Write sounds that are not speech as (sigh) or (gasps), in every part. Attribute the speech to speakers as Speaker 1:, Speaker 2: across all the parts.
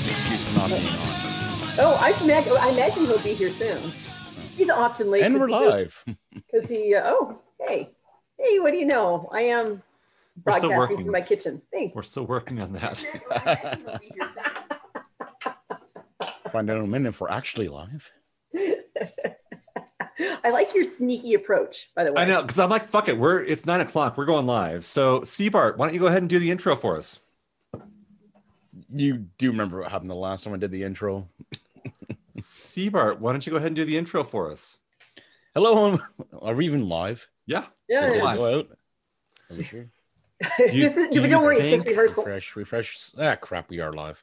Speaker 1: not being
Speaker 2: (laughs)
Speaker 1: on.
Speaker 3: Oh, I imagine, I imagine he'll be here soon. He's often late.
Speaker 1: And we're live.
Speaker 3: Because he, uh, oh, hey, hey, what do you know? I am
Speaker 4: We're still
Speaker 3: broadcasting
Speaker 4: working.
Speaker 3: from my kitchen. Thanks.
Speaker 4: We're still working on that.
Speaker 1: (laughs) Find out in a minute if we're actually live.
Speaker 3: I like your sneaky approach, by the way.
Speaker 4: I know, because I'm like, fuck it. We're it's nine o'clock. We're going live. So, Seabart, why don't you go ahead and do the intro for us?
Speaker 1: You do remember what happened the last time I did the intro?
Speaker 4: Seabart, why don't you go ahead and do the intro for us?
Speaker 1: Hello, (laughs) um, are we even live?
Speaker 4: Yeah.
Speaker 3: Yeah,
Speaker 1: Did it
Speaker 3: yeah.
Speaker 4: Live.
Speaker 1: go out? Are we sure?
Speaker 3: (laughs) This
Speaker 4: you-
Speaker 3: is-
Speaker 4: do
Speaker 3: but
Speaker 4: you
Speaker 3: don't worry, it's just
Speaker 4: think-
Speaker 3: rehearsal. (laughs)
Speaker 1: Refresh, refresh. Ah, crap, we are live.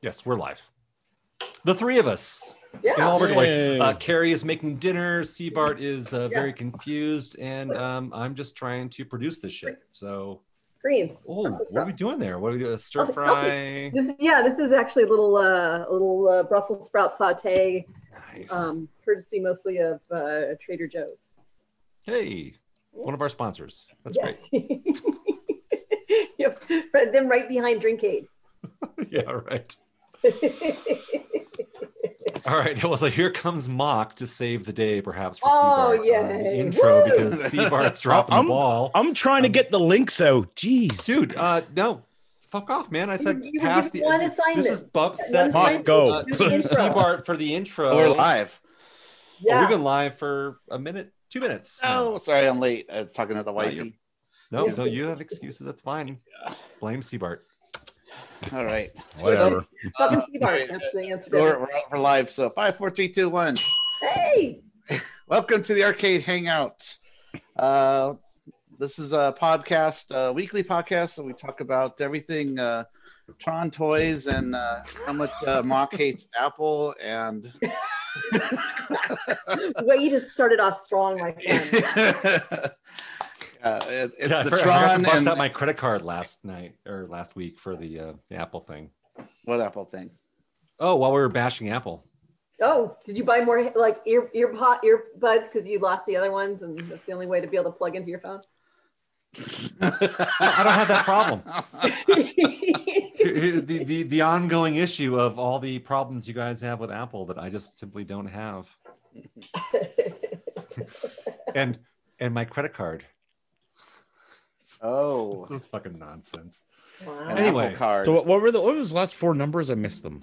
Speaker 4: Yes, we're live. The three of us in
Speaker 3: Yeah.
Speaker 4: all of our glory.
Speaker 1: Yay.
Speaker 4: Uh, Carrie is making dinner. Seabart is uh,
Speaker 3: Yeah.
Speaker 4: very confused, and um, I'm just trying to produce this shit. So,
Speaker 3: Greens.
Speaker 4: oh,
Speaker 3: That's what's
Speaker 4: what are
Speaker 3: up.
Speaker 4: we doing there? What are we doing? A stir
Speaker 3: Healthy,
Speaker 4: fry.
Speaker 3: This, yeah, this is actually a little, uh, a little uh, Brussels sprout saute,
Speaker 4: Nice.
Speaker 3: um, courtesy mostly of uh, Trader Joe's.
Speaker 4: hey, one of our sponsors. That's
Speaker 3: (laughs) great. yep. Right- Then right behind Drink Aid.
Speaker 4: great. yeah, right. All right. Well, so here comes Mock to save the day, perhaps for
Speaker 3: Oh,
Speaker 4: Seabart. on the
Speaker 3: yay.
Speaker 4: intro
Speaker 3: Woo!
Speaker 1: (laughs)
Speaker 4: because Seabart's dropping
Speaker 1: I'm-
Speaker 4: the ball. Um,
Speaker 1: I'm trying to get the links out. Jeez.
Speaker 4: Dude, uh, no, fuck off, man! I said
Speaker 3: You- you were
Speaker 4: pass the.
Speaker 3: given one
Speaker 4: This is
Speaker 3: assignment.
Speaker 4: Bub
Speaker 3: One
Speaker 4: set
Speaker 1: Mock,
Speaker 3: time
Speaker 1: go.
Speaker 3: was
Speaker 4: uh, (laughs)
Speaker 3: do the intro.
Speaker 4: Seabart for the intro.
Speaker 5: We're live.
Speaker 4: Well,
Speaker 3: Yeah.
Speaker 4: we've been live for a minute, two minutes.
Speaker 5: Oh, sorry, I'm late. I was talking to the
Speaker 4: you're-
Speaker 5: wifey.
Speaker 4: no,
Speaker 5: yeah.
Speaker 4: no, you have excuses. That's fine. Blame Seabart.
Speaker 5: All
Speaker 4: (laughs)
Speaker 5: right.
Speaker 1: Whatever.
Speaker 3: Fucking
Speaker 5: Uh,
Speaker 3: Seabart,
Speaker 5: okay,
Speaker 3: That's the answer.
Speaker 5: So we're, we're out for live. So five, four, three, two, one.
Speaker 3: Hey,
Speaker 5: Welcome to the Arcade Hangout. Uh, this is a podcast, a weekly podcast, so we talk about everything uh, Tron toys and uh, how much uh, Mock hates (laughs) Apple and
Speaker 3: well, you just started off strong, my friend.
Speaker 5: (laughs) Uh, it- it's
Speaker 4: Yeah, I
Speaker 5: the
Speaker 4: forgot- I forgot to
Speaker 5: Tron
Speaker 4: bust
Speaker 5: and
Speaker 4: out my credit card last night or last week for the, uh, the Apple thing.
Speaker 5: what Apple thing.
Speaker 4: Oh, while we were bashing Apple.
Speaker 3: Oh, did you buy more like ear ear pot earbuds because you lost the other ones, and that's the only way to be able to plug into your phone? (laughs)
Speaker 4: I don't have that
Speaker 5: (laughs)
Speaker 4: problem. the, the, the ongoing issue of all the problems you guys have with Apple that I just simply
Speaker 5: (laughs)
Speaker 4: don't have. And and my credit card.
Speaker 5: Oh,
Speaker 6: Oh.
Speaker 4: This is fucking nonsense.
Speaker 5: an
Speaker 3: wow.
Speaker 4: Anyway.
Speaker 5: Apple card.
Speaker 1: So what, what were the what was the last four numbers? I missed them.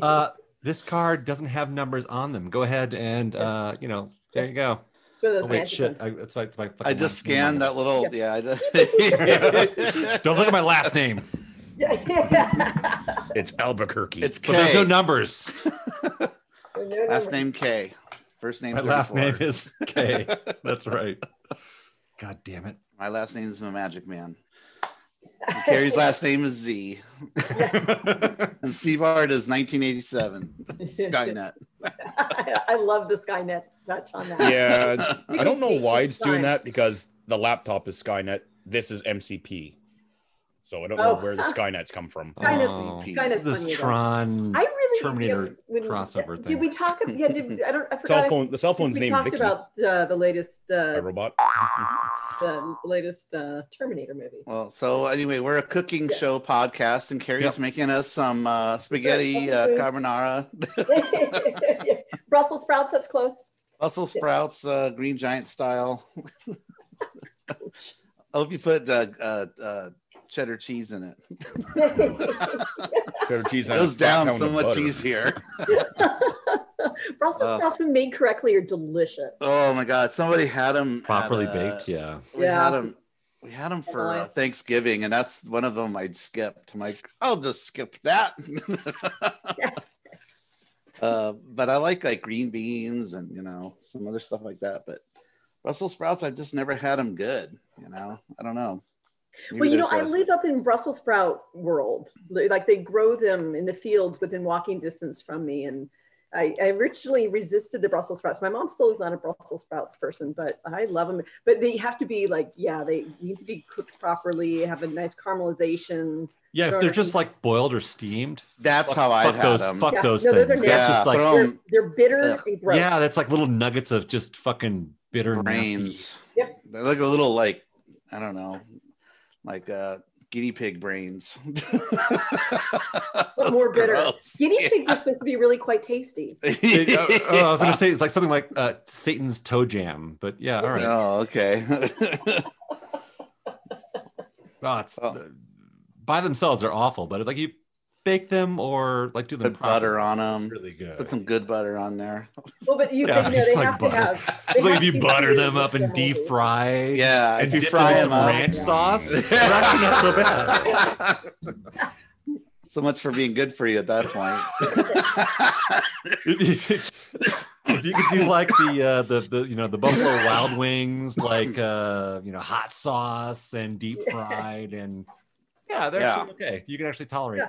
Speaker 4: Uh, this card doesn't have numbers on them. Go ahead and uh, you know, there you go.
Speaker 3: It's one of
Speaker 4: Oh,
Speaker 3: those
Speaker 4: wait,
Speaker 3: magic ones.
Speaker 4: shit. I, that's my, it's my fucking
Speaker 5: I just
Speaker 4: last name on
Speaker 5: scanned
Speaker 4: there.
Speaker 5: that little. Yeah, I just.
Speaker 4: Don't look at my last name.
Speaker 3: Yeah, yeah.
Speaker 1: It's Albuquerque.
Speaker 5: (laughs) it's
Speaker 4: But there's no
Speaker 5: K.
Speaker 4: numbers.
Speaker 3: No, no,
Speaker 5: last
Speaker 3: no.
Speaker 5: name K. First name.
Speaker 4: My last
Speaker 5: 34.
Speaker 4: name is
Speaker 5: (laughs)
Speaker 4: K. That's right. God damn it.
Speaker 5: My last name is the Magic Man. And Carrie's last name is Z, (laughs) and Seabard is 1987. Skynet.
Speaker 3: I love the Skynet touch on that. (laughs)
Speaker 1: yeah, I don't know
Speaker 3: Speak
Speaker 1: why
Speaker 3: each
Speaker 1: it's
Speaker 3: time.
Speaker 1: doing that because the laptop is Skynet. This is MCP. So I don't know
Speaker 3: Oh.
Speaker 1: where the Skynets come from.
Speaker 3: Kind of-
Speaker 4: Oh,
Speaker 5: kind
Speaker 3: Kind of
Speaker 4: this is
Speaker 3: funny, though.
Speaker 4: Tron.
Speaker 3: I really
Speaker 4: Terminator
Speaker 3: when-
Speaker 4: crossover
Speaker 3: Did
Speaker 4: thing.
Speaker 3: we talk? ab- Yeah, did, I don't. I forgot.
Speaker 1: Cell
Speaker 3: if-
Speaker 1: phone. The cell phone's
Speaker 3: we
Speaker 1: named
Speaker 3: talked
Speaker 1: Vicky.
Speaker 3: about uh, the latest,
Speaker 1: my
Speaker 3: uh,
Speaker 1: robot.
Speaker 3: the latest uh, Terminator movie.
Speaker 5: Mm-hmm. Well, so anyway, we're a cooking show podcast, and Carrie's
Speaker 4: Yep.
Speaker 5: making us some uh, spaghetti uh, carbonara,
Speaker 3: (laughs) Brussels sprouts. That's close.
Speaker 5: Brussels sprouts, uh, green
Speaker 3: (laughs)
Speaker 5: giant style. I hope you put uh, uh, uh, cheddar cheese in it.
Speaker 1: Cheddar cheese.
Speaker 5: It
Speaker 1: and a
Speaker 5: goes
Speaker 1: fat
Speaker 5: down
Speaker 1: pound
Speaker 5: so
Speaker 1: of
Speaker 5: much
Speaker 1: butter.
Speaker 5: easier.
Speaker 3: Brussels
Speaker 5: Uh.
Speaker 3: sprouts, when made correctly, are delicious.
Speaker 5: Oh my God! Somebody had them
Speaker 4: properly baked. Yeah.
Speaker 5: We
Speaker 3: Yeah.
Speaker 5: had them. We had them for uh,
Speaker 3: Nice.
Speaker 5: Thanksgiving, and that's one of them I'd skipped. I'm like, I'll just skip
Speaker 3: (laughs)
Speaker 5: that. uh, but I like like green beans and you know some other stuff like that. But Brussels sprouts, I've just never had them good. You know, I don't know. Maybe
Speaker 3: well, you know,
Speaker 5: there's
Speaker 3: I
Speaker 5: a-
Speaker 3: live up in Brussels sprout world. Li- Like they grow them in the fields within walking distance from me, and I, I originally resisted the Brussels sprouts. My mom still is not a Brussels sprouts person, but I love them. But they have to be like, yeah, they need to be cooked properly, have a nice caramelization.
Speaker 4: Yeah, if
Speaker 3: Sure.
Speaker 4: they're just like boiled or steamed,
Speaker 5: that's
Speaker 4: fuck,
Speaker 5: how I
Speaker 4: fuck
Speaker 5: had
Speaker 4: those,
Speaker 5: them.
Speaker 4: fuck
Speaker 3: Yeah,
Speaker 4: those
Speaker 3: no, those
Speaker 4: things.
Speaker 3: are
Speaker 5: yeah,
Speaker 4: That's just like,
Speaker 5: throw 'em
Speaker 3: They're, they're bitter
Speaker 5: Ugh.
Speaker 3: and gross.
Speaker 4: yeah, that's like little nuggets of just fucking
Speaker 5: (laughs)
Speaker 4: bitter
Speaker 5: brains.
Speaker 3: Yep.
Speaker 5: They're like a little like I don't know, like uh guinea pig brains. (laughs)
Speaker 3: But more bitter.
Speaker 5: Gross. (laughs)
Speaker 3: Guinea pigs are supposed to be really quite tasty.
Speaker 4: It- oh, oh, I was gonna say it's like something like uh, Satan's toe jam, but yeah, all right.
Speaker 5: Oh, okay. (laughs)
Speaker 4: Oh, it's,
Speaker 5: (laughs) Oh.
Speaker 4: by themselves they're awful, but like you bake them or like do them
Speaker 5: Put butter
Speaker 4: properly,
Speaker 5: on
Speaker 4: it's
Speaker 5: them.
Speaker 4: Really good.
Speaker 5: Put some good butter on there.
Speaker 3: Well, but you,
Speaker 4: Yeah,
Speaker 3: they, no, they
Speaker 4: like
Speaker 3: have
Speaker 4: butter.
Speaker 3: to have.
Speaker 4: (laughs) It's
Speaker 3: they
Speaker 4: like
Speaker 3: have
Speaker 4: if
Speaker 3: (laughs)
Speaker 4: you
Speaker 3: to be
Speaker 4: butter them
Speaker 3: seasoned
Speaker 4: up and
Speaker 3: with
Speaker 4: deep
Speaker 3: them.
Speaker 4: fry,
Speaker 5: Yeah,
Speaker 4: and
Speaker 5: if you
Speaker 4: dip
Speaker 5: fry
Speaker 4: them
Speaker 5: them
Speaker 4: in some
Speaker 5: up.
Speaker 4: ranch sauce,
Speaker 5: (laughs)
Speaker 4: they're actually not so bad.
Speaker 5: So much for being good for you at that
Speaker 4: (laughs)
Speaker 5: point.
Speaker 4: if you could do like the uh, the the you know the Buffalo Wild Wings, like uh, you know hot sauce and deep fried, and yeah, they're
Speaker 5: Yeah. Hmm.
Speaker 4: actually okay. You can actually tolerate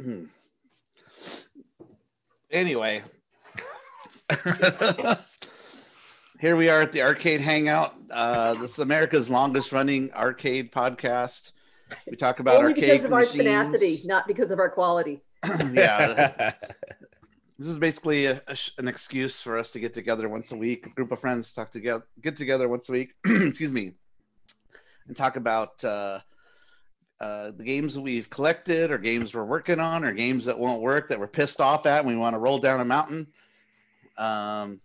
Speaker 3: Yeah.
Speaker 4: them.
Speaker 5: anyway, here we are at the arcade hangout. Uh, this is America's longest running arcade podcast. We talk about
Speaker 3: Only
Speaker 5: arcade
Speaker 3: because of our
Speaker 5: machines.
Speaker 3: tenacity, not because of our quality.
Speaker 5: yeah, (laughs) this is basically a, a sh- an excuse for us to get together once a week. A group of friends talk together, get together once a week. (clears throat) excuse me, and talk about uh, uh, the games that we've collected, or games we're working on, or games that won't work that we're pissed off at, and we want to roll down a mountain. Um,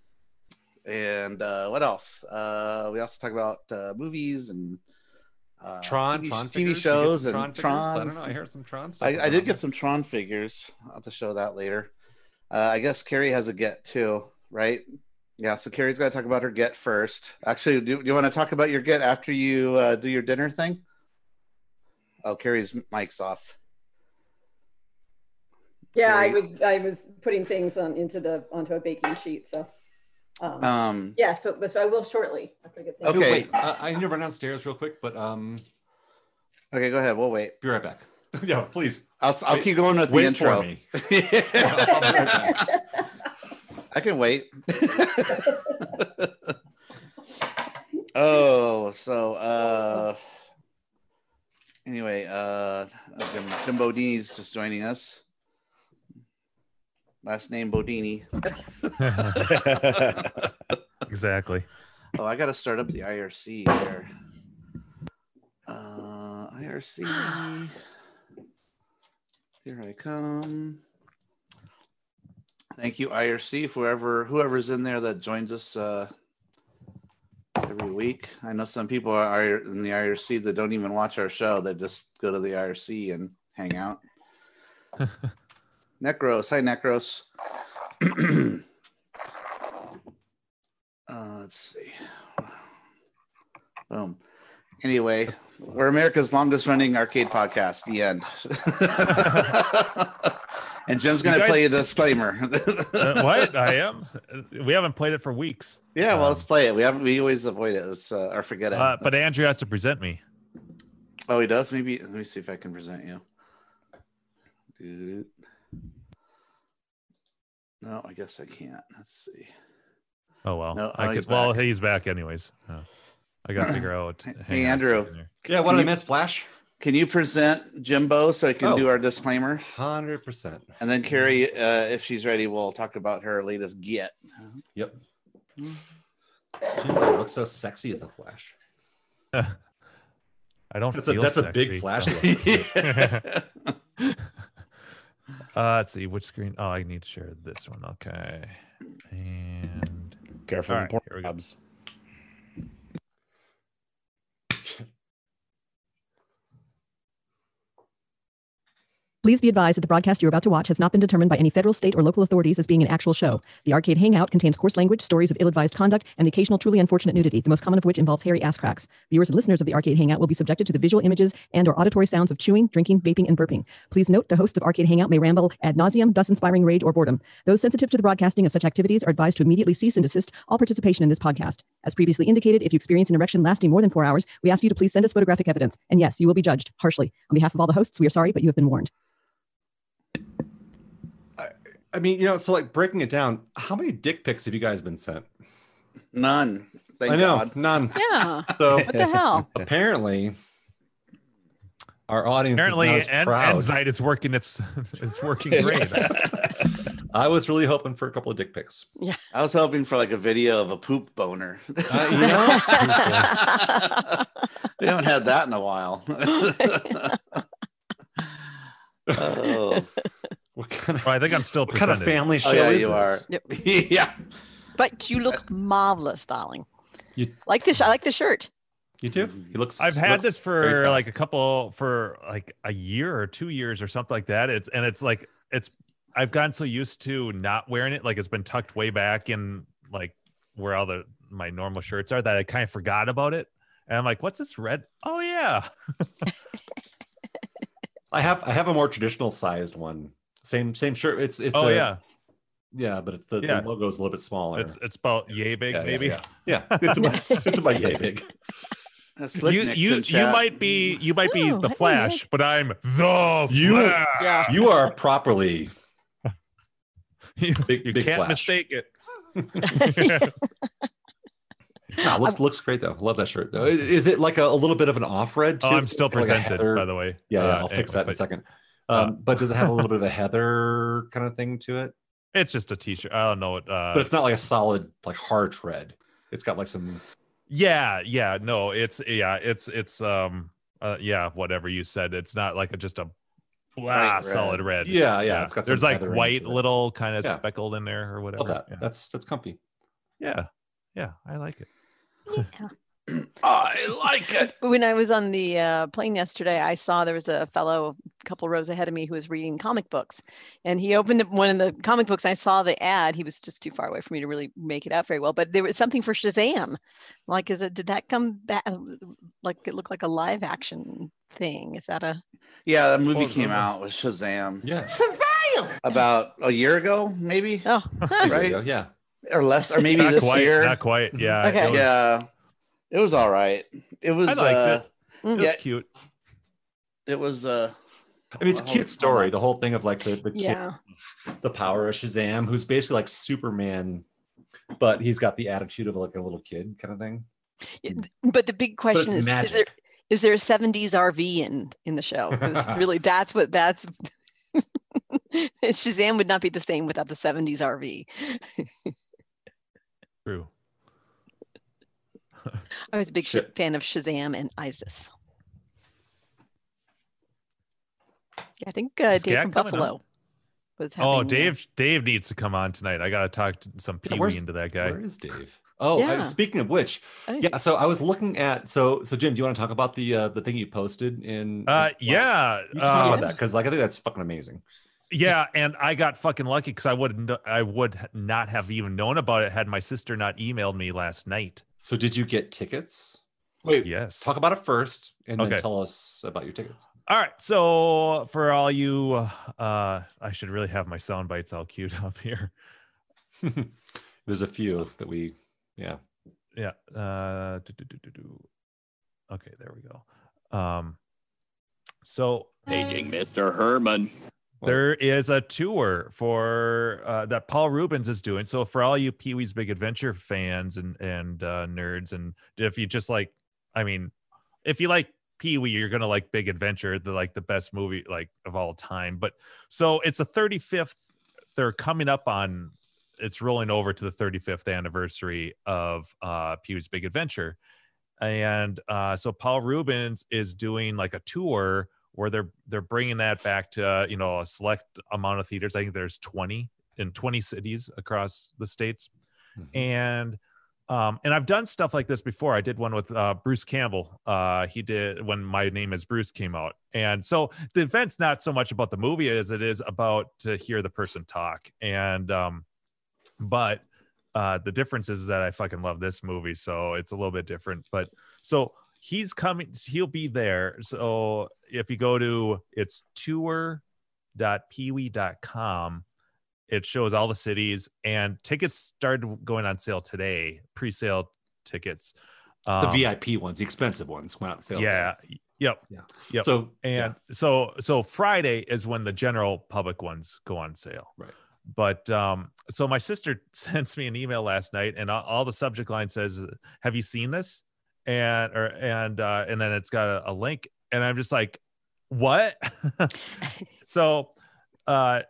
Speaker 5: and uh, what else? Uh, we also talk about uh, movies and uh,
Speaker 4: Tron,
Speaker 5: TV,
Speaker 4: Tron
Speaker 5: TV
Speaker 4: figures? Did you get
Speaker 5: shows,
Speaker 4: some
Speaker 5: and
Speaker 4: figures? I
Speaker 5: Tron.
Speaker 4: don't know. I heard some Tron stuff.
Speaker 5: I, I
Speaker 4: going
Speaker 5: did
Speaker 4: on.
Speaker 5: get some Tron figures. I'll have to show that later. Uh, I guess Carrie has a get too, right? Yeah, so Carrie's got to talk about her get first. Actually, do, do you want to talk about your get after you uh, do your dinner thing? Oh, Carrie's mic's off.
Speaker 3: Yeah, I
Speaker 5: Great.
Speaker 3: was I was putting things on into the onto a baking sheet. So, um,
Speaker 5: Um,
Speaker 3: yeah. So, but- so I will shortly. After I get things.
Speaker 4: Dude,
Speaker 5: Okay.
Speaker 4: wait, uh, I need to run downstairs real quick, but um,
Speaker 5: okay, go ahead. We'll wait.
Speaker 4: be right back. (laughs) yeah, please
Speaker 5: I'll, I'll
Speaker 4: Wait-
Speaker 5: keep going with the
Speaker 4: wait for
Speaker 5: intro.
Speaker 4: me.
Speaker 5: (laughs) I can wait. (laughs) oh, so uh anyway, uh Jim, Jim Bodini's just joining us. Last name Bodini. (laughs)
Speaker 6: exactly.
Speaker 5: Oh, I gotta start up the IRC here. Uh IRC. Here I come. Thank you, IRC, for whoever whoever's in there that joins us uh every week. I know some people are are in the IRC that don't even watch our show, they just go to the IRC and hang
Speaker 6: (laughs)
Speaker 5: out. Necros, hi Necros. (clears throat) uh, let's see. Boom. Anyway, we're America's longest running arcade podcast. The end. (laughs) and Jim's going to
Speaker 6: You guys-
Speaker 5: play a disclaimer.
Speaker 6: Uh, what I am? Uh, We haven't played it for weeks.
Speaker 5: (laughs) yeah, well,
Speaker 6: Um,
Speaker 5: let's play it. We haven't. We always avoid it. Let's uh, or forget it.
Speaker 6: Uh, but Andrew has to present me.
Speaker 5: oh, he does. Maybe let me see if I can present you. Dude. No, I guess I can't. Let's see.
Speaker 6: Oh well.
Speaker 5: No, oh,
Speaker 6: I
Speaker 5: he's
Speaker 6: could, well,
Speaker 5: back.
Speaker 6: he's back anyways. Oh, I got to figure out.
Speaker 5: Hey,
Speaker 6: hang on a
Speaker 5: Andrew.
Speaker 6: second here.
Speaker 4: Yeah, what
Speaker 5: Can
Speaker 4: did I
Speaker 5: you-
Speaker 4: miss? Flash,
Speaker 5: Can you present Jimbo so I can
Speaker 4: Oh.
Speaker 5: do our disclaimer?
Speaker 4: hundred percent.
Speaker 5: And then Carrie, uh, if she's ready, we'll talk about her latest get.
Speaker 4: Yep. Looks so sexy as the Flash.
Speaker 6: I don't.
Speaker 4: That's a
Speaker 6: feel
Speaker 4: that's a big
Speaker 6: sexy.
Speaker 4: Flash.
Speaker 6: (laughs) Uh, let's see which screen. Oh, I need to share this one. Okay. And
Speaker 1: Careful,
Speaker 6: All
Speaker 1: the
Speaker 6: right,
Speaker 1: porn
Speaker 6: here we go.
Speaker 1: jobs.
Speaker 7: Please be advised that the broadcast you're about to watch has not been determined by any federal, state, or local authorities as being an actual show. The arcade hangout contains coarse language, stories of ill advised conduct, and the occasional truly unfortunate nudity, the most common of which involves hairy ass cracks. Viewers and listeners of the arcade hangout will be subjected to the visual images and or auditory sounds of chewing, drinking, vaping, and burping. Please note the hosts of arcade hangout may ramble ad nauseum, thus inspiring rage or boredom. Those sensitive to the broadcasting of such activities are advised to immediately cease and desist all participation in this podcast. As previously indicated, if you experience an erection lasting more than four hours, we ask you to please send us photographic evidence. And yes, you will be judged harshly. On behalf of all the hosts, we are sorry, but you have been warned.
Speaker 4: I mean, you know, so like breaking it down, how many dick pics have you guys been sent?
Speaker 5: None. Thank
Speaker 4: I know
Speaker 5: God. (laughs)
Speaker 4: none.
Speaker 2: Yeah.
Speaker 4: (laughs) So
Speaker 2: What the hell?
Speaker 4: (laughs) apparently, our audience
Speaker 6: apparently,
Speaker 4: is not as
Speaker 6: An-
Speaker 4: proud.
Speaker 6: Enzyte is working. It's (laughs) it's
Speaker 4: (laughs)
Speaker 6: working great.
Speaker 4: I was really hoping for a couple of dick pics.
Speaker 5: I was hoping for like a video of a poop boner.
Speaker 4: Uh, you know,
Speaker 5: I (laughs) We haven't had that in a
Speaker 4: (laughs)
Speaker 5: while. (laughs) oh,
Speaker 4: What kind of,
Speaker 6: Well, I think I'm still
Speaker 4: what kind of
Speaker 6: presented.
Speaker 4: family show
Speaker 5: oh yeah,
Speaker 4: is
Speaker 5: you are.
Speaker 4: this?
Speaker 3: Yep.
Speaker 5: (laughs) yeah.
Speaker 3: But you look marvelous, darling.
Speaker 4: You-
Speaker 3: like this. I like the shirt.
Speaker 4: You do? He looks.
Speaker 6: I've had
Speaker 4: looks
Speaker 6: this
Speaker 4: very
Speaker 6: for
Speaker 4: fast.
Speaker 6: like a couple for like a year or two years or something like that. It's and it's like it's I've gotten so used to not wearing it, like it's been tucked way back in like where all the my normal shirts are that I kind of forgot about it. And I'm like, what's this red? Oh yeah. (laughs)
Speaker 4: I have I have a more traditional sized one. Same same shirt. It's it's
Speaker 6: oh
Speaker 4: a-
Speaker 6: yeah.
Speaker 4: yeah, but it's the,
Speaker 6: Yeah.
Speaker 4: the logo's a little bit smaller.
Speaker 6: It's it's about yay big,
Speaker 4: Yeah, yeah,
Speaker 6: maybe. (laughs)
Speaker 4: yeah, yeah. It's, (laughs) about, it's about yay big.
Speaker 6: You you you might be you might be
Speaker 8: Oh, I
Speaker 6: the
Speaker 8: didn't
Speaker 6: Flash, but I'm the
Speaker 4: You-
Speaker 6: Flash.
Speaker 3: Yeah.
Speaker 4: You are
Speaker 6: (laughs)
Speaker 4: properly
Speaker 6: You,
Speaker 4: Big-
Speaker 6: you
Speaker 4: big
Speaker 6: can't
Speaker 4: Flash.
Speaker 6: mistake it.
Speaker 4: Nah, looks looks great though. Love that shirt though. I- Is it like a, a little bit of an off red?
Speaker 6: Oh, I'm still presented, by the way.
Speaker 4: Yeah, yeah
Speaker 6: Uh,
Speaker 4: I'll
Speaker 6: anyway,
Speaker 4: fix that in a
Speaker 6: but
Speaker 4: second.
Speaker 6: uh,
Speaker 4: Um, but does it have a little bit of a heather kind of thing
Speaker 6: (laughs)
Speaker 4: to it?
Speaker 6: (laughs) It's just a t-shirt. I don't know what. Uh,
Speaker 4: But it's not like a solid, like hard red. It's got like some.
Speaker 6: yeah yeah no it's yeah it's it's um uh, yeah whatever you said it's not like a, just a blah
Speaker 5: red.
Speaker 6: solid red
Speaker 4: Yeah, yeah. It's got some
Speaker 6: there's like
Speaker 4: feathering
Speaker 6: white
Speaker 4: to it.
Speaker 6: little kind of
Speaker 4: Yeah.
Speaker 6: speckled in there or whatever
Speaker 4: Love that.
Speaker 6: Yeah.
Speaker 4: That's that's comfy.
Speaker 6: yeah yeah i like it
Speaker 5: I like it.
Speaker 3: (laughs) when I was on the uh, plane yesterday, I saw there was a fellow a couple rows ahead of me who was reading comic books, and he opened up one of the comic books. And I saw the ad. He was just too far away for me to really make it out very well. But there was something for Shazam. Like, is it? Did that come back? Like, it looked like a live action thing. Is that a?
Speaker 5: Yeah, that movie
Speaker 6: Well,
Speaker 5: came
Speaker 6: uh,
Speaker 5: out with Shazam
Speaker 4: Yeah.
Speaker 5: about a year ago, maybe
Speaker 3: Oh,
Speaker 5: Right.
Speaker 4: Yeah, Yeah.
Speaker 5: or less, or maybe
Speaker 6: not
Speaker 5: this
Speaker 6: quite
Speaker 5: year.
Speaker 6: not quite yeah
Speaker 3: Okay.
Speaker 6: it was,
Speaker 5: Yeah, it was all right. It was.
Speaker 6: liked
Speaker 5: uh,
Speaker 6: it was
Speaker 5: yeah.
Speaker 6: cute
Speaker 5: it. was. Uh,
Speaker 4: I mean, it's a
Speaker 5: Well,
Speaker 4: cute story. The whole thing of like the the kid
Speaker 3: yeah.
Speaker 4: the power of Shazam, who's basically like Superman, but he's got the attitude of like a little kid kind of thing.
Speaker 3: Yeah, th- But the big question
Speaker 4: it's
Speaker 3: is:
Speaker 4: magic.
Speaker 3: is there is there a seventies RV in in the show? 'Cause really, that's what that's. (laughs) Shazam would not be the same without the seventies RV.
Speaker 6: true
Speaker 3: I was a big sh-
Speaker 4: Sure.
Speaker 3: fan of Shazam and ISIS. Yeah, I think uh,
Speaker 6: Is
Speaker 3: Dave
Speaker 6: Kat
Speaker 3: from
Speaker 6: coming on?
Speaker 3: Buffalo was having.
Speaker 6: oh
Speaker 3: uh,
Speaker 6: dave dave needs to come on tonight i gotta talk to some
Speaker 4: Yeah,
Speaker 6: pee
Speaker 4: where's-
Speaker 6: into that guy
Speaker 4: Where is Dave? Oh, I-
Speaker 3: Yeah.
Speaker 4: speaking of which,
Speaker 3: Oh.
Speaker 4: yeah. So I was looking at so so Jim, do you want to talk about the uh, the thing you posted in?
Speaker 6: uh
Speaker 4: in-
Speaker 6: yeah
Speaker 4: you should talk
Speaker 6: um,
Speaker 4: about that because like I think that's fucking amazing.
Speaker 6: Yeah, and I got fucking lucky because I would I would not have even known about it had my sister not emailed me last night.
Speaker 4: So did you get tickets? Wait,
Speaker 6: Yes.
Speaker 4: talk about it first, and
Speaker 6: Okay.
Speaker 4: then tell us about your tickets.
Speaker 6: All right. So for all you, uh, I should really have my sound bites all queued (laughs) up here.
Speaker 4: There's a few that we yeah.
Speaker 6: Yeah. Uh, do, do, do, do, do. Okay, there we go. Um, so
Speaker 1: Paging Mr. Herman.
Speaker 6: there is a tour for uh, that Paul Rubens is doing. So for all you Pee Wee's Big Adventure fans and and uh, nerds, and if you just like, I mean, if you like Pee Wee, you're gonna like Big Adventure, the like the best movie like of all time. But so it's the 35th. They're coming up on. It's rolling over to the 35th anniversary of uh, Pee Wee's Big Adventure, and uh, so Paul Rubens is doing like a tour where they're they're bringing that back to uh, you know a select amount of theaters. I think there's 20 in 20 cities across the states,
Speaker 4: Mhm.
Speaker 6: and um, and I've done stuff like this before. I did one with uh, Bruce Campbell. Uh, he did when My Name Is Bruce came out, and so the event's not so much about the movie as it is about to hear the person talk. And um, but uh, the difference is that I fucking love this movie, so it's a little bit different. But so he's coming he'll be there so if you go to it's tour.peewee.com it shows all the cities and tickets started going on sale today pre-sale tickets
Speaker 4: The
Speaker 6: Um,
Speaker 4: VIP ones, the expensive ones, went out sale.
Speaker 6: yeah yep yep.
Speaker 4: So
Speaker 6: and so so friday is when the general public ones go on sale
Speaker 4: Right.
Speaker 6: but um so my sister (laughs) sends me an email last night and all, all the subject line says have you seen this and or and uh and then it's got a, a link (laughs) and i'm just like what so uh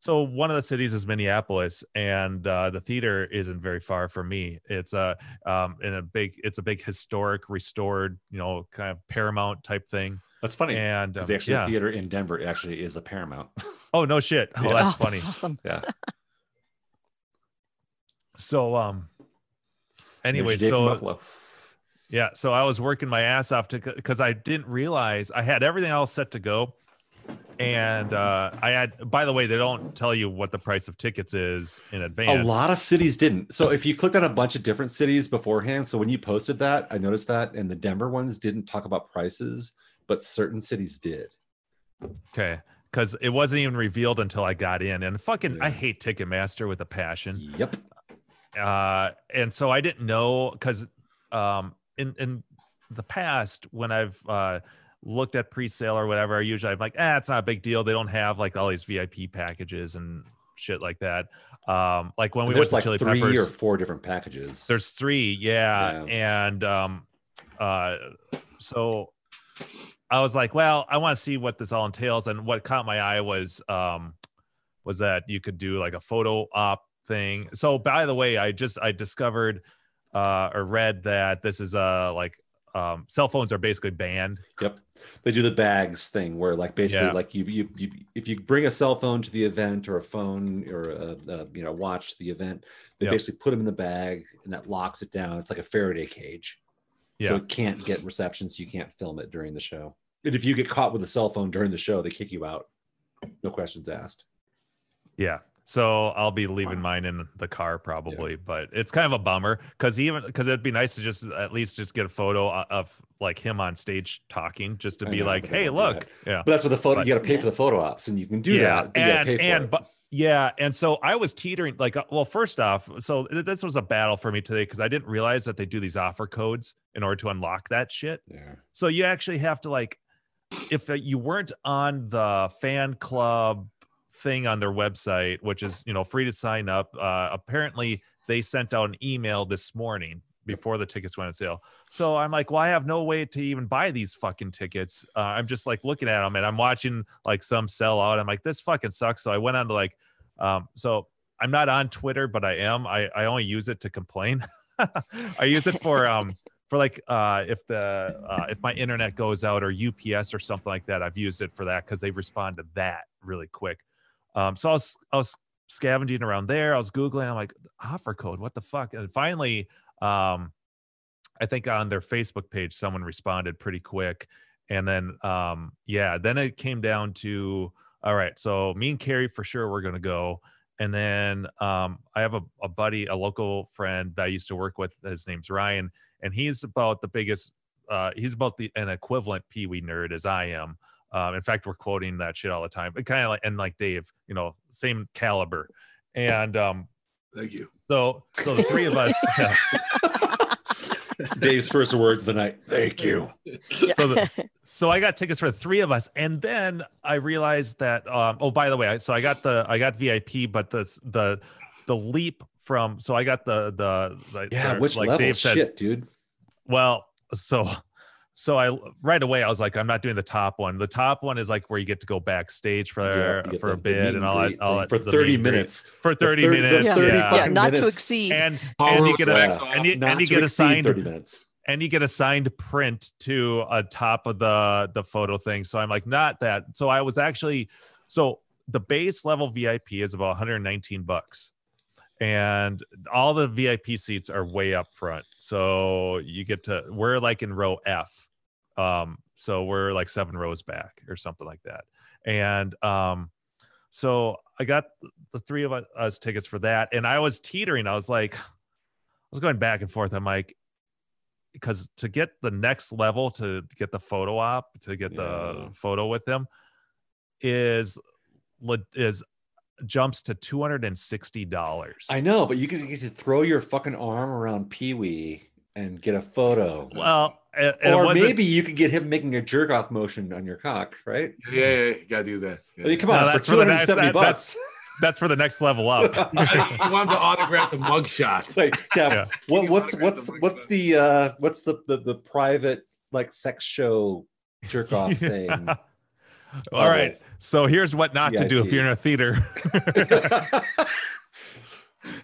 Speaker 6: so one of the cities is Minneapolis, and uh, the theater isn't very far from me. It's a um, in a big, it's a big historic, restored, you know, kind of Paramount type thing.
Speaker 4: That's funny.
Speaker 6: And um,
Speaker 4: Because the actual
Speaker 6: yeah.
Speaker 4: theater in Denver actually is the Paramount.
Speaker 6: Oh no
Speaker 4: (laughs)
Speaker 6: shit. Oh,
Speaker 4: Yeah.
Speaker 6: that's
Speaker 3: Oh,
Speaker 6: funny.
Speaker 3: awesome.
Speaker 6: So um, anyway,
Speaker 4: There's Jay from
Speaker 6: so
Speaker 4: Buffalo.
Speaker 6: Yeah, so I was working my ass off to because I didn't realize I had everything all set to go, and uh, I had. By the way, they don't tell you what the price of tickets is in
Speaker 4: a
Speaker 6: advance.
Speaker 4: lot of cities didn't. So if you clicked on a bunch of different cities beforehand, so when you posted that, I noticed that, and the Denver ones didn't talk about prices, but certain cities did.
Speaker 6: Okay, because it wasn't even revealed until I got in, and fucking, I
Speaker 4: Yeah.
Speaker 6: hate Ticketmaster with a passion.
Speaker 4: Yep.
Speaker 6: uh, and so I didn't know because um, in in the past when I've uh, looked at pre-sale or whatever, usually I'm like, ah, it's not a big deal. They don't have like all these VIP packages and shit like that. Um, like when we went
Speaker 4: there's
Speaker 6: to
Speaker 4: like
Speaker 6: Chili
Speaker 4: three
Speaker 6: Peppers,
Speaker 4: or four different packages.
Speaker 6: there's three, yeah, and um, uh, so I was like, well, I want to see what this all entails, and what caught my eye was um, was that you could do like a photo op thing. So by the way, I just I discovered uh, or read that this is uh like um, cell phones are basically banned.
Speaker 4: Yep. They do the bags thing where like basically
Speaker 6: Yeah.
Speaker 4: like you, you you if you bring a cell phone to the event or a phone or a, a you know watch to the event, they
Speaker 6: Yep.
Speaker 4: basically put them in the bag and that locks it down. It's like a Faraday cage. So
Speaker 6: Yeah.
Speaker 4: it can't get reception, so you can't film it during the show. And if you get caught with a cell phone during the show, they kick you out. No questions asked.
Speaker 6: Yeah. So I'll be leaving mine in the car probably, but it's kind of a bummer because even because it'd be nice to just at least just get a photo o- of like him on stage talking, just to
Speaker 4: I
Speaker 6: be
Speaker 4: know,
Speaker 6: like,
Speaker 4: but they
Speaker 6: "Hey,
Speaker 4: don't do
Speaker 6: look,
Speaker 4: that.
Speaker 6: yeah,
Speaker 4: But that's what the photo
Speaker 6: But-
Speaker 4: you got to pay for the photo ops, and you can do
Speaker 6: yeah,
Speaker 4: that. but you gotta
Speaker 6: and
Speaker 4: pay for
Speaker 6: and
Speaker 4: it.
Speaker 6: but yeah, and so I was teetering like, uh, well, first off, so th- this was a battle for me today because I didn't realize that they do these offer codes in order to unlock that shit.
Speaker 4: yeah.
Speaker 6: So you actually have to like, if uh, you weren't on the fan club thing on their website, which is you know free to sign up. Uh, apparently, they sent out an email this morning before the tickets went on sale. So I'm like, well, I have no way to even buy these fucking tickets. Uh, I'm just like looking at them and I'm watching like some sell out. I'm like, this fucking sucks. So I went on to like, um, so I'm not on Twitter, but I am. I, I only use it to complain. (laughs) I use it for um for like uh if the uh if my internet goes out or UPS or something like that, I've used it for that because they respond to that really quick. Um, so I was I was scavenging around there. I was googling. I'm like offer code. What the fuck? And finally, um, I think on their Facebook page, someone responded pretty quick. And then um, yeah, then it came down to all right. So me and Carrie for sure we're gonna go. And then um, I have a, a buddy, a local friend that I used to work with. His name's Ryan, and he's about the biggest. Uh, he's about the an equivalent Pee Wee nerd as I am. Um, in fact, we're quoting that shit all the time. It kind of like and like Dave, you know, same caliber. And um,
Speaker 4: Thank you.
Speaker 6: so so the three of us, (laughs)
Speaker 4: Dave's first words of the night. Thank you.
Speaker 6: so the,
Speaker 3: (laughs)
Speaker 6: so I got tickets for the three of us, and then I realized that. Um, oh, by the way, I, so I got the I got VIP, but the the the leap from so I got the the, the
Speaker 4: Yeah,
Speaker 6: the-
Speaker 4: which level?
Speaker 6: Dave said,
Speaker 4: Shit, dude.
Speaker 6: Well, so so I right away I was like, I'm not doing the top one. The top one is like where you get to go backstage for
Speaker 4: Yeah, you get
Speaker 6: for
Speaker 4: the-
Speaker 6: a
Speaker 4: the
Speaker 6: bit
Speaker 4: meet
Speaker 6: and all
Speaker 4: greet
Speaker 6: that, all
Speaker 4: thing
Speaker 6: that
Speaker 4: for
Speaker 6: the
Speaker 4: 30
Speaker 6: meet greet.
Speaker 4: minutes.
Speaker 6: for 30
Speaker 4: 30 the
Speaker 6: minutes.
Speaker 4: 30
Speaker 6: yeah.
Speaker 3: yeah,
Speaker 4: fucking
Speaker 3: not to
Speaker 4: minutes.
Speaker 3: exceed.
Speaker 6: And
Speaker 9: Power
Speaker 6: and you get
Speaker 4: flex
Speaker 6: a
Speaker 9: off.
Speaker 6: and you,
Speaker 4: Not
Speaker 6: and you
Speaker 4: to
Speaker 6: get
Speaker 4: exceed
Speaker 6: assigned
Speaker 4: 30 minutes.
Speaker 6: and you get a signed print to a top of the the photo thing so i'm like not that so i was actually so the base level vip is about 119 bucks and all the vip seats are way up front so you get to we're like in row f um so we're like seven rows back or something like that and um so i got the three of us tickets for that and i was teetering i was like i was going back and forth i'm like because to get the next level to get the photo op to get
Speaker 4: Yeah.
Speaker 6: the photo with them is le- is jumps to two hundred and sixty dollars. (laughs)
Speaker 4: I know, but you could get to throw your fucking arm around Pee Wee and get a photo.
Speaker 6: Well, it, it
Speaker 4: or
Speaker 6: wasn't-
Speaker 4: maybe you could get him making a jerk off motion on your cock, right?
Speaker 9: Yeah, yeah, yeah, you gotta do that.
Speaker 4: I
Speaker 9: Yeah.
Speaker 4: mean, come
Speaker 6: No,
Speaker 4: on, for
Speaker 6: that's for the next-
Speaker 4: 270
Speaker 6: that-
Speaker 4: bucks.
Speaker 6: that's for the next level up.
Speaker 9: I mean, (laughs) you want him to autograph the mugshot.
Speaker 4: It's like, (laughs) yeah.
Speaker 6: Yeah.
Speaker 4: What,
Speaker 9: You
Speaker 4: what's
Speaker 9: autograph
Speaker 4: what's
Speaker 9: the mugshot.
Speaker 4: what's the uh
Speaker 6: (laughs)
Speaker 4: what's the the, the private like sex show jerk off thing?
Speaker 6: All right. So here's what not to do if
Speaker 4: VIP.
Speaker 6: you're in a theater.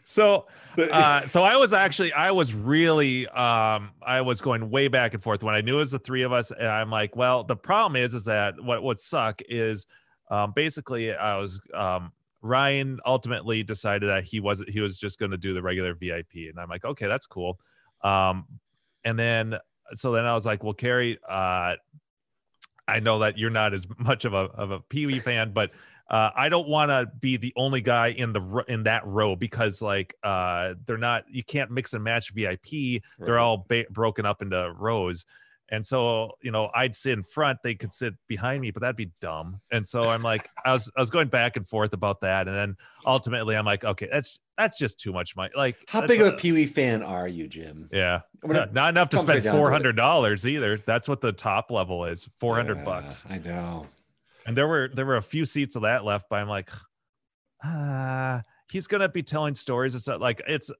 Speaker 6: so uh, so I was actually I was really um I was going way back and forth when I knew it was the three of us and I'm like well the problem is is that what would suck is um basically I was um Ryan ultimately decided that he wasn't he was just going to do the regular VIP and I'm like okay that's cool um and then so then I was like well Carrie uh I know that you're not as much of a of a Pee Wee fan but uh, I don't want to be the only guy in the ro- in that row because like uh, they're not you can't mix and match VIP. They're all ba- broken up into rows, and so you know I'd sit in front, they could sit behind me, but that'd be dumb. And so I'm like I was I was going back and forth about that, and then ultimately I'm like okay that's that's just too much money. Like
Speaker 4: How
Speaker 6: that's
Speaker 4: big of
Speaker 6: a-
Speaker 4: a Pee Wee fan are you, Jim?
Speaker 6: yeah,
Speaker 4: I'm gonna
Speaker 6: (laughs) not enough to
Speaker 4: come right
Speaker 6: spend
Speaker 4: down to it.
Speaker 6: four hundred dollars either. That's what the top level is, four hundred
Speaker 4: Yeah,
Speaker 6: bucks
Speaker 4: I know.
Speaker 6: and there were there were a few seats of that left but i'm like (sighs) ah he's gonna be telling stories and stuff like it's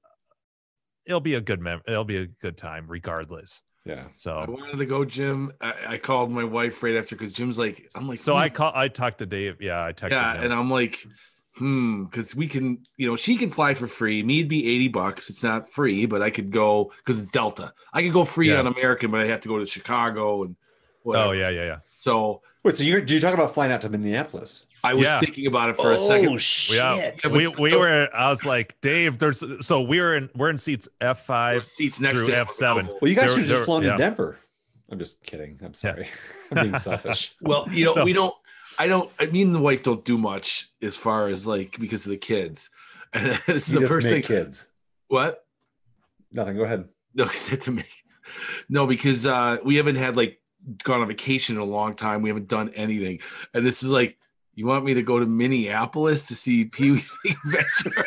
Speaker 6: it'll be a good mem it'll be a good time regardless
Speaker 4: Yeah.
Speaker 9: I
Speaker 6: so
Speaker 9: wanted to go, Jim. I, I called my wife right after because Jim's like, I'm like,
Speaker 6: so
Speaker 9: hmm.
Speaker 6: i call i talked to dave yeah i texted
Speaker 9: yeah,
Speaker 6: him
Speaker 9: and I'm like, hmm, because we can, you know, she can fly for free. Me'd be 80 bucks. It's not free, but I could go because it's Delta. I could go free
Speaker 6: Yeah.
Speaker 9: on American, but I have to go to Chicago and whatever.
Speaker 6: oh yeah yeah yeah
Speaker 9: So
Speaker 4: Wait, so you're do you talk about flying out to Minneapolis?
Speaker 9: I was
Speaker 6: Yeah.
Speaker 9: thinking about it for
Speaker 4: Oh,
Speaker 9: a second.
Speaker 6: we, yeah, we, we were i was like dave there's so we were in we're in seats
Speaker 9: There were
Speaker 6: f5
Speaker 9: seats next
Speaker 6: through
Speaker 9: to him
Speaker 6: F7.
Speaker 9: available.
Speaker 4: Well, you guys
Speaker 6: There-
Speaker 4: should have just
Speaker 6: there-
Speaker 4: flown
Speaker 6: yeah.
Speaker 4: to Denver. I'm just kidding. I'm sorry. (laughs) I'm being selfish.
Speaker 9: Well, you know,
Speaker 6: No.
Speaker 9: we don't. I don't. I mean, the wife don't do much as far as like because of the kids. (laughs) And this is
Speaker 4: You
Speaker 9: the
Speaker 4: just
Speaker 9: first thing.
Speaker 4: make kids.
Speaker 9: What?
Speaker 4: Nothing. Go ahead.
Speaker 9: No, because to make no, because uh, we haven't had like gone on vacation in a long time. We haven't done anything, and this is like, you want me to go to Minneapolis to see Pee Wee's (laughs) Big Adventure?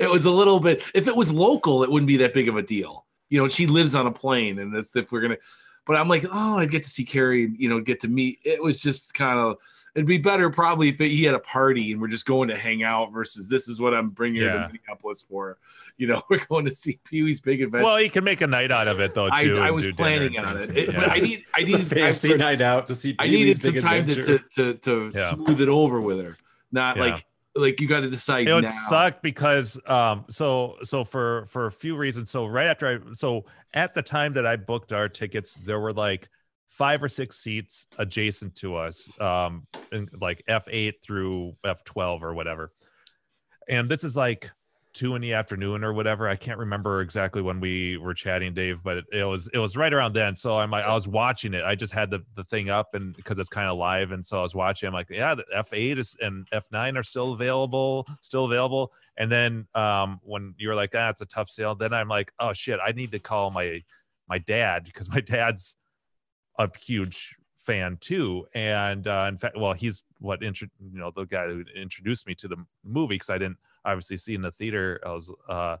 Speaker 9: it was a little bit. If it was local, it wouldn't be that big of a deal. You know, she lives on a plane, and that's if we're gonna. But I'm like, oh, I'd get to see Carrie. You know, get to meet. It was just kind of. It'd be better probably if he had a party and we're just going to hang out versus this is what I'm bringing her
Speaker 6: Yeah.
Speaker 9: to Minneapolis for. You know, (laughs) we're going to see Pee Wee's Big Adventure.
Speaker 6: well you can make a night out of it though
Speaker 9: I,
Speaker 6: too
Speaker 9: I
Speaker 6: and
Speaker 9: was
Speaker 6: do dinner
Speaker 9: planning
Speaker 6: and
Speaker 9: on
Speaker 6: things.
Speaker 9: it. It- But
Speaker 6: Yeah.
Speaker 9: I need I
Speaker 4: It's a
Speaker 9: needed time
Speaker 4: fancy
Speaker 9: for-
Speaker 4: night out to see.
Speaker 9: I
Speaker 4: Pee Wee's
Speaker 9: needed some
Speaker 4: Big
Speaker 9: time to
Speaker 4: Adventure.
Speaker 9: to, to, to
Speaker 6: Yeah.
Speaker 9: smooth it over with her. Not
Speaker 6: Yeah.
Speaker 9: like like you got to decide
Speaker 6: it would
Speaker 9: now.
Speaker 6: suck because um so so for for a few reasons so right after i so at the time that i booked our tickets there were like five or six seats adjacent to us um in, like f8 through f12 or whatever and this is like two in the afternoon or whatever i can't remember exactly when we were chatting dave but it, it was it was right around then so i'm like i was watching it i just had the, the thing up and because it's kind of live and so i was watching i'm like yeah the f8 is and f9 are still available still available and then um when you were like ah it's a tough sale then i'm like oh shit i need to call my my dad because my (laughs) dad's a huge fan too and uh in fact well he's what intro you know the guy who introduced me to the movie because i didn't obviously see in the theater i was uh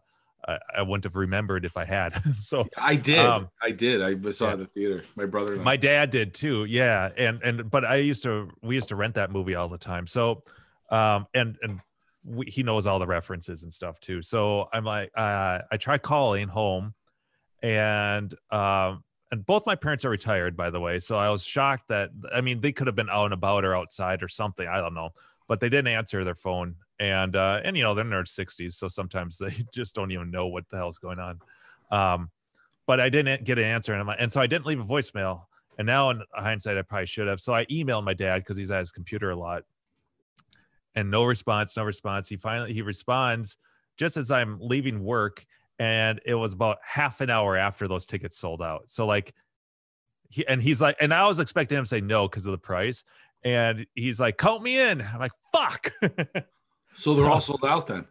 Speaker 6: I, I wouldn't have remembered if i had (laughs) so
Speaker 9: I did.
Speaker 6: Um,
Speaker 9: I did. I saw it at the theater. My brother and I.
Speaker 6: my dad did too yeah and and but i used to we used to rent that movie all the time so um and and we, he knows all the references and stuff too so i'm like uh i try calling home and um and both my parents are retired by the way so i was shocked that i mean they could have been out and about or outside or something i don't know but they didn't answer their phone and uh and you know they're in their 60s so sometimes (laughs) they just don't even know what the hell's going on um but i didn't get an answer and, I'm like, and so i didn't leave a voicemail and now in hindsight i probably should have so i emailed my dad because he's at his computer a lot and no response no response he finally he responds just as i'm leaving work and it was about half an hour after those tickets sold out so like he, and he's like and i was expecting him to say no because of the price and he's like count me in i'm like fuck (laughs)
Speaker 9: so they're all sold out then.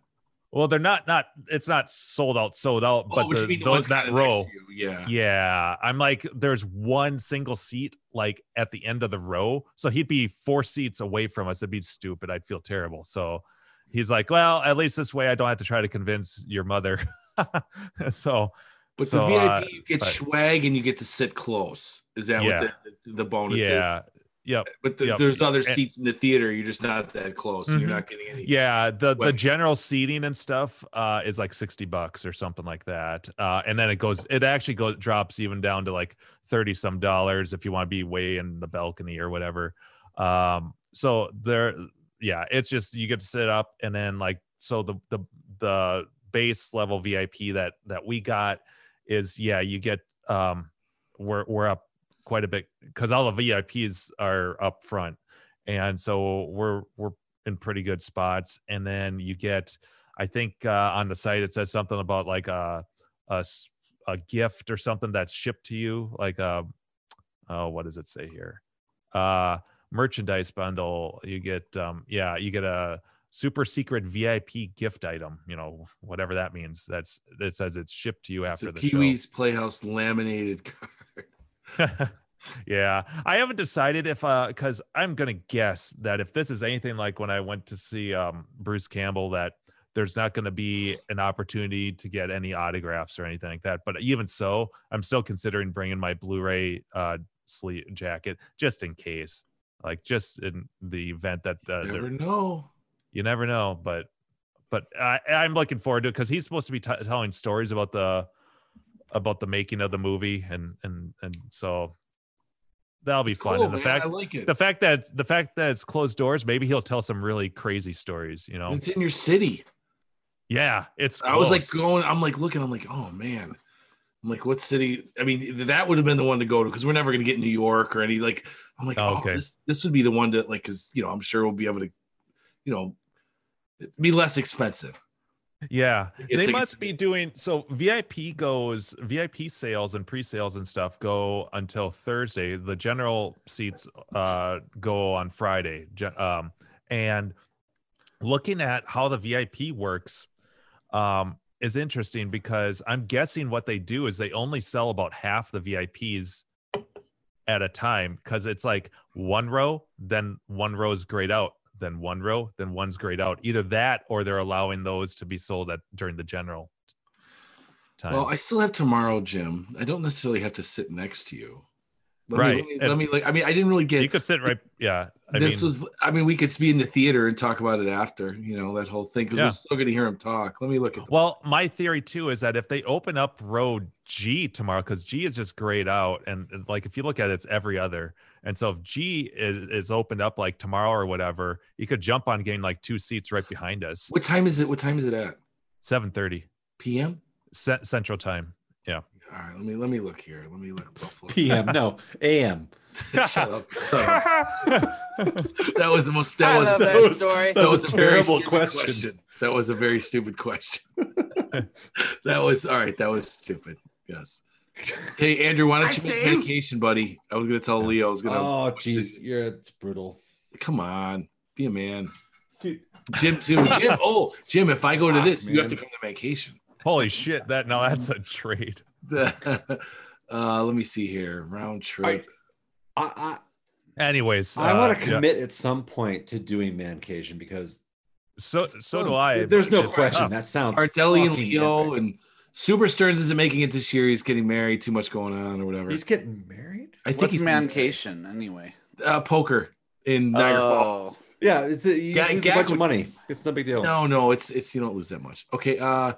Speaker 6: well they're not not it's not sold out sold out but
Speaker 9: Oh, which
Speaker 6: the,
Speaker 9: means the
Speaker 6: those,
Speaker 9: ones
Speaker 6: that
Speaker 9: kinda next
Speaker 6: row
Speaker 9: to you, Yeah.
Speaker 6: yeah, I'm like, there's one single seat like at the end of the row, so he'd be four seats away from us. It'd be stupid. I'd feel terrible. So he's like, well, at least this way, I don't have to try to convince your mother. (laughs) so,
Speaker 9: But
Speaker 6: so,
Speaker 9: the VIP,
Speaker 6: uh,
Speaker 9: you get
Speaker 6: but-
Speaker 9: swag and you get to sit close. Is that
Speaker 6: Yeah.
Speaker 9: what the, the bonus is?
Speaker 6: yeah, yep.
Speaker 9: But the,
Speaker 6: Yep.
Speaker 9: there's other
Speaker 6: And-
Speaker 9: seats in the theater. You're just not that close. and You're
Speaker 6: Mhm.
Speaker 9: not getting any.
Speaker 6: yeah the the
Speaker 9: Right.
Speaker 6: general seating and stuff uh is like 60 bucks or something like that uh and then it goes it actually goes drops even down to like 30 some dollars if you want to be way in the balcony or whatever Um, so there, yeah, it's just you get to sit up, and then like so the the the base level VIP that that we got is yeah, you get um, we're we're up quite a bit because all the VIPs are up front, and so we're we're in pretty good spots, and then you get. I think uh, on the site it says something about like a, a s- a gift or something that's shipped to you, like a oh, what does it say here? Uh, merchandise bundle. You get um, yeah, you get a super secret VIP gift item. You know, whatever that means. That's that says it's shipped to you after
Speaker 9: it's
Speaker 6: the
Speaker 9: a Pee Wee's Playhouse laminated card.
Speaker 6: show. yeah, I haven't decided if uh, because I'm gonna guess that if this is anything like when I went to see um Bruce Campbell that. There's not going to be an opportunity to get any autographs or anything like that. But even so, I'm still considering bringing my Blu-ray uh, sleeve jacket just in case, like just in the event that uh, there-
Speaker 9: Never know.
Speaker 6: you never know but but I, i'm looking forward to it because he's supposed to be t- telling stories about the about the making of the movie and and and so that'll be fun
Speaker 9: Cool,
Speaker 6: and the
Speaker 9: man,
Speaker 6: fact
Speaker 9: I like it.
Speaker 6: the fact that the fact that it's closed doors maybe he'll tell some really crazy stories you know
Speaker 9: It's in your city.
Speaker 6: yeah it's
Speaker 9: I was like
Speaker 6: close.
Speaker 9: going, I'm like looking, I'm like, oh man. I'm like, what city? I mean, th- that would have been the one to go to because we're never gonna get New York or any like I'm like, oh,
Speaker 6: Okay.
Speaker 9: this this would be the one to like because you know, I'm sure we'll be able to, you know, it'd be less expensive.
Speaker 6: Yeah,
Speaker 9: It's
Speaker 6: they
Speaker 9: like-
Speaker 6: must be doing so. VIP goes VIP sales and pre-sales and stuff go until Thursday. The general seats uh, go on Friday. Gen- Um, and looking at how the VIP works um, is interesting because I'm guessing what they do is they only sell about half the VIPs at a time because it's like one row, then one row is grayed out, then one row, then one's grayed out. Either that or they're allowing those to be sold at during the general time.
Speaker 9: Well, I still have tomorrow, Jim. I don't necessarily have to sit next to you. Let
Speaker 6: Right,
Speaker 9: Me, let, me,
Speaker 6: and-
Speaker 9: let me like I mean, I didn't really get
Speaker 6: you could sit right. Yeah. I
Speaker 9: this
Speaker 6: mean,
Speaker 9: was I mean, we could be in the theater and talk about it after, you know, that whole thing. Because
Speaker 6: Yeah.
Speaker 9: we're still gonna hear him talk. Let me look at the
Speaker 6: well, my theory too is that if they open up row G tomorrow, because G is just grayed out, and and, like if you look at it, it's every other. And so if G is, is opened up like tomorrow or whatever, you could jump on getting like two seats right behind us,
Speaker 9: what time is it? What time is it at?
Speaker 6: seven thirty
Speaker 9: PM?
Speaker 6: C- Central Time.
Speaker 9: (laughs) All right, let me let me look here. Let me look. Buffalo.
Speaker 4: PM, no, AM.
Speaker 9: (laughs) shut up.
Speaker 10: (laughs)
Speaker 9: Shut up. That was the most. That
Speaker 10: I
Speaker 9: was
Speaker 10: love that,
Speaker 4: that was-
Speaker 10: story.
Speaker 4: that was a
Speaker 9: very
Speaker 4: terrible
Speaker 9: stupid
Speaker 4: question.
Speaker 9: That was a very stupid
Speaker 4: (laughs)
Speaker 9: question. that was all right. That was stupid. Yes. Hey Andrew, why don't you make vacation, buddy? I was gonna tell Leo. I was gonna.
Speaker 4: Oh, jeez, you're it's brutal.
Speaker 9: Come on, be a man.
Speaker 4: Dude.
Speaker 9: Jim too.
Speaker 4: (laughs)
Speaker 9: Jim. Oh, Jim. If I go to
Speaker 4: Fuck,
Speaker 9: this, you have
Speaker 4: man.
Speaker 9: to come to vacation. (laughs)
Speaker 6: Holy shit! That now that's a trade. (laughs)
Speaker 9: uh, let me see here. Round trip.
Speaker 4: I
Speaker 6: Anyways,
Speaker 4: I, I want
Speaker 6: uh,
Speaker 4: to
Speaker 6: yeah.
Speaker 4: commit at some point to doing mancation because
Speaker 6: So so do I.
Speaker 4: Oh, There's
Speaker 6: but
Speaker 4: no
Speaker 6: it's
Speaker 4: question.
Speaker 6: tough.
Speaker 4: That sounds
Speaker 9: Artelli and
Speaker 4: fucking
Speaker 9: Leo
Speaker 4: epic.
Speaker 9: and Super Stearns isn't making it this year. He's getting married. Too much going on or whatever.
Speaker 4: he's getting married.
Speaker 9: I think
Speaker 5: What's
Speaker 9: he's
Speaker 5: mancation anyway?
Speaker 9: uh, poker in
Speaker 4: Oh.
Speaker 9: Niagara Falls.
Speaker 4: Yeah, it's a, you
Speaker 9: Ga-
Speaker 4: lose
Speaker 9: Gag
Speaker 4: a bunch
Speaker 9: would-
Speaker 4: of money. It's no big deal.
Speaker 9: No, no, it's it's you don't lose that much. Okay, uh,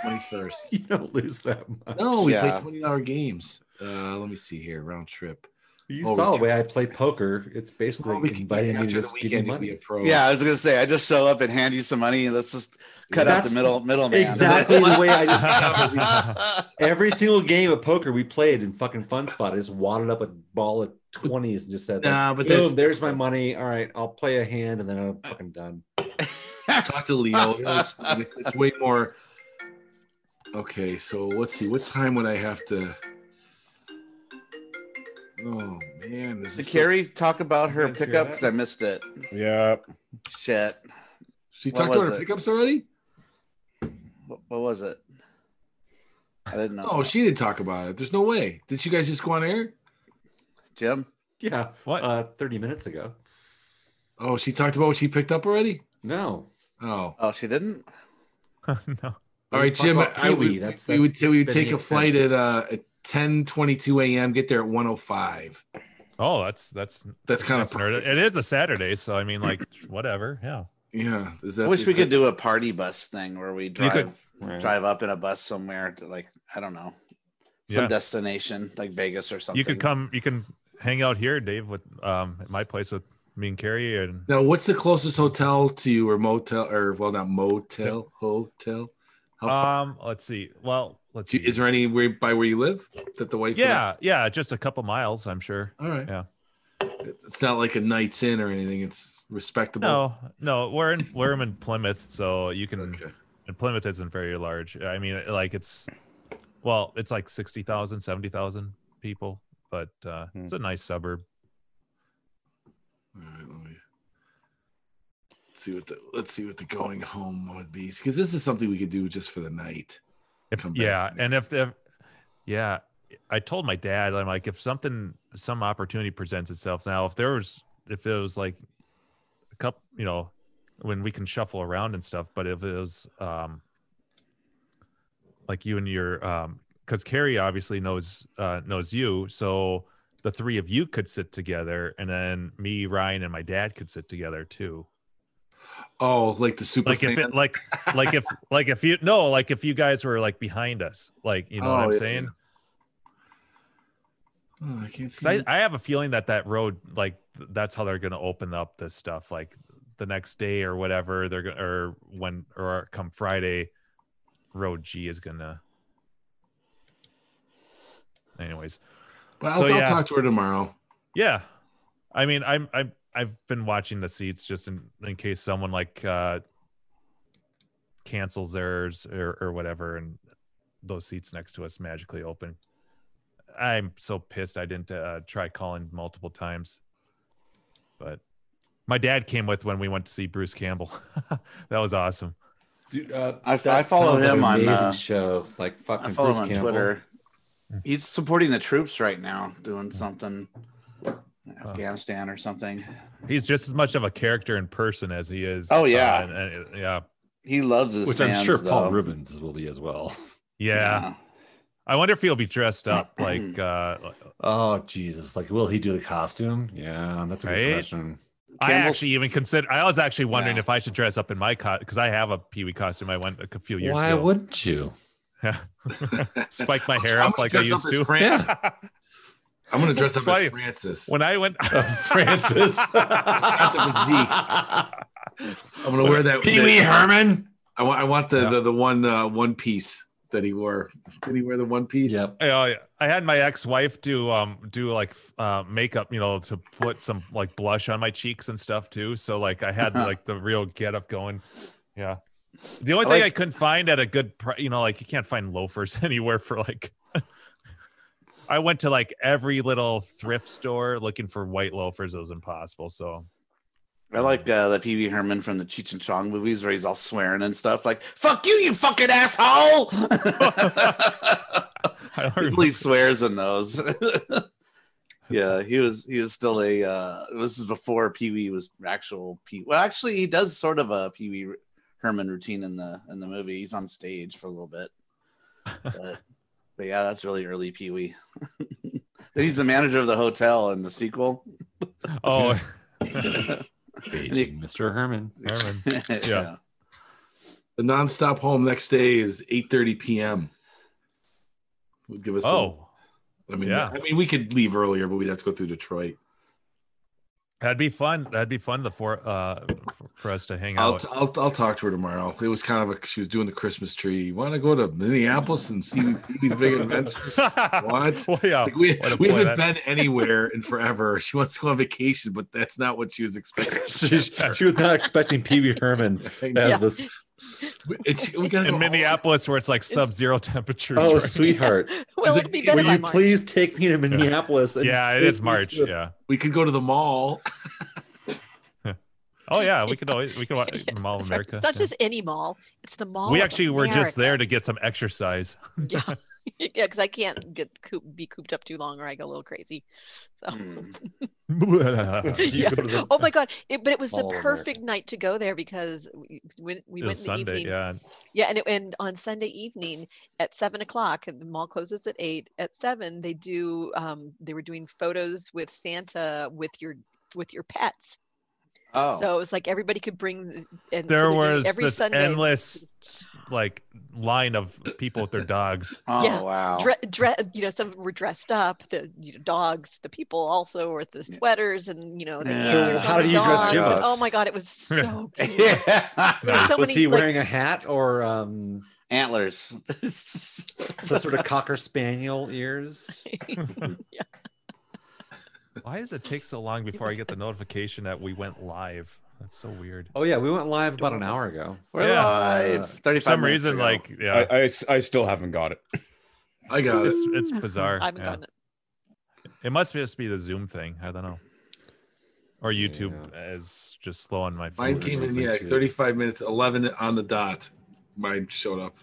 Speaker 9: twenty first.
Speaker 4: (laughs) you don't lose that much.
Speaker 9: No, we
Speaker 5: Yeah.
Speaker 9: play twenty dollar games. Uh, let me see here. Round trip.
Speaker 4: you
Speaker 9: Oh,
Speaker 4: saw
Speaker 9: we
Speaker 4: the way I play poker. It's basically
Speaker 9: Well, we can-
Speaker 4: inviting me to
Speaker 9: after the
Speaker 4: just give you
Speaker 9: weekend, you'd be a
Speaker 4: money.
Speaker 9: pro.
Speaker 5: Yeah, I was gonna say I just show up and hand you some money and let's just cut out
Speaker 4: That's
Speaker 5: the middle middleman.
Speaker 4: Exactly the way
Speaker 5: (laughs)
Speaker 4: I
Speaker 5: yeah,
Speaker 4: every single game of poker we played in fucking Fun Spot. I just wadded up a ball of twenties and just said, like,
Speaker 9: Nah, but that's
Speaker 4: "Boom, there's my money. All right, I'll play a hand and then I'm fucking done."
Speaker 9: talk to Leo. It's, it's way more. Okay, so let's see. What time would I have to? Oh man, this
Speaker 5: Did
Speaker 9: is
Speaker 5: Carrie talk about her
Speaker 4: Did you hear
Speaker 5: pickup?
Speaker 4: that?
Speaker 5: Because I missed it.
Speaker 1: Yeah.
Speaker 5: Shit.
Speaker 9: She
Speaker 5: what
Speaker 9: talked
Speaker 5: was
Speaker 9: about her
Speaker 5: it?
Speaker 9: pickups already.
Speaker 5: What, what was it? I didn't know.
Speaker 9: Oh, she didn't talk about it. There's no way. Did you guys just go on air?
Speaker 5: Jim.
Speaker 4: Yeah,
Speaker 6: What?
Speaker 4: Uh, Thirty minutes ago.
Speaker 9: Oh, she talked about what she picked up already.
Speaker 4: No,
Speaker 9: Oh,
Speaker 5: Oh, she didn't.
Speaker 6: no.
Speaker 9: all right,
Speaker 4: talk
Speaker 9: Jim.
Speaker 4: about
Speaker 9: I
Speaker 4: Pee-wee.
Speaker 9: would,
Speaker 4: That's-
Speaker 9: we would
Speaker 4: that's
Speaker 9: we would
Speaker 4: been
Speaker 9: take
Speaker 4: the
Speaker 9: a flight at uh at 10 a.m. Get there at 105.
Speaker 6: Oh, that's that's
Speaker 9: That's kind
Speaker 6: nice
Speaker 9: of
Speaker 6: and early. It is a Saturday, so I
Speaker 9: (clears throat)
Speaker 6: mean, like whatever. Yeah.
Speaker 9: yeah. Is
Speaker 5: I
Speaker 9: that
Speaker 5: wish
Speaker 9: is
Speaker 5: we
Speaker 9: that-
Speaker 5: could do a party bus thing where we drive
Speaker 6: could-
Speaker 4: Right.
Speaker 5: drive up in a bus somewhere to like I don't know some
Speaker 6: Yeah.
Speaker 5: destination like Vegas or something.
Speaker 6: You could come. You can hang out here, Dave, with um at my place with me and Carrie and
Speaker 9: Now, what's the closest hotel to you or motel or well, not motel, hotel? How far?
Speaker 6: um let's see. Well, let's
Speaker 9: do
Speaker 6: see.
Speaker 9: you- is there any where, by where you live that the wife? would-
Speaker 6: yeah, yeah, just a couple miles, I'm sure.
Speaker 9: All right.
Speaker 6: Yeah.
Speaker 9: It's not like a night's in or anything. It's respectable.
Speaker 6: No, no, we're in we're in Plymouth, so you can
Speaker 9: Okay.
Speaker 6: and Plymouth isn't very large. I mean, like it's well, it's like 60,000, 70,000 people, but uh,
Speaker 1: Hmm.
Speaker 6: it's a nice suburb.
Speaker 9: All right, let me let's see what the let's see what the going home would be because this is something we could do just for the night.
Speaker 6: If,
Speaker 9: Come back
Speaker 6: yeah, and
Speaker 9: next-
Speaker 6: if, if yeah, I told my dad, I'm like, if something some opportunity presents itself now, if there was if it was like a couple, you know, when we can shuffle around and stuff, but if it was um like you and your um because Carrie obviously knows uh knows you, so the three of you could sit together and then me, Ryan, and my dad could sit together too
Speaker 9: Oh, like the super
Speaker 6: like if it
Speaker 9: fans?
Speaker 6: like like if like if you no like if you guys were like behind us like you know what
Speaker 9: Oh,
Speaker 6: i'm
Speaker 9: yeah,
Speaker 6: saying
Speaker 9: (laughs) Oh, I can't see.
Speaker 6: 'Cause I, I have a feeling that that road like th- that's how they're gonna open up this stuff like the next day or whatever they're gonna or when or come friday road g is gonna anyways
Speaker 9: but I'll,
Speaker 6: so,
Speaker 9: I'll
Speaker 6: yeah.
Speaker 9: talk to her tomorrow.
Speaker 6: Yeah. I mean, I'm I'm I've been watching the seats just in, in case someone like uh cancels theirs or, or whatever and those seats next to us magically open. I'm so pissed I didn't uh, try calling multiple times. But my dad came with when we went to see Bruce Campbell. (laughs) that was awesome.
Speaker 4: Dude, uh,
Speaker 5: I-
Speaker 4: that
Speaker 5: I follow
Speaker 4: sounds like
Speaker 5: him
Speaker 4: an
Speaker 5: on,
Speaker 4: amazing
Speaker 5: uh,
Speaker 4: show. Like fucking
Speaker 5: I follow
Speaker 4: Bruce
Speaker 5: him on
Speaker 4: Campbell.
Speaker 5: Twitter. He's supporting the troops right now,
Speaker 9: Mm.
Speaker 5: doing something in Afghanistan or something.
Speaker 6: He's just as much of a character in person as he is. uh,
Speaker 5: Oh, yeah.
Speaker 6: and- and- yeah.
Speaker 5: He loves his
Speaker 4: which
Speaker 5: fans,
Speaker 4: I'm sure Paul
Speaker 5: though.
Speaker 4: Rubens will be as well.
Speaker 6: Yeah. I wonder if he'll be dressed
Speaker 4: (clears throat)
Speaker 6: up like uh
Speaker 4: Oh Jesus! Like, will he (laughs) do the costume? Yeah, that's a good
Speaker 6: Right?
Speaker 4: question.
Speaker 6: I
Speaker 5: Campbell's-
Speaker 6: actually even consider. I was actually wondering
Speaker 5: Yeah.
Speaker 6: if I should dress up in my costume because I have a Pee Wee costume. I went a few years
Speaker 4: Why
Speaker 6: ago. (laughs)
Speaker 4: wouldn't you? (laughs)
Speaker 6: Spike my hair
Speaker 9: I'm
Speaker 6: up
Speaker 9: gonna
Speaker 6: like I
Speaker 9: dress up
Speaker 6: used
Speaker 9: as
Speaker 6: to.
Speaker 9: France.
Speaker 6: (laughs)
Speaker 9: I'm gonna dress up
Speaker 6: Why-
Speaker 9: as Francis.
Speaker 6: when
Speaker 9: (laughs)
Speaker 6: I went
Speaker 11: (laughs)
Speaker 6: (laughs)
Speaker 4: Francis.
Speaker 9: got I'm gonna wear that.
Speaker 4: Pee Wee
Speaker 9: that-
Speaker 4: Herman.
Speaker 9: I want. I want the
Speaker 6: Yeah.
Speaker 9: the, the one uh, one piece that he wore. Did he wear the one piece?
Speaker 4: Yep.
Speaker 6: I, uh, I had my ex-wife do um do like f- uh, makeup, you know, to put some like blush on my cheeks and stuff too. So like
Speaker 9: (laughs)
Speaker 6: I had like the real getup going. Yeah. The only
Speaker 5: I
Speaker 6: thing
Speaker 5: like-
Speaker 6: I couldn't find at a good, pri you know, like you can't find loafers (laughs) anywhere for like. I went to like every little thrift store looking for white loafers. It was impossible. So
Speaker 5: I like uh, the Pee Wee Herman from the Cheech and Chong movies where he's all swearing and stuff like "fuck you, you
Speaker 11: (laughs)
Speaker 5: fucking
Speaker 4: (laughs)
Speaker 5: asshole."
Speaker 6: I don't
Speaker 5: he
Speaker 6: remember.
Speaker 5: really swears in those. (laughs) yeah, he was he was still a. Uh, this is before Pee Wee was actual Pee. Well, actually, he does sort of a Pee Wee Herman routine in the in the movie. He's on stage for a little bit,
Speaker 6: (laughs)
Speaker 5: but, but yeah, that's really early Pee Wee. (laughs) then he's the manager of the hotel in the sequel.
Speaker 6: Oh,
Speaker 4: Beijing, Mr. Herman.
Speaker 6: Herman.
Speaker 5: yeah.
Speaker 9: The nonstop home next day is 8:30 p.m. Would give us. Oh,
Speaker 6: Oh,
Speaker 9: I mean,
Speaker 6: yeah.
Speaker 9: I mean, we could leave earlier, but we'd have to go through Detroit.
Speaker 6: that'd be fun. That'd be fun to for uh for, for us to hang
Speaker 9: I'll,
Speaker 6: out.
Speaker 9: t- I'll I'll talk to her tomorrow. It was kind of a she was doing the Christmas tree. Want to go to Minneapolis and see Pee-wee's
Speaker 5: (laughs)
Speaker 9: Big Adventure? What?
Speaker 6: Well, yeah.
Speaker 9: Like, we
Speaker 6: What a
Speaker 9: we
Speaker 6: boy,
Speaker 9: haven't
Speaker 6: that-
Speaker 5: (laughs)
Speaker 9: been anywhere in forever. She wants to go on vacation, but that's not what she was expecting.
Speaker 4: she, she was not expecting Pee Wee
Speaker 5: (laughs)
Speaker 4: Herman as
Speaker 3: Yeah.
Speaker 4: this.
Speaker 9: It's- we gotta go
Speaker 6: in
Speaker 9: all-
Speaker 6: Minneapolis where it's like sub-zero temperatures.
Speaker 4: Oh,
Speaker 6: right?
Speaker 4: sweetheart.
Speaker 3: (laughs) Well,
Speaker 6: Is it-
Speaker 3: it'd be better
Speaker 4: Will
Speaker 3: by
Speaker 4: you
Speaker 3: March.
Speaker 4: please take me to Minneapolis? and
Speaker 6: Yeah, it
Speaker 4: take
Speaker 6: is
Speaker 4: me
Speaker 6: March.
Speaker 4: to-
Speaker 6: Yeah.
Speaker 9: We could go to the mall.
Speaker 6: (laughs) Oh yeah, we could always we could watch Mall of
Speaker 3: It's not-
Speaker 6: America.
Speaker 3: It's not
Speaker 6: yeah.
Speaker 3: just any mall; it's the mall.
Speaker 6: we
Speaker 3: of
Speaker 6: actually were just there
Speaker 3: America.
Speaker 6: to get some exercise. (laughs)
Speaker 3: yeah, (laughs) yeah, because I can't get coop, be cooped up too long, or I go a little crazy. So.
Speaker 5: Mm.
Speaker 6: Hmm. (laughs) yeah,
Speaker 4: You
Speaker 3: Yeah.
Speaker 4: go to the-
Speaker 3: Oh my god! It, but it was the
Speaker 4: Mall of America.
Speaker 3: perfect night to go there because we, when we
Speaker 6: it
Speaker 3: went
Speaker 6: was
Speaker 3: in the
Speaker 6: Sunday.
Speaker 3: evening,
Speaker 6: Yeah.
Speaker 3: Yeah, and it, and on Sunday evening at seven o'clock, and the mall closes at eight. At seven, they do. Um, they were doing photos with Santa with your with your pets.
Speaker 5: Oh.
Speaker 3: So it was like everybody could bring. And so
Speaker 6: There
Speaker 3: they're doing
Speaker 6: was
Speaker 3: every
Speaker 6: this
Speaker 3: Sunday.
Speaker 6: endless s- like line of people with their
Speaker 4: (laughs)
Speaker 6: dogs.
Speaker 5: Oh
Speaker 3: Yeah.
Speaker 5: wow.
Speaker 3: Dre- dre- you know, some were dressed up. The you know, dogs, the people also with the sweaters, and you know, the
Speaker 5: Yeah.
Speaker 3: antlers
Speaker 5: So
Speaker 4: how
Speaker 3: on
Speaker 4: do
Speaker 3: the
Speaker 4: you dress
Speaker 3: dog.
Speaker 5: Jimbo?
Speaker 3: Oh my god, it was
Speaker 6: (laughs)
Speaker 4: (laughs)
Speaker 3: so cute.
Speaker 5: yeah.
Speaker 3: There were so
Speaker 4: was
Speaker 3: many,
Speaker 4: he
Speaker 3: like,
Speaker 4: wearing a hat or um,
Speaker 5: Antlers.
Speaker 4: (laughs) some sort of cocker spaniel (laughs) ears?
Speaker 6: Why does it take so long before I get the notification that we went live? That's so weird.
Speaker 4: Oh yeah, we went live about an hour ago.
Speaker 5: We're
Speaker 6: Yeah.
Speaker 5: live.
Speaker 6: For
Speaker 5: 35
Speaker 6: some
Speaker 5: minutes
Speaker 6: reason,
Speaker 5: ago.
Speaker 6: like yeah,
Speaker 1: I, I s- I still haven't got it.
Speaker 9: I got it.
Speaker 6: it's
Speaker 3: (laughs)
Speaker 6: it's bizarre.
Speaker 3: I haven't
Speaker 6: yeah.
Speaker 3: gotten it.
Speaker 6: It must just be the Zoom thing. I don't know. Or YouTube is just slow on my phone.
Speaker 9: Mine
Speaker 6: or
Speaker 9: came in
Speaker 6: something.
Speaker 9: yeah,
Speaker 4: too.
Speaker 9: 35 minutes, 11 on the dot. Mine showed up.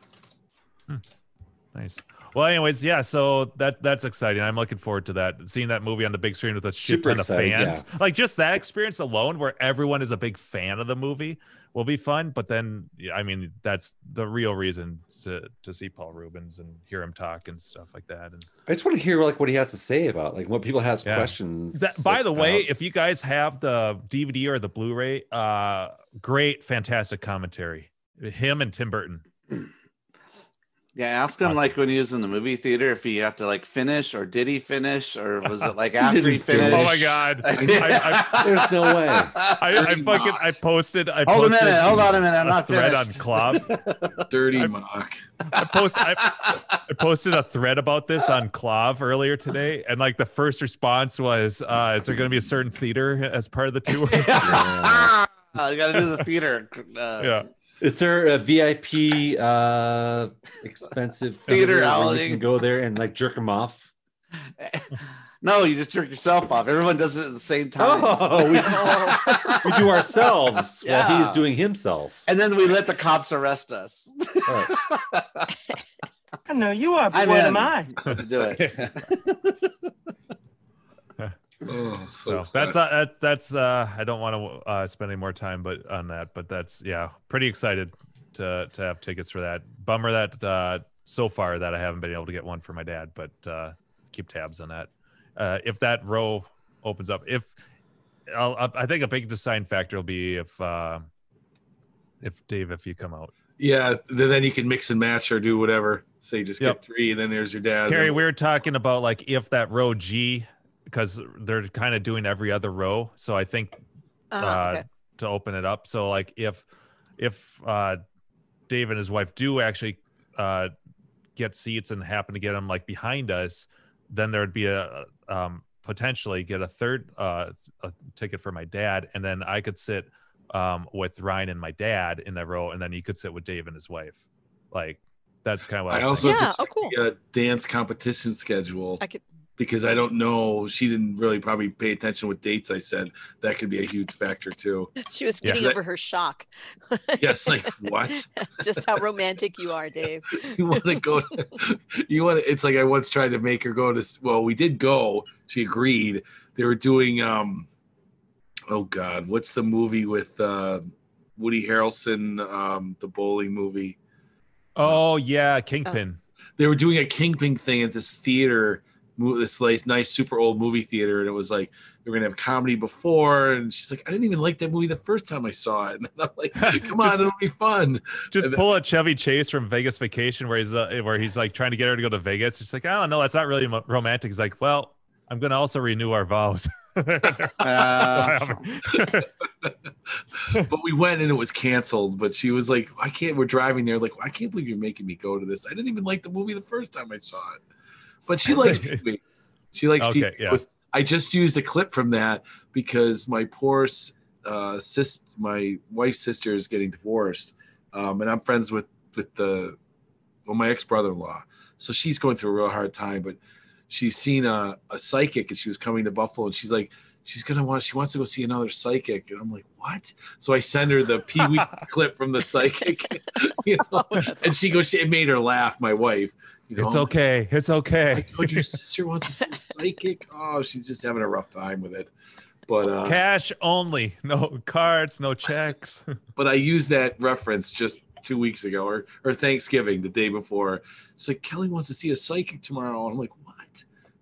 Speaker 6: Nice. Well, anyways, yeah. So that that's exciting. I'm looking forward to that. Seeing that movie on the big screen with a shit
Speaker 4: Super
Speaker 6: ton of
Speaker 4: excited,
Speaker 6: fans, like just that experience alone, where everyone is a big fan of the movie, will be fun. But then, yeah, I mean, that's the real reason to to see Paul Rubens and hear him talk and stuff like that. And
Speaker 4: I just want to hear like what he has to say about like what people has
Speaker 6: Yeah.
Speaker 4: questions.
Speaker 6: That, by the way,
Speaker 4: about.
Speaker 6: if you guys have the DVD or the Blu-ray, uh, great, fantastic commentary. Him and Tim Burton.
Speaker 5: yeah, ask him
Speaker 6: Awesome.
Speaker 5: like when he was in the movie theater if he had to like finish or did he finish or was it
Speaker 6: (laughs)
Speaker 5: like after he
Speaker 4: didn't finish.
Speaker 5: finished?
Speaker 6: Oh my
Speaker 5: (laughs)
Speaker 6: god! I,
Speaker 4: there's no way.
Speaker 6: I, I, I fucking I posted. I
Speaker 5: hold a
Speaker 6: posted
Speaker 5: minute. Hold on a minute. I'm
Speaker 6: a
Speaker 5: not
Speaker 6: thread on
Speaker 5: finished.
Speaker 6: Klopp.
Speaker 5: (laughs)
Speaker 9: Dirty
Speaker 6: I'm-
Speaker 9: mock.
Speaker 6: I post. I, I posted a thread about this on Clav earlier today, and like the first response was, uh, "Is there going to be a certain theater as part of the tour?"
Speaker 5: I got to Ah, do the theater. Uh,
Speaker 6: yeah,
Speaker 4: Is there a VIP uh
Speaker 5: (laughs)
Speaker 4: expensive
Speaker 5: Theater
Speaker 4: where
Speaker 5: outing.
Speaker 4: you can go there and like jerk him off?
Speaker 5: No, you just jerk yourself off. Everyone does it at the same time.
Speaker 4: Oh, we, we
Speaker 5: (laughs)
Speaker 4: do ourselves while
Speaker 5: Yeah.
Speaker 4: he's doing himself.
Speaker 5: and then we let the cops arrest us.
Speaker 11: I know you are, but
Speaker 5: I'm
Speaker 11: what
Speaker 5: in.
Speaker 11: am I?
Speaker 5: (laughs) Let's do it.
Speaker 9: (laughs) Oh,
Speaker 6: so
Speaker 9: so,
Speaker 6: that's uh, that, that's. Uh, I don't want to uh, spend any more time, but on that, but that's yeah, pretty excited to to have tickets for that. Bummer that uh, so far that I haven't been able to get one for my dad, but uh, keep tabs on that. Uh, if that row opens up, if I'll, I think a big design factor will be if uh, if Dave, if you come out.
Speaker 9: yeah. Then, then you can mix and match or do whatever. Say just
Speaker 6: Yep.
Speaker 9: get three, and then there's your dad.
Speaker 6: Carrie,
Speaker 9: and-
Speaker 6: we were talking about like if that row G, because they're kind of doing every other row. So I think uh,
Speaker 3: Uh, okay.
Speaker 6: to open it up. So like if if uh, Dave and his wife do actually uh, get seats and happen to get them like behind us, then there'd be a um, potentially get a third uh, a ticket for my dad, and then I could sit um, with Ryan and my dad in that row, and then you could sit with Dave and his wife. Like that's kind of what I,
Speaker 9: I
Speaker 6: was
Speaker 9: also
Speaker 6: thinking.
Speaker 9: have to
Speaker 3: Yeah, oh,
Speaker 9: check
Speaker 3: cool.
Speaker 9: the, uh, dance competition schedule
Speaker 3: I could-
Speaker 9: because I don't know. She didn't really probably pay attention with dates. I said that could be a huge factor too.
Speaker 3: (laughs) She was
Speaker 6: Yeah.
Speaker 3: getting over her shock. (laughs)
Speaker 9: Yes, like what?
Speaker 3: Just how romantic you are,
Speaker 4: (laughs)
Speaker 3: Dave. (laughs)
Speaker 9: you want to go to- (laughs) you want to it's like i once tried to make her go to s- well we did go she agreed they were doing um oh god what's the movie with uh woody harrelson um the bowling movie
Speaker 6: Oh yeah, Kingpin.
Speaker 9: they were doing a kingpin thing at this theater mo- this like nice super old movie theater and it was like they were gonna have comedy before and she's like i didn't even like that movie the first time i saw it (laughs) and i'm like come on
Speaker 6: Just-
Speaker 9: it'll be fun
Speaker 6: Just
Speaker 9: and then-
Speaker 6: pull a Chevy Chase from Vegas Vacation, where he's uh, where he's like trying to get her to go to Vegas. She's like, I don't know, that's not really mo- romantic. He's like, well, I'm gonna also renew our vows. (laughs)
Speaker 5: Uh,
Speaker 9: but we went and it was canceled. But she was like, I can't, we're driving there. Like, I can't believe you're making me go to this. I didn't even like the movie the first time I saw it. But she
Speaker 6: (laughs)
Speaker 9: likes me. She likes
Speaker 6: Okay,
Speaker 9: Pee-wee.
Speaker 6: yeah.
Speaker 9: It was- I just used a clip from that because my poor s- uh, sis, my wife's sister is getting divorced. Um, and I'm friends with, with the, well, my ex brother in law. So she's going through a real hard time, but she's seen a, a psychic and she was coming to Buffalo and she's like, she's gonna want she wants to go see another psychic and i'm like what so i send her the
Speaker 6: (laughs)
Speaker 9: pee-wee clip from the psychic (laughs) you know and she goes it made her laugh my wife you know
Speaker 6: it's okay. It's okay.
Speaker 9: like, oh, your sister wants to see a psychic oh she's just having a rough time with it but uh
Speaker 6: Cash only, no cards, no checks. (laughs)
Speaker 9: but i used that reference just two weeks ago or or thanksgiving the day before it's like kelly wants to see a psychic tomorrow and i'm like what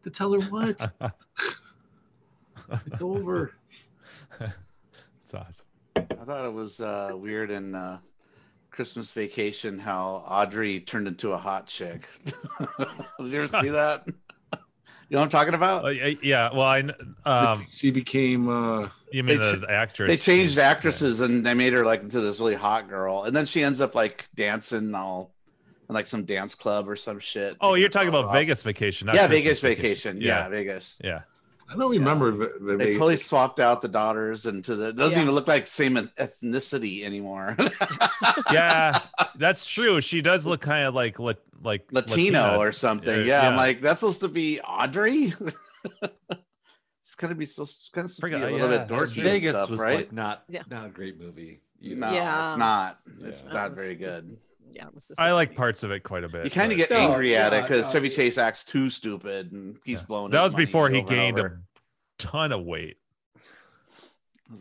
Speaker 9: to tell her
Speaker 6: (laughs)
Speaker 9: what it's over
Speaker 6: it's awesome.
Speaker 5: I thought it was uh, weird and uh, Christmas Vacation how Audrey turned into a hot chick. Did you ever see that? (laughs) you know what I'm talking about?
Speaker 6: Uh, y- yeah. Well, I kn- um,
Speaker 9: she became uh
Speaker 6: you mean
Speaker 5: They
Speaker 6: the, the actress?
Speaker 5: They changed actresses and they made her like into this really hot girl, and then she ends up like dancing all in like some dance club or some shit.
Speaker 6: Oh,
Speaker 5: Making
Speaker 6: you're
Speaker 5: it
Speaker 6: talking
Speaker 5: all
Speaker 6: about
Speaker 5: up.
Speaker 6: Vegas vacation. not
Speaker 5: Uh, Yeah,
Speaker 6: Christmas
Speaker 5: Vegas Vacation. Yeah,
Speaker 6: Yeah.
Speaker 5: Vegas.
Speaker 6: Yeah.
Speaker 9: I don't remember the- the
Speaker 5: They
Speaker 9: Vegas-
Speaker 5: totally swapped out the daughters into the. It doesn't
Speaker 3: Yeah.
Speaker 5: even look like same ethnicity anymore. (laughs)
Speaker 6: Yeah. That's true. She does look kind of like lat- like
Speaker 5: Latino, or something.
Speaker 6: Yeah,
Speaker 5: Yeah, I'm
Speaker 6: yeah.
Speaker 5: like that's supposed to be Audrey. (laughs) it's gonna be supposed, it's gonna supposed to be a
Speaker 6: Forgot-
Speaker 5: little bit
Speaker 6: yeah, that's
Speaker 5: dorky and
Speaker 4: Vegas
Speaker 5: stuff,
Speaker 4: was
Speaker 5: right?
Speaker 4: like not
Speaker 3: Yeah.
Speaker 4: not a great movie. either.
Speaker 5: no,
Speaker 3: Yeah.
Speaker 5: it's not.
Speaker 4: Yeah.
Speaker 5: It's
Speaker 4: No,
Speaker 5: not
Speaker 3: it's
Speaker 5: very
Speaker 3: just-
Speaker 5: good.
Speaker 3: Yeah, it was
Speaker 6: I like
Speaker 3: disappointing.
Speaker 6: parts of it quite a bit.
Speaker 5: You kind
Speaker 6: but-
Speaker 5: of get
Speaker 4: No,
Speaker 5: angry at it
Speaker 4: yeah,
Speaker 5: because
Speaker 4: no,
Speaker 5: Chevy
Speaker 4: yeah.
Speaker 5: Chase acts too stupid and keeps blowing.
Speaker 6: That
Speaker 5: his
Speaker 6: was
Speaker 5: money
Speaker 6: before he
Speaker 5: over and
Speaker 6: gained
Speaker 5: over.
Speaker 6: a ton of weight.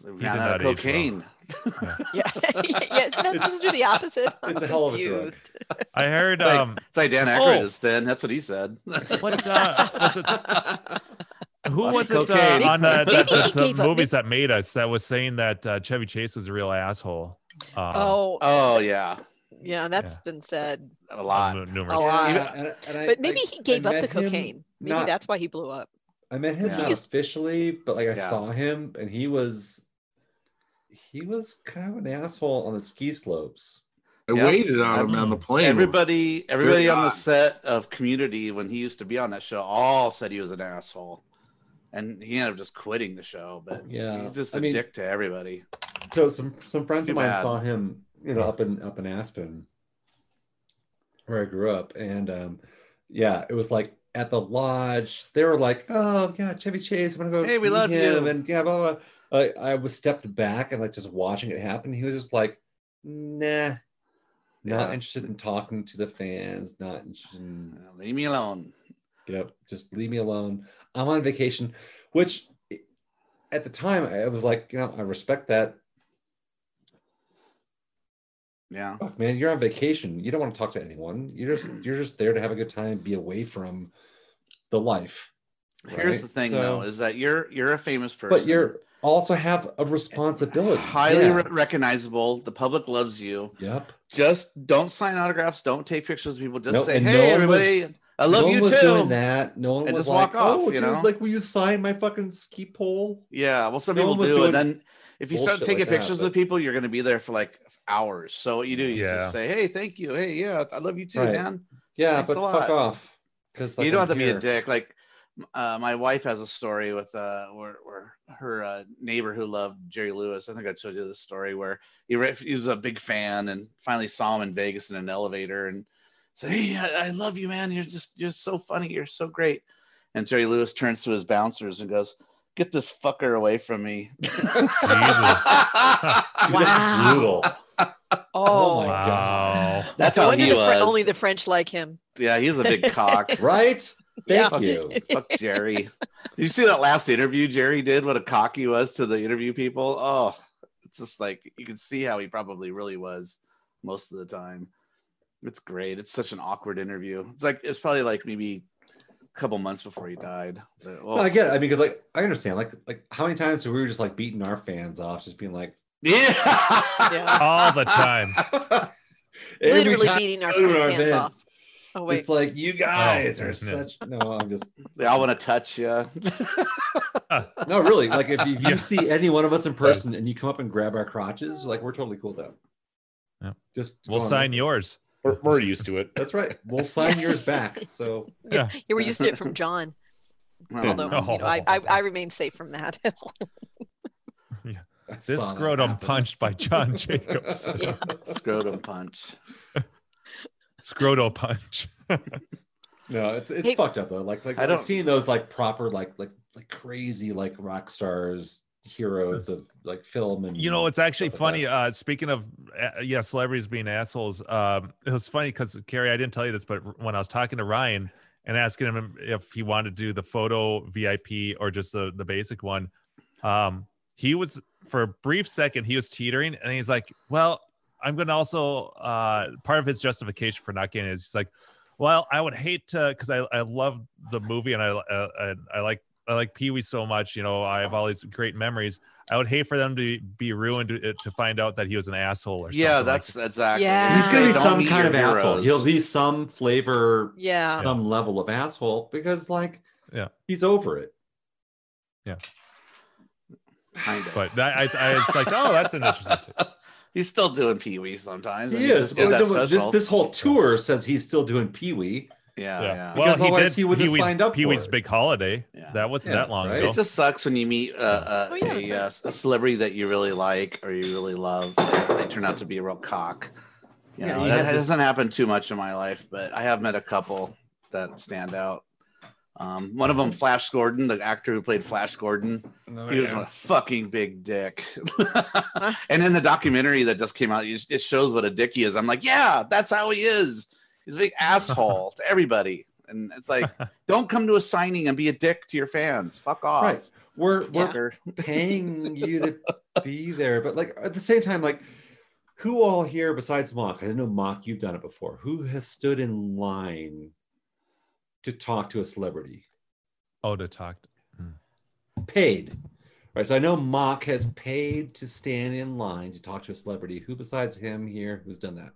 Speaker 5: Ran
Speaker 6: did
Speaker 5: out of
Speaker 6: not age well.
Speaker 5: cocaine.
Speaker 3: Yeah, yeah, isn't that supposed to do the opposite? I'm
Speaker 5: (laughs)
Speaker 4: It's a hell of a drug.
Speaker 3: confused.
Speaker 6: I heard
Speaker 5: Like-
Speaker 6: um
Speaker 5: (laughs) It's like Dan Aykroyd
Speaker 6: Oh.
Speaker 5: is thin. That's what he said. (laughs)
Speaker 6: what uh,
Speaker 3: (laughs)
Speaker 6: was it Who
Speaker 5: Lots
Speaker 6: was
Speaker 5: of
Speaker 6: it
Speaker 5: cocaine.
Speaker 6: uh, on the,
Speaker 4: (laughs)
Speaker 3: Maybe
Speaker 6: the,
Speaker 3: he
Speaker 6: the- the
Speaker 3: gave up-
Speaker 6: movies that made us that was saying that uh, Chevy Chase was a real asshole? Uh,
Speaker 3: Oh,
Speaker 5: oh yeah,
Speaker 3: yeah, that's been said
Speaker 5: a lot.
Speaker 6: nu-
Speaker 3: a
Speaker 6: numerous.
Speaker 4: Oh.
Speaker 3: lot.
Speaker 5: even-
Speaker 3: but maybe he gave up the cocaine. Maybe
Speaker 4: not-
Speaker 3: that's why he blew up.
Speaker 4: I met him
Speaker 5: Yeah.
Speaker 4: not officially, but like I
Speaker 5: Yeah.
Speaker 4: saw him, and he was he was kind of an asshole on the ski slopes.
Speaker 9: I
Speaker 5: Yeah.
Speaker 9: waited on him on the plane.
Speaker 5: Everybody, everybody on the
Speaker 9: odd.
Speaker 5: set of Community when he used to be on that show, all said he was an asshole, and he ended up just quitting the show. But
Speaker 4: Yeah,
Speaker 5: he's just a
Speaker 4: I mean-
Speaker 5: dick to everybody.
Speaker 4: So some some friends
Speaker 5: Too
Speaker 4: of mine
Speaker 5: bad.
Speaker 4: saw him, you know, up in up in Aspen, where I grew up, and um, yeah, it was like at the lodge. They were like, "Oh yeah, Chevy Chase, I'm gonna go.
Speaker 5: Hey, we
Speaker 4: meet
Speaker 5: love
Speaker 4: him,"
Speaker 5: you.
Speaker 4: and yeah, blah blah. blah. I, I was stepped back and like just watching it happen. He was just like, "Nah." Not
Speaker 5: Yeah.
Speaker 4: interested in talking to the fans. Not interested in
Speaker 5: Uh, Leave me alone.
Speaker 4: Yep. Just leave me alone. I'm on vacation, which at the time I was like, you know, I respect that.
Speaker 5: Yeah,
Speaker 4: Fuck, man, you're on vacation. You don't want to talk to anyone. You're
Speaker 5: (clears throat)
Speaker 4: just you're just there to have a good time, be away from the life.
Speaker 5: here's
Speaker 4: right?
Speaker 5: the thing
Speaker 4: So-
Speaker 5: though: is that you're you're a famous person,
Speaker 4: But you're also have a responsibility.
Speaker 5: highly
Speaker 4: Yeah.
Speaker 5: re- recognizable. The public loves you.
Speaker 4: yep.
Speaker 5: Just don't sign autographs. Don't take pictures of people. Just
Speaker 4: No,
Speaker 5: say,
Speaker 4: and
Speaker 5: "Hey,
Speaker 4: no one was-
Speaker 5: everybody, I love
Speaker 4: no
Speaker 5: you
Speaker 4: one was
Speaker 5: too."
Speaker 4: doing that. No one
Speaker 5: And
Speaker 4: was
Speaker 5: just
Speaker 4: like,
Speaker 5: walk off,
Speaker 4: oh,
Speaker 5: you
Speaker 4: dude,
Speaker 5: know?
Speaker 4: like, will you sign my fucking ski pole?
Speaker 5: Yeah, well, some
Speaker 4: No one
Speaker 5: people
Speaker 4: was
Speaker 5: do,
Speaker 4: doing
Speaker 5: and then if you start
Speaker 4: bullshit
Speaker 5: taking
Speaker 4: like that,
Speaker 5: pictures
Speaker 4: but-
Speaker 5: of people, you're going to be there for like hours. So what you do is
Speaker 6: Yeah.
Speaker 5: just say, "Hey, thank you. Hey, yeah, I love you too,
Speaker 4: Right.
Speaker 5: Dan."
Speaker 4: Yeah,
Speaker 5: Thanks
Speaker 4: but
Speaker 5: a lot.
Speaker 4: fuck off. Because
Speaker 5: you don't have to be a dick. Like uh, my wife has a story with uh, where, where her uh, neighbor who loved Jerry Lewis. I think I told you this story where he, re- he was a big fan and finally saw him in Vegas in an elevator and said, "Hey, I, I love you, man. You're just you're so funny. You're so great." And Jerry Lewis turns to his bouncers and goes. Get this fucker away from me. (laughs)
Speaker 3: Wow.
Speaker 4: brutal.
Speaker 3: Oh,
Speaker 4: my
Speaker 6: Wow.
Speaker 5: That's
Speaker 3: no
Speaker 5: how
Speaker 3: wonder
Speaker 5: he
Speaker 3: the Fr-
Speaker 5: was.
Speaker 3: only the French like him.
Speaker 5: yeah, he's a big cock.
Speaker 4: (laughs) Right?
Speaker 3: (laughs) Yeah.
Speaker 4: Thank you.
Speaker 5: Fuck Jerry. Did you see that last interview Jerry did? What a cock he was to the interview people. Oh, it's just like you can see how he probably really was most of the time. It's great. It's such an awkward interview. It's like it's probably like maybe a couple months before he died. But, oh.
Speaker 4: Well, I get it. I mean, because like I understand, like like how many times have we were just like beating our fans off, just being like
Speaker 5: yeah.
Speaker 4: (laughs)
Speaker 3: Yeah.
Speaker 6: All the time.
Speaker 4: every
Speaker 3: Literally
Speaker 4: time
Speaker 3: beating our
Speaker 4: we go to
Speaker 3: hands
Speaker 4: event,
Speaker 3: off. Oh wait,
Speaker 4: It's like you guys
Speaker 6: Oh,
Speaker 4: are
Speaker 6: no.
Speaker 4: such no. I'm just
Speaker 5: They all want to touch you.
Speaker 4: no, really. Like if you, if you
Speaker 6: Yeah.
Speaker 4: see any one of us in person and you come up and grab our crotches, like we're totally cool though.
Speaker 6: Yeah.
Speaker 4: Just
Speaker 6: We'll
Speaker 4: go on.
Speaker 6: sign yours.
Speaker 1: We're, we're used to it.
Speaker 4: That's right. We'll
Speaker 3: (laughs)
Speaker 4: sign yours
Speaker 6: (laughs)
Speaker 4: back. So
Speaker 3: yeah. you were used to it
Speaker 4: (laughs)
Speaker 3: from John. Although you know, I, I I remain safe from that. (laughs)
Speaker 4: I
Speaker 6: This
Speaker 4: saw that
Speaker 6: scrotum
Speaker 4: happen.
Speaker 6: punched by John Jacobs.
Speaker 5: (laughs) Scrotum punch.
Speaker 6: Scroto punch. (laughs)
Speaker 4: No, it's it's
Speaker 3: Hey-
Speaker 4: fucked up though. Like like
Speaker 5: I
Speaker 4: I
Speaker 5: don't-
Speaker 4: don't seeing those like proper like like like crazy like rock stars heroes of like film and
Speaker 6: You know, it's actually
Speaker 4: stuff like
Speaker 6: funny.
Speaker 4: that.
Speaker 6: Uh, speaking of, uh, yeah, celebrities being assholes. Um, it was funny because Carrie, I didn't tell you this, but when I was talking to Ryan and asking him if he wanted to do the photo VIP or just the the basic one, um, he was for a brief second he was teetering, and he's like, "Well, I'm going to also uh, part of his justification for not getting it is he's like, well, I would hate to because I, I love the movie and I, uh, I I like I like Pee Wee so much. You know, I have all these great memories. I would hate for them to be ruined uh, to, to find out that he was an asshole or
Speaker 5: yeah,
Speaker 6: something. like
Speaker 5: that's exactly.
Speaker 3: Yeah.
Speaker 4: He's gonna
Speaker 5: Say,
Speaker 4: be
Speaker 5: "Don't
Speaker 4: some
Speaker 5: meet
Speaker 4: kind
Speaker 5: your
Speaker 4: of asshole.
Speaker 5: heroes."
Speaker 4: He'll be some flavor,
Speaker 3: Yeah.
Speaker 4: some level of asshole because, like,
Speaker 6: Yeah.
Speaker 4: he's over it.
Speaker 5: Kind of.
Speaker 6: But that, I, I, it's like, oh, that's an interesting. take.
Speaker 5: (laughs) he's still doing Pee Wee sometimes.
Speaker 4: He
Speaker 5: and
Speaker 4: is.
Speaker 5: just did that
Speaker 4: This, this
Speaker 5: special.
Speaker 4: this whole tour says he's still doing Pee Wee.
Speaker 5: yeah,
Speaker 6: Yeah.
Speaker 5: yeah.
Speaker 6: Well,
Speaker 4: Because
Speaker 6: he
Speaker 4: otherwise
Speaker 6: did.
Speaker 4: he wouldn't have signed up for
Speaker 6: Pee Wee's
Speaker 4: it.
Speaker 6: Big Holiday.
Speaker 5: Yeah.
Speaker 6: That wasn't
Speaker 4: Yeah,
Speaker 6: that long
Speaker 4: right?
Speaker 6: ago.
Speaker 5: It just sucks when you meet uh, uh,
Speaker 3: Oh, yeah,
Speaker 5: a,
Speaker 3: that's
Speaker 5: uh, a celebrity that you really like or you really love, and they turn out to be a real cock. You
Speaker 4: Yeah,
Speaker 5: know,
Speaker 4: you
Speaker 5: that
Speaker 4: had this-
Speaker 5: hasn't happened too much in my life, but I have met a couple that stand out. Um, one of them, Flash Gordon, the actor who played Flash Gordon,
Speaker 4: Oh,
Speaker 5: he was a fucking big
Speaker 6: (laughs)
Speaker 5: dick. (laughs) and in the documentary that just came out, it it shows what a dick he is. I'm like, yeah, that's how he is. He's a
Speaker 4: (laughs)
Speaker 5: big asshole to everybody. And it's like, don't come to a signing and be a dick to your fans. Fuck off.
Speaker 4: Right. We're we're
Speaker 5: Fucker.
Speaker 4: paying you to be there, but like at the same time, like who all here besides Mock? I know Mock, you've done it before. Who has stood in line to talk to a celebrity?
Speaker 6: oh, to hmm. talk.
Speaker 4: Paid. Right. So I know Mock has paid to stand in line to talk to a celebrity. Who besides him here who's done that?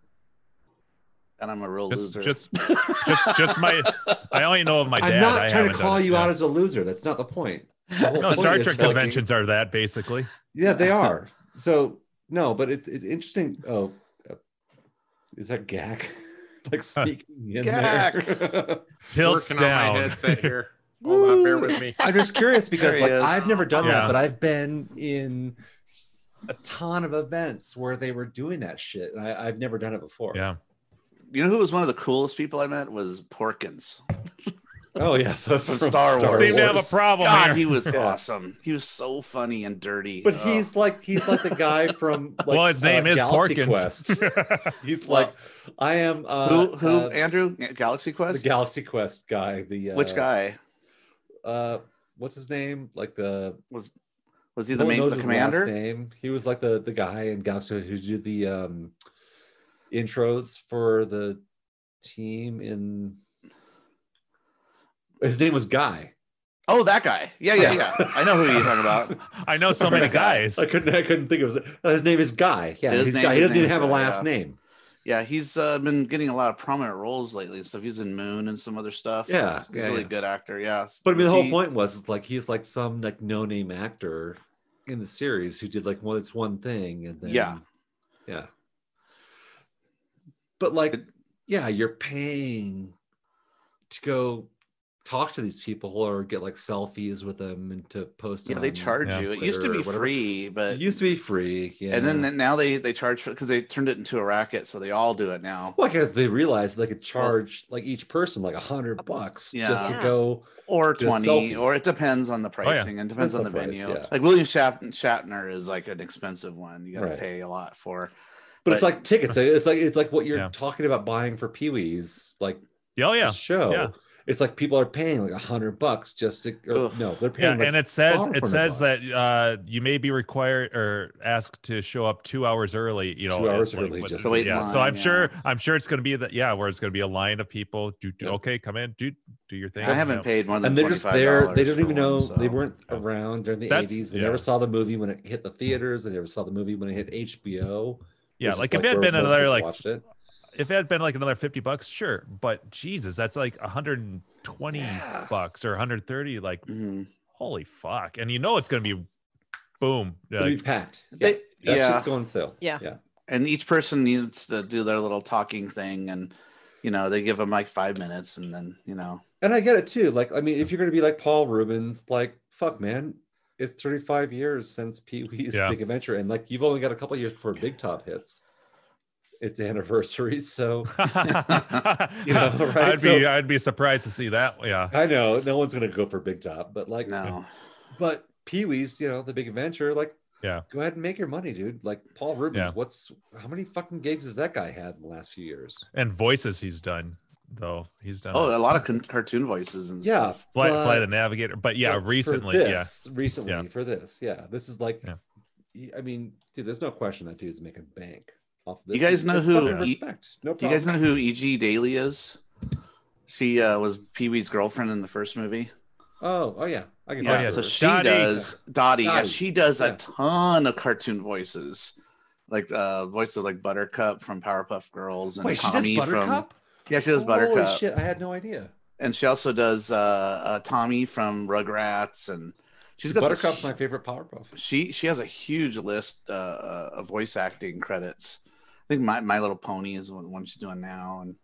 Speaker 5: and I'm a real
Speaker 6: Just,
Speaker 5: loser.
Speaker 6: just, just, just my. (laughs) I only know of my dad.
Speaker 4: I'm not
Speaker 6: I
Speaker 4: trying to
Speaker 6: haven't done
Speaker 4: call
Speaker 6: it.
Speaker 4: you
Speaker 6: Yeah.
Speaker 4: out as a loser. That's not the point.
Speaker 6: No,
Speaker 4: Well,
Speaker 6: Star
Speaker 4: it's
Speaker 6: Trek
Speaker 4: fucking-
Speaker 6: conventions are that basically. (laughs)
Speaker 4: Yeah, they are. So no, but it's it's interesting. Oh, uh, is that Gak? (laughs) like sneaking in (laughs) there.
Speaker 6: Tilt
Speaker 11: Working on my
Speaker 6: down. (laughs)
Speaker 11: headset here. Hold on, bear with (laughs) me.
Speaker 4: I'm just curious because
Speaker 5: There
Speaker 4: like
Speaker 5: he is.
Speaker 4: I've never done
Speaker 6: Yeah.
Speaker 4: that, but I've been in a ton of events where they were doing that shit, and I, I've never done it before.
Speaker 6: Yeah.
Speaker 5: you know who was one of the coolest people I met was Porkins
Speaker 4: (laughs) Oh yeah, from,
Speaker 5: from Star Wars.
Speaker 6: Seem to have a problem
Speaker 5: God,
Speaker 6: here.
Speaker 5: he was
Speaker 4: (laughs) Yeah.
Speaker 5: awesome. He was so funny and dirty.
Speaker 4: But
Speaker 5: Oh.
Speaker 4: he's like he's like the
Speaker 5: (laughs)
Speaker 4: guy from
Speaker 6: (laughs)
Speaker 4: like,
Speaker 6: well, his name
Speaker 4: uh,
Speaker 6: is
Speaker 4: Galaxy
Speaker 6: Porkins.
Speaker 4: Quest. He's like I am uh,
Speaker 5: who? Who?
Speaker 4: uh,
Speaker 5: Andrew? Galaxy
Speaker 4: the
Speaker 5: Quest?
Speaker 4: Galaxy Quest guy. The uh,
Speaker 5: Which guy
Speaker 4: Uh, what's his name? Like the
Speaker 5: was? Was he the
Speaker 4: no one
Speaker 5: main
Speaker 4: knows
Speaker 5: the
Speaker 4: his last
Speaker 5: commander?
Speaker 4: Name. He was like the the guy in Galaxy who did the um intros for the team in. His name was Guy.
Speaker 5: Oh, that guy. Yeah, yeah,
Speaker 4: (laughs)
Speaker 5: yeah. I know who you're talking about.
Speaker 6: I know so many guys.
Speaker 4: I couldn't. I couldn't think of his. uh, His name is Guy. Yeah,
Speaker 5: His
Speaker 4: he's
Speaker 5: name-
Speaker 4: Guy. He
Speaker 5: his
Speaker 4: doesn't even
Speaker 5: name
Speaker 4: have
Speaker 5: is
Speaker 4: a
Speaker 5: Guy,
Speaker 4: last
Speaker 5: yeah.
Speaker 4: name.
Speaker 5: Yeah, he's uh, been getting a lot of prominent roles lately and stuff. He's in Moon and some other stuff.
Speaker 4: Yeah,
Speaker 5: he's a
Speaker 4: yeah,
Speaker 5: really
Speaker 4: yeah.
Speaker 5: good actor. Yeah,
Speaker 4: But I mean,
Speaker 5: Was
Speaker 4: the whole
Speaker 5: he-
Speaker 4: point was is like he's like some like no name actor in the series who did like one. It's one thing, and then
Speaker 5: Yeah.
Speaker 4: yeah. But like, yeah, you're paying to go talk to these people or get like selfies with them and to post.
Speaker 5: Yeah, they
Speaker 4: on
Speaker 5: charge
Speaker 6: Yeah.
Speaker 5: you. It used to
Speaker 4: Twitter
Speaker 5: be
Speaker 4: or whatever.
Speaker 5: free, but
Speaker 4: It used to be free, yeah.
Speaker 5: And then now they they charge for because they turned it into a racket, so they all do it now.
Speaker 4: well, because they realized they could charge like each person like a hundred bucks just to
Speaker 3: Yeah.
Speaker 4: go.
Speaker 5: Or
Speaker 4: Do a
Speaker 5: twenty,
Speaker 4: selfie.
Speaker 5: or it depends
Speaker 4: Oh,
Speaker 5: on the
Speaker 6: yeah.
Speaker 5: pricing and depends
Speaker 4: Depends
Speaker 5: on the
Speaker 4: on the price,
Speaker 5: venue.
Speaker 4: yeah.
Speaker 5: Like William Shat- Shatner is like an expensive one; you got to
Speaker 4: Right.
Speaker 5: pay a lot for.
Speaker 4: But it's
Speaker 5: But-
Speaker 4: like tickets. It's like it's like what you're
Speaker 6: Yeah.
Speaker 4: talking about buying for Pee Wee's. Like
Speaker 6: oh yeah.
Speaker 4: the show.
Speaker 6: yeah.
Speaker 4: It's like people are paying like a hundred bucks just to or,
Speaker 5: Ugh.
Speaker 4: no, they're
Speaker 6: Yeah,
Speaker 4: paying like
Speaker 6: and it says
Speaker 4: far
Speaker 6: it
Speaker 4: from
Speaker 6: says
Speaker 4: advice.
Speaker 6: that uh, you may be required or asked to show up two hours early. You know,
Speaker 4: Two hours
Speaker 6: like,
Speaker 4: early
Speaker 6: what-
Speaker 4: just
Speaker 5: to wait in
Speaker 6: yeah.
Speaker 5: line,
Speaker 6: so I'm
Speaker 5: yeah.
Speaker 6: sure I'm sure it's going to be that yeah, where it's going to be a line of people. Do, do
Speaker 4: Yep.
Speaker 6: okay, come in, do do your thing.
Speaker 5: I haven't
Speaker 6: Yeah.
Speaker 5: paid more than
Speaker 4: and they're
Speaker 5: twenty
Speaker 4: just
Speaker 5: five
Speaker 4: there.
Speaker 5: dollars.
Speaker 4: They don't even know they weren't
Speaker 6: Yeah.
Speaker 4: around during the
Speaker 6: That's-
Speaker 4: eighties. They
Speaker 6: yeah.
Speaker 4: never saw the movie when it hit the theaters. They never saw the movie when it hit HBO.
Speaker 6: Yeah,
Speaker 4: which is,
Speaker 6: like if it had
Speaker 4: where
Speaker 6: been
Speaker 4: most of
Speaker 6: another
Speaker 4: us
Speaker 6: like
Speaker 4: watched it.
Speaker 6: if it had been like another 50 bucks sure but jesus that's like 120
Speaker 4: Yeah.
Speaker 6: bucks or 130 like
Speaker 5: Mhm.
Speaker 6: holy fuck and you know it's gonna be boom
Speaker 4: It'd
Speaker 6: like,
Speaker 4: be packed. Yeah,
Speaker 5: They-
Speaker 4: that
Speaker 5: yeah.
Speaker 4: shit's going sale.
Speaker 3: Yeah.
Speaker 4: yeah.
Speaker 5: and each person needs to do their little talking thing, and you know they give them like five minutes, and then you know
Speaker 4: And I get it too. Like, I mean, if you're gonna be like Paul Rubens, like, fuck, man, it's 35 years since Pee Wee's
Speaker 6: Yeah.
Speaker 4: Big Adventure, and like, you've only got a couple years before Big Top hits its anniversary. So (laughs)
Speaker 6: (laughs)
Speaker 4: You know, right?
Speaker 6: i'd be uh,
Speaker 4: So-
Speaker 6: i'd be surprised to see that yeah
Speaker 4: I know no one's gonna go for Big Top, but like, (laughs)
Speaker 5: no,
Speaker 4: but Pee Wee's, you know, the Big Adventure, like,
Speaker 6: Yeah.
Speaker 4: go ahead and make your money, dude. Like Paul Rubens,
Speaker 6: Yeah.
Speaker 4: what's how many fucking gigs has that guy had in the last few years?
Speaker 6: and voices he's done though he's done
Speaker 5: oh, a
Speaker 6: a-
Speaker 5: lot of con- cartoon voices and
Speaker 4: Yeah,
Speaker 5: stuff.
Speaker 6: flight,
Speaker 4: but-
Speaker 6: flight of the navigator but yeah
Speaker 4: for- for
Speaker 6: recently yeah
Speaker 4: this, recently
Speaker 6: Yeah.
Speaker 4: for this yeah this is like
Speaker 6: Yeah.
Speaker 4: he- i mean dude there's no question that dude's making bank off
Speaker 5: You
Speaker 4: this
Speaker 5: guys know
Speaker 4: Fucking
Speaker 5: who-
Speaker 4: respect no
Speaker 5: Do you
Speaker 4: problem
Speaker 5: guys know E who E.G. Daly is? She uh, was Pee Wee's girlfriend in the first movie.
Speaker 4: Oh, oh yeah. I can
Speaker 5: Yeah,
Speaker 4: picture
Speaker 5: so
Speaker 4: her.
Speaker 5: she
Speaker 6: Dottie.
Speaker 5: does Dottie. Yeah,
Speaker 4: Dottie.
Speaker 5: she does
Speaker 4: Yeah.
Speaker 5: a ton of cartoon voices, like uh, voice of like Buttercup from Powerpuff Girls and
Speaker 4: Wait, she does
Speaker 5: Tommy from
Speaker 4: Buttercup?
Speaker 5: yeah, she does
Speaker 4: Holy
Speaker 5: Buttercup,
Speaker 4: shit, I had no idea.
Speaker 5: and she also does uh, uh, Tommy from Rugrats, and she's got this-
Speaker 4: Buttercup's my favorite Powerpuff.
Speaker 5: she she has a huge list uh, uh, of voice acting credits. I think My My Little Pony is the one she's doing now, and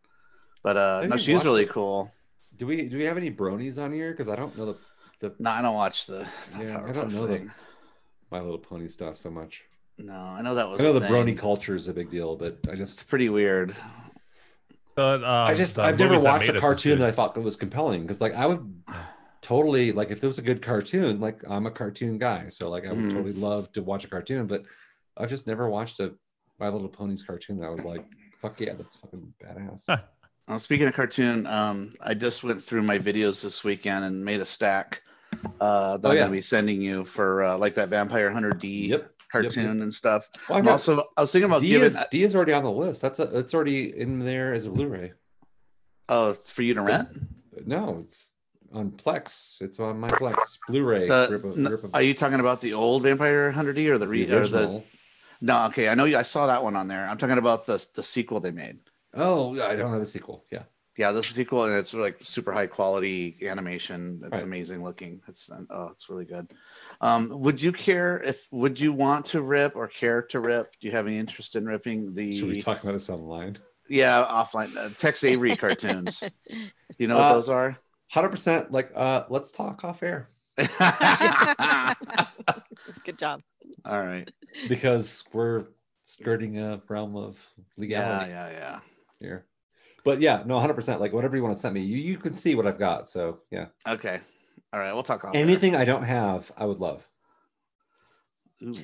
Speaker 5: but uh,
Speaker 4: Have
Speaker 5: no,
Speaker 4: you
Speaker 5: she's
Speaker 4: watched
Speaker 5: really
Speaker 4: it?
Speaker 5: cool.
Speaker 4: Do we do we have any bronies on here? Because I don't know the the
Speaker 5: No, I don't watch the (laughs) the
Speaker 4: Yeah, I
Speaker 5: Powerpuff
Speaker 4: don't know the-
Speaker 5: thing.
Speaker 4: My Little Pony stuff so much.
Speaker 5: No, I know that
Speaker 4: I
Speaker 5: was.
Speaker 4: know
Speaker 5: a
Speaker 4: the
Speaker 5: thing.
Speaker 4: brony culture is a big deal, but I
Speaker 5: It's
Speaker 4: just
Speaker 5: pretty weird.
Speaker 6: But, um,
Speaker 4: I just
Speaker 6: the
Speaker 4: I've never
Speaker 6: movies that
Speaker 4: watched
Speaker 6: made
Speaker 4: a
Speaker 6: us
Speaker 4: cartoon
Speaker 6: is
Speaker 4: that I
Speaker 6: good.
Speaker 4: thought was compelling because like I would totally like if there was a good cartoon like I'm a cartoon guy so like I would
Speaker 5: Mhm.
Speaker 4: totally love to watch a cartoon but I've just never watched a My Little Ponies cartoon that I was like fuck yeah that's fucking badass.
Speaker 6: Huh.
Speaker 5: Uh, speaking of cartoon, um, I just went through my videos this weekend and made a stack uh, that
Speaker 4: Oh,
Speaker 5: I'm
Speaker 4: yeah.
Speaker 5: gonna be sending you for uh, like that Vampire Hunter D
Speaker 4: Yep, yep,
Speaker 5: cartoon and stuff.
Speaker 4: Well,
Speaker 5: I'm
Speaker 4: got-
Speaker 5: also I was thinking about
Speaker 4: D
Speaker 5: giving uh,
Speaker 4: is, D is already on the list. That's a, it's already in there as a Blu-ray.
Speaker 5: oh for you to rent.
Speaker 4: No, it's on Plex. It's on my Plex Blu-ray.
Speaker 5: The-
Speaker 4: rip of-
Speaker 5: n-
Speaker 4: rip of-
Speaker 5: are you talking about the old Vampire Hunter D or the, re,
Speaker 4: the
Speaker 5: or the
Speaker 4: original.
Speaker 5: no? Okay, I know you, I saw that one on there. I'm talking about the the sequel they made.
Speaker 4: Oh, I don't have a sequel. Yeah,
Speaker 5: Yeah, this is sequel and it's like super high quality animation. It's
Speaker 4: Right.
Speaker 5: amazing looking. It's oh, it's really good. Um, would you care if would you want to rip or care to rip? Do you have any interest in ripping
Speaker 4: should we
Speaker 5: the
Speaker 4: talk about this online?
Speaker 5: yeah offline uh, Tex
Speaker 4: (laughs)
Speaker 5: Avery cartoons? Do you know what
Speaker 4: Uh,
Speaker 5: those are?
Speaker 4: Hundred percent. Like, uh, let's talk
Speaker 3: (laughs)
Speaker 4: off air
Speaker 3: Good job.
Speaker 5: (laughs) All right.
Speaker 4: because we're skirting a realm of
Speaker 5: Yeah,
Speaker 4: legality
Speaker 5: yeah, yeah.
Speaker 4: here. But yeah, no, hundred percent. Like, whatever you want to send me, you you can see what I've got. So yeah,
Speaker 5: Okay. All right. We'll talk off. air.
Speaker 4: anything I don't have, I would love.
Speaker 5: Ooh.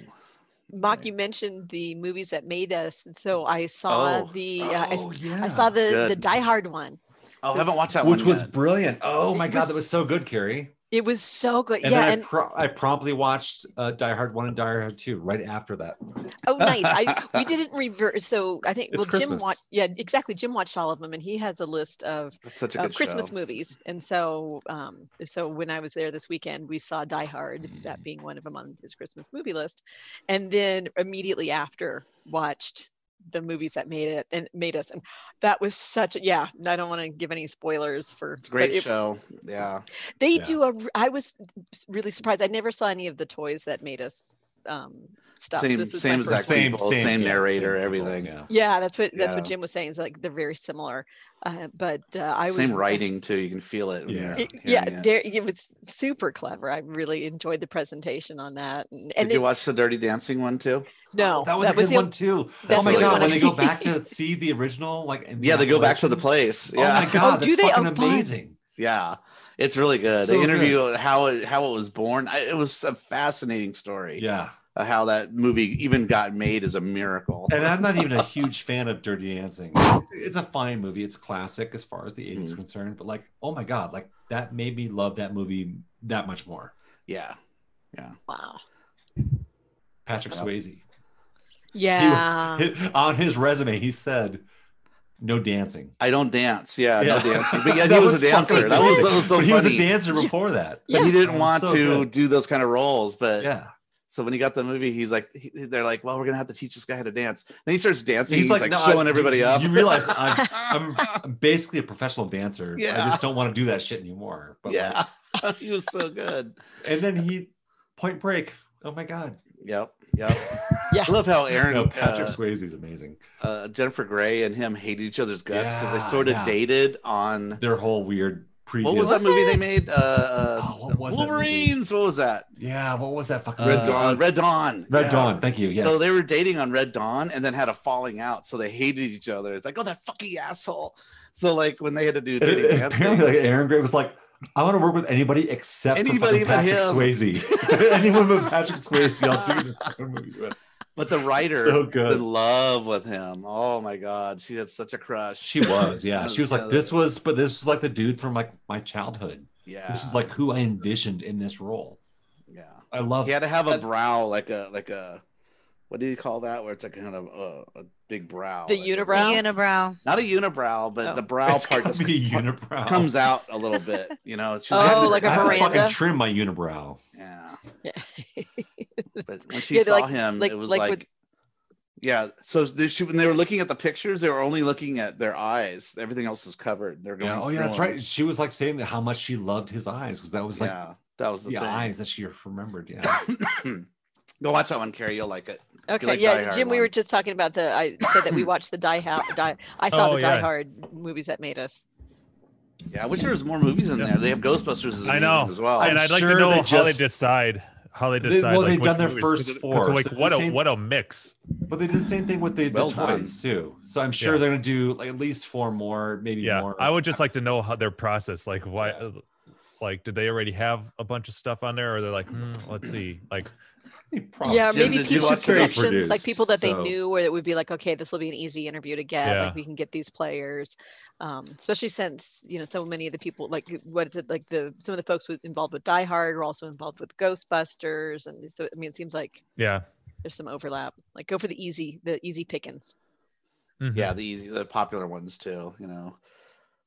Speaker 3: Mock,
Speaker 5: Okay.
Speaker 3: you mentioned the movies that made us, and so I saw
Speaker 5: Oh.
Speaker 3: the uh, I, s-
Speaker 4: yeah,
Speaker 3: I saw the the
Speaker 5: Good.
Speaker 3: Die Hard one.
Speaker 5: Oh, I haven't watched that
Speaker 4: which
Speaker 5: one
Speaker 4: was
Speaker 5: yet.
Speaker 4: brilliant. Oh
Speaker 3: It
Speaker 4: my god,
Speaker 3: was-
Speaker 4: that was so good, Carrie.
Speaker 3: It was so good.
Speaker 4: And
Speaker 3: yeah,
Speaker 4: then
Speaker 3: and
Speaker 4: I, pro- I promptly watched uh, Die Hard One and Die Hard Two right after that.
Speaker 3: Oh, nice.
Speaker 5: (laughs)
Speaker 3: I we didn't revert. So I think
Speaker 4: It's
Speaker 3: well, Jim
Speaker 4: Christmas.
Speaker 3: watched. Yeah, exactly. Jim watched all of them, and he has a list of
Speaker 5: That's such a
Speaker 3: uh,
Speaker 5: good
Speaker 3: Christmas
Speaker 5: show.
Speaker 3: movies. And so, um, so when I was there this weekend, we saw Die Hard,
Speaker 5: Mm.
Speaker 3: that being one of them on his Christmas movie list, and then immediately after watched the movies that made it and made us. And that was such. A, yeah, I don't want to give any spoilers for.
Speaker 5: It's a
Speaker 3: but
Speaker 5: great
Speaker 3: it-
Speaker 5: show. Yeah.
Speaker 3: They
Speaker 4: Yeah.
Speaker 3: do a. r- I was really surprised. I never saw any of the toys that made us. Um, stuff.
Speaker 5: Same
Speaker 3: this was
Speaker 5: same
Speaker 3: my first
Speaker 5: exact
Speaker 3: one.
Speaker 5: people, same,
Speaker 4: yeah,
Speaker 5: narrator,
Speaker 4: people,
Speaker 5: everything.
Speaker 4: Yeah.
Speaker 3: Yeah, that's what that's
Speaker 5: Yeah.
Speaker 3: what Jim was saying. Is like they're very similar, uh, but uh, I was
Speaker 5: same writing too. You can feel it. when
Speaker 4: Yeah.
Speaker 5: you're
Speaker 3: It,
Speaker 5: hearing
Speaker 3: yeah,
Speaker 5: it.
Speaker 3: there it was super clever. I really enjoyed the presentation on that. And, and
Speaker 5: Did you
Speaker 3: it-
Speaker 5: watch the Dirty Dancing one too?
Speaker 3: no,
Speaker 4: Oh, that was a good
Speaker 3: the-
Speaker 4: one too. Oh
Speaker 3: that's
Speaker 4: my
Speaker 3: the only
Speaker 4: god,
Speaker 3: one
Speaker 4: when
Speaker 3: I- (laughs)
Speaker 4: they go back to see the original, like in
Speaker 5: Yeah, they go back to the
Speaker 4: Appalachians.
Speaker 5: place.
Speaker 4: Oh
Speaker 5: Yeah,
Speaker 4: my god,
Speaker 3: do
Speaker 4: that's
Speaker 3: they?
Speaker 4: fucking
Speaker 3: Oh, fun.
Speaker 4: amazing.
Speaker 5: yeah, it's really good.
Speaker 4: So
Speaker 5: they interview how it how it was born. I, it was a fascinating story.
Speaker 4: Yeah,
Speaker 5: of how that movie even got made is a miracle.
Speaker 4: and I'm not even a huge fan of Dirty Dancing. It's a fine movie. It's a classic as far as the 80s is
Speaker 5: Mhm.
Speaker 4: concerned. But like, oh my god, like that made me love that movie that much more.
Speaker 5: yeah,
Speaker 3: wow.
Speaker 4: Patrick
Speaker 5: Yeah.
Speaker 4: Swayze. He
Speaker 3: Yeah,
Speaker 4: was hi- on his resume. He said, "No dancing."
Speaker 5: I don't dance. Yeah,
Speaker 4: Yeah.
Speaker 5: no dancing.
Speaker 4: (laughs)
Speaker 5: But yeah,
Speaker 4: That
Speaker 5: he was,
Speaker 4: was
Speaker 5: a dancer.
Speaker 4: fucking
Speaker 5: That was that was so
Speaker 4: but he was
Speaker 5: funny.
Speaker 4: a dancer before that.
Speaker 5: but he
Speaker 4: That
Speaker 5: didn't
Speaker 4: was
Speaker 5: want
Speaker 4: so
Speaker 5: to
Speaker 4: good.
Speaker 5: do those kind of roles. But
Speaker 4: Yeah,
Speaker 5: so when he got the movie, he's like, he, they're like, well, we're gonna have to teach this guy how to dance. Then he starts dancing. He's, like,
Speaker 4: "No, I-
Speaker 5: showing everybody
Speaker 4: you,
Speaker 5: up.
Speaker 4: You
Speaker 5: (laughs)
Speaker 4: realize uh, I'm, I'm, I'm basically a professional dancer. I
Speaker 5: Yeah.
Speaker 4: just don't want to do that shit anymore. But like- (laughs)
Speaker 5: yeah, he was so good.
Speaker 4: and then he Point Break. Oh my god.
Speaker 5: Yep, yep.
Speaker 3: Yeah.
Speaker 5: I love how Aaron,
Speaker 4: No, Patrick
Speaker 5: uh,
Speaker 4: Swayze is amazing.
Speaker 5: uh, Jennifer Grey, and him hated each other's guts because they
Speaker 4: Yeah,
Speaker 5: sort of
Speaker 4: yeah.
Speaker 5: dated on
Speaker 4: Their whole weird previous.
Speaker 5: what was that movie they made? Uh, uh,
Speaker 4: Oh, what was that movie?
Speaker 5: Wolverines. What was that?
Speaker 4: Yeah, what was that fucking
Speaker 5: Uh,
Speaker 9: Red Dawn.
Speaker 5: Red Dawn.
Speaker 4: Red
Speaker 5: Yeah.
Speaker 4: Dawn. Thank you. Yes.
Speaker 5: So they were dating on Red Dawn and then had a falling out. So they hated each other. It's like, oh, that fucking asshole. So like when they had to
Speaker 4: (laughs)
Speaker 5: do
Speaker 4: (laughs) And it-
Speaker 5: dirty
Speaker 4: it- apparently, like
Speaker 5: dancing,
Speaker 4: Aaron Gray was like, I want to work with anybody except for
Speaker 5: Anybody
Speaker 4: fucking
Speaker 5: but
Speaker 4: Patrick
Speaker 5: him." (laughs)
Speaker 4: Swayze. Anyone but Patrick Swayze, I'll do the fucking movie with.
Speaker 5: (laughs) but the writer
Speaker 4: So good.
Speaker 5: was in love with him. Oh my god, she had such a crush.
Speaker 4: She was,
Speaker 5: (laughs)
Speaker 4: yeah. She was like, this was, but this was like the dude from like my childhood.
Speaker 5: yeah,
Speaker 4: This is like who I envisioned in this role.
Speaker 5: yeah.
Speaker 4: I love.
Speaker 5: He had to have a
Speaker 4: that-
Speaker 5: brow like a like a what do you call that? Where it's a kind of uh, a big brow.
Speaker 3: The
Speaker 5: Like,
Speaker 3: unibrow?
Speaker 12: Unibrow.
Speaker 5: Not a unibrow, but
Speaker 3: Oh.
Speaker 5: the brow
Speaker 4: It's
Speaker 5: part
Speaker 4: gotta
Speaker 5: just
Speaker 4: be a unibrow.
Speaker 5: comes out a little bit. You know,
Speaker 3: (laughs)
Speaker 5: she's
Speaker 4: I have
Speaker 3: Oh,
Speaker 4: to-
Speaker 3: like a
Speaker 4: I have to
Speaker 3: veranda?
Speaker 4: fucking trim my unibrow.
Speaker 5: yeah.
Speaker 3: Yeah.
Speaker 5: But when she
Speaker 3: Yeah, they're
Speaker 5: saw
Speaker 3: like-
Speaker 5: him,
Speaker 3: like-
Speaker 5: it was
Speaker 3: like
Speaker 5: like,
Speaker 3: with-
Speaker 5: yeah. So they, she, when they were looking at the pictures, they were only looking at their eyes. Everything else is covered. They're going.
Speaker 4: Yeah. Oh yeah, that's
Speaker 5: through 'em.
Speaker 4: right. She was like saying how much she loved his eyes because that was like
Speaker 5: yeah, that was the
Speaker 4: the
Speaker 5: thing.
Speaker 4: eyes that she remembered. Yeah.
Speaker 5: Go watch that one, Carrie. You'll like it.
Speaker 3: Okay,
Speaker 5: like Die
Speaker 3: yeah,
Speaker 5: Hard
Speaker 3: Jim, we
Speaker 5: one.
Speaker 3: were just talking about the. I said that we watched the Die Hard. Die, I saw
Speaker 6: Oh,
Speaker 3: the Die
Speaker 6: yeah.
Speaker 3: Hard movies that made us.
Speaker 5: Yeah, I wish there was more movies in
Speaker 6: Yeah.
Speaker 5: there. They have Ghostbusters as,
Speaker 6: I
Speaker 5: amazing
Speaker 6: know.
Speaker 5: as well.
Speaker 6: and I'd like
Speaker 4: sure
Speaker 6: to know
Speaker 4: they
Speaker 6: how
Speaker 4: just-
Speaker 6: they decide how they
Speaker 4: They-
Speaker 6: decide.
Speaker 4: well,
Speaker 6: like,
Speaker 4: they've
Speaker 6: which
Speaker 4: done their
Speaker 6: movies,
Speaker 4: first
Speaker 6: 'cause it- 'cause,
Speaker 4: four, so
Speaker 6: Like
Speaker 4: it's
Speaker 6: what
Speaker 4: the
Speaker 6: a
Speaker 4: same-
Speaker 6: what a mix.
Speaker 4: But they did the same thing with the, the
Speaker 5: Well done.
Speaker 4: toys too. So I'm sure
Speaker 6: Yeah.
Speaker 4: they're gonna do like at least four more, maybe
Speaker 6: Yeah,
Speaker 4: more.
Speaker 6: I would just like to know how their process. Like why, uh, like did they already have a bunch of stuff on there, or they're like, hmm, let's see,
Speaker 4: (laughs)
Speaker 6: like
Speaker 3: yeah,
Speaker 5: Jim,
Speaker 3: maybe
Speaker 5: did you
Speaker 3: people
Speaker 5: watch
Speaker 4: very
Speaker 3: productions, like
Speaker 4: produced,
Speaker 3: people that
Speaker 4: so-
Speaker 3: they knew, where it would be like, okay, this will be an easy interview to get.
Speaker 6: Yeah.
Speaker 3: Like we can get these players, um, especially since you know so many of the people, like what is it, like the some of the folks with, involved with Die Hard were also involved with Ghostbusters, and so I mean, it seems like
Speaker 6: yeah,
Speaker 3: there's some overlap. Like go for the easy, the easy pickings. Mm-hmm.
Speaker 6: mhm.
Speaker 5: yeah, the easy, the popular ones too. You know,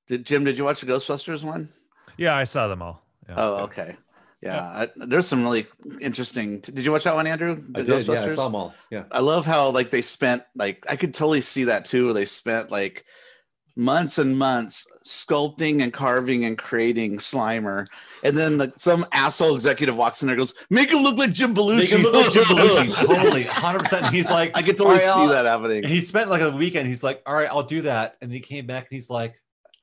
Speaker 5: did Jim? Did you watch the Ghostbusters one?
Speaker 6: yeah. I saw them all. Yeah.
Speaker 5: Oh, okay. Yeah, I, there's some really interesting. did you watch that one, Andrew? The
Speaker 4: I did, yeah, I saw them all. Yeah.
Speaker 5: I love how like they spent like I could totally see that too. Where they spent like months and months sculpting and carving and creating Slimer, and then like some asshole executive walks in there and goes, "Make him look like Jim Belushi."
Speaker 4: They can look like (laughs)
Speaker 5: (laughs)
Speaker 4: Jim Belushi, totally, 100. percent He's like,
Speaker 5: I could totally
Speaker 4: "All right,
Speaker 5: see
Speaker 4: I'll-"
Speaker 5: that
Speaker 4: And
Speaker 5: happening.
Speaker 4: he spent like a weekend. He's like, all right, I'll do that. And he came back and he's like,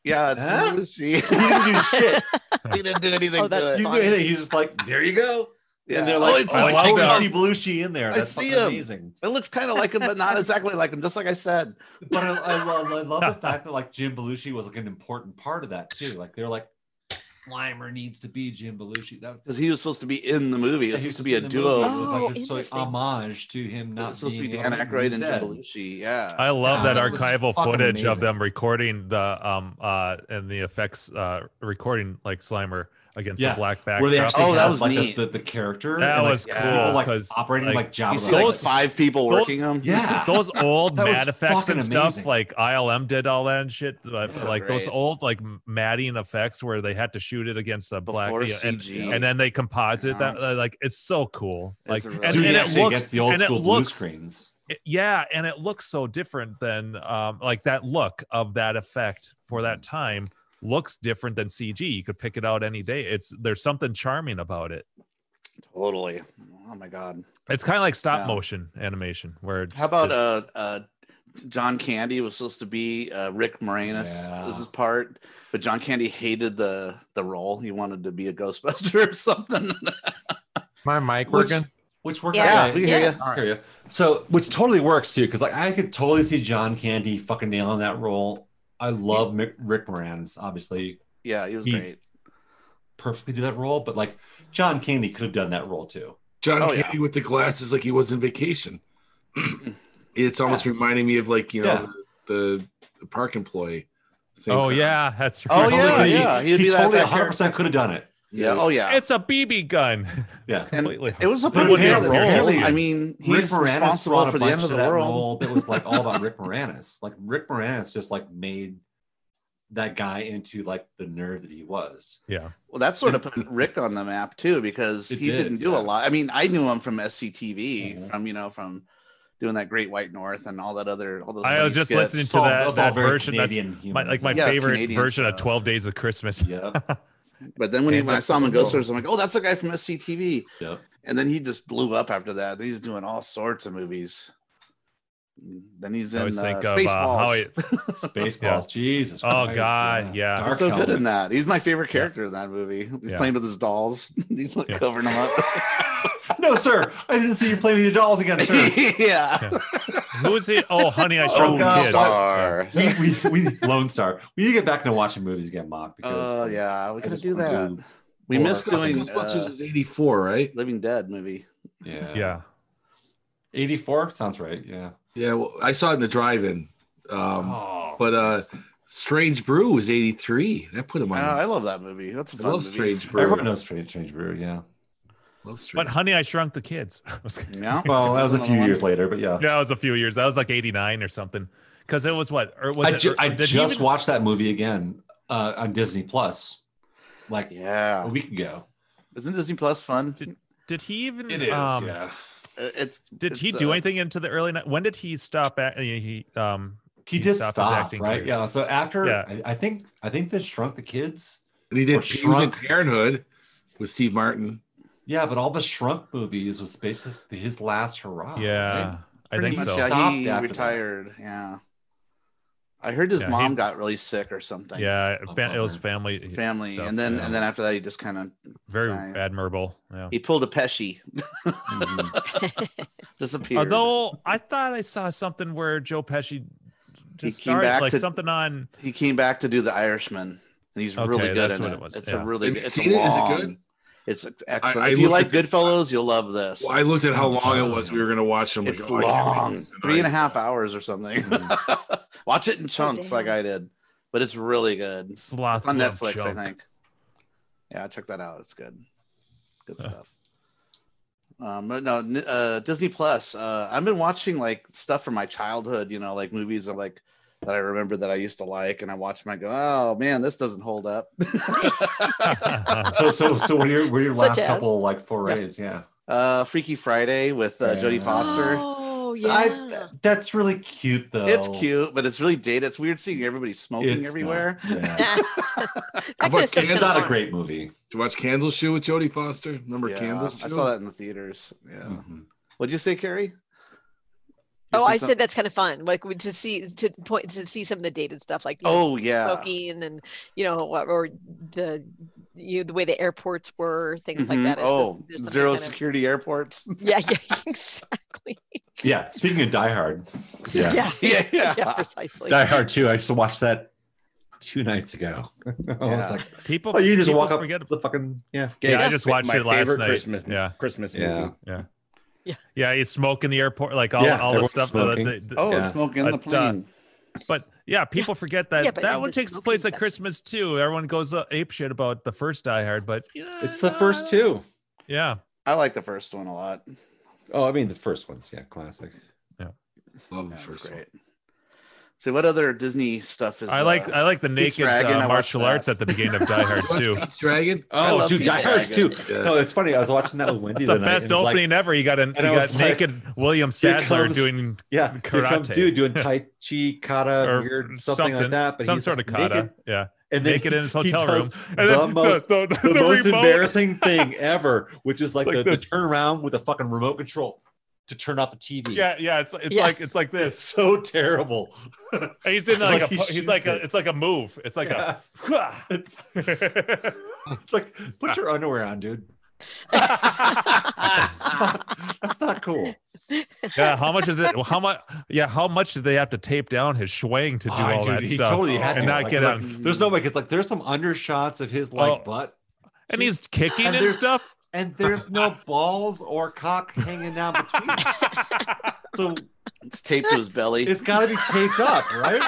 Speaker 5: Yeah, it's
Speaker 4: Huh? he
Speaker 5: Belushi.
Speaker 4: didn't do shit.
Speaker 5: (laughs) he didn't do anything
Speaker 3: Oh,
Speaker 5: to
Speaker 3: that's
Speaker 5: it.
Speaker 4: He didn't do anything. He's just like, there you go.
Speaker 5: yeah.
Speaker 4: And they're
Speaker 5: Oh,
Speaker 4: like,
Speaker 5: it's
Speaker 4: oh,
Speaker 5: just
Speaker 4: I
Speaker 5: like
Speaker 4: always
Speaker 5: that.
Speaker 4: see Belushi in there.
Speaker 5: I
Speaker 4: That's
Speaker 5: see
Speaker 4: fucking
Speaker 5: him.
Speaker 4: amazing.
Speaker 5: It looks kind of like him, but
Speaker 4: (laughs)
Speaker 5: not exactly like him. Just like I said,
Speaker 4: But I, I, lo- I love
Speaker 5: (laughs)
Speaker 4: the fact that like Jim Belushi was like an important part of that too. Like they're like, Slimer needs to be Jim Belushi. That
Speaker 5: because he was supposed to be in the movie. It
Speaker 4: Yeah,
Speaker 5: was
Speaker 4: he
Speaker 5: supposed to be a
Speaker 4: in the movie. It
Speaker 5: duo.
Speaker 4: was
Speaker 3: Oh,
Speaker 4: like a sort of
Speaker 3: interesting.
Speaker 4: homage to him
Speaker 5: It
Speaker 4: not
Speaker 5: was supposed to be
Speaker 4: being
Speaker 5: Dan
Speaker 4: able-
Speaker 5: Aykroyd and Jim
Speaker 4: dead.
Speaker 5: Belushi. Yeah.
Speaker 6: I love
Speaker 4: Yeah,
Speaker 6: that
Speaker 4: it was
Speaker 6: archival
Speaker 4: fucking
Speaker 6: footage of
Speaker 4: amazing.
Speaker 6: them recording the um uh and the effects uh recording like Slimer against
Speaker 4: Yeah,
Speaker 6: the black backdrop.
Speaker 4: Where they actually
Speaker 5: Oh, that
Speaker 4: have,
Speaker 5: was
Speaker 4: like
Speaker 5: neat.
Speaker 4: The, the, the character.
Speaker 6: That
Speaker 4: and, like,
Speaker 6: was
Speaker 4: people,
Speaker 5: cool,
Speaker 4: Like
Speaker 6: 'cause,
Speaker 4: operating like,
Speaker 6: like,
Speaker 4: Jabba.
Speaker 5: You see
Speaker 4: the
Speaker 5: like
Speaker 6: Those-
Speaker 4: Hutt.
Speaker 5: five people
Speaker 6: those-
Speaker 5: working them.
Speaker 4: yeah.
Speaker 6: (laughs) those old
Speaker 4: (laughs) That was
Speaker 6: mad effects
Speaker 4: fucking
Speaker 6: and stuff
Speaker 4: amazing.
Speaker 6: like ILM did all that and shit but
Speaker 5: Yeah,
Speaker 6: like those
Speaker 5: great.
Speaker 6: old like matting effects where they had to shoot it against a black
Speaker 5: Before
Speaker 6: yeah, and,
Speaker 5: CG.
Speaker 6: and then they composite
Speaker 5: Yeah.
Speaker 6: that
Speaker 4: Uh-huh.
Speaker 6: uh, like it's so cool like
Speaker 5: It's a
Speaker 6: and,
Speaker 4: Dude,
Speaker 6: and
Speaker 4: he
Speaker 6: it
Speaker 4: actually
Speaker 6: looks
Speaker 4: gets the old
Speaker 6: and it
Speaker 4: school blue
Speaker 6: looks-
Speaker 4: screens.
Speaker 6: it- yeah and it looks so different than um like that look of that effect for that
Speaker 4: Mm.
Speaker 6: time looks different than cg you could pick it out any day it's there's something charming about it
Speaker 5: Totally. Oh my god.
Speaker 6: it's kind of like stop
Speaker 5: Yeah.
Speaker 6: motion animation where it's
Speaker 5: How about
Speaker 6: just-
Speaker 5: uh uh John Candy was supposed to be uh, Rick Moranis.
Speaker 4: Yeah.
Speaker 5: This is part, but John Candy hated the the role. He wanted to be a Ghostbuster (laughs) or something.
Speaker 11: My mic
Speaker 4: Which-
Speaker 11: working?
Speaker 4: Which works.
Speaker 12: Yeah.
Speaker 5: Yeah, we hear ya.
Speaker 4: hear ya. So, which totally works too, because like I could totally see John Candy fucking nailing that role. I love Mick, Rick Moranis, obviously
Speaker 5: yeah, he was
Speaker 6: Hmm.
Speaker 4: He-
Speaker 5: great.
Speaker 4: perfectly do that role, but like John Candy could have done that role too.
Speaker 9: John
Speaker 5: Oh, yeah.
Speaker 9: Candy with the glasses, like he was in vacation. it's almost reminding me of like you know
Speaker 4: Yeah.
Speaker 9: the, the park employee. Same
Speaker 6: oh
Speaker 9: kind.
Speaker 6: yeah that's
Speaker 5: Oh,
Speaker 6: right.
Speaker 4: Totally
Speaker 5: yeah,
Speaker 4: could- he-
Speaker 5: yeah,
Speaker 4: He,
Speaker 5: he'd be that-
Speaker 4: totally
Speaker 5: that
Speaker 4: 100 percent could have done it.
Speaker 5: Yeah. Oh yeah.
Speaker 6: it's a BB gun. (laughs)
Speaker 4: Yeah.
Speaker 5: and
Speaker 6: completely-
Speaker 5: it was a
Speaker 6: But
Speaker 5: pretty
Speaker 6: it wouldn't
Speaker 5: good
Speaker 6: be a
Speaker 5: role.
Speaker 6: role.
Speaker 5: I mean,
Speaker 4: Rick
Speaker 5: he's
Speaker 4: Moranis
Speaker 5: responsible
Speaker 4: brought a
Speaker 5: for the
Speaker 4: bunch
Speaker 5: end of
Speaker 4: to
Speaker 5: the
Speaker 4: that
Speaker 5: world.
Speaker 4: role that was like
Speaker 5: (laughs)
Speaker 4: all about Rick Moranis. Like Rick Moranis just like made that guy into like the nerd that he was.
Speaker 6: yeah.
Speaker 5: Well, that sort
Speaker 6: (laughs)
Speaker 5: of put Rick on the map too, because
Speaker 4: It
Speaker 5: he
Speaker 4: did,
Speaker 5: did, not do
Speaker 4: yeah.
Speaker 5: a lot. I mean, I knew him from SCTV,
Speaker 6: Uh-huh.
Speaker 4: Mhm.
Speaker 5: from you know, from doing that Great White North and all that other all those.
Speaker 6: I was
Speaker 5: funny
Speaker 6: just
Speaker 5: skits.
Speaker 6: listening
Speaker 4: It's
Speaker 6: to
Speaker 4: all-
Speaker 6: that,
Speaker 4: it's all
Speaker 6: that
Speaker 4: very
Speaker 6: version. That's
Speaker 4: Canadian humor.
Speaker 6: my, like my
Speaker 5: Yeah,
Speaker 6: favorite
Speaker 5: Canadian
Speaker 6: version of
Speaker 5: stuff.
Speaker 6: 12 Days of Christmas. (laughs)
Speaker 4: Yep.
Speaker 5: But then when, he,
Speaker 6: And
Speaker 5: when I
Speaker 6: that's
Speaker 5: saw him in Ghost
Speaker 6: cool.
Speaker 5: Stories, I'm like, oh, that's the guy from SCTV.
Speaker 4: Yep.
Speaker 5: And then he just blew up after that. Then he's doing all sorts of movies. Then he's
Speaker 6: I
Speaker 5: in
Speaker 6: always
Speaker 5: uh,
Speaker 6: think of
Speaker 5: Spaceballs.
Speaker 6: uh,
Speaker 5: (laughs)
Speaker 6: how he,
Speaker 4: Spaceballs.
Speaker 6: Yeah.
Speaker 4: Jesus.
Speaker 6: Oh, God, yeah.
Speaker 4: Dark
Speaker 5: he's so good
Speaker 4: Helmet.
Speaker 5: in that. He's my favorite character in that movie. He's
Speaker 6: Yeah.
Speaker 5: playing with his dolls. (laughs) he's like
Speaker 6: Yeah.
Speaker 5: covering them up.
Speaker 4: no, sir. I didn't see you play with your dolls again, sir.
Speaker 5: (laughs) yeah.
Speaker 6: (laughs) who is he? Oh,
Speaker 5: (laughs)
Speaker 6: honey, I
Speaker 4: Oh,
Speaker 6: shrunk the
Speaker 4: God.
Speaker 6: kid.
Speaker 5: Star.
Speaker 4: we, we, (laughs) we Lone Star. We need to get back into watching movies again, Mock. Because
Speaker 5: Oh
Speaker 4: like,
Speaker 5: yeah, we
Speaker 4: I
Speaker 5: gotta
Speaker 4: just
Speaker 5: do
Speaker 4: wanna
Speaker 5: that.
Speaker 4: do
Speaker 5: We
Speaker 4: more.
Speaker 5: missed doing
Speaker 9: Ghostbusters
Speaker 5: uh,
Speaker 9: is eighty four, right?
Speaker 5: Living Dead movie.
Speaker 4: yeah,
Speaker 6: Yeah.
Speaker 4: 84 sounds right. Yeah.
Speaker 9: Yeah, well, I saw it in the drive-in. Um,
Speaker 4: Oh,
Speaker 9: but, uh,
Speaker 4: nice.
Speaker 9: Strange Brew was eighty three. That put him
Speaker 5: Oh,
Speaker 9: on.
Speaker 5: I love that movie. That's a
Speaker 9: I
Speaker 5: fun
Speaker 9: love
Speaker 5: movie.
Speaker 9: Strange Brew.
Speaker 4: everyone knows Strange Change Brew. Yeah.
Speaker 9: Love Street.
Speaker 6: But Honey, I Shrunk the Kids. (laughs) I was kidding.
Speaker 5: Yeah.
Speaker 4: Well, that was a
Speaker 5: Another
Speaker 4: few
Speaker 5: one.
Speaker 4: years later, but yeah.
Speaker 6: No, it was a few years. That was like '89 or something. Because it was what? Or was
Speaker 4: I,
Speaker 6: it,
Speaker 4: ju-
Speaker 6: or-
Speaker 4: I
Speaker 6: did
Speaker 4: just
Speaker 6: he even-
Speaker 4: watched that movie again uh, on Disney Plus, like a
Speaker 5: Yeah.
Speaker 4: week ago.
Speaker 5: Isn't Disney Plus fun?
Speaker 6: Did- Did he even?
Speaker 9: It is,
Speaker 6: um,
Speaker 9: yeah.
Speaker 5: Uh, It's.
Speaker 6: Did he
Speaker 5: it's,
Speaker 6: do
Speaker 5: uh,
Speaker 6: anything into the early? Ni- when did he stop? At, he um.
Speaker 4: He,
Speaker 6: He
Speaker 4: did
Speaker 6: stopped his
Speaker 4: stop,
Speaker 6: acting
Speaker 4: right?
Speaker 6: career.
Speaker 4: Yeah. So after,
Speaker 6: Yeah.
Speaker 4: I, I think, I think this shrunk the kids.
Speaker 9: And he
Speaker 4: Or
Speaker 9: did Pee Wee's and
Speaker 4: Shrunk.
Speaker 9: Parenthood with Steve Martin.
Speaker 4: Yeah, but all the shrunk movies was basically his last hurrah.
Speaker 6: Yeah,
Speaker 4: right?
Speaker 6: I
Speaker 5: pretty much,
Speaker 6: think so.
Speaker 4: yeah.
Speaker 5: Yeah,
Speaker 4: Stopped
Speaker 5: he
Speaker 4: after that.
Speaker 5: retired. Yeah. I heard his
Speaker 6: Yeah,
Speaker 5: mom
Speaker 6: he-
Speaker 5: got really sick or something.
Speaker 6: Yeah, fa- it was
Speaker 4: bummer.
Speaker 6: family.
Speaker 5: Family,
Speaker 6: stuff,
Speaker 5: and then
Speaker 6: yeah.
Speaker 5: and then after that, he just kind of
Speaker 6: very
Speaker 5: time.
Speaker 6: admirable. Yeah. Mm-hmm.
Speaker 5: he pulled a pesci,
Speaker 4: Mhm.
Speaker 5: (laughs) disappeared.
Speaker 6: Although I thought I saw something where Joe Pesci
Speaker 5: He
Speaker 6: just
Speaker 5: came
Speaker 6: started
Speaker 5: back
Speaker 6: like
Speaker 5: to-
Speaker 6: something on.
Speaker 5: he came back to do The Irishman, and he's
Speaker 6: Okay,
Speaker 5: really good
Speaker 6: that's
Speaker 5: in
Speaker 6: what
Speaker 5: it.
Speaker 6: it was,
Speaker 5: It's
Speaker 6: yeah.
Speaker 5: a really
Speaker 9: Have you
Speaker 5: it's
Speaker 9: seen
Speaker 5: a
Speaker 9: it? Is it
Speaker 5: long.
Speaker 9: good?
Speaker 5: It's excellent.
Speaker 9: I
Speaker 5: if you
Speaker 9: looked
Speaker 5: like
Speaker 9: at the-
Speaker 5: Goodfellas, you'll love this.
Speaker 9: Well, I looked at how long it was
Speaker 6: Oh.
Speaker 9: we were going to watch him.
Speaker 5: It's long, three and a half hours or something.
Speaker 4: Mm-hmm.
Speaker 5: (laughs) Watch it in chunks,
Speaker 3: damn.
Speaker 5: like I did, but it's really good. It's
Speaker 6: Sloth
Speaker 5: on
Speaker 6: love
Speaker 5: Netflix,
Speaker 6: junk.
Speaker 5: I think. Yeah, check that out. It's good.
Speaker 4: (laughs)
Speaker 5: Good
Speaker 6: Huh.
Speaker 5: (laughs) stuff. Um, but no, n- uh, Disney Plus. Uh, I've been watching like stuff from my childhood. You know, like movies of like that I remember that I used to like, and I watch them. I go, oh man, this doesn't hold up. (laughs)
Speaker 4: (laughs) so, so, so, what are your, what are your last
Speaker 3: Such as?
Speaker 4: couple like forays? Yeah.
Speaker 5: uh, Freaky Friday with uh, Jodie
Speaker 4: Yeah.
Speaker 5: Foster.
Speaker 3: Oh yeah.
Speaker 4: I, th- that's
Speaker 5: (laughs)
Speaker 4: really cute though.
Speaker 5: It's cute, but it's really dated. It's weird seeing everybody smoking
Speaker 4: It's not-
Speaker 5: everywhere.
Speaker 4: yeah.
Speaker 3: that kinda
Speaker 9: But
Speaker 3: stuff's
Speaker 9: It's
Speaker 4: it's
Speaker 3: in the
Speaker 4: not a
Speaker 3: lawn.
Speaker 4: great movie.
Speaker 9: Did you watch Candle Shoe with Jodie Foster? Remember
Speaker 5: Yeah,
Speaker 9: Candle Shoe?
Speaker 5: I saw that in the theaters. Yeah.
Speaker 4: Mhm.
Speaker 5: What'd you say, Carrie?
Speaker 3: Oh,
Speaker 5: You've seen
Speaker 3: I
Speaker 5: some-
Speaker 3: said that's kind of fun. Like we- to see to point to see some of the dated stuff, like you know,
Speaker 5: Oh yeah.
Speaker 3: smoking and you know, or or the you know, the way the airports were, things
Speaker 5: Mhm.
Speaker 3: like that. I suppose
Speaker 5: Oh,
Speaker 3: there's something
Speaker 5: zero
Speaker 3: kind of-
Speaker 5: security airports. (laughs)
Speaker 3: yeah, (laughs) yeah, exactly.
Speaker 4: Yeah. Speaking of Die Hard. Yeah.
Speaker 3: yeah,
Speaker 5: Yeah, yeah.
Speaker 3: precisely.
Speaker 4: Die
Speaker 3: (laughs)
Speaker 4: Hard 2. I just watched that two nights ago. (laughs) I
Speaker 5: Yeah.
Speaker 4: was like,
Speaker 6: People,
Speaker 4: oh, you just
Speaker 6: people
Speaker 4: walk up
Speaker 6: forget
Speaker 4: the fucking yeah.
Speaker 6: Yeah, I
Speaker 3: Yes.
Speaker 6: just watched
Speaker 1: my
Speaker 6: it last
Speaker 1: favorite
Speaker 6: night.
Speaker 1: Christmas,
Speaker 6: Yeah,
Speaker 1: Christmas movie.
Speaker 4: Yeah.
Speaker 9: (laughs)
Speaker 6: yeah,
Speaker 3: Yeah.
Speaker 6: yeah. You smoke in the airport, like all
Speaker 4: Yeah,
Speaker 6: all the
Speaker 4: everyone's
Speaker 6: stuff. uh,
Speaker 4: smoking.
Speaker 6: the- the-
Speaker 5: Oh,
Speaker 4: Yeah.
Speaker 5: it's smoking in the
Speaker 6: But, uh,
Speaker 5: plane.
Speaker 6: But yeah, people forget that
Speaker 3: Yeah, but
Speaker 6: that
Speaker 3: all
Speaker 6: one
Speaker 3: the
Speaker 6: takes
Speaker 3: smoking
Speaker 6: place at
Speaker 3: stuff.
Speaker 6: Christmas too. Everyone goes uh, ape shit about the first Die Hard, but yeah,
Speaker 4: It's the
Speaker 6: no,
Speaker 4: first
Speaker 6: I don't-
Speaker 4: two.
Speaker 6: Yeah,
Speaker 5: I like the first one a lot.
Speaker 4: Oh, I mean the first one's yeah, classic.
Speaker 9: Love the
Speaker 5: That's
Speaker 9: first one.
Speaker 5: great. So, what other Disney stuff is?
Speaker 6: I like
Speaker 5: uh,
Speaker 6: I like the
Speaker 5: Pete's
Speaker 6: naked
Speaker 5: Dragon, I
Speaker 6: uh,
Speaker 5: watched
Speaker 6: martial
Speaker 5: that.
Speaker 6: arts at the beginning of
Speaker 5: (laughs)
Speaker 6: Die Hard too.
Speaker 9: Pete's Dragon?
Speaker 5: I
Speaker 4: Oh,
Speaker 5: love
Speaker 4: dude,
Speaker 5: Pete's
Speaker 4: Die Hard's too.
Speaker 5: Dragon.
Speaker 9: Yeah.
Speaker 5: (laughs)
Speaker 4: No, it's funny. I was watching that with Wendy
Speaker 6: the
Speaker 4: tonight, and
Speaker 6: best
Speaker 4: it was like,
Speaker 6: opening ever. You got an you got
Speaker 4: I was like,
Speaker 6: naked William
Speaker 4: "Here
Speaker 6: Sadler
Speaker 4: comes-
Speaker 6: doing
Speaker 4: yeah, here comes
Speaker 6: Karate.
Speaker 4: dude doing Tai Chi,
Speaker 6: (laughs)
Speaker 4: kata,
Speaker 6: or
Speaker 4: weird something,
Speaker 6: something,
Speaker 4: like that. But
Speaker 6: some
Speaker 4: he's
Speaker 6: sort
Speaker 4: like
Speaker 6: of kata.
Speaker 4: naked,
Speaker 6: yeah,
Speaker 4: and then
Speaker 6: naked
Speaker 4: he-
Speaker 6: in his
Speaker 4: he
Speaker 6: hotel
Speaker 4: does
Speaker 6: room. And
Speaker 4: the
Speaker 6: then
Speaker 4: most-
Speaker 6: the, the,
Speaker 4: The,
Speaker 6: the
Speaker 4: most
Speaker 6: remote.
Speaker 4: embarrassing
Speaker 6: (laughs)
Speaker 4: thing ever, which is like,
Speaker 6: Like
Speaker 4: the, the
Speaker 6: this.
Speaker 4: turnaround with a fucking remote control to turn off the TV.
Speaker 6: Yeah, yeah. It's it's
Speaker 3: Yeah.
Speaker 6: like it's like
Speaker 4: (laughs) It's
Speaker 6: this.
Speaker 4: so terrible.
Speaker 6: And he's in like,
Speaker 4: Like
Speaker 6: a
Speaker 4: Oh, he
Speaker 6: he's like
Speaker 4: shoots
Speaker 6: a
Speaker 4: it.
Speaker 6: it's like a move. It's like
Speaker 4: Yeah.
Speaker 6: a.
Speaker 4: (laughs) It's it's like put your underwear on, dude.
Speaker 5: (laughs)
Speaker 4: That's not, that's not cool.
Speaker 6: yeah, how much of it? How much? Yeah, how much did they have to tape down his schwang to do
Speaker 5: Oh,
Speaker 4: Ah,
Speaker 6: all
Speaker 4: dude,
Speaker 6: that
Speaker 4: he
Speaker 6: stuff
Speaker 4: totally had
Speaker 6: and
Speaker 4: to
Speaker 6: not
Speaker 4: like,
Speaker 6: get
Speaker 4: like,
Speaker 6: on?
Speaker 4: There's no way because like there's some undershots of his like
Speaker 6: Oh.
Speaker 4: butt,
Speaker 6: And he's kicking
Speaker 4: And
Speaker 6: and,
Speaker 4: there's-
Speaker 6: stuff.
Speaker 4: and there's no balls
Speaker 5: (laughs)
Speaker 4: or cock (laughs) hanging down
Speaker 6: (laughs)
Speaker 4: between. them. so
Speaker 5: It's taped to his belly.
Speaker 4: it's got to be taped up,
Speaker 5: (laughs)
Speaker 4: right?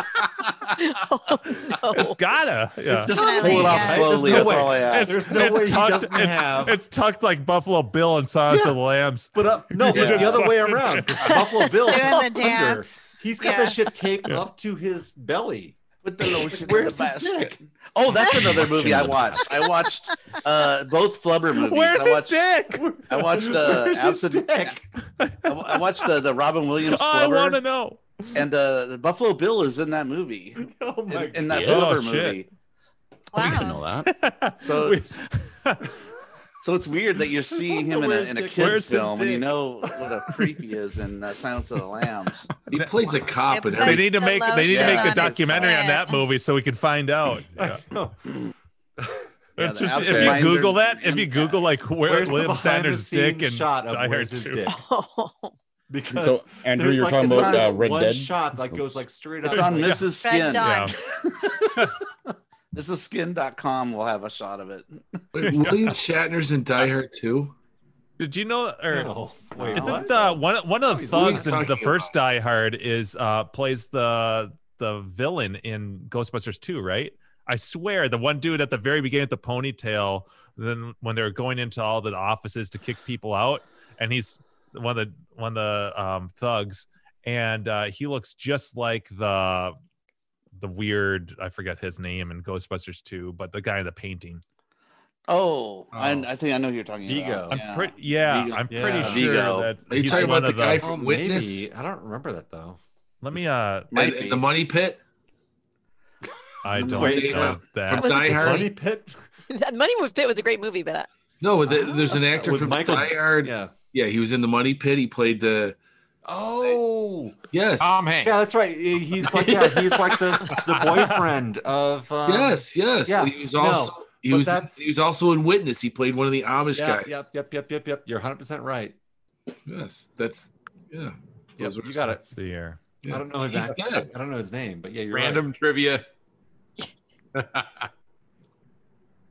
Speaker 3: Oh, no.
Speaker 6: It's gotta. Yeah.
Speaker 5: just
Speaker 3: Definitely,
Speaker 5: pull it off
Speaker 3: yeah.
Speaker 5: slowly.
Speaker 4: There's no
Speaker 5: That's
Speaker 4: way.
Speaker 5: all I ask.
Speaker 4: There's no way he doesn't
Speaker 6: it's,
Speaker 4: have-
Speaker 6: it's tucked like Buffalo Bill and Silence of the Lambs.
Speaker 4: But
Speaker 6: (laughs)
Speaker 4: up, no,
Speaker 5: Yeah.
Speaker 4: but the other way around. 'cause
Speaker 12: (laughs)
Speaker 4: (laughs) Buffalo Bill,
Speaker 12: Doing the
Speaker 4: under.
Speaker 12: dance.
Speaker 4: he's got
Speaker 12: Yeah.
Speaker 4: that shit taped
Speaker 6: Yeah.
Speaker 4: up to his belly.
Speaker 5: Put
Speaker 4: (laughs)
Speaker 5: the lotion in the
Speaker 4: Where's his
Speaker 5: basket.
Speaker 4: dick?
Speaker 5: Oh,
Speaker 6: (laughs)
Speaker 5: that's another movie I
Speaker 3: (laughs)
Speaker 5: watched. I watched uh, both Flubber movies.
Speaker 6: Where's
Speaker 5: I watched,
Speaker 6: his
Speaker 4: (laughs)
Speaker 6: dick?
Speaker 5: I watched
Speaker 6: (laughs)
Speaker 5: uh,
Speaker 4: Where's his
Speaker 5: Absent-
Speaker 4: dick?
Speaker 5: I, I watched the, the Robin Williams
Speaker 6: (laughs) Oh, I want to
Speaker 5: Flubber,
Speaker 6: know.
Speaker 5: and uh, the Buffalo Bill is in that movie. (laughs)
Speaker 4: Oh my
Speaker 5: In, in that
Speaker 6: God.
Speaker 4: God.
Speaker 5: Flubber
Speaker 6: Oh, shit.
Speaker 5: movie.
Speaker 12: Wow.
Speaker 9: We didn't know
Speaker 5: (laughs)
Speaker 9: that.
Speaker 5: So
Speaker 6: We-
Speaker 5: it's- So it's weird
Speaker 4: (laughs)
Speaker 5: that you're seeing him in a, in a
Speaker 4: Where's
Speaker 5: kid's
Speaker 6: his
Speaker 5: film and you
Speaker 6: dick?
Speaker 5: know what a creep he is in uh, Silence of the Lambs.
Speaker 9: He plays a cop in
Speaker 12: It
Speaker 6: they
Speaker 9: every
Speaker 12: plays-
Speaker 6: need to
Speaker 12: the
Speaker 6: make they need to
Speaker 5: lotion
Speaker 6: make
Speaker 5: on
Speaker 6: a
Speaker 5: his
Speaker 6: documentary on
Speaker 12: clit.
Speaker 6: that movie so we can find out. Yeah.
Speaker 5: Yeah,
Speaker 6: It's
Speaker 5: the
Speaker 6: just,
Speaker 5: absent
Speaker 6: if
Speaker 5: minded
Speaker 6: you Google that, if
Speaker 5: and-
Speaker 6: you Google
Speaker 4: (laughs)
Speaker 6: like where
Speaker 4: Where's the
Speaker 6: William
Speaker 4: behind
Speaker 6: Sanders'
Speaker 4: the
Speaker 6: dick and
Speaker 4: shot of
Speaker 6: Die Hard
Speaker 4: where's his
Speaker 6: 2.
Speaker 4: dick?
Speaker 3: Oh.
Speaker 4: Because
Speaker 1: So Andrew,
Speaker 4: there's
Speaker 1: you're
Speaker 4: like-
Speaker 1: talking
Speaker 4: it's
Speaker 1: about
Speaker 4: not
Speaker 1: uh,
Speaker 6: Oh,
Speaker 1: Red
Speaker 4: one
Speaker 1: Dead.
Speaker 4: shot that goes like straight
Speaker 5: (laughs)
Speaker 4: up.
Speaker 5: It's on
Speaker 4: like,
Speaker 5: Mrs.
Speaker 12: Red
Speaker 5: Skin.
Speaker 12: Dot.
Speaker 6: Yeah.
Speaker 5: MrsSkin.com will have a shot of it.
Speaker 9: Wait, William Shatner's in Die Hard 2?
Speaker 6: Did you know? Or
Speaker 4: no. Wait,
Speaker 5: Is it
Speaker 4: what?
Speaker 6: isn't uh, one
Speaker 9: what
Speaker 6: one of the
Speaker 9: are you
Speaker 6: thugs in the
Speaker 9: talking
Speaker 6: first Die Hard is uh plays the the villain in Ghostbusters 2, right? I swear, the one dude at the very beginning with the ponytail, then when they were going into all the offices to kick people out, and he's one of the one of the um, thugs, and uh, he looks just like the the weird I forget his name in Ghostbusters 2, but the guy in the painting.
Speaker 5: (laughs) Oh, I,
Speaker 9: Oh.
Speaker 5: I think I know who you're talking
Speaker 4: Vigo.
Speaker 5: about.
Speaker 6: I'm
Speaker 5: Yeah.
Speaker 6: pretty yeah,
Speaker 5: Vigo.
Speaker 6: I'm
Speaker 4: Yeah.
Speaker 6: pretty sure
Speaker 5: Vigo.
Speaker 6: that
Speaker 9: Are you
Speaker 6: he's
Speaker 9: talking
Speaker 6: one
Speaker 9: about
Speaker 6: of
Speaker 9: the guy
Speaker 4: Oh,
Speaker 9: from Witness?
Speaker 4: maybe. I don't remember that though.
Speaker 6: Let me uh
Speaker 5: Might
Speaker 9: And-
Speaker 5: be.
Speaker 9: and the Money Pit?
Speaker 6: I don't
Speaker 4: Wait,
Speaker 6: know
Speaker 9: uh,
Speaker 6: that.
Speaker 9: From
Speaker 3: was a
Speaker 9: Die
Speaker 3: good
Speaker 9: Hard?
Speaker 4: Money Pit
Speaker 3: that Money Move Pit was a great movie, but uh,
Speaker 9: No, the, there's an actor
Speaker 4: Ah, with
Speaker 9: from
Speaker 4: Michael-
Speaker 9: Die Hard. Yeah.
Speaker 4: Yeah.
Speaker 9: he was in the Money Pit. He played the
Speaker 4: Oh.
Speaker 9: yes,
Speaker 11: Tom Hanks.
Speaker 4: Yeah, that's right. He- He's like yeah, he's like the, (laughs) the boyfriend of um,
Speaker 9: yes, yes.
Speaker 4: yeah,
Speaker 9: And he was also he
Speaker 4: but
Speaker 9: was
Speaker 4: that's-
Speaker 9: he was also in Witness. He played one of the Amish
Speaker 4: Yep,
Speaker 9: guys.
Speaker 4: yep, yep, yep, yep, yep. You're 100 percent right.
Speaker 9: Yes, that's yeah.
Speaker 4: Yep,
Speaker 9: Those were-
Speaker 4: you got it.
Speaker 6: Let's see here.
Speaker 9: Yeah.
Speaker 4: I don't know his
Speaker 9: He's
Speaker 4: act-
Speaker 9: dead.
Speaker 4: I don't know his name, but yeah, you're right.
Speaker 11: Random
Speaker 5: (laughs)
Speaker 11: trivia.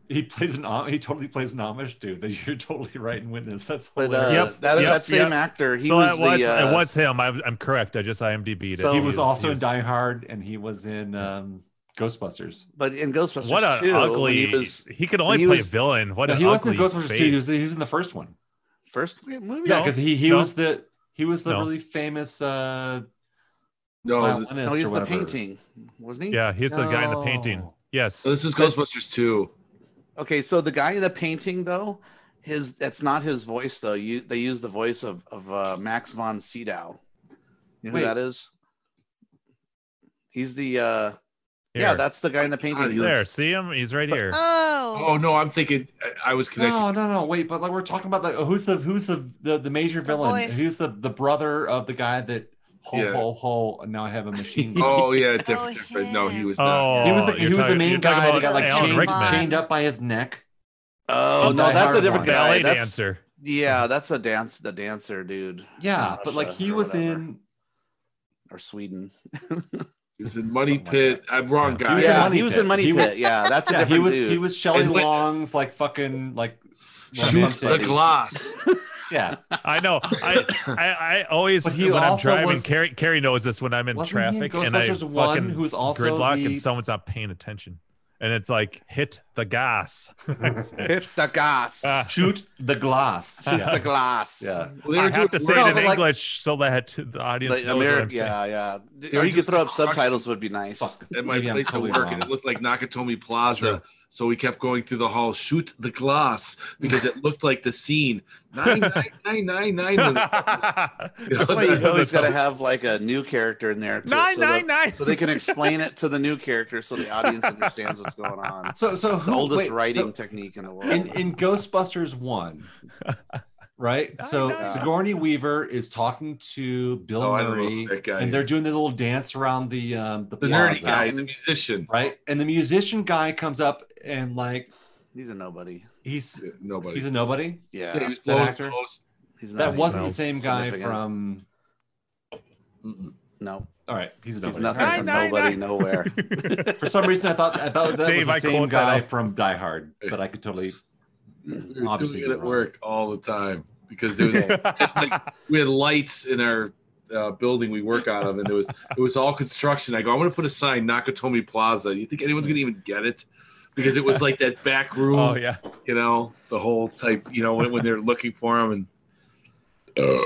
Speaker 4: He plays an Am- he totally plays an Amish dude. That you're totally right in witness. That's
Speaker 5: But uh,
Speaker 4: hilarious.
Speaker 6: Yep,
Speaker 5: that,
Speaker 6: yep,
Speaker 5: that same
Speaker 6: yep.
Speaker 5: actor, he
Speaker 6: so
Speaker 5: was,
Speaker 6: it was
Speaker 5: the. Uh,
Speaker 6: it was him. I, I'm correct. I just IMDb'd it.
Speaker 5: So-
Speaker 4: he was also in Die Hard, and he was in um, Ghostbusters.
Speaker 5: But in Ghostbusters
Speaker 6: what an
Speaker 5: 2, when
Speaker 6: ugly.
Speaker 5: he
Speaker 6: He,
Speaker 5: was
Speaker 6: could only
Speaker 5: he
Speaker 6: play
Speaker 5: was-
Speaker 6: villain. What
Speaker 4: No,
Speaker 6: an
Speaker 4: he wasn't
Speaker 6: ugly
Speaker 4: in Ghostbusters
Speaker 6: face.
Speaker 4: two. He was, he was in the first one.
Speaker 5: first movie.
Speaker 4: Yeah, because he he
Speaker 6: no.
Speaker 4: was the he was the
Speaker 6: No.
Speaker 4: really famous uh,
Speaker 9: No, this,
Speaker 4: violinist.
Speaker 5: No, he was
Speaker 4: or
Speaker 5: the
Speaker 4: whatever.
Speaker 5: painting, wasn't he?
Speaker 6: Yeah, he's the guy in the painting.
Speaker 4: No.
Speaker 6: Yes.
Speaker 9: Oh, this is Ghostbusters two.
Speaker 5: Okay, so the guy in the painting though, his that's not his voice though. You they use the voice of of uh, Max von Sydow. You know
Speaker 4: Wait.
Speaker 5: who that is? He's the uh yeah,
Speaker 6: Here.
Speaker 5: that's the guy in the painting.
Speaker 9: God,
Speaker 5: He
Speaker 6: there.
Speaker 5: looks-
Speaker 6: See him? He's right here.
Speaker 3: oh,
Speaker 9: Oh no, I'm thinking I, I was connected.
Speaker 4: No, no, no. Wait, but like we're talking about like uh, who's the who's the the, the major villain?
Speaker 3: boy.
Speaker 4: who's the the brother of the guy that ho
Speaker 9: Yeah.
Speaker 4: ho ho? Now I have a
Speaker 9: (laughs)
Speaker 4: machine. gun.
Speaker 9: Oh yeah,
Speaker 3: Oh,
Speaker 9: different, different. No, he was not.
Speaker 6: Oh,
Speaker 4: he was the,
Speaker 6: you're
Speaker 4: he was the
Speaker 6: talking- you're talking
Speaker 4: main guy that
Speaker 6: about
Speaker 4: got like
Speaker 6: Alan
Speaker 4: chained,
Speaker 6: Rickman,
Speaker 4: chained up by his neck.
Speaker 5: Oh
Speaker 4: He's
Speaker 5: no,
Speaker 4: the
Speaker 5: that's a
Speaker 4: hard
Speaker 5: different
Speaker 4: one.
Speaker 5: guy.
Speaker 6: ballet
Speaker 5: that's,
Speaker 6: dancer.
Speaker 5: Yeah, that's a dance, the dancer dude.
Speaker 4: Yeah,
Speaker 5: from
Speaker 4: but like
Speaker 5: Russia
Speaker 4: he
Speaker 5: or
Speaker 4: was
Speaker 5: whatever,
Speaker 4: in
Speaker 5: or Sweden.
Speaker 9: He
Speaker 5: (laughs)
Speaker 9: was in Money
Speaker 4: Something like
Speaker 9: Pit. I'm wrong,
Speaker 4: He
Speaker 9: guy.
Speaker 4: was in
Speaker 5: yeah,
Speaker 4: Money
Speaker 5: he was
Speaker 4: Pit.
Speaker 5: in Money
Speaker 4: He was-
Speaker 5: Pit. Yeah, that's a
Speaker 4: (laughs) yeah,
Speaker 5: different
Speaker 4: he was
Speaker 5: dude.
Speaker 4: he was Shelley
Speaker 9: And Witness.
Speaker 4: Long's like fucking like
Speaker 9: Shoot
Speaker 4: romantic-
Speaker 9: the glass.
Speaker 4: (laughs) Yeah,
Speaker 6: I know. I I, I always
Speaker 4: But he
Speaker 6: when I'm
Speaker 4: also
Speaker 6: driving.
Speaker 4: was-
Speaker 6: Carrie Carrie knows this when I'm in
Speaker 4: Wasn't he in
Speaker 6: traffic and I
Speaker 4: Ghostbusters
Speaker 6: fucking
Speaker 4: one, who's also
Speaker 6: gridlock
Speaker 4: the-
Speaker 6: and someone's not paying attention, and it's like hit the
Speaker 4: (laughs)
Speaker 6: gas. (laughs)
Speaker 5: Hit the gas.
Speaker 6: Ah.
Speaker 4: shoot
Speaker 6: (laughs)
Speaker 4: the glass.
Speaker 5: Shoot the glass.
Speaker 4: Yeah.
Speaker 9: Well, they
Speaker 6: I
Speaker 9: were
Speaker 6: have to
Speaker 9: doing-
Speaker 6: say
Speaker 4: No,
Speaker 6: it in
Speaker 4: but like-
Speaker 6: English so that the audience
Speaker 5: Like
Speaker 6: knows what I'm
Speaker 5: Ameri-
Speaker 6: saying.
Speaker 5: yeah, yeah.
Speaker 9: were
Speaker 5: Or you
Speaker 9: doing
Speaker 5: could throw up
Speaker 9: Rock-
Speaker 5: subtitles would be
Speaker 9: (laughs)
Speaker 5: nice.
Speaker 4: Fuck.
Speaker 9: at my
Speaker 4: Maybe I'm
Speaker 9: place of
Speaker 4: totally
Speaker 9: work,
Speaker 4: wrong.
Speaker 9: and it looked like Nakatomi Plaza. So we kept going through the hall, shoot the glass, because it looked like the
Speaker 4: (laughs)
Speaker 9: scene. Nine nine (laughs) nine nine nine. when they-
Speaker 5: That's why
Speaker 9: (laughs)
Speaker 5: you always got to have like a new character in there. to-
Speaker 6: Nine,
Speaker 5: so
Speaker 6: nine,
Speaker 5: that-
Speaker 6: nine.
Speaker 5: So they
Speaker 9: (laughs)
Speaker 5: can explain it to the new character so the audience understands what's going on.
Speaker 4: So so
Speaker 5: The
Speaker 4: who,
Speaker 5: oldest
Speaker 4: wait, so
Speaker 5: writing technique in the world.
Speaker 4: in in Ghostbusters one, right? So
Speaker 6: know.
Speaker 4: Sigourney Weaver is talking to Bill
Speaker 9: Oh, I don't know
Speaker 4: Murray,
Speaker 9: who that guy
Speaker 4: and they're
Speaker 9: is.
Speaker 4: doing the little dance around the um, the,
Speaker 9: the
Speaker 4: plaza,
Speaker 9: nerdy guy, the musician.
Speaker 4: right? And the musician guy comes up and like
Speaker 5: He's a nobody.
Speaker 4: he's
Speaker 9: Nobody.
Speaker 4: he's a nobody.
Speaker 5: Yeah.
Speaker 9: yeah, he was
Speaker 4: that
Speaker 9: blowing
Speaker 4: actor.
Speaker 9: his nose.
Speaker 5: he's
Speaker 4: That
Speaker 5: nobody.
Speaker 4: wasn't the
Speaker 6: Smells
Speaker 4: same guy
Speaker 5: significant.
Speaker 4: from.
Speaker 9: Mm-mm.
Speaker 5: No,
Speaker 4: All right, he's a
Speaker 5: he's
Speaker 4: nobody.
Speaker 5: nothing
Speaker 4: All right.
Speaker 5: from
Speaker 6: Nine, nine,
Speaker 5: nobody,
Speaker 6: nine.
Speaker 5: nowhere.
Speaker 6: (laughs)
Speaker 4: For some reason, I thought I thought that
Speaker 6: Dave,
Speaker 4: was the
Speaker 6: I
Speaker 4: same
Speaker 6: called that
Speaker 4: guy
Speaker 6: out.
Speaker 4: from Die Hard, but I could totally.
Speaker 9: We were
Speaker 4: Obviously
Speaker 9: doing it
Speaker 4: you're
Speaker 9: at
Speaker 4: wrong.
Speaker 9: work all the time because there
Speaker 6: (laughs)
Speaker 9: was we had lights in our uh, building we work out of, and it was it was all construction. I go, I'm gonna put a sign Nakatomi Plaza. You think anyone's gonna even get it? Because it was like that back room,
Speaker 6: (laughs) oh yeah.
Speaker 9: you know, the whole type, you know, when, when they're looking for him.
Speaker 6: (laughs)
Speaker 9: And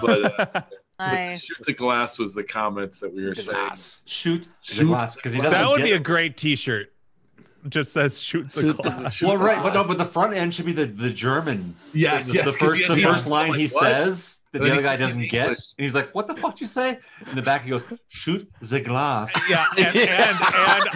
Speaker 9: but, uh,
Speaker 3: nice.
Speaker 9: shoot the glass was the comments that we were saying.
Speaker 5: Glass.
Speaker 4: Shoot,
Speaker 9: Shoot
Speaker 4: because he doesn't.
Speaker 6: that would
Speaker 4: get
Speaker 6: be a great T-shirt. Just says shoot the
Speaker 5: Shoot the-
Speaker 6: glass.
Speaker 9: Shoot
Speaker 4: well,
Speaker 9: the
Speaker 4: right, but no,
Speaker 9: glass.
Speaker 4: but the front end should be the the German.
Speaker 9: yes,
Speaker 4: the,
Speaker 9: yes,
Speaker 4: the
Speaker 9: 'cause
Speaker 4: first
Speaker 9: yes,
Speaker 4: the
Speaker 9: he
Speaker 4: first
Speaker 9: was
Speaker 4: line
Speaker 9: like,
Speaker 4: he
Speaker 9: "What?"
Speaker 4: says that
Speaker 9: And
Speaker 4: the
Speaker 9: then
Speaker 4: other
Speaker 9: he
Speaker 4: guy
Speaker 9: says he's
Speaker 4: doesn't get, and
Speaker 9: English.
Speaker 4: he's like, "What the fuck you say?" In the back, he goes, "Shoot the glass." (laughs)
Speaker 6: Yeah, and, and, and,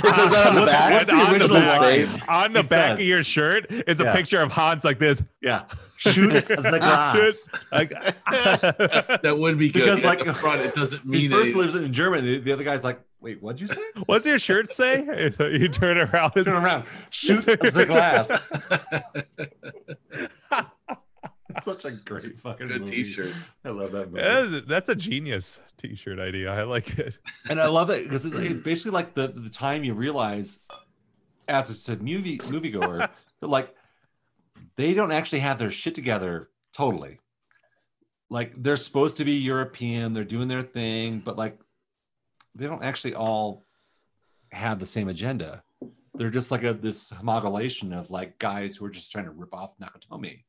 Speaker 5: This is on the
Speaker 6: what's-
Speaker 5: back?
Speaker 6: what's
Speaker 4: What's the
Speaker 6: on the
Speaker 4: original
Speaker 6: back,
Speaker 5: space?
Speaker 6: on the
Speaker 4: He
Speaker 6: back of
Speaker 4: says.
Speaker 6: your shirt is a
Speaker 4: Yeah.
Speaker 6: picture of Hans like this. (laughs)
Speaker 4: Yeah, shoot the glass.
Speaker 6: Like,
Speaker 4: (laughs)
Speaker 9: That would be good.
Speaker 4: Because,
Speaker 9: Because like
Speaker 4: like,
Speaker 9: the front, it doesn't
Speaker 4: He
Speaker 9: mean
Speaker 4: first
Speaker 9: anything.
Speaker 4: lives it in German. The, the other guy's like, "Wait, what'd you say?"
Speaker 6: what's your shirt say? You turn around.
Speaker 4: Turn around, shoot
Speaker 6: (laughs)
Speaker 4: the glass. (laughs) Such a great fucking
Speaker 9: Good
Speaker 4: movie.
Speaker 9: T-shirt.
Speaker 4: I love that movie.
Speaker 6: Yeah, That's a genius T-shirt idea. I like it.
Speaker 4: and I love it because it's basically like the the time you realize as it's a movie moviegoer that like they don't actually have their shit together totally. Like they're supposed to be European, they're doing their thing, but like they don't actually all have the same agenda. they're just like a this homogulation of like guys who are just trying to rip off Nakatomi.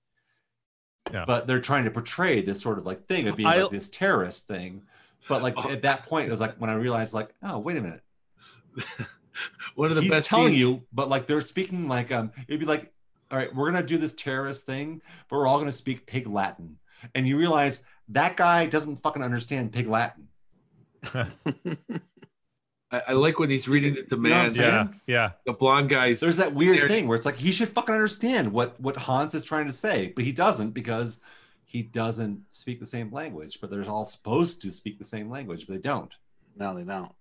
Speaker 6: Yeah.
Speaker 4: But they're trying to portray this sort of like thing of being
Speaker 6: I-
Speaker 4: like this terrorist thing. But like at that point, it was like when I realized like, oh wait a minute,
Speaker 9: One of the
Speaker 4: he's
Speaker 9: best
Speaker 4: telling
Speaker 9: scenes-
Speaker 4: you, but like they're speaking like um, it'd be like, all right, we're gonna do this terrorist thing, but we're all gonna speak pig Latin, and you realize that guy doesn't fucking understand pig Latin.
Speaker 9: I, I like when he's reading it to
Speaker 4: You know what I'm
Speaker 9: man.
Speaker 4: saying?
Speaker 6: yeah, yeah.
Speaker 9: (laughs) The blonde guy's
Speaker 4: There's that weird
Speaker 9: There-
Speaker 4: thing where it's like he should fucking understand what what Hans is trying to say, but he doesn't because he doesn't speak the same language. But they're all supposed to speak the same language, but they don't.
Speaker 5: No, they don't.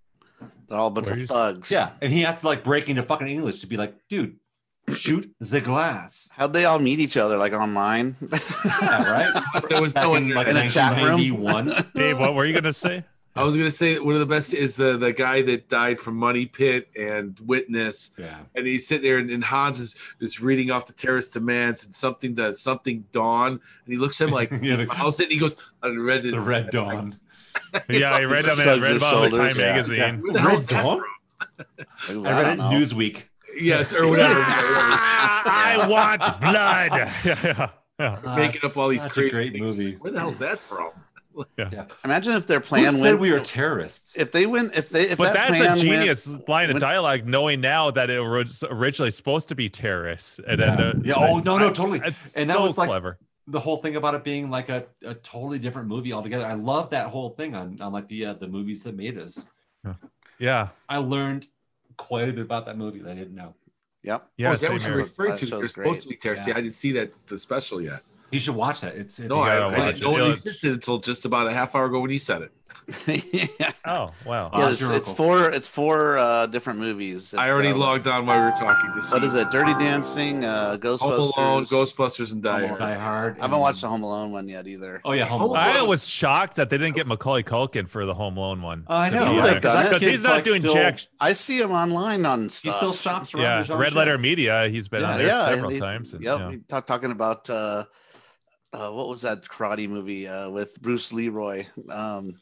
Speaker 5: They're all a bunch
Speaker 6: Where
Speaker 5: of
Speaker 6: is-
Speaker 5: thugs.
Speaker 4: Yeah, and he has to like break into fucking English to be like, dude, shoot the glass.
Speaker 5: How'd they all meet each other? Like online? (laughs)
Speaker 4: Yeah, right.
Speaker 9: there was
Speaker 4: Back
Speaker 9: no
Speaker 4: in like
Speaker 9: internet.
Speaker 5: In a chat room?
Speaker 4: 1991.
Speaker 6: Dave, what were you gonna say?
Speaker 9: I was gonna say that one of the best is the the guy that died from Money Pit and Witness,
Speaker 4: Yeah.
Speaker 9: and he's sitting there, and, and Hans is, is reading off the terrorist demands and something to something dawn, and he looks at him like
Speaker 4: (laughs) yeah, the,
Speaker 9: how's it? And he goes, I read it.
Speaker 4: the Red
Speaker 6: (laughs)
Speaker 4: Dawn.
Speaker 6: Yeah, I read them in
Speaker 5: Shrugs
Speaker 6: read
Speaker 5: his
Speaker 6: about the Time
Speaker 5: shoulders. Yeah.
Speaker 6: magazine.
Speaker 9: Where the hell's that from?
Speaker 5: I don't
Speaker 4: I read it in
Speaker 5: know.
Speaker 4: Newsweek.
Speaker 9: Yes, or
Speaker 4: (laughs)
Speaker 9: whatever.
Speaker 6: I want
Speaker 9: (laughs)
Speaker 6: blood. (laughs) Yeah, yeah, yeah.
Speaker 4: Ah,
Speaker 9: Making up all these
Speaker 4: such a
Speaker 9: crazy
Speaker 4: great
Speaker 9: things.
Speaker 4: movie.
Speaker 9: Where the hell's that from?
Speaker 5: (laughs) Imagine if their
Speaker 4: Who
Speaker 5: plan
Speaker 4: said
Speaker 5: went.
Speaker 4: we are terrorists?
Speaker 5: if they went, if they, if
Speaker 6: But
Speaker 5: that plan
Speaker 6: that's a genius line of
Speaker 5: went-
Speaker 6: dialogue, knowing now that it was originally supposed to be terrorists, and
Speaker 4: yeah.
Speaker 6: then uh,
Speaker 4: Yeah, oh no, no,
Speaker 6: I-
Speaker 4: totally.
Speaker 6: It's
Speaker 4: And
Speaker 6: and
Speaker 4: that
Speaker 6: so
Speaker 4: was like-
Speaker 6: clever.
Speaker 4: the whole thing about it being like a, a totally different movie altogether. I love that whole thing on, on like the uh, the movies that made us.
Speaker 6: Yeah,
Speaker 4: I learned quite a bit about that movie that I didn't know.
Speaker 5: Yep.
Speaker 6: yeah.
Speaker 9: oh, is that
Speaker 6: same
Speaker 9: what you're
Speaker 6: here.
Speaker 5: here.
Speaker 9: referring
Speaker 5: That
Speaker 9: to?
Speaker 5: show's
Speaker 9: They're
Speaker 5: great.
Speaker 9: supposed to be terrorists.
Speaker 4: Yeah.
Speaker 9: See, I didn't see that the special yet.
Speaker 4: You should watch that. It's, it's
Speaker 9: No, I,
Speaker 6: gotta
Speaker 9: I
Speaker 6: watch
Speaker 9: didn't
Speaker 6: it.
Speaker 9: know it
Speaker 6: Yeah.
Speaker 9: existed until just about a half hour ago when you said it.
Speaker 5: yeah,
Speaker 6: Oh wow.
Speaker 4: Uh,
Speaker 5: it's, it's
Speaker 4: Miracle.
Speaker 5: four. It's four uh, different movies. It's,
Speaker 9: I already
Speaker 5: uh,
Speaker 9: logged on while we were talking. To see
Speaker 5: What is it? Dirty Dancing, uh, Ghostbusters.
Speaker 9: Home Alone, Ghostbusters, and Die
Speaker 5: Home
Speaker 9: Hard.
Speaker 4: Die Hard.
Speaker 5: I haven't watched the Home Alone one yet either.
Speaker 4: Oh yeah, Home
Speaker 9: Home
Speaker 4: Alone.
Speaker 9: Alone.
Speaker 6: I was shocked that they didn't get Macaulay Culkin for the Home Loan one.
Speaker 4: Oh, I
Speaker 6: to be
Speaker 4: know,
Speaker 6: honest.
Speaker 5: right? 'Cause that
Speaker 6: Because
Speaker 4: kid's,
Speaker 6: he's not
Speaker 4: like,
Speaker 6: doing
Speaker 4: still-
Speaker 6: jack.
Speaker 5: I see him online on
Speaker 4: He
Speaker 5: stuff.
Speaker 4: still shops around.
Speaker 6: Yeah,
Speaker 4: his own
Speaker 6: Red
Speaker 4: shit.
Speaker 6: Letter Media. He's been on
Speaker 4: Yeah,
Speaker 6: there
Speaker 5: yeah,
Speaker 6: several
Speaker 5: he-
Speaker 6: times. and,
Speaker 5: Yep.
Speaker 6: yeah.
Speaker 5: he talk- talking about uh, uh, what was that karate movie uh, with Bruce Leroy? Um,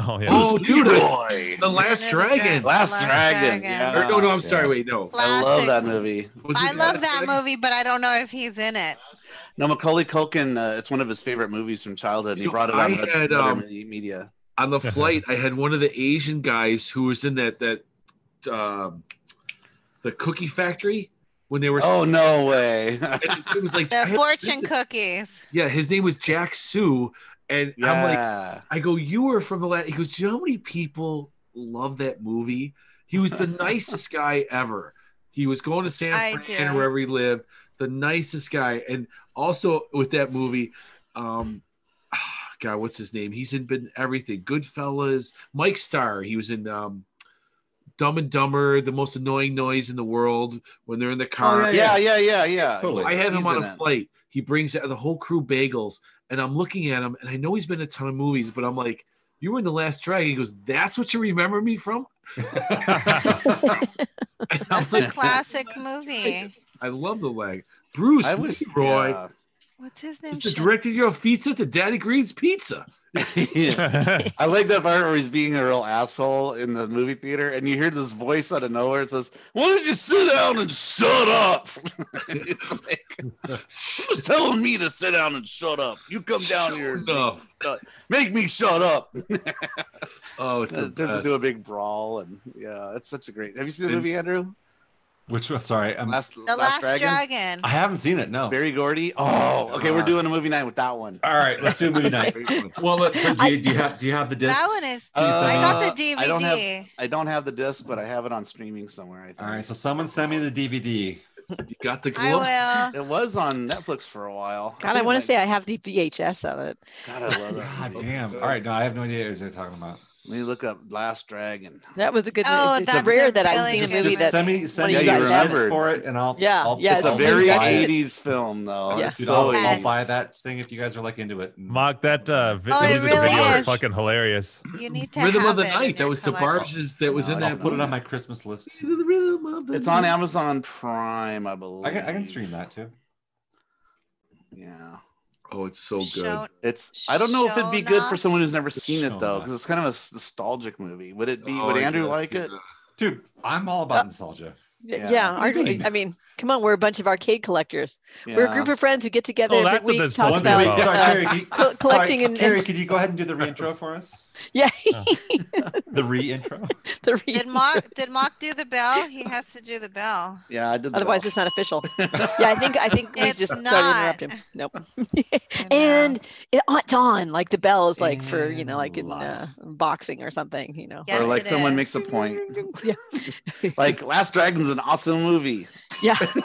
Speaker 6: Oh yeah.
Speaker 9: Oh, dude,
Speaker 5: Leroy.
Speaker 9: The Last Dragon.
Speaker 5: Last
Speaker 12: Last
Speaker 5: Dragon.
Speaker 12: Dragon.
Speaker 5: Yeah.
Speaker 9: Or, no, no, I'm
Speaker 5: Yeah.
Speaker 9: sorry. Wait, no.
Speaker 5: I love that
Speaker 12: Classic.
Speaker 5: movie.
Speaker 9: Was it
Speaker 12: I
Speaker 9: The
Speaker 12: love
Speaker 9: Last
Speaker 12: that
Speaker 9: Dragon?
Speaker 12: movie, but I don't know if he's in it.
Speaker 5: No, Macaulay Culkin. Uh, it's one of his favorite movies from childhood. and He
Speaker 9: So
Speaker 5: brought it
Speaker 9: I
Speaker 5: on
Speaker 9: had,
Speaker 5: Red
Speaker 9: um,
Speaker 5: Letter Media.
Speaker 9: On the flight, I had one of the Asian guys who was in that that um, the cookie factory when they were.
Speaker 5: Oh no way!
Speaker 9: (laughs) and his name was like
Speaker 12: The
Speaker 9: "Hey,
Speaker 12: fortune
Speaker 9: this is-"
Speaker 12: cookies.
Speaker 9: Yeah, his name was Jack Sue, and I'm like,
Speaker 5: yeah.
Speaker 9: I go, you were from the last. He goes, do you know how many people love that movie? He was
Speaker 5: (laughs)
Speaker 9: the nicest guy ever. He was going to San
Speaker 12: I
Speaker 9: Fran or
Speaker 12: do.
Speaker 9: wherever he lived. The nicest guy, and also with that movie, um, ah, God, what's his name? He's in been everything. Goodfellas, Mike Starr. He was in um, Dumb and Dumber, the most annoying noise in the world when they're in the car.
Speaker 5: Oh, yeah, yeah, yeah, yeah.
Speaker 4: Totally.
Speaker 9: I had him
Speaker 5: He's
Speaker 9: on
Speaker 5: in
Speaker 9: a
Speaker 5: it. (laughs)
Speaker 9: flight. He brings out the whole crew bagels, and I'm looking at him, and I know he's been in a ton of movies, but I'm like, "You were in the Last Dragon." He goes, "That's what you remember me from." (laughs) And I'm
Speaker 12: That's a
Speaker 9: like,
Speaker 12: classic
Speaker 9: Last
Speaker 12: movie.
Speaker 9: Dragon. I love the leg. Bruce
Speaker 5: I was
Speaker 9: Leroy
Speaker 5: yeah.
Speaker 12: What's his name?
Speaker 9: is the
Speaker 12: Shit.
Speaker 9: director of Pizza to Daddy Green's Pizza.
Speaker 5: I like that part where he's being a real asshole in the movie theater, and you hear this voice out of nowhere. It says, "Why don't you sit down and shut up?" (laughs) it's like, (laughs) who's telling me to sit down and shut up? You come down here, and
Speaker 9: Enough.
Speaker 5: make me shut up. (laughs)
Speaker 9: Oh, it's the
Speaker 5: Turns into a
Speaker 9: best.
Speaker 5: big brawl, and yeah, it's such a great. Have you seen the
Speaker 4: And-
Speaker 5: movie, Andrew?
Speaker 4: Which was sorry, I'm,
Speaker 5: Last,
Speaker 12: The Last, Dragon.
Speaker 4: I haven't seen it. No.
Speaker 5: Barry Gordy. Oh, okay, we're doing a movie night with that one.
Speaker 4: All right, let's do
Speaker 5: (laughs)
Speaker 4: movie night. Well, look, so do you, do you have do you have the disc?
Speaker 12: That one is.
Speaker 5: Uh,
Speaker 12: I got the
Speaker 5: I don't have-
Speaker 12: DVD.
Speaker 5: I don't have the disc, but I have it on streaming somewhere. I think.
Speaker 4: All right, so someone send me the DVD.
Speaker 9: You got the
Speaker 12: I,
Speaker 9: glove.
Speaker 12: will.
Speaker 5: It was on Netflix for a while.
Speaker 3: God, I
Speaker 5: think
Speaker 3: want to
Speaker 5: might-
Speaker 3: say I have the VHS of it.
Speaker 5: God, I
Speaker 4: (laughs)
Speaker 5: love that.
Speaker 4: God
Speaker 5: movie.
Speaker 4: damn. All right, no, I have no idea what you're talking about.
Speaker 5: Let me look up Last Dragon.
Speaker 3: That was a good.
Speaker 12: Oh,
Speaker 3: it's
Speaker 12: that's
Speaker 3: rare
Speaker 12: a
Speaker 3: that I've
Speaker 12: really
Speaker 3: seen a
Speaker 12: good
Speaker 3: movie
Speaker 12: one.
Speaker 3: that.
Speaker 4: send me send me
Speaker 3: you
Speaker 4: the
Speaker 3: guys have
Speaker 5: it.
Speaker 4: for it, and I'll
Speaker 3: Yeah,
Speaker 4: I'll,
Speaker 3: yeah,
Speaker 5: It's a
Speaker 3: I'll
Speaker 5: very
Speaker 3: watch it.
Speaker 5: 80s film, though.
Speaker 3: Yeah.
Speaker 5: It's
Speaker 4: Dude,
Speaker 5: so
Speaker 4: I'll, I'll
Speaker 5: 80s.
Speaker 4: buy that thing if you guys are like into it.
Speaker 6: Mock that uh, vi-
Speaker 12: Oh, it
Speaker 6: music
Speaker 12: really
Speaker 6: video is
Speaker 12: is.
Speaker 6: fucking hilarious.
Speaker 12: You need to
Speaker 9: Rhythm
Speaker 12: have
Speaker 9: of the
Speaker 12: it in
Speaker 9: Night. That
Speaker 12: your
Speaker 9: was
Speaker 12: collection.
Speaker 9: DeBarge's. That was
Speaker 5: No,
Speaker 9: in
Speaker 5: I
Speaker 4: I'll
Speaker 9: that.
Speaker 5: don't
Speaker 4: put it on my Christmas list.
Speaker 9: The rhythm of the
Speaker 5: It's on
Speaker 9: night.
Speaker 5: Amazon Prime, I believe.
Speaker 4: I can I can stream that too.
Speaker 5: Yeah.
Speaker 9: Oh, it's so good.
Speaker 12: Show-
Speaker 5: It's. I don't know if it'd be good for
Speaker 12: Shona?
Speaker 5: someone who's never seen it though,
Speaker 4: Shona.
Speaker 5: because it's kind of a s- nostalgic movie. Would it be?
Speaker 9: Oh,
Speaker 5: would
Speaker 9: I
Speaker 5: Andrew
Speaker 9: guess,
Speaker 5: like
Speaker 9: yeah.
Speaker 5: it?
Speaker 4: Dude, I'm all about nostalgia.
Speaker 3: Y-
Speaker 4: Yeah.
Speaker 3: Yeah,
Speaker 4: What
Speaker 3: aren't
Speaker 4: do you
Speaker 3: we?
Speaker 4: mean?
Speaker 3: I mean, come on, we're a bunch of arcade collectors. We're a group of friends who get together
Speaker 6: Oh,
Speaker 3: every
Speaker 6: that's what
Speaker 3: week,
Speaker 6: this
Speaker 3: talk
Speaker 6: was
Speaker 3: about
Speaker 6: about.
Speaker 4: Sorry,
Speaker 3: uh,
Speaker 4: Carrie, can you,
Speaker 3: col- collecting
Speaker 4: sorry,
Speaker 3: and,
Speaker 4: Carrie,
Speaker 3: and-
Speaker 4: could you go ahead and do the reintro for us?
Speaker 3: yeah,
Speaker 12: (laughs)
Speaker 4: The reintro.
Speaker 3: the re-
Speaker 12: Did Mock did Mock do the bell? He has to do the bell.
Speaker 5: Yeah, I did. the
Speaker 3: Otherwise,
Speaker 5: bell.
Speaker 3: it's not
Speaker 5: (laughs)
Speaker 3: official. yeah, I think I think we
Speaker 12: It's
Speaker 3: just started
Speaker 12: not.
Speaker 3: interrupting. Nope. (laughs)
Speaker 12: I know.
Speaker 3: and it, oh, it's on. Like the bell is like for you know
Speaker 4: And
Speaker 3: like in uh,
Speaker 4: live.
Speaker 3: boxing or something. You know.
Speaker 12: Yes,
Speaker 5: or like
Speaker 12: it
Speaker 5: someone
Speaker 12: is.
Speaker 5: makes a
Speaker 9: (laughs)
Speaker 5: point.
Speaker 3: Yeah.
Speaker 5: (laughs) Like Last Dragon's an awesome movie.
Speaker 3: Yeah.
Speaker 12: Yes.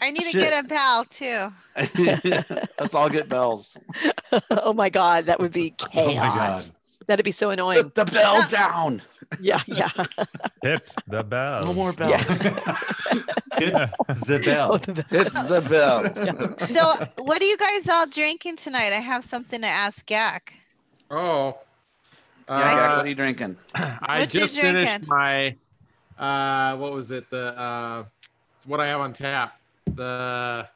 Speaker 12: I need to
Speaker 5: Shit.
Speaker 12: get a bell too.
Speaker 5: (laughs) Let's all get bells.
Speaker 3: (laughs) oh my God, that would
Speaker 5: (laughs)
Speaker 3: be chaos.
Speaker 4: Oh my god.
Speaker 3: That'd be so annoying.
Speaker 5: Put the
Speaker 12: (laughs)
Speaker 5: bell down.
Speaker 3: Yeah, yeah.
Speaker 6: Hit the bell.
Speaker 5: No more bells.
Speaker 3: Yeah.
Speaker 4: It's the
Speaker 3: Oh,
Speaker 4: bell.
Speaker 3: the bell.
Speaker 5: It's the
Speaker 9: (laughs)
Speaker 5: bell.
Speaker 12: So, what are you guys all drinking tonight? I have something to ask Yak.
Speaker 11: Oh.
Speaker 5: Yeah, Jack,
Speaker 11: Uh,
Speaker 5: what are you drinking?
Speaker 11: (laughs) I
Speaker 12: What you
Speaker 11: just finished
Speaker 12: drinking?
Speaker 11: my uh what was it? The uh it's what I have on tap. The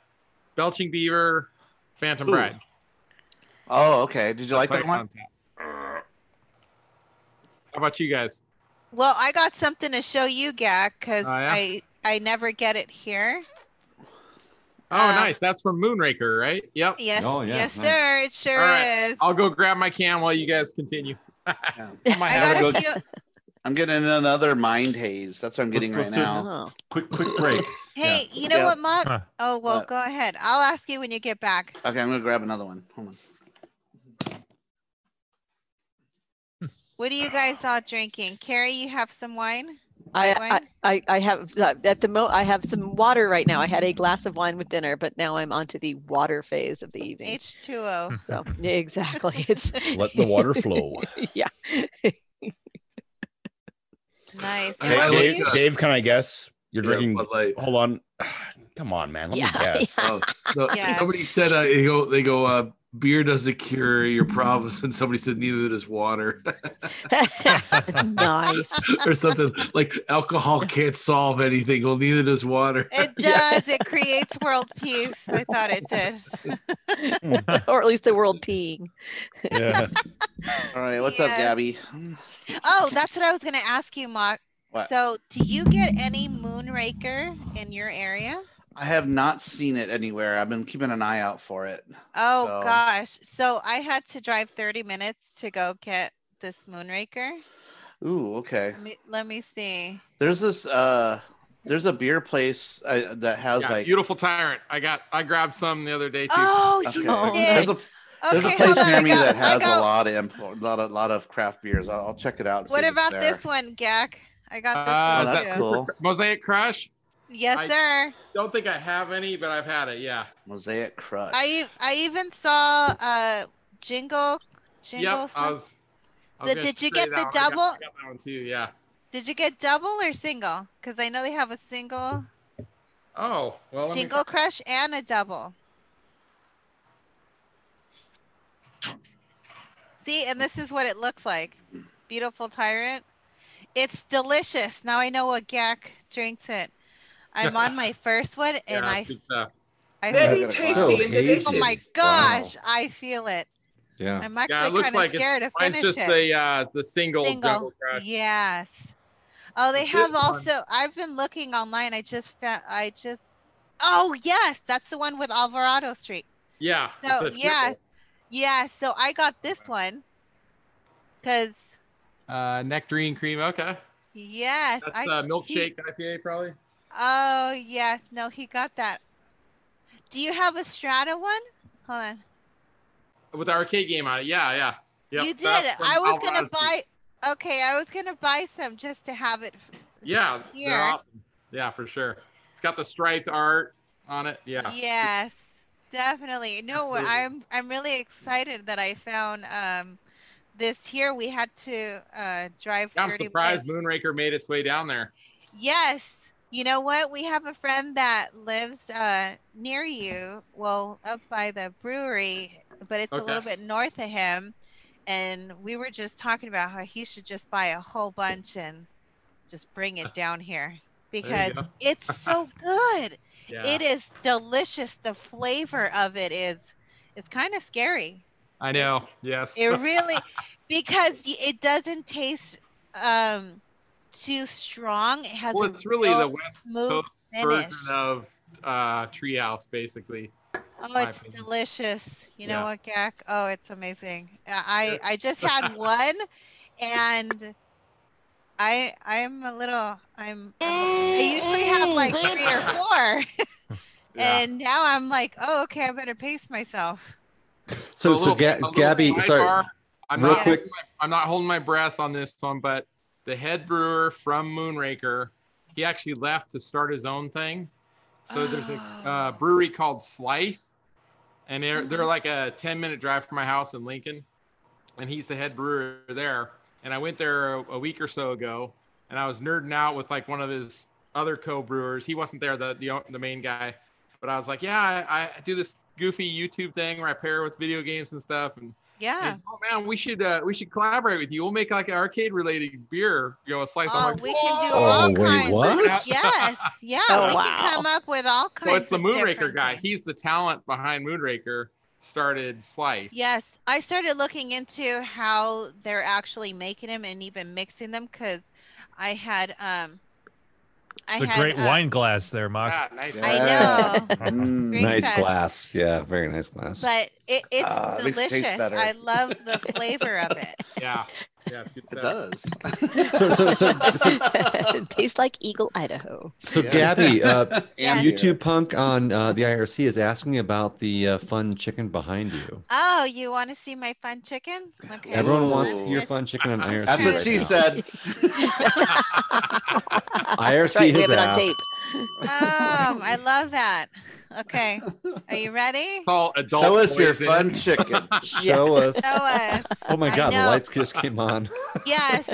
Speaker 11: Belching Beaver Phantom
Speaker 5: Ooh,
Speaker 11: Bride.
Speaker 5: Oh, okay. Did you like
Speaker 11: That's
Speaker 5: that
Speaker 11: what I
Speaker 5: one?
Speaker 11: have on tap. How about you guys?
Speaker 12: Well, I got something to show you, Gak, because
Speaker 11: Oh, yeah?
Speaker 12: I I never get it here.
Speaker 11: Oh,
Speaker 12: Uh,
Speaker 11: nice. That's from Moonraker, right? Yep.
Speaker 12: Yes,
Speaker 4: Oh, yeah,
Speaker 12: yes,
Speaker 4: nice.
Speaker 12: sir. It sure
Speaker 11: All right.
Speaker 12: is.
Speaker 11: I'll go grab my can while you guys continue. (laughs)
Speaker 12: I,
Speaker 11: I
Speaker 12: got
Speaker 11: gotta
Speaker 12: a
Speaker 5: go-
Speaker 12: few.
Speaker 5: I'm getting another mind haze. That's what I'm getting
Speaker 4: Let's-
Speaker 5: right
Speaker 4: let's do
Speaker 5: now.
Speaker 11: (laughs)
Speaker 3: Oh.
Speaker 4: Quick, quick break.
Speaker 12: (laughs) Hey, you know
Speaker 5: Yeah.
Speaker 12: what, Mom?
Speaker 6: Huh.
Speaker 12: Oh well,
Speaker 5: What?
Speaker 12: go ahead. I'll ask you when you get back.
Speaker 5: (laughs) Okay, I'm gonna grab another one. Hold on.
Speaker 12: What are you guys all drinking? Carrie, you have some wine.
Speaker 3: I,
Speaker 12: Red
Speaker 3: I,
Speaker 12: wine?
Speaker 3: I I have uh, at the mo I have some water right now. I had a glass of wine with dinner, but now I'm onto the water phase of the evening.
Speaker 12: H two O.
Speaker 5: (laughs)
Speaker 3: So yeah, exactly. It's (laughs)
Speaker 1: (laughs) Let the water flow.
Speaker 11: (laughs)
Speaker 3: yeah.
Speaker 12: Nice.
Speaker 9: Hey,
Speaker 12: And what
Speaker 9: I
Speaker 12: were
Speaker 9: like
Speaker 1: Dave,
Speaker 12: you?
Speaker 1: (laughs)
Speaker 9: that.
Speaker 1: Dave, can I guess? You're drinking.
Speaker 9: Bud Light.
Speaker 1: Hold on. (sighs) Come on, man. Let me
Speaker 3: Yeah,
Speaker 1: guess.
Speaker 9: Oh, no,
Speaker 12: Yeah.
Speaker 9: Somebody said uh, they go. They go. Uh, beer doesn't cure your problems, and somebody said neither does water,
Speaker 3: nice.
Speaker 9: or something like alcohol can't solve anything. Well, neither does water.
Speaker 12: It does. It creates world peace. I thought it did.
Speaker 3: or at least the world peeing.
Speaker 1: Yeah.
Speaker 5: (laughs) All right, what's up,
Speaker 12: Yeah.
Speaker 5: Gabby?
Speaker 12: (laughs) Oh, that's what I was gonna ask you, Mark.
Speaker 5: What?
Speaker 12: So, do you get any Moonraker in your area?
Speaker 5: I have not seen it anywhere. I've been keeping an eye out for it.
Speaker 12: Oh
Speaker 5: So-
Speaker 12: gosh. So I had to drive 30 minutes to go get this Moonraker.
Speaker 5: Ooh, okay.
Speaker 12: Let me, let me see.
Speaker 5: There's this uh there's a beer place uh, that has
Speaker 11: Yeah,
Speaker 5: like
Speaker 11: beautiful tyrant. I got I grabbed some the other day too.
Speaker 12: Oh,
Speaker 5: okay.
Speaker 12: you
Speaker 3: Oh,
Speaker 12: did.
Speaker 5: There's a
Speaker 12: okay,
Speaker 5: there's a
Speaker 12: hold
Speaker 5: place
Speaker 12: on.
Speaker 5: near
Speaker 12: I
Speaker 5: me
Speaker 12: got,
Speaker 5: that
Speaker 12: I
Speaker 5: has a
Speaker 12: got-
Speaker 5: lot of import, lot of lot of craft beers. I'll, I'll check it out. and see
Speaker 12: What
Speaker 5: if it's
Speaker 12: about
Speaker 5: there.
Speaker 12: this one, Gak? I got this
Speaker 11: Ah,
Speaker 5: Oh,
Speaker 12: one.
Speaker 11: is
Speaker 5: that's
Speaker 12: too.
Speaker 11: that
Speaker 5: cool.
Speaker 11: Mosaic Crush.
Speaker 12: Yes,
Speaker 11: I-
Speaker 12: sir.
Speaker 11: Don't think I have any, but I've had it. Yeah.
Speaker 5: Mosaic Crush.
Speaker 12: I e- I even saw uh Jingle Jingle.
Speaker 11: Yep. I
Speaker 12: some-
Speaker 11: was. I
Speaker 12: The-
Speaker 11: was gonna
Speaker 12: did you
Speaker 11: say
Speaker 12: get the
Speaker 11: that one. I got-
Speaker 12: double?
Speaker 11: I got that one too. Yeah.
Speaker 12: Did you get double or single? Because I know they have a single
Speaker 11: Oh well. let me-
Speaker 12: Jingle Crush and a double. See, and this is what it looks like. Beautiful tyrant. It's delicious. Now I know what Gak drinks it. I'm on
Speaker 11: (laughs)
Speaker 12: my first one
Speaker 11: yeah,
Speaker 12: and I
Speaker 11: it's good stuff.
Speaker 12: I
Speaker 5: Very
Speaker 12: feel it.
Speaker 4: So hazy.
Speaker 12: Oh my gosh, I feel it.
Speaker 4: Yeah.
Speaker 12: I'm
Speaker 11: Yeah, it
Speaker 12: actually
Speaker 11: looks
Speaker 12: kind of
Speaker 11: like it's-
Speaker 12: scared to
Speaker 11: Mine's
Speaker 12: finish
Speaker 11: just
Speaker 12: it.
Speaker 11: the uh, the single, double crush.
Speaker 12: Yes. Oh, they
Speaker 11: But
Speaker 12: have
Speaker 11: this one-
Speaker 12: also. I've been looking online. I just found. I just. Oh yes, that's the one with Alvarado Street.
Speaker 11: Yeah. it's
Speaker 12: So
Speaker 11: a
Speaker 12: yeah,
Speaker 11: triple.
Speaker 12: yeah. So I got this one. Cause
Speaker 11: Uh, nectarine cream. Okay.
Speaker 12: yes,
Speaker 11: That's
Speaker 12: I.
Speaker 11: uh,
Speaker 12: he-
Speaker 11: milkshake IPA probably.
Speaker 12: oh yes, no, he got that. Do you have a Strata one? Hold on.
Speaker 11: With the arcade game on it. Yeah, yeah. Yep,
Speaker 12: you did.
Speaker 11: that's from
Speaker 12: I was gonna
Speaker 11: Alvarado Street.
Speaker 12: buy. Okay, I was gonna buy some just to have it. f-
Speaker 11: Yeah,
Speaker 12: here.
Speaker 11: they're awesome. Yeah, for sure. It's got the striped art on it. Yeah.
Speaker 12: Yes, definitely. No,
Speaker 11: Absolutely.
Speaker 12: I'm I'm really excited that I found um this here. We had to uh drive
Speaker 11: I'm
Speaker 12: 30
Speaker 11: surprised
Speaker 12: minutes.
Speaker 11: Moonraker made its way down there.
Speaker 12: Yes. You know what? We have a friend that lives uh near you, well, up by the brewery, but it's a
Speaker 11: Okay.
Speaker 12: little bit north of him. And we were just talking about how he should just buy a whole bunch and just bring it down here because
Speaker 11: Uh. go. (laughs)
Speaker 12: it's so good.
Speaker 11: Yeah.
Speaker 12: It is delicious. The flavor of it is it's kind of scary.
Speaker 11: I (laughs) know. Yes.
Speaker 12: It really because y- it doesn't taste um too strong. It has
Speaker 11: Well,
Speaker 12: a
Speaker 11: it's really the
Speaker 12: real
Speaker 11: West
Speaker 12: smooth
Speaker 11: Coast
Speaker 12: finish.
Speaker 11: version of uh, Treehouse, basically.
Speaker 12: Oh,
Speaker 11: my
Speaker 12: it's
Speaker 11: opinion.
Speaker 12: delicious. You know
Speaker 11: Yeah.
Speaker 12: what, Gak? Oh, it's amazing. I I I
Speaker 11: (laughs)
Speaker 12: just had one, and I I'm a little I'm, I'm- I usually have
Speaker 3: Mm-hmm.
Speaker 12: like three or four,
Speaker 11: (laughs) Yeah.
Speaker 12: and now I'm like, oh, okay, I better pace myself.
Speaker 4: So,
Speaker 11: a
Speaker 4: (laughs) so
Speaker 11: little-
Speaker 4: Ga-
Speaker 11: a little
Speaker 4: Gabby, sorry.
Speaker 11: sidebar. I'm
Speaker 4: Real
Speaker 11: not
Speaker 4: quick.
Speaker 11: holding my, I'm not holding my breath on this one, but the head brewer from Moonraker, he actually left to start his own thing. (laughs) So there's (laughs)
Speaker 4: (gasps)
Speaker 11: a uh, brewery called Slice, and
Speaker 4: Mm-hmm.
Speaker 11: they're they're like a 10 minute drive from my house in Lincoln, and he's the head brewer there. And I went there a, a week or so ago, and I was nerding out with like one of his other co-brewers. He wasn't there, the the, the main guy, but I was like, yeah, I, I do this goofy YouTube thing where I pair with video games and stuff, and
Speaker 12: Yeah.
Speaker 11: and, oh man, we should uh, we should
Speaker 3: (laughs)
Speaker 5: (laughs)
Speaker 11: collaborate with you. We'll make like an arcade related beer, you know, a slice.
Speaker 12: Oh,
Speaker 11: I'm like,
Speaker 12: we can do
Speaker 11: "Whoa!"
Speaker 12: all
Speaker 4: Oh, wait,
Speaker 12: kinds. of-
Speaker 4: what?
Speaker 12: Yes, yeah,
Speaker 11: (laughs)
Speaker 3: Oh,
Speaker 12: we
Speaker 3: wow.
Speaker 12: can come up with all kinds.
Speaker 11: So it's the
Speaker 12: of
Speaker 11: Moonraker
Speaker 12: different
Speaker 11: guy.
Speaker 12: things.
Speaker 11: He's the talent behind Moonraker. Started Slice.
Speaker 12: Yes, I started looking into how they're actually making them and even mixing them because I had um, I
Speaker 6: It's a
Speaker 12: had
Speaker 6: great
Speaker 12: uh,
Speaker 6: wine glass there, Mock.
Speaker 11: Ah, nice.
Speaker 12: I
Speaker 5: Yeah.
Speaker 12: know,
Speaker 5: Mm.
Speaker 12: Drink
Speaker 4: Nice
Speaker 12: that.
Speaker 4: glass. Yeah, very nice glass.
Speaker 12: but it, it's
Speaker 5: Ah, it makes it
Speaker 12: delicious.
Speaker 5: taste better.
Speaker 12: I love
Speaker 3: (laughs)
Speaker 12: the flavor of it.
Speaker 11: Yeah. Yeah, it's good
Speaker 5: It
Speaker 11: stuff.
Speaker 5: does.
Speaker 3: (laughs)
Speaker 4: So, so, so, so,
Speaker 3: it tastes like Eagle, Idaho.
Speaker 4: so
Speaker 5: Yeah.
Speaker 4: Gabby, uh,
Speaker 12: Yeah.
Speaker 5: And
Speaker 4: YouTube Punk on uh, the IRC is asking about the uh, fun chicken behind you.
Speaker 12: Oh, you want to see my fun chicken? Okay.
Speaker 4: Everyone wants
Speaker 5: Ooh.
Speaker 4: to hear fun chicken
Speaker 6: (laughs)
Speaker 4: on IRC.
Speaker 5: That's what
Speaker 4: right
Speaker 5: she
Speaker 4: now. (laughs)
Speaker 5: said.
Speaker 4: IRC
Speaker 3: That's right, we
Speaker 4: has
Speaker 3: have it on
Speaker 4: asked.
Speaker 3: tape.
Speaker 12: Um, I
Speaker 3: (laughs)
Speaker 12: love that. Okay, are you ready?
Speaker 11: It's all adult.
Speaker 5: Show us your
Speaker 11: poison. (laughs)
Speaker 5: fun chicken.
Speaker 4: Show us.
Speaker 12: So, uh,
Speaker 4: Oh my
Speaker 12: I
Speaker 4: God, the
Speaker 12: know.
Speaker 4: lights just came (laughs) on.
Speaker 5: (laughs)
Speaker 12: Yes.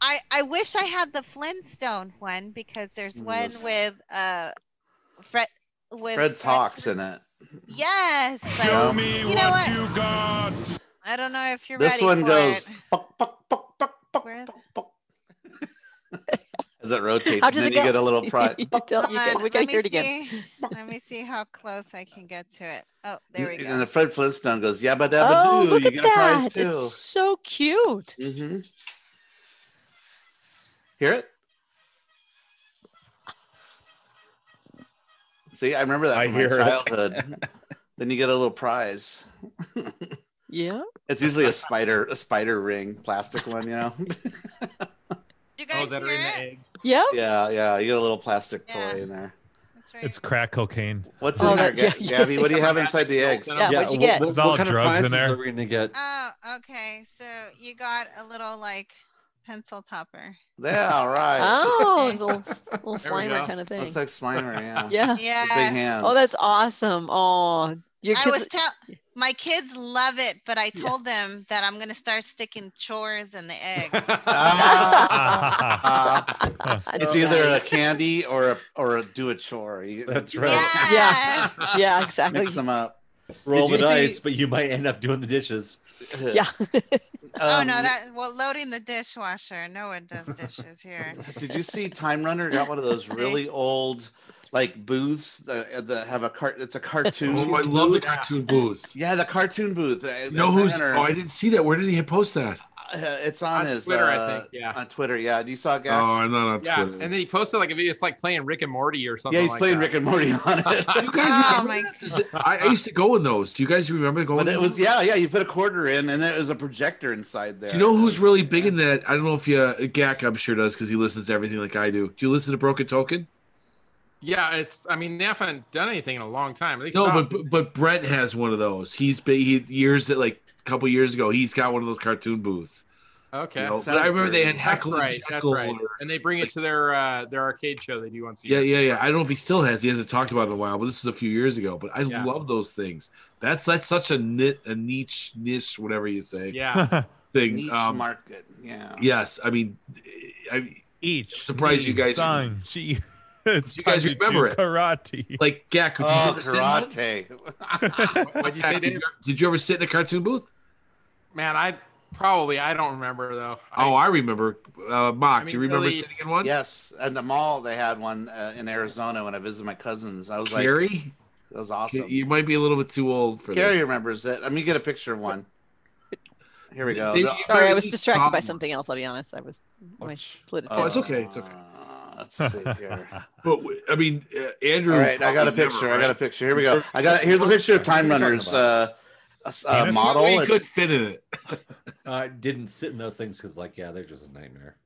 Speaker 12: I I wish I had the Flintstone one because there's one
Speaker 5: Yes.
Speaker 12: with uh Fred with
Speaker 5: Fred talks in it.
Speaker 12: Yes, but
Speaker 5: Show
Speaker 1: me
Speaker 12: You know what what?
Speaker 1: you got.
Speaker 12: I don't know if you're
Speaker 5: This
Speaker 12: ready
Speaker 5: one
Speaker 12: for
Speaker 5: goes.
Speaker 12: it.
Speaker 5: Puck, puck, puck, puck, puck,
Speaker 12: Where is-
Speaker 5: puck, puck. As it (laughs) rotates,
Speaker 3: How
Speaker 5: and
Speaker 3: does
Speaker 5: then
Speaker 3: it
Speaker 5: you
Speaker 3: go?
Speaker 5: get
Speaker 3: (laughs)
Speaker 5: a little
Speaker 12: (laughs)
Speaker 5: pri-
Speaker 3: You
Speaker 5: puck,
Speaker 3: don't- you
Speaker 12: Hold
Speaker 3: go-
Speaker 12: on,
Speaker 3: we
Speaker 12: let
Speaker 3: gotta
Speaker 12: me
Speaker 3: hear it again.
Speaker 12: see. Let me see how close I can get to it. Oh, there we
Speaker 5: And
Speaker 12: go.
Speaker 5: the Fred Flintstone goes yabba dabba
Speaker 3: Oh,
Speaker 5: doo.
Speaker 3: look
Speaker 5: You
Speaker 3: at
Speaker 5: get a prize
Speaker 3: that!
Speaker 5: too.
Speaker 3: It's so cute.
Speaker 5: Mm-hmm. Hear it? See, I remember that
Speaker 1: I
Speaker 5: from
Speaker 1: hear
Speaker 5: my
Speaker 1: it.
Speaker 5: childhood.
Speaker 11: (laughs)
Speaker 5: then you get a little prize.
Speaker 3: Yeah.
Speaker 5: It's usually a spider, a spider ring, plastic one, you know.
Speaker 12: Did you
Speaker 11: Oh,
Speaker 12: guys
Speaker 11: that are
Speaker 12: hear
Speaker 11: in the
Speaker 12: it?
Speaker 11: egg.
Speaker 3: Yeah.
Speaker 5: yeah, yeah. You get a little plastic
Speaker 12: Yeah.
Speaker 5: toy in there.
Speaker 12: That's right.
Speaker 6: It's crack cocaine.
Speaker 5: What's
Speaker 3: Oh,
Speaker 5: in there,
Speaker 3: that-
Speaker 5: Ga-
Speaker 3: yeah,
Speaker 5: Gabby? What do
Speaker 3: (laughs)
Speaker 5: you have inside the eggs?
Speaker 11: Yeah,
Speaker 3: Yeah.
Speaker 4: yeah,
Speaker 3: what'd you
Speaker 4: wh-
Speaker 3: get?
Speaker 4: wh-
Speaker 6: It's
Speaker 4: what,
Speaker 6: all
Speaker 4: kind of
Speaker 6: drugs in
Speaker 4: prizes
Speaker 6: there.
Speaker 4: are we gonna get?
Speaker 5: Uh,
Speaker 12: Oh, okay. So you got a little like pencil topper.
Speaker 5: Yeah, all
Speaker 12: (laughs)
Speaker 5: right.
Speaker 4: (laughs)
Speaker 3: Oh, it's a little, s- little
Speaker 11: There we
Speaker 3: slimer
Speaker 11: go.
Speaker 3: kind of thing.
Speaker 5: Looks like Slimer, yeah.
Speaker 3: yeah.
Speaker 12: Yeah.
Speaker 5: With big hands.
Speaker 3: Oh, that's awesome. Oh, your
Speaker 12: I
Speaker 3: kids.
Speaker 12: was tell my kids love it, but I
Speaker 3: Yeah.
Speaker 12: told them that I'm gonna start sticking chores in the egg.
Speaker 5: Ah.
Speaker 3: (laughs) I
Speaker 5: it's
Speaker 3: love
Speaker 5: either
Speaker 3: that.
Speaker 5: a candy or a or a do a chore. You-
Speaker 4: (laughs) That's
Speaker 5: you
Speaker 4: right.
Speaker 12: Yeah.
Speaker 5: (laughs)
Speaker 3: yeah, exactly.
Speaker 5: Mix them up.
Speaker 4: Roll the
Speaker 5: Did you see-
Speaker 4: dice, but you might end up doing
Speaker 5: (laughs)
Speaker 4: the dishes.
Speaker 3: Yeah. (laughs)
Speaker 12: oh
Speaker 5: Um,
Speaker 12: no, that well loading the dishwasher. No one does dishes
Speaker 3: (laughs)
Speaker 12: here.
Speaker 5: Did you see Time Runner got one of those really old like booths that, that have a cart? It's a cartoon.
Speaker 9: Oh, I love the
Speaker 5: booth.
Speaker 9: cartoon
Speaker 5: (laughs)
Speaker 9: booths.
Speaker 5: Yeah, the cartoon booth. uh,
Speaker 9: You
Speaker 5: that
Speaker 9: know who's?
Speaker 5: Tanner,
Speaker 9: Oh, I didn't see that. Where did he post that?
Speaker 5: uh, it's on,
Speaker 11: On
Speaker 5: his
Speaker 11: Twitter, I
Speaker 5: uh,
Speaker 11: think, yeah.
Speaker 5: on Twitter. Yeah, you saw
Speaker 9: Oh,
Speaker 5: guy.
Speaker 9: I'm not on
Speaker 11: Yeah,
Speaker 9: Twitter.
Speaker 11: and then he posted like a video. It's like playing Rick and Morty or something.
Speaker 5: yeah, he's
Speaker 11: like
Speaker 5: playing
Speaker 11: that.
Speaker 5: Rick
Speaker 11: (laughs)
Speaker 5: and Morty on
Speaker 9: you
Speaker 5: it.
Speaker 9: guys
Speaker 12: Oh,
Speaker 9: remember
Speaker 12: my
Speaker 9: that? Does it- I, I used to go in those. Do you guys remember going?
Speaker 5: but it
Speaker 9: in
Speaker 5: was
Speaker 9: those?
Speaker 5: yeah, yeah. You put a quarter in, and there was a projector inside there.
Speaker 9: Do you know who's really big in that? I don't know if you, Gak, I'm sure does because he listens to everything like I do. Do you listen to Broken Token?
Speaker 11: Yeah, it's. I mean, they haven't done anything in a long time. They
Speaker 9: No,
Speaker 11: stopped.
Speaker 9: but but Brent has one of those. He's big he, years that like a couple years ago. He's got one of those cartoon booths.
Speaker 11: okay.
Speaker 9: You know?
Speaker 5: Sounds
Speaker 9: I remember they had
Speaker 5: dirty.
Speaker 11: That's
Speaker 9: Heckle and
Speaker 11: right. That's
Speaker 9: Jekyll
Speaker 11: right.
Speaker 9: or-
Speaker 11: And they bring it to their uh, their arcade show they do once a
Speaker 9: yeah,
Speaker 11: year.
Speaker 9: yeah, yeah. I don't know if he still has. He hasn't talked about it in a while, but this is a few years ago. But I
Speaker 11: Yeah.
Speaker 9: love those things. That's that's such a nit a niche niche whatever you
Speaker 4: (laughs)
Speaker 9: say
Speaker 11: Yeah.
Speaker 5: (laughs)
Speaker 9: thing.
Speaker 5: Niche
Speaker 9: Um,
Speaker 5: market. Yeah.
Speaker 9: yes, I I mean
Speaker 6: Each.
Speaker 9: Surprised you
Speaker 6: knee,
Speaker 9: guys-
Speaker 6: Song, she. (laughs) It's
Speaker 9: You
Speaker 6: time
Speaker 9: guys
Speaker 6: to do
Speaker 9: remember it.
Speaker 6: karate.
Speaker 9: (laughs) like Gak, would you
Speaker 5: Oh,
Speaker 9: ever sit in one?
Speaker 5: karate.
Speaker 11: What'd you
Speaker 9: (laughs)
Speaker 11: say,
Speaker 9: Did
Speaker 11: Dave?
Speaker 9: you, did you ever sit in a cartoon booth?
Speaker 11: Man, I probably I don't remember though.
Speaker 9: Oh, I remember. Uh, Mock,
Speaker 11: I
Speaker 9: do you
Speaker 11: mean,
Speaker 9: remember
Speaker 11: really-
Speaker 9: sitting in one?
Speaker 5: yes, and the mall they had one uh, in Arizona when I visited my cousins. I was like,
Speaker 9: Carrie,
Speaker 5: that was awesome.
Speaker 9: you might be a little bit too old for
Speaker 5: Gary remembers it. I mean, you get a picture of one. Here we go.
Speaker 9: They-
Speaker 5: The-
Speaker 3: Sorry, I
Speaker 9: at
Speaker 3: was
Speaker 9: least (laughs)
Speaker 3: distracted by
Speaker 9: someone.
Speaker 3: something else. I'll be honest. I was my split
Speaker 5: uh,
Speaker 9: Oh, it's
Speaker 3: attention.
Speaker 9: okay, it's okay.
Speaker 5: Let's see here.
Speaker 9: But w- I mean, uh, Andrew.
Speaker 5: All right, I got a
Speaker 9: probably
Speaker 5: picture.
Speaker 9: never,
Speaker 5: I got a
Speaker 9: right?
Speaker 5: picture. Here we go. I got here's a picture of Time Runners uh, a s- uh,
Speaker 6: Penis?
Speaker 5: model.
Speaker 9: We
Speaker 5: It's-
Speaker 9: could fit in it.
Speaker 4: Uh, didn't sit in those things because, like, yeah, they're just a nightmare.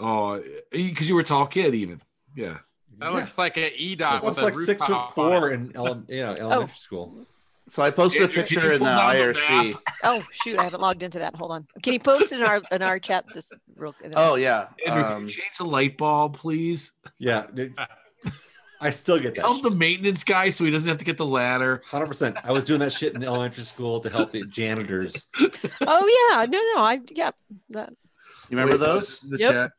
Speaker 9: Oh, because you were a tall kid, even. Yeah.
Speaker 11: That
Speaker 4: Yeah.
Speaker 11: looks like an E dot.
Speaker 4: It looks like six or four in ele- you know, elementary school.
Speaker 5: Oh. So I posted a
Speaker 9: Andrew, can
Speaker 5: picture
Speaker 9: you
Speaker 5: in the
Speaker 9: pull down the
Speaker 5: IRC.
Speaker 3: Oh shoot, I haven't logged into that. Hold on. Can you post in our in our chat just real?
Speaker 5: Oh yeah.
Speaker 9: Andrew, can
Speaker 5: Um,
Speaker 9: you change the light bulb, please? (laughs) Oh,
Speaker 4: Yeah, it- I still get that.
Speaker 9: Help the maintenance guy so he doesn't have to get the ladder.
Speaker 4: Hundred percent. I was doing that shit in elementary school to help the janitors.
Speaker 3: Oh yeah, no, no, I yeah. That,
Speaker 5: you remember
Speaker 9: Wait,
Speaker 5: those?
Speaker 9: in The
Speaker 3: Yep.
Speaker 9: chat.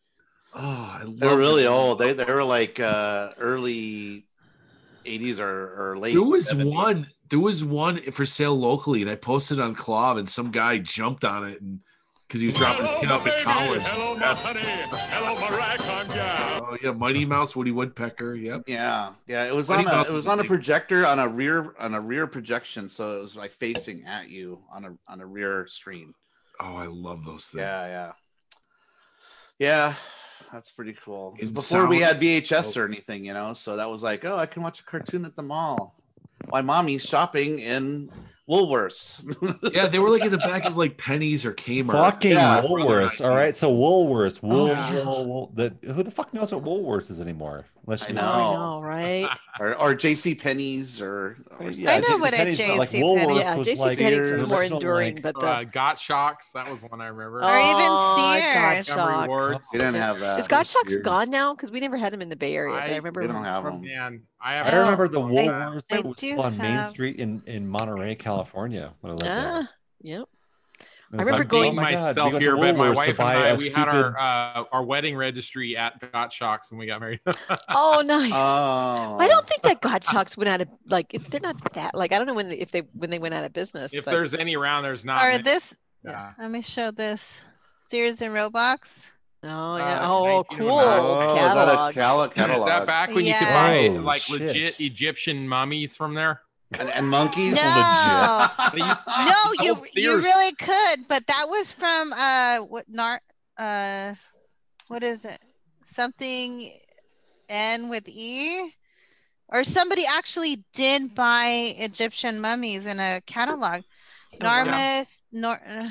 Speaker 9: Oh, I love
Speaker 5: They're really
Speaker 9: that.
Speaker 5: old. They they were like uh, early '80s or, or late.
Speaker 9: There was
Speaker 5: 70s.
Speaker 9: one. There was one for sale locally, and I posted it on Club, and some guy jumped on it, and because he was dropping his kid off at college. Oh yeah, Mighty Mouse, Woody Woodpecker. Yep.
Speaker 5: Yeah, Oh, yeah. It was
Speaker 9: What
Speaker 5: on
Speaker 9: about
Speaker 5: a it was on a
Speaker 9: something?
Speaker 5: projector on a rear on a rear projection, so it was like facing at you on a on a rear screen.
Speaker 9: Oh, I love those things.
Speaker 5: Yeah, yeah, yeah. That's pretty cool. It was
Speaker 9: In
Speaker 5: Before we
Speaker 9: sound-
Speaker 5: had VHS
Speaker 9: Oh.
Speaker 5: or anything, you know, so that was like, oh, I can watch a cartoon at the mall. My mommy's shopping in Woolworths.
Speaker 9: yeah, they were like in the back of like Pennies or Kmart.
Speaker 4: Fucking
Speaker 5: Yeah.
Speaker 4: Woolworths. All right, so
Speaker 9: Oh,
Speaker 4: Woolworths. (laughs) Wool,
Speaker 3: yeah.
Speaker 4: wool, wool- the, who the fuck knows what Woolworths is anymore? Unless
Speaker 5: I
Speaker 4: you
Speaker 3: oh,
Speaker 5: know.
Speaker 3: I know, right?
Speaker 5: or or J.C. Penney's or, or
Speaker 4: Yeah,
Speaker 12: I know
Speaker 4: J.C.
Speaker 12: what a
Speaker 4: Penney's not like
Speaker 12: J.C.
Speaker 4: Woolworths
Speaker 3: yeah,
Speaker 4: was
Speaker 3: JC
Speaker 4: like
Speaker 3: Penney's
Speaker 5: Sears.
Speaker 3: was more
Speaker 4: original,
Speaker 3: enduring,
Speaker 4: like-
Speaker 3: but the
Speaker 11: Uh, got shocks. That was one I remember.
Speaker 12: Or even
Speaker 3: Oh,
Speaker 12: Sears.
Speaker 3: Got
Speaker 11: Montgomery
Speaker 3: Shocks.
Speaker 11: Ward.
Speaker 5: we didn't have that.
Speaker 3: Is Gottschalk's
Speaker 4: Sears.
Speaker 3: gone now? Because we never had him in the Bay Area. but I
Speaker 11: I-
Speaker 3: remember
Speaker 5: we don't
Speaker 3: when-
Speaker 5: have
Speaker 11: Oh,
Speaker 5: them.
Speaker 11: man, I have.
Speaker 4: I remember the
Speaker 11: I-
Speaker 4: Woolworths that
Speaker 12: I
Speaker 4: was
Speaker 12: do
Speaker 4: on Main
Speaker 12: have-
Speaker 4: Street in, in Monterey, California. When I lived there.
Speaker 3: Ah, yep.
Speaker 4: It was
Speaker 3: I remember
Speaker 4: like,
Speaker 3: going-
Speaker 4: oh
Speaker 11: dating
Speaker 4: my God, we
Speaker 11: myself
Speaker 4: went to
Speaker 11: here, but my
Speaker 4: Woolworths to
Speaker 11: wife and
Speaker 4: buy a
Speaker 11: I, we had
Speaker 4: stupid-
Speaker 11: our uh, our wedding registry at Got Shocks when we got married. (laughs)
Speaker 3: Oh, nice.
Speaker 5: Oh,
Speaker 3: I don't think that Gottschalks went out of like if they're not that like I don't know when if they when they went out of business.
Speaker 11: if
Speaker 3: but
Speaker 11: there's any around, there's not.
Speaker 12: Or
Speaker 11: many.
Speaker 12: this.
Speaker 11: Yeah.
Speaker 12: Let me show this. Sears and Roblox.
Speaker 3: oh yeah
Speaker 11: uh,
Speaker 3: oh
Speaker 11: 1909.
Speaker 3: cool
Speaker 5: Oh, is that a
Speaker 3: catalog.
Speaker 5: cala-
Speaker 11: Is that
Speaker 5: catalog?
Speaker 11: back when you could
Speaker 12: Yeah.
Speaker 11: buy
Speaker 4: Oh,
Speaker 11: like
Speaker 4: shit.
Speaker 11: legit Egyptian mummies from there?
Speaker 5: and, and monkeys?
Speaker 12: No.
Speaker 11: Legit.
Speaker 12: No,
Speaker 11: Old
Speaker 12: you you
Speaker 11: Sears.
Speaker 12: really could, but that was from uh what nar uh what is it? Something N with E? Or somebody actually did buy Egyptian mummies in a catalog.
Speaker 3: wow.
Speaker 12: Narmis, Nor uh,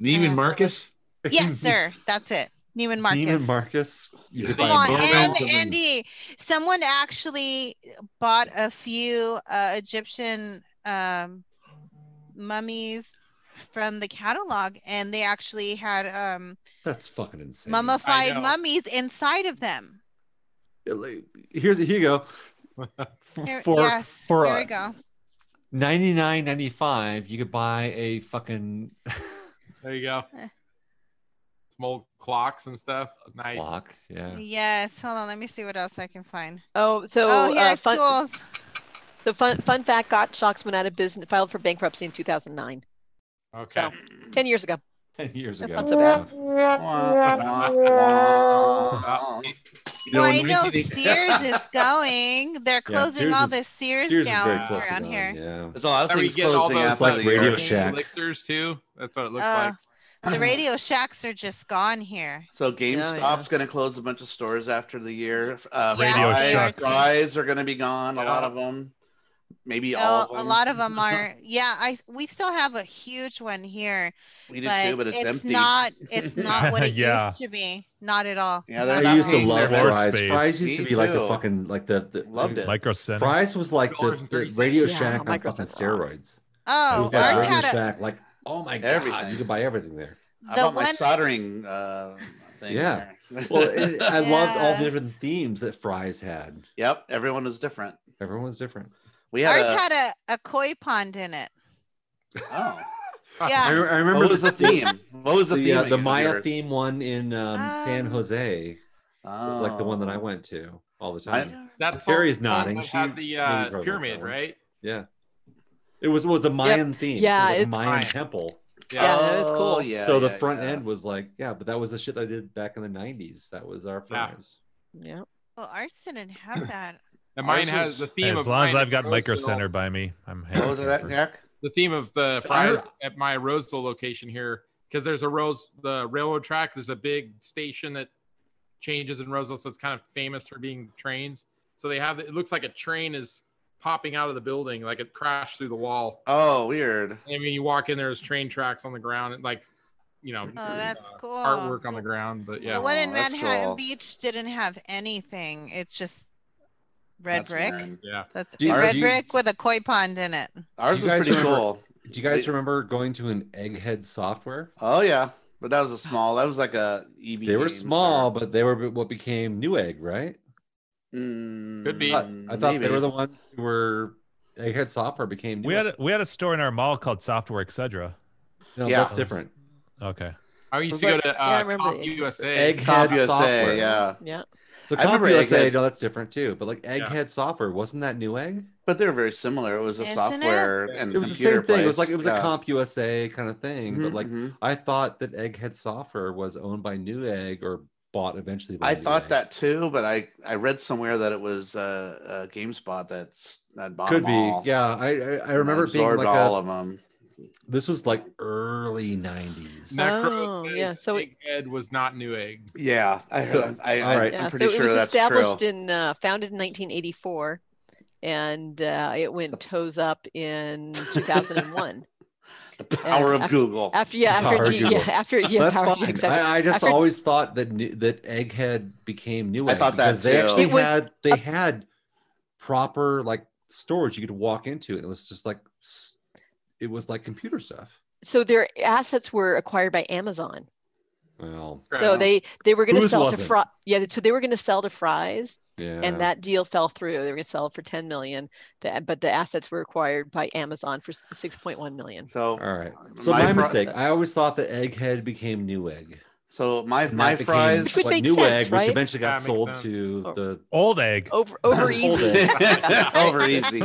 Speaker 9: Neiman
Speaker 12: Uh,
Speaker 9: Marcus.
Speaker 12: yes,
Speaker 4: (laughs)
Speaker 12: sir, that's it. Neiman Marcus.
Speaker 4: Neiman Marcus. You could
Speaker 9: Come
Speaker 4: buy
Speaker 12: Come
Speaker 4: a
Speaker 12: on,
Speaker 9: Bourbon
Speaker 12: and
Speaker 9: something.
Speaker 12: Andy, someone actually bought a few uh, Egyptian um, mummies from the catalog, and they actually had um,
Speaker 4: (laughs) That's fucking insane.
Speaker 12: mummified
Speaker 11: know.
Speaker 12: mummies inside of them.
Speaker 4: Like, Here's here you
Speaker 5: (laughs)
Speaker 4: go. For
Speaker 12: Here-
Speaker 4: for,
Speaker 12: yes,
Speaker 4: for
Speaker 12: there
Speaker 4: uh,
Speaker 12: we go.
Speaker 4: 99.95 you could buy a fucking (laughs)
Speaker 11: There you go.
Speaker 12: Eh.
Speaker 11: Some old clocks and stuff. Nice.
Speaker 4: clock. Yeah.
Speaker 12: Yes, hold on, let me see what else I can find.
Speaker 3: oh so
Speaker 12: Oh, here,
Speaker 3: uh, fun,
Speaker 4: (laughs)
Speaker 12: tools.
Speaker 3: so fun fun fact Gottschalks went out of business filed for bankruptcy in 2009
Speaker 11: Okay.
Speaker 3: so 10 years ago
Speaker 4: 10 years
Speaker 3: That's
Speaker 4: ago.
Speaker 3: not so bad.
Speaker 5: Wah, wah, wah.
Speaker 9: You know,
Speaker 12: Well, I
Speaker 9: in
Speaker 12: know
Speaker 9: 1980
Speaker 12: Sears is going. They're
Speaker 4: (laughs)
Speaker 12: closing
Speaker 4: Sears
Speaker 12: all
Speaker 4: is-
Speaker 12: the Sears,
Speaker 4: Sears is very
Speaker 12: downs
Speaker 4: close to
Speaker 12: around
Speaker 4: gone,
Speaker 12: here.
Speaker 4: Yeah.
Speaker 5: There's a lot of
Speaker 11: Are we
Speaker 5: things
Speaker 11: getting all
Speaker 5: closing
Speaker 11: those
Speaker 5: after
Speaker 4: like
Speaker 5: the
Speaker 4: Radio
Speaker 5: year.
Speaker 4: Shack.
Speaker 11: Elixirs too. That's what it looks
Speaker 12: Uh,
Speaker 11: like.
Speaker 12: the Radio Shacks are just gone here.
Speaker 5: So
Speaker 3: yeah.
Speaker 5: GameStop's going to close a bunch of stores after the year. Uh,
Speaker 12: Yeah,
Speaker 6: Radio
Speaker 5: Fry's-
Speaker 6: Shack.
Speaker 5: Fry's are going to be gone. A lot
Speaker 11: Yeah.
Speaker 5: of them. Maybe all
Speaker 12: No,
Speaker 5: of
Speaker 12: a
Speaker 5: them.
Speaker 12: lot of
Speaker 5: (laughs)
Speaker 12: them are. Yeah, I we still have a huge one here,
Speaker 5: we do
Speaker 12: but,
Speaker 5: too, but it's, empty.
Speaker 12: not.
Speaker 5: (laughs)
Speaker 12: It's not what it
Speaker 6: Yeah.
Speaker 12: used to be. Not at all.
Speaker 5: yeah, they're
Speaker 4: I
Speaker 5: not
Speaker 4: used to
Speaker 5: paying their
Speaker 4: love
Speaker 5: rent.
Speaker 6: floor
Speaker 4: fries.
Speaker 6: space.
Speaker 4: Fries used to
Speaker 5: Me
Speaker 4: be like the
Speaker 5: too.
Speaker 4: fucking like the, the
Speaker 5: Loved it.
Speaker 6: Micro Center.
Speaker 4: Fries was like the, the
Speaker 11: $2.30.
Speaker 4: Radio
Speaker 3: Yeah,
Speaker 4: Shack on
Speaker 3: Microsoft
Speaker 4: fucking
Speaker 3: rocked.
Speaker 4: steroids. It
Speaker 12: Oh,
Speaker 4: was like
Speaker 12: ours
Speaker 4: Radio
Speaker 12: had a,
Speaker 4: Shack, like oh my god,
Speaker 5: Everything.
Speaker 4: you could buy everything there.
Speaker 5: I
Speaker 12: the
Speaker 5: bought my
Speaker 12: one-
Speaker 5: soldering uh, thing.
Speaker 4: Yeah.
Speaker 5: there.
Speaker 4: Well,
Speaker 12: (laughs)
Speaker 4: it, I loved all
Speaker 12: Yeah.
Speaker 4: the different themes that Fries had.
Speaker 5: yep. Everyone is different.
Speaker 4: Everyone was different.
Speaker 5: We had
Speaker 12: ours
Speaker 5: a.
Speaker 12: had a, a koi pond in it.
Speaker 5: oh.
Speaker 4: I,
Speaker 12: Yeah.
Speaker 4: re- I remember
Speaker 5: What was the theme? What was the,
Speaker 4: the,
Speaker 5: theme?
Speaker 4: uh,
Speaker 5: at
Speaker 4: the
Speaker 5: your-
Speaker 4: Maya
Speaker 5: yours?
Speaker 3: (laughs)
Speaker 4: theme one in um, San
Speaker 12: Um,
Speaker 4: Jose was like the one that I
Speaker 5: Oh.
Speaker 4: went to all the
Speaker 5: I-
Speaker 4: time.
Speaker 11: That's
Speaker 4: Terry's
Speaker 11: all the ones
Speaker 4: nodding.
Speaker 11: that
Speaker 4: She-
Speaker 11: had the
Speaker 4: maybe
Speaker 11: uh,
Speaker 4: probably
Speaker 11: pyramid,
Speaker 4: that one.
Speaker 11: right?
Speaker 4: Yeah, it was it was a Mayan theme. so it was
Speaker 3: Yeah,
Speaker 4: like a
Speaker 3: it's
Speaker 4: Mayan
Speaker 11: Mayan.
Speaker 4: temple.
Speaker 3: Yeah, that is
Speaker 5: Oh,
Speaker 3: cool.
Speaker 5: Yeah.
Speaker 4: so the
Speaker 5: yeah,
Speaker 4: front
Speaker 5: yeah.
Speaker 4: end was like yeah, but that was the shit I did back in the '90s. That was our
Speaker 11: Yeah.
Speaker 4: fries.
Speaker 3: yeah
Speaker 12: Well, ours didn't
Speaker 5: (clears throat)
Speaker 12: have that.
Speaker 11: And mine
Speaker 9: Ours
Speaker 11: has
Speaker 9: was-
Speaker 11: the theme
Speaker 6: As
Speaker 11: of
Speaker 6: long as
Speaker 11: mine
Speaker 6: I've got
Speaker 11: is
Speaker 6: Micro
Speaker 11: wholesale.
Speaker 6: Center by me, I'm happy.
Speaker 5: What was that, Jack?
Speaker 11: the theme of the fries at my Roseville location here because there's a Rose the railroad track. There's a big station that changes in Roseville, so it's kind of famous for being trains. So they have it looks like a train is popping out of the building, like it crashed through the wall.
Speaker 5: Oh, weird.
Speaker 11: I mean, you walk in, there's train tracks on the ground, and like, you know,
Speaker 12: Oh, that's
Speaker 11: uh,
Speaker 12: cool.
Speaker 11: artwork on the ground. But yeah,
Speaker 12: The one in
Speaker 5: Oh, that's
Speaker 12: Manhattan
Speaker 5: cool.
Speaker 12: Beach didn't have anything. It's just red
Speaker 5: That's
Speaker 12: brick.
Speaker 5: lame.
Speaker 11: yeah,
Speaker 12: That's
Speaker 4: Do you-
Speaker 12: red
Speaker 4: do you-
Speaker 12: brick with a koi pond in it.
Speaker 5: Ours was
Speaker 4: You guys
Speaker 5: pretty
Speaker 4: remember-
Speaker 5: cool.
Speaker 4: Do you guys remember going to an Egghead software?
Speaker 5: Oh yeah, but that was a small. That was like a EB.
Speaker 4: They were
Speaker 5: Games
Speaker 4: small,
Speaker 5: or-
Speaker 4: but they were what became Newegg, right?
Speaker 5: Mm,
Speaker 11: Could be.
Speaker 4: I, I thought
Speaker 5: maybe.
Speaker 4: they were the ones who were Egghead software became.
Speaker 6: We
Speaker 4: Newegg.
Speaker 6: had a, we had a store in our mall called Software Etc.
Speaker 4: no,
Speaker 5: Yeah.
Speaker 4: that's different.
Speaker 6: Okay.
Speaker 11: I used
Speaker 5: Was
Speaker 11: to go to
Speaker 3: I
Speaker 11: uh,
Speaker 3: remember
Speaker 11: Comp
Speaker 3: the-
Speaker 11: USA.
Speaker 5: Comp
Speaker 4: Egghead
Speaker 5: USA,
Speaker 4: software.
Speaker 5: yeah.
Speaker 3: Yeah.
Speaker 4: So
Speaker 5: I remember
Speaker 4: Comp USA,
Speaker 5: Egghead.
Speaker 4: no, that's different too. But like
Speaker 11: Yeah.
Speaker 4: Egghead software, wasn't that Newegg?
Speaker 5: But they were very similar. It was a
Speaker 12: Isn't it?
Speaker 5: software and
Speaker 4: It was the
Speaker 5: computer
Speaker 4: same thing. It was like
Speaker 5: place.
Speaker 4: it was
Speaker 5: Yeah.
Speaker 4: a Comp USA kind of thing.
Speaker 5: Mhm,
Speaker 4: But like
Speaker 5: mhm.
Speaker 4: I thought that Egghead software was owned by Newegg or bought eventually. By
Speaker 5: I thought
Speaker 4: Newegg.
Speaker 5: that too, but I I read somewhere that it was uh, uh GameSpot that's that bought
Speaker 4: could
Speaker 5: them
Speaker 4: be.
Speaker 5: all
Speaker 4: Yeah, I I, I remember it being
Speaker 5: absorbed
Speaker 4: like
Speaker 5: all
Speaker 4: a,
Speaker 5: of them.
Speaker 4: this was like early nineties.
Speaker 11: Necro
Speaker 3: Oh,
Speaker 11: says
Speaker 3: yeah, so it-
Speaker 11: Egghead was not New Egg.
Speaker 5: Yeah, I,
Speaker 4: So- uh,
Speaker 5: heard I,
Speaker 4: all
Speaker 5: I,
Speaker 4: right.
Speaker 5: I'm
Speaker 3: Yeah,
Speaker 5: pretty
Speaker 3: so
Speaker 5: sure
Speaker 3: it was
Speaker 5: that's
Speaker 3: established
Speaker 5: true.
Speaker 3: in uh, founded in 1984, and uh, it went toes up in 2001.
Speaker 5: (laughs) the power of
Speaker 3: af-
Speaker 5: Google.
Speaker 3: after yeah,
Speaker 4: Power
Speaker 3: after
Speaker 4: of
Speaker 3: G,
Speaker 4: Google.
Speaker 3: yeah, after yeah,
Speaker 4: That's
Speaker 3: power,
Speaker 4: fine.
Speaker 3: exactly.
Speaker 4: I, I just
Speaker 3: After-
Speaker 4: always thought that New- that Egghead became Newegg.
Speaker 5: I thought that
Speaker 4: because they
Speaker 5: too.
Speaker 4: actually
Speaker 3: It was
Speaker 4: had they had proper like stores you could walk into, and it was just like s- it was like computer stuff.
Speaker 3: so their assets were acquired by Amazon.
Speaker 4: Well,
Speaker 3: So they they were going to
Speaker 4: Whose
Speaker 3: sell
Speaker 4: was
Speaker 3: to
Speaker 4: it?
Speaker 3: Fry. Yeah, so they were going to sell to Fry's,
Speaker 4: yeah,
Speaker 3: and that deal fell through. They were going to sell it for 10 million, that, but the assets were acquired by Amazon for s- 6.1 million.
Speaker 5: so
Speaker 4: all right. So
Speaker 5: My
Speaker 4: my,
Speaker 5: fr-
Speaker 4: mistake. I always thought that Egghead became Newegg.
Speaker 5: so my
Speaker 4: and
Speaker 5: my
Speaker 4: that became
Speaker 5: fries.
Speaker 3: Which would
Speaker 4: what
Speaker 3: make
Speaker 4: Newegg,
Speaker 3: sense,
Speaker 4: which
Speaker 3: right?
Speaker 4: eventually
Speaker 11: Yeah,
Speaker 4: got
Speaker 11: it makes
Speaker 4: sold
Speaker 11: sense.
Speaker 4: to
Speaker 3: Oh.
Speaker 4: the
Speaker 6: Old egg.
Speaker 3: Over over easy.
Speaker 4: Egg.
Speaker 3: (laughs)
Speaker 5: (laughs) Over easy.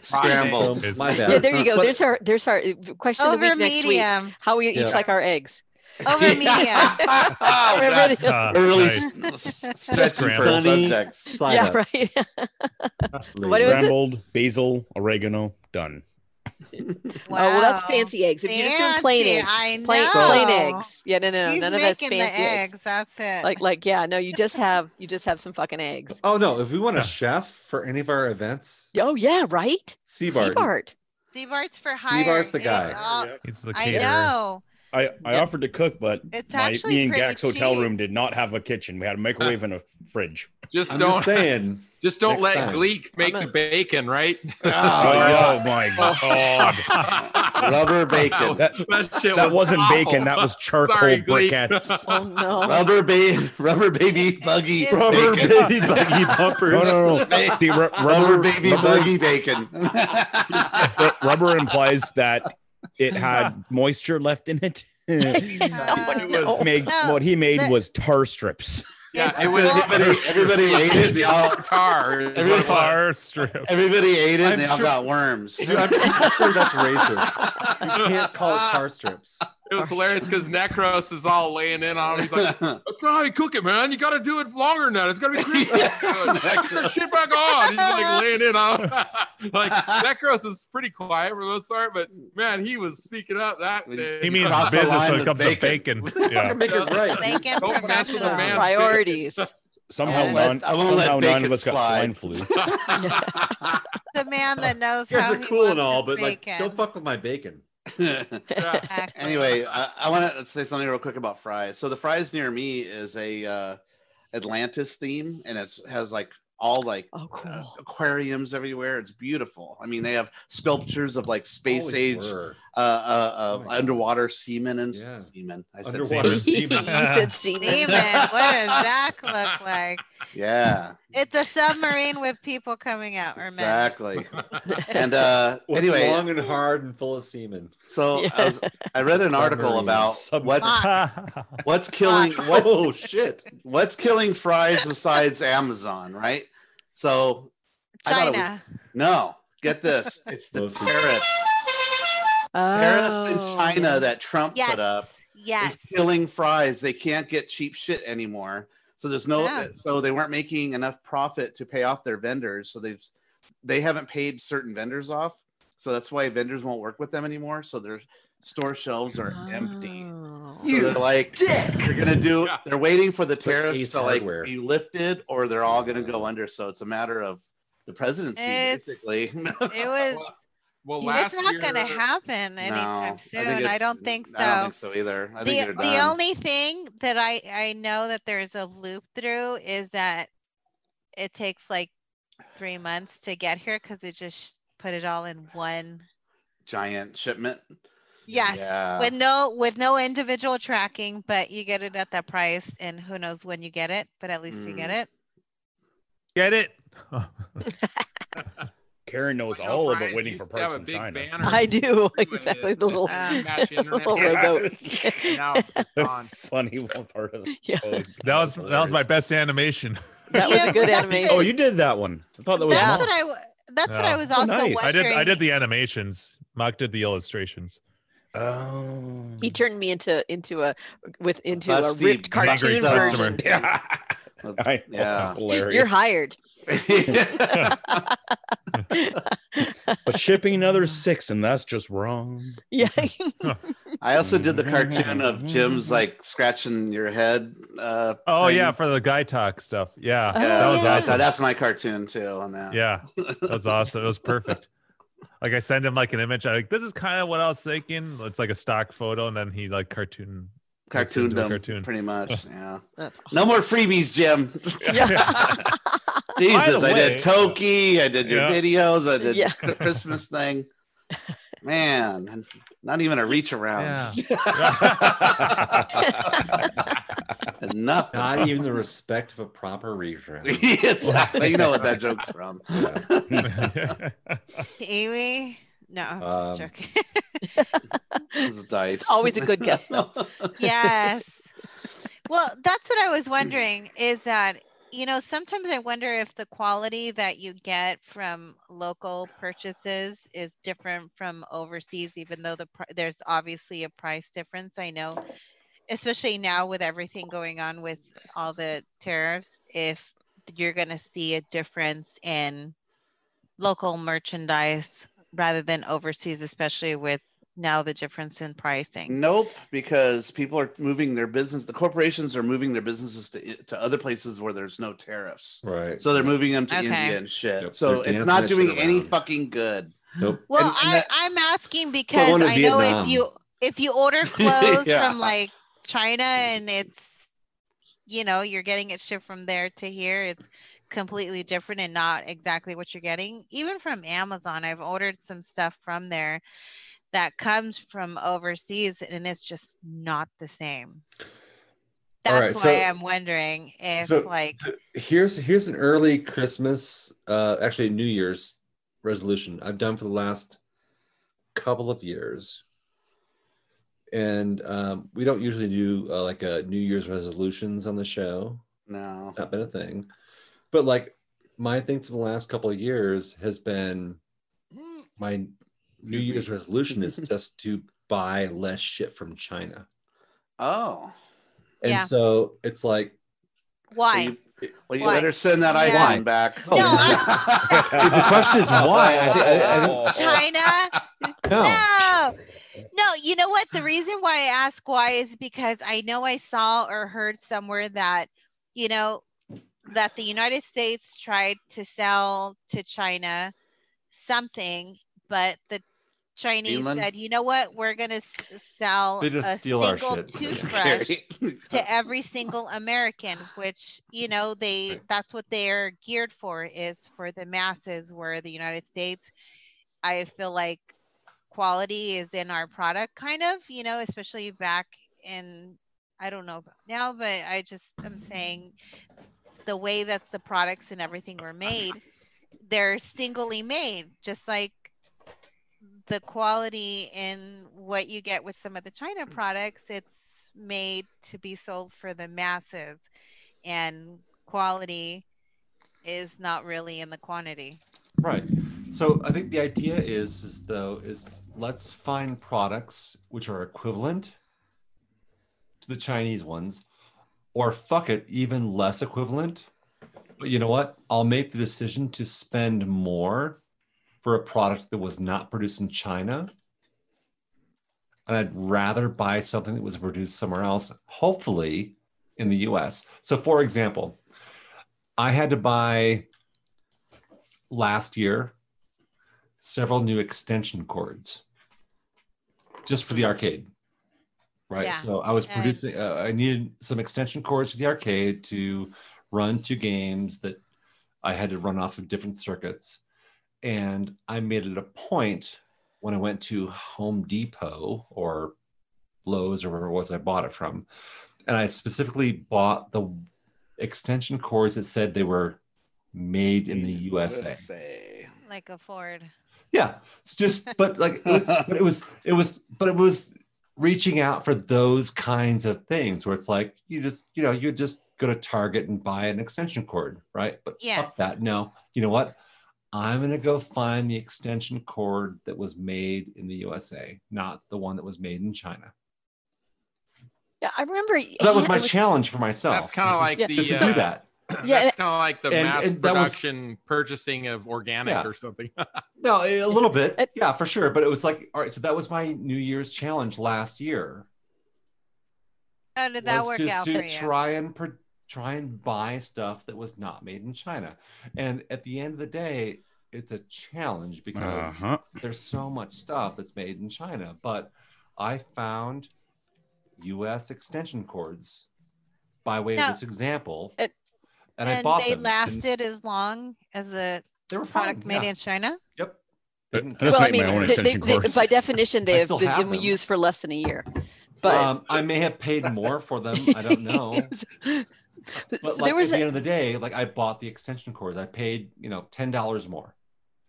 Speaker 5: Scrambled.
Speaker 4: So my
Speaker 3: Yeah,
Speaker 4: bad.
Speaker 3: there you go.
Speaker 4: But-
Speaker 3: There's our there's our uh, question of the
Speaker 12: Over
Speaker 3: week next week.
Speaker 12: medium.
Speaker 3: How we
Speaker 4: Yeah.
Speaker 3: each like our eggs. (laughs)
Speaker 12: Over
Speaker 5: (laughs)
Speaker 12: medium.
Speaker 5: oh,
Speaker 3: Remember
Speaker 5: that
Speaker 3: the-
Speaker 9: Uh,
Speaker 6: Ah,
Speaker 5: early
Speaker 6: nice.
Speaker 5: s- s- stretching for
Speaker 6: Scrambled.
Speaker 4: Sunny
Speaker 5: subjects.
Speaker 4: side
Speaker 3: yeah,
Speaker 4: up,
Speaker 3: right.
Speaker 4: lady.
Speaker 3: What was it?
Speaker 1: Scrambled, basil, oregano, done.
Speaker 12: Wow.
Speaker 3: Oh well, that's fancy eggs. If you're just doing plain
Speaker 12: Fancy,
Speaker 3: eggs,
Speaker 12: I know.
Speaker 3: plain plain eggs. Yeah, no, no, no
Speaker 12: He's
Speaker 3: none of that
Speaker 12: making
Speaker 3: fancy
Speaker 12: the
Speaker 3: eggs.
Speaker 12: eggs. That's it.
Speaker 3: Like, like, yeah, no, you just have you just have some fucking eggs.
Speaker 4: Oh no! If we want
Speaker 6: Yeah.
Speaker 4: a chef for any of our events,
Speaker 3: Oh yeah, right.
Speaker 4: Seabart.
Speaker 3: Seabart.
Speaker 12: Seabart's for hire.
Speaker 4: the
Speaker 12: It
Speaker 4: guy.
Speaker 12: all-
Speaker 6: He's the
Speaker 12: I
Speaker 6: caterer.
Speaker 12: know.
Speaker 1: I, I
Speaker 3: Yeah.
Speaker 1: offered to cook, but
Speaker 12: It's
Speaker 1: my,
Speaker 12: actually
Speaker 1: me and
Speaker 12: pretty
Speaker 1: Gak's hotel
Speaker 12: cheap.
Speaker 1: room did not have a kitchen. We had a microwave and a fridge.
Speaker 11: Just
Speaker 4: I'm
Speaker 11: don't
Speaker 4: just saying.
Speaker 11: (laughs) just don't
Speaker 4: next
Speaker 11: let
Speaker 4: time.
Speaker 11: Gleek make
Speaker 3: I'm
Speaker 11: the
Speaker 3: a-
Speaker 11: bacon, right?
Speaker 5: Oh,
Speaker 1: Oh,
Speaker 5: yeah.
Speaker 1: my
Speaker 11: (laughs)
Speaker 1: god.
Speaker 5: (laughs) Rubber bacon.
Speaker 1: That,
Speaker 11: That shit
Speaker 1: that
Speaker 11: was
Speaker 1: wasn't
Speaker 11: awful.
Speaker 1: bacon. That was charcoal
Speaker 11: Sorry, Gleek.
Speaker 1: briquettes.
Speaker 3: Oh no.
Speaker 5: Rubber baby, rubber baby buggy,
Speaker 12: It's-
Speaker 4: Rubber
Speaker 5: bacon. (laughs)
Speaker 4: baby buggy
Speaker 1: (laughs)
Speaker 4: bumpers.
Speaker 1: No, no, no.
Speaker 5: Ba-
Speaker 1: See, ru-
Speaker 5: rubber baby
Speaker 1: rubber-
Speaker 5: buggy bacon.
Speaker 1: ru- (laughs) rubber implies that it had moisture left in it.
Speaker 12: Uh,
Speaker 1: What was made-
Speaker 12: No,
Speaker 1: what he made
Speaker 12: that-
Speaker 1: was tar strips.
Speaker 11: Yeah,
Speaker 12: it's
Speaker 11: it was
Speaker 12: full-
Speaker 5: everybody, everybody
Speaker 1: (laughs)
Speaker 5: ate it. They all,
Speaker 11: tar.
Speaker 5: (laughs)
Speaker 11: is what it was.
Speaker 6: Bar strip.
Speaker 5: everybody ate it.
Speaker 4: I'm
Speaker 5: and They all
Speaker 4: sure-
Speaker 5: got worms.
Speaker 4: Dude, I'm pretty sure that's racist. You can't call it tar strips.
Speaker 11: It was hilarious because Necros is all laying in on him. He's
Speaker 5: (laughs)
Speaker 11: like, "That's not how you cook it, man. You got to do it longer than that. It's got to be crispy. Put that shit back on." He's like laying in on. him. (laughs) like Necros is pretty quiet for the most part, but man, he was speaking up that day.
Speaker 6: He means
Speaker 5: Cross the
Speaker 6: business
Speaker 5: line
Speaker 6: when
Speaker 5: with
Speaker 6: it comes
Speaker 5: bacon.
Speaker 6: to bacon. Yeah.
Speaker 4: Make it right.
Speaker 12: Bacon
Speaker 11: Don't mess with the
Speaker 12: professional.
Speaker 11: man.
Speaker 3: Priorities.
Speaker 1: Somehow,
Speaker 5: I won't
Speaker 1: none,
Speaker 5: let- I won't let
Speaker 1: somehow none of
Speaker 5: bacon
Speaker 1: us got
Speaker 5: slide.
Speaker 1: swine
Speaker 5: (laughs)
Speaker 1: flu.
Speaker 12: The man that knows
Speaker 4: You guys
Speaker 12: how
Speaker 4: are
Speaker 12: he
Speaker 4: cool and
Speaker 12: wants
Speaker 4: all,
Speaker 12: his
Speaker 4: but like,
Speaker 12: bacon.
Speaker 4: don't fuck with
Speaker 5: (laughs)
Speaker 4: my bacon.
Speaker 11: Yeah.
Speaker 12: Exactly.
Speaker 5: anyway, I, I want to say something real quick about fries. So the fries near me is a uh, Atlantis theme, and it's has like all like
Speaker 3: Oh
Speaker 5: uh,
Speaker 3: cool.
Speaker 5: aquariums everywhere. It's beautiful. I mean, they have sculptures of like space
Speaker 4: Always
Speaker 5: age
Speaker 4: were.
Speaker 5: uh, uh,
Speaker 4: Oh
Speaker 5: uh,
Speaker 4: my God.
Speaker 5: underwater seamen and s-
Speaker 4: Yeah.
Speaker 5: seamen. I said
Speaker 4: Underwater
Speaker 5: seamen.
Speaker 3: (laughs) you said semen.
Speaker 4: (laughs)
Speaker 12: Demon, what does that look like?
Speaker 5: Yeah,
Speaker 12: It's a submarine with people coming out or men.
Speaker 5: exactly.
Speaker 4: (laughs)
Speaker 5: and uh, anyway,
Speaker 4: long and hard and full of semen.
Speaker 12: (laughs)
Speaker 5: so I, was, I read an article
Speaker 4: Submarines.
Speaker 5: about what's
Speaker 4: (laughs)
Speaker 5: what's killing what
Speaker 4: Oh shit!
Speaker 5: what's killing fries besides Amazon, right? So I thought it was-
Speaker 12: China.
Speaker 5: no, get this. It's the
Speaker 4: Mostly.
Speaker 5: tariffs. Tariffs in China that Trump
Speaker 12: Oh. Yes.
Speaker 5: put up
Speaker 12: Yes.
Speaker 5: is killing fries. They can't get cheap shit anymore. So there's no
Speaker 12: Yeah.
Speaker 5: so they weren't making enough profit to pay off their vendors. So they've they haven't paid certain vendors off. So that's why vendors won't work with them anymore. So their store shelves are empty. So
Speaker 12: You
Speaker 5: they're like, they're gonna do. They're waiting for the tariffs
Speaker 4: Ace
Speaker 5: to like
Speaker 4: Hardware.
Speaker 5: be lifted, or they're all gonna go under. So it's a matter of the presidency,
Speaker 12: It's-
Speaker 5: basically. (laughs)
Speaker 12: It was.
Speaker 11: Well,
Speaker 12: it's
Speaker 11: last
Speaker 12: not
Speaker 11: year,
Speaker 12: going to happen anytime
Speaker 5: No, I
Speaker 12: soon.
Speaker 5: think
Speaker 12: I,
Speaker 5: it's-
Speaker 12: don't think so.
Speaker 5: I don't think so either. I think
Speaker 12: the,
Speaker 5: they're
Speaker 12: the
Speaker 5: done.
Speaker 12: only thing that I, I know that there's a loop through is that it takes like three months to get here because it just put it all in one.
Speaker 5: giant shipment.
Speaker 12: Yes.
Speaker 5: Yeah.
Speaker 12: With no with no individual tracking, but you get it at that price and who knows when you get it, but at least you get
Speaker 5: Mm.
Speaker 12: it.
Speaker 6: Get it?
Speaker 1: (laughs) Karen knows
Speaker 11: know
Speaker 1: all of
Speaker 11: Fry's
Speaker 1: it waiting
Speaker 11: used
Speaker 1: for
Speaker 11: to have a
Speaker 1: parts from
Speaker 11: big
Speaker 1: China.
Speaker 11: banner
Speaker 3: I do
Speaker 2: (laughs)
Speaker 11: with it
Speaker 3: exactly (laughs)
Speaker 11: that
Speaker 3: the little
Speaker 11: said,
Speaker 1: Ah,
Speaker 12: Uh,
Speaker 11: "Match internet
Speaker 3: little
Speaker 11: provider."
Speaker 3: rowboat.
Speaker 11: And now
Speaker 6: (laughs)
Speaker 11: it's gone.
Speaker 1: Funny little part of the
Speaker 3: Yeah.
Speaker 1: Oh,
Speaker 6: That was that was my best animation.
Speaker 3: That
Speaker 12: You
Speaker 3: was a
Speaker 12: know,
Speaker 3: good
Speaker 12: that's
Speaker 3: animation.
Speaker 1: Oh, you did that one. I thought that was
Speaker 12: That's
Speaker 1: mine.
Speaker 12: what I w- that's what
Speaker 6: Yeah.
Speaker 12: I was
Speaker 1: Oh,
Speaker 12: also
Speaker 1: nice.
Speaker 12: wondering.
Speaker 6: I did I did the animations. Mock did the illustrations.
Speaker 1: Oh.
Speaker 3: He turned me into into a with into a
Speaker 5: Busty
Speaker 3: ripped
Speaker 6: An angry
Speaker 3: cartoon
Speaker 5: Buster.
Speaker 3: version.
Speaker 1: (laughs) Yeah. I know,
Speaker 5: Yeah.
Speaker 1: that's hilarious.
Speaker 3: You're hired.
Speaker 1: (laughs) But shipping another six, and that's just wrong.
Speaker 3: Yeah.
Speaker 5: I also did the cartoon of
Speaker 6: Mm-hmm.
Speaker 5: Jim's like scratching your head. Uh,
Speaker 6: Oh
Speaker 5: thing.
Speaker 6: yeah, for the guy talk stuff. Yeah.
Speaker 3: Oh,
Speaker 5: yeah,
Speaker 6: that was
Speaker 5: I
Speaker 6: awesome.
Speaker 5: thought that's my cartoon too. On that,
Speaker 6: Yeah, that
Speaker 5: (laughs)
Speaker 6: was awesome. It was perfect. Like I send him like an image. I like this is kind of what I was thinking. It's like a stock photo, and then he like cartoon.
Speaker 5: cartooned
Speaker 6: Cartoon,
Speaker 5: them
Speaker 6: cartoon.
Speaker 5: pretty
Speaker 6: (laughs)
Speaker 5: much.
Speaker 1: (laughs)
Speaker 5: Yeah,
Speaker 3: That's
Speaker 5: no more freebies, Jim.
Speaker 6: By (laughs)
Speaker 5: (laughs) Jesus,
Speaker 6: the
Speaker 5: I
Speaker 6: way-
Speaker 5: did Toki, I did your
Speaker 6: Yeah.
Speaker 5: videos, I did
Speaker 3: Yeah.
Speaker 5: the
Speaker 3: (laughs)
Speaker 5: Christmas thing. Man, not even a reach around. (laughs) And Nothing.
Speaker 4: Not even the respect of a proper reader.
Speaker 5: (laughs) (laughs) exactly. You know what that joke's from.
Speaker 1: (laughs)
Speaker 5: (laughs)
Speaker 12: (laughs) Kiwi? No, I'm just
Speaker 4: Um,
Speaker 12: joking.
Speaker 5: Um,
Speaker 12: (laughs)
Speaker 5: It's dice.
Speaker 3: Always a
Speaker 5: (laughs)
Speaker 3: good guess, though.
Speaker 12: yes. Well, that's what I was wondering is that, you know, sometimes I wonder if the quality that you get from local purchases is different from overseas, even though the pri- there's obviously a price difference. I know, especially now with everything going on with all the tariffs, if you're going to see a difference in local merchandise rather than overseas, especially with now the difference in pricing.
Speaker 5: Nope, because people are moving their business. The corporations are moving their businesses to, to other places where there's no tariffs.
Speaker 4: Right.
Speaker 5: So they're moving them to
Speaker 12: Okay.
Speaker 5: India and shit.
Speaker 4: Yep,
Speaker 5: So
Speaker 4: they're
Speaker 5: it's
Speaker 4: dancing
Speaker 5: not
Speaker 4: that shit
Speaker 5: doing any
Speaker 4: around.
Speaker 5: fucking good.
Speaker 4: Nope.
Speaker 12: Well,
Speaker 5: And- and
Speaker 12: I,
Speaker 5: that-
Speaker 12: I'm asking
Speaker 4: I
Speaker 12: because
Speaker 4: wanna
Speaker 12: I know if
Speaker 4: Vietnam.
Speaker 12: you if you
Speaker 5: (laughs)
Speaker 12: order clothes
Speaker 5: Yeah.
Speaker 12: from like China and it's you know you're getting it shipped from there to here, it's completely different and not exactly what you're getting. Even from Amazon, I've ordered some stuff from there that comes from overseas and it's just not the same.
Speaker 4: All
Speaker 12: That's
Speaker 4: right,
Speaker 12: why
Speaker 4: so-
Speaker 12: I'm wondering if
Speaker 4: so-
Speaker 12: like
Speaker 4: here's here's an early Christmas, uh, actually New Year's resolution I've done for the last couple of years, and um, we don't usually do uh, like a New Year's resolutions on the show.
Speaker 5: No.
Speaker 4: It's not been a thing, but like my thing for the last couple of years has been my New Year's resolution is just to buy less shit from China,
Speaker 5: Oh.
Speaker 4: and
Speaker 12: Yeah.
Speaker 4: so it's like
Speaker 5: Well,
Speaker 12: why?
Speaker 5: you, well, you
Speaker 12: Why?
Speaker 5: better send that
Speaker 12: Yeah.
Speaker 5: iPhone back. (laughs)
Speaker 4: No, if the question is why, I, thi- I, I don't
Speaker 12: (laughs)
Speaker 4: (laughs)
Speaker 12: China
Speaker 4: know.
Speaker 12: No. No, you know what? The reason why I ask why is because I know I saw or heard somewhere that, you know, that the United States tried to sell to China something, but the Chinese
Speaker 5: Greenland?
Speaker 12: said, you know what? We're going to sell
Speaker 4: They just
Speaker 12: a
Speaker 4: steal our
Speaker 12: single
Speaker 4: shit. (laughs) Yeah.
Speaker 12: toothbrush to every single American, which you know they that's what they're geared for is for the masses. Where the United States, I feel like quality is in our product, kind of you know, especially back in I don't know about now, but I just am saying the way that the products and everything were made, they're singly made, just like the quality in what you get with some of the China products, it's made to be sold for the masses, and quality is not really in the quantity.
Speaker 4: Right. So I think the idea is, is though, is let's find products which are equivalent to the Chinese ones, or fuck it, even less equivalent. But you know what? I'll make the decision to spend more for a product that was not produced in China. And I'd rather buy something that was produced somewhere else, hopefully in the US. So, for example, I had to buy last year several new extension cords just for the arcade. Right.
Speaker 12: Yeah.
Speaker 4: So I was
Speaker 12: Yeah.
Speaker 4: producing, uh, I needed some extension cords for the arcade to run two games that I had to run off of different circuits. And I made it a point when I went to Home Depot or Lowe's or wherever it was I bought it from. And I specifically bought the extension cords that said they were made in the USA.
Speaker 5: Say.
Speaker 12: like a Ford.
Speaker 4: Yeah, it's just but like it was, but it was it was but it was reaching out for those kinds of things where it's like you just you know you just go to Target and buy an extension cord, right? But
Speaker 12: Yes.
Speaker 4: fuck that. No, you know what? I'm gonna go find the extension cord that was made in the USA, not the one that was made in China.
Speaker 3: Yeah, I remember.
Speaker 4: That was (laughs)
Speaker 3: yeah,
Speaker 4: my
Speaker 3: it
Speaker 4: challenge for myself.
Speaker 11: That's kinda
Speaker 4: was just-
Speaker 11: like the,
Speaker 4: just to
Speaker 11: uh,
Speaker 4: do that.
Speaker 3: Yeah,
Speaker 11: That's kind of like the
Speaker 4: and-
Speaker 11: mass
Speaker 4: and that was-
Speaker 11: production purchasing of organic
Speaker 4: Yeah.
Speaker 11: or something.
Speaker 4: No, a little bit.
Speaker 3: It-
Speaker 4: yeah, for sure. But it was like, all right, so that was my New Year's challenge last year.
Speaker 12: How did that
Speaker 4: was
Speaker 12: work
Speaker 4: just
Speaker 12: out
Speaker 4: to
Speaker 12: for you?
Speaker 4: try and pro- try and buy stuff that was not made in China. And at the end of the day, it's a challenge because
Speaker 1: Uh-huh.
Speaker 4: there's so much stuff that's made in China. But I found U.S. extension cords by way
Speaker 12: Now-
Speaker 4: of this example,
Speaker 3: It-
Speaker 4: and, I
Speaker 12: and
Speaker 4: bought
Speaker 12: they
Speaker 4: them. and
Speaker 12: lasted as long as the
Speaker 4: they were fine,
Speaker 12: product made
Speaker 4: yeah.
Speaker 12: in China.
Speaker 1: I
Speaker 4: Yep. They
Speaker 1: just
Speaker 4: didn't-
Speaker 1: make
Speaker 3: Well, I
Speaker 1: my own
Speaker 3: mean, they, they,
Speaker 1: extension
Speaker 3: they-
Speaker 1: cords.
Speaker 3: by definition, they have
Speaker 4: still
Speaker 3: been
Speaker 4: have
Speaker 3: given
Speaker 4: them.
Speaker 3: used for less than a year. But
Speaker 4: um, I may have paid more for them.
Speaker 3: (laughs)
Speaker 4: I don't know.
Speaker 3: But
Speaker 4: But like
Speaker 3: there was
Speaker 4: at the
Speaker 3: a,
Speaker 4: end of the day, like I bought the extension cords. I paid, you know, ten dollars more.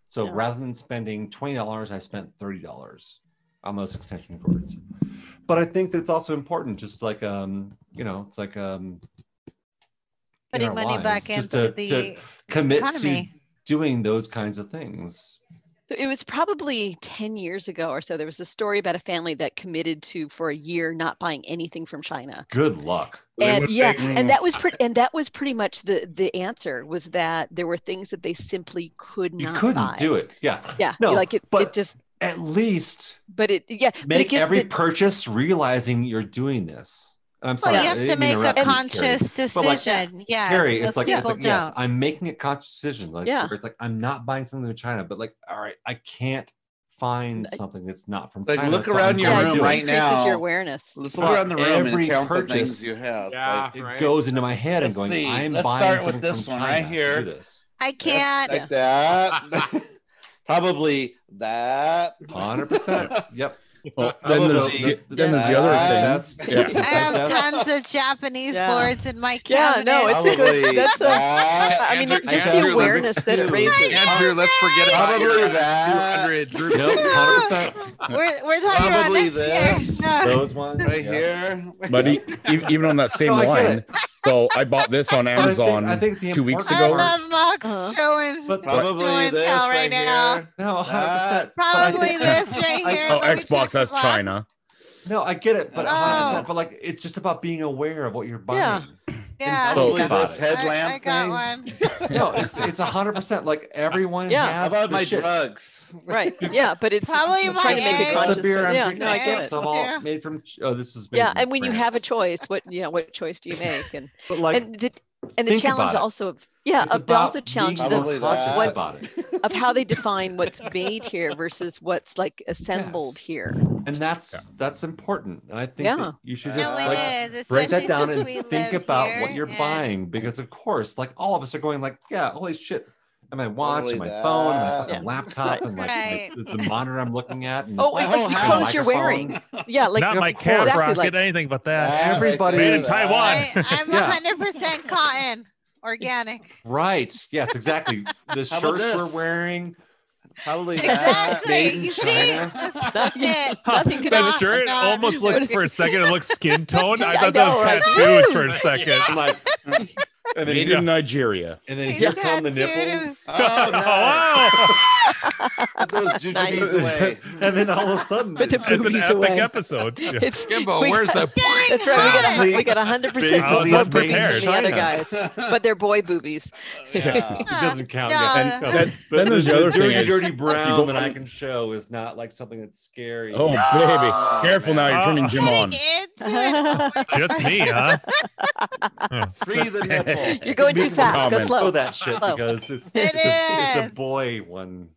Speaker 4: So
Speaker 3: Yeah.
Speaker 4: rather than spending twenty dollars, I spent thirty dollars on those extension cords. But I think that it's also important, just like um, you know, it's like um in
Speaker 12: Putting
Speaker 4: our
Speaker 12: money
Speaker 4: lives,
Speaker 12: back
Speaker 4: just
Speaker 12: into
Speaker 4: to,
Speaker 12: the
Speaker 4: to commit
Speaker 12: economy.
Speaker 4: to doing those kinds of things.
Speaker 3: it was probably 10 years ago or so. There was a story about a family that committed to for a year not buying anything from China.
Speaker 4: Good luck.
Speaker 13: They
Speaker 3: and
Speaker 13: wouldn't
Speaker 3: yeah
Speaker 13: make-
Speaker 3: and that was pretty and that was pretty much the the answer was that there were things that they simply could
Speaker 4: You
Speaker 3: not
Speaker 4: couldn't
Speaker 3: buy.
Speaker 4: do it. Yeah.
Speaker 3: yeah
Speaker 4: No,
Speaker 3: like it,
Speaker 4: but
Speaker 3: it just
Speaker 4: at least
Speaker 3: but it yeah but it
Speaker 4: make
Speaker 3: gives
Speaker 4: every
Speaker 3: the-
Speaker 4: purchase realizing you're doing this. And I'm
Speaker 12: Well,
Speaker 4: sorry.
Speaker 12: you
Speaker 4: I
Speaker 12: have to
Speaker 4: didn't mean
Speaker 12: make a
Speaker 4: interrupt you, Carrie.
Speaker 12: conscious
Speaker 4: But, like,
Speaker 12: decision. yeah,
Speaker 4: Carrie, it's like,
Speaker 12: people
Speaker 4: it's like
Speaker 12: don't.
Speaker 4: yes, I'm making a conscious decision. Like,
Speaker 3: Yeah.
Speaker 4: where it's like I'm not buying something from China, but like, all right, I can't find
Speaker 3: Like-
Speaker 4: something that's not from
Speaker 5: Like,
Speaker 4: China.
Speaker 5: look
Speaker 4: so
Speaker 5: around
Speaker 4: I'm
Speaker 5: your
Speaker 4: going
Speaker 3: yeah,
Speaker 4: to
Speaker 3: it
Speaker 5: room
Speaker 4: do
Speaker 3: just
Speaker 4: it.
Speaker 5: right
Speaker 3: increases
Speaker 5: now.
Speaker 3: your awareness
Speaker 5: Let's
Speaker 4: But
Speaker 5: look around the room
Speaker 4: every
Speaker 5: and count
Speaker 4: purchase-
Speaker 5: the things you have.
Speaker 11: Yeah.
Speaker 5: Like,
Speaker 4: It
Speaker 11: Right.
Speaker 4: goes into my head
Speaker 5: Let's
Speaker 4: and going,
Speaker 5: see.
Speaker 4: I'm
Speaker 5: Let's
Speaker 4: buying
Speaker 5: start with
Speaker 4: something
Speaker 5: this
Speaker 4: from
Speaker 5: one right
Speaker 4: China to
Speaker 5: here.
Speaker 4: do this.
Speaker 12: I
Speaker 5: that,
Speaker 12: can't.
Speaker 5: Like that. (laughs) Probably that.
Speaker 4: 100%.
Speaker 5: (laughs)
Speaker 4: Yep.
Speaker 1: Well, then there's,
Speaker 5: Probably.
Speaker 1: the, then there's the other thing.
Speaker 4: That's,
Speaker 5: (laughs)
Speaker 1: Yeah.
Speaker 12: I have
Speaker 4: that's-
Speaker 12: tons of Japanese
Speaker 3: Yeah.
Speaker 12: boards in my
Speaker 3: Yeah,
Speaker 12: cabinet.
Speaker 3: no, it's a good-
Speaker 5: Probably
Speaker 3: that's a-
Speaker 5: that.
Speaker 3: i mean
Speaker 11: Andrew-
Speaker 3: it's just
Speaker 11: Andrew,
Speaker 3: the
Speaker 11: let's-
Speaker 3: awareness that
Speaker 11: (laughs)
Speaker 3: it raises
Speaker 11: Andrew, let's forget about
Speaker 5: Probably
Speaker 11: your, uh,
Speaker 5: that.
Speaker 11: 200 group. (laughs)
Speaker 4: Nope, 100%.
Speaker 12: we're, we're talking about
Speaker 5: Probably
Speaker 12: next year.
Speaker 5: this.
Speaker 12: No.
Speaker 4: Those ones.
Speaker 5: Right
Speaker 4: yeah.
Speaker 5: here.
Speaker 1: But
Speaker 4: (laughs)
Speaker 1: e- e- even on that same
Speaker 4: No, I get
Speaker 1: line, so I bought this on
Speaker 4: But (laughs) I think-
Speaker 1: Amazon
Speaker 4: I think the
Speaker 1: two weeks
Speaker 12: I
Speaker 1: ago.
Speaker 4: important
Speaker 12: love Mox
Speaker 3: Uh-huh.
Speaker 12: showing.
Speaker 4: But-
Speaker 5: Probably
Speaker 12: Influence
Speaker 5: this
Speaker 12: hell
Speaker 5: right
Speaker 12: right now.
Speaker 5: here.
Speaker 4: No, 100%.
Speaker 12: Probably
Speaker 4: But I-
Speaker 12: this right
Speaker 4: I-
Speaker 12: here.
Speaker 1: Oh,
Speaker 12: Let me check
Speaker 1: Xbox,
Speaker 12: the
Speaker 1: that's
Speaker 12: box.
Speaker 1: China.
Speaker 4: No, I get it, but
Speaker 5: Oh.
Speaker 4: 100%, but like it's just about being aware of what you're buying.
Speaker 3: Yeah.
Speaker 12: Oh. Yeah.
Speaker 4: So-
Speaker 5: Probably this
Speaker 4: I-
Speaker 12: I, I
Speaker 5: headlamp
Speaker 12: got
Speaker 5: thing.
Speaker 12: one.
Speaker 4: No, it's it's hundred percent. Like everyone
Speaker 3: Yeah.
Speaker 5: How
Speaker 4: has
Speaker 5: about
Speaker 4: the
Speaker 5: my
Speaker 4: shit.
Speaker 5: drugs?
Speaker 4: (laughs)
Speaker 3: right yeah but it's
Speaker 12: Probably
Speaker 3: it's
Speaker 12: my
Speaker 3: trying to make
Speaker 12: eggs.
Speaker 3: a
Speaker 4: the
Speaker 3: conscious
Speaker 4: beer I'm
Speaker 3: yeah
Speaker 4: drinking.
Speaker 3: no i get
Speaker 4: It's
Speaker 3: it
Speaker 12: Yeah.
Speaker 4: all
Speaker 12: Yeah.
Speaker 4: made from. Oh, this is made
Speaker 3: yeah
Speaker 4: from
Speaker 3: and when you have a
Speaker 4: France.
Speaker 3: choice what you know what choice
Speaker 4: (laughs)
Speaker 3: do you make and
Speaker 4: but like
Speaker 3: and the and the
Speaker 4: think
Speaker 3: challenge
Speaker 4: about it.
Speaker 3: also of yeah
Speaker 4: it's
Speaker 3: of, but also
Speaker 4: about
Speaker 3: challenge
Speaker 4: being
Speaker 3: them
Speaker 5: Probably
Speaker 4: conscious
Speaker 5: that.
Speaker 4: about it,
Speaker 3: of how they
Speaker 4: (laughs)
Speaker 3: define what's made here versus what's like assembled
Speaker 4: Yes.
Speaker 3: here
Speaker 4: and that's that's important. And I think
Speaker 3: Yeah.
Speaker 4: that you should
Speaker 5: No,
Speaker 4: just
Speaker 12: No,
Speaker 5: it
Speaker 4: like,
Speaker 12: it is.
Speaker 4: break that
Speaker 12: especially (laughs)
Speaker 4: down
Speaker 12: since
Speaker 4: and
Speaker 12: we
Speaker 4: think
Speaker 12: live
Speaker 4: about
Speaker 12: here
Speaker 4: what you're
Speaker 12: and-
Speaker 4: buying because of course like all of us are going like yeah holy shit and my watch
Speaker 5: Totally
Speaker 4: and my
Speaker 5: that.
Speaker 4: phone and my fucking
Speaker 3: Yeah.
Speaker 4: laptop and like
Speaker 12: Right.
Speaker 4: my, the monitor i'm looking at and
Speaker 3: Oh,
Speaker 4: this-
Speaker 3: and, like,
Speaker 5: whole
Speaker 3: the
Speaker 5: house.
Speaker 3: clothes you're
Speaker 4: Microphone.
Speaker 3: wearing. (laughs) Yeah, like
Speaker 2: Not
Speaker 4: of
Speaker 2: my
Speaker 4: course.
Speaker 2: cat
Speaker 3: Exactly
Speaker 2: rocket,
Speaker 3: like-
Speaker 2: anything but that.
Speaker 5: That right
Speaker 4: Everybody-
Speaker 5: there,
Speaker 2: Made in
Speaker 5: that.
Speaker 2: Taiwan.
Speaker 12: I, I'm
Speaker 4: Yeah.
Speaker 12: 100% cotton, organic.
Speaker 4: right yes exactly the
Speaker 5: How about
Speaker 4: shirts we're
Speaker 5: this?
Speaker 4: wearing
Speaker 5: Probably that.
Speaker 12: Exactly.
Speaker 4: made in
Speaker 12: you
Speaker 4: China.
Speaker 12: see? This is it.
Speaker 3: Nothing could
Speaker 2: that
Speaker 12: happen.
Speaker 2: shirt
Speaker 12: No,
Speaker 2: almost
Speaker 12: no.
Speaker 2: looked for a second. It looked skin toned. I
Speaker 3: I
Speaker 2: thought that was
Speaker 3: know, right?
Speaker 2: tattoos for a second.
Speaker 4: I'm like
Speaker 1: (laughs) And then
Speaker 4: Made
Speaker 1: in Nigeria.
Speaker 4: And then
Speaker 12: He's
Speaker 4: here come the
Speaker 12: tattooed and-
Speaker 2: (laughs)
Speaker 4: nipples. (laughs)
Speaker 5: Oh, Put those
Speaker 3: Nice.
Speaker 5: jujubes away.
Speaker 4: Oh, (laughs) and then all of a sudden,
Speaker 3: But the
Speaker 6: It's an
Speaker 3: boobies
Speaker 6: epic
Speaker 3: away.
Speaker 6: episode. Yeah.
Speaker 3: (laughs) It's
Speaker 11: Jimbo,
Speaker 3: we
Speaker 11: where's
Speaker 3: got-
Speaker 11: the
Speaker 3: That's right. We got
Speaker 12: Finally.
Speaker 3: we got hundred
Speaker 6: Big
Speaker 3: percent
Speaker 6: Al,
Speaker 3: more
Speaker 6: let's
Speaker 3: boobies than the
Speaker 4: prepare.
Speaker 3: other (laughs) guys,
Speaker 4: (laughs)
Speaker 3: but they're boy boobies.
Speaker 5: Yeah.
Speaker 4: it doesn't count.
Speaker 12: No.
Speaker 4: yet.
Speaker 1: And
Speaker 12: Uh,
Speaker 1: that,
Speaker 4: But
Speaker 1: then
Speaker 4: the,
Speaker 1: there's the,
Speaker 4: the
Speaker 1: other
Speaker 4: dirty,
Speaker 1: thing. Is,
Speaker 4: dirty brown
Speaker 1: go
Speaker 4: that I
Speaker 1: on-
Speaker 4: can show is not like something that's scary.
Speaker 1: oh,
Speaker 5: No.
Speaker 1: baby. Careful now. You're
Speaker 2: Oh.
Speaker 1: turning Jim on.
Speaker 12: Getting into it.
Speaker 3: You're (laughs)
Speaker 6: Just me, huh?
Speaker 5: Free the nipple.
Speaker 3: going too
Speaker 4: Make them
Speaker 3: fast. Go
Speaker 1: comment.
Speaker 3: slow.
Speaker 4: Show that shit
Speaker 3: Slow.
Speaker 4: because it's
Speaker 12: It
Speaker 4: it's, a, it's
Speaker 12: is.
Speaker 4: a boy one.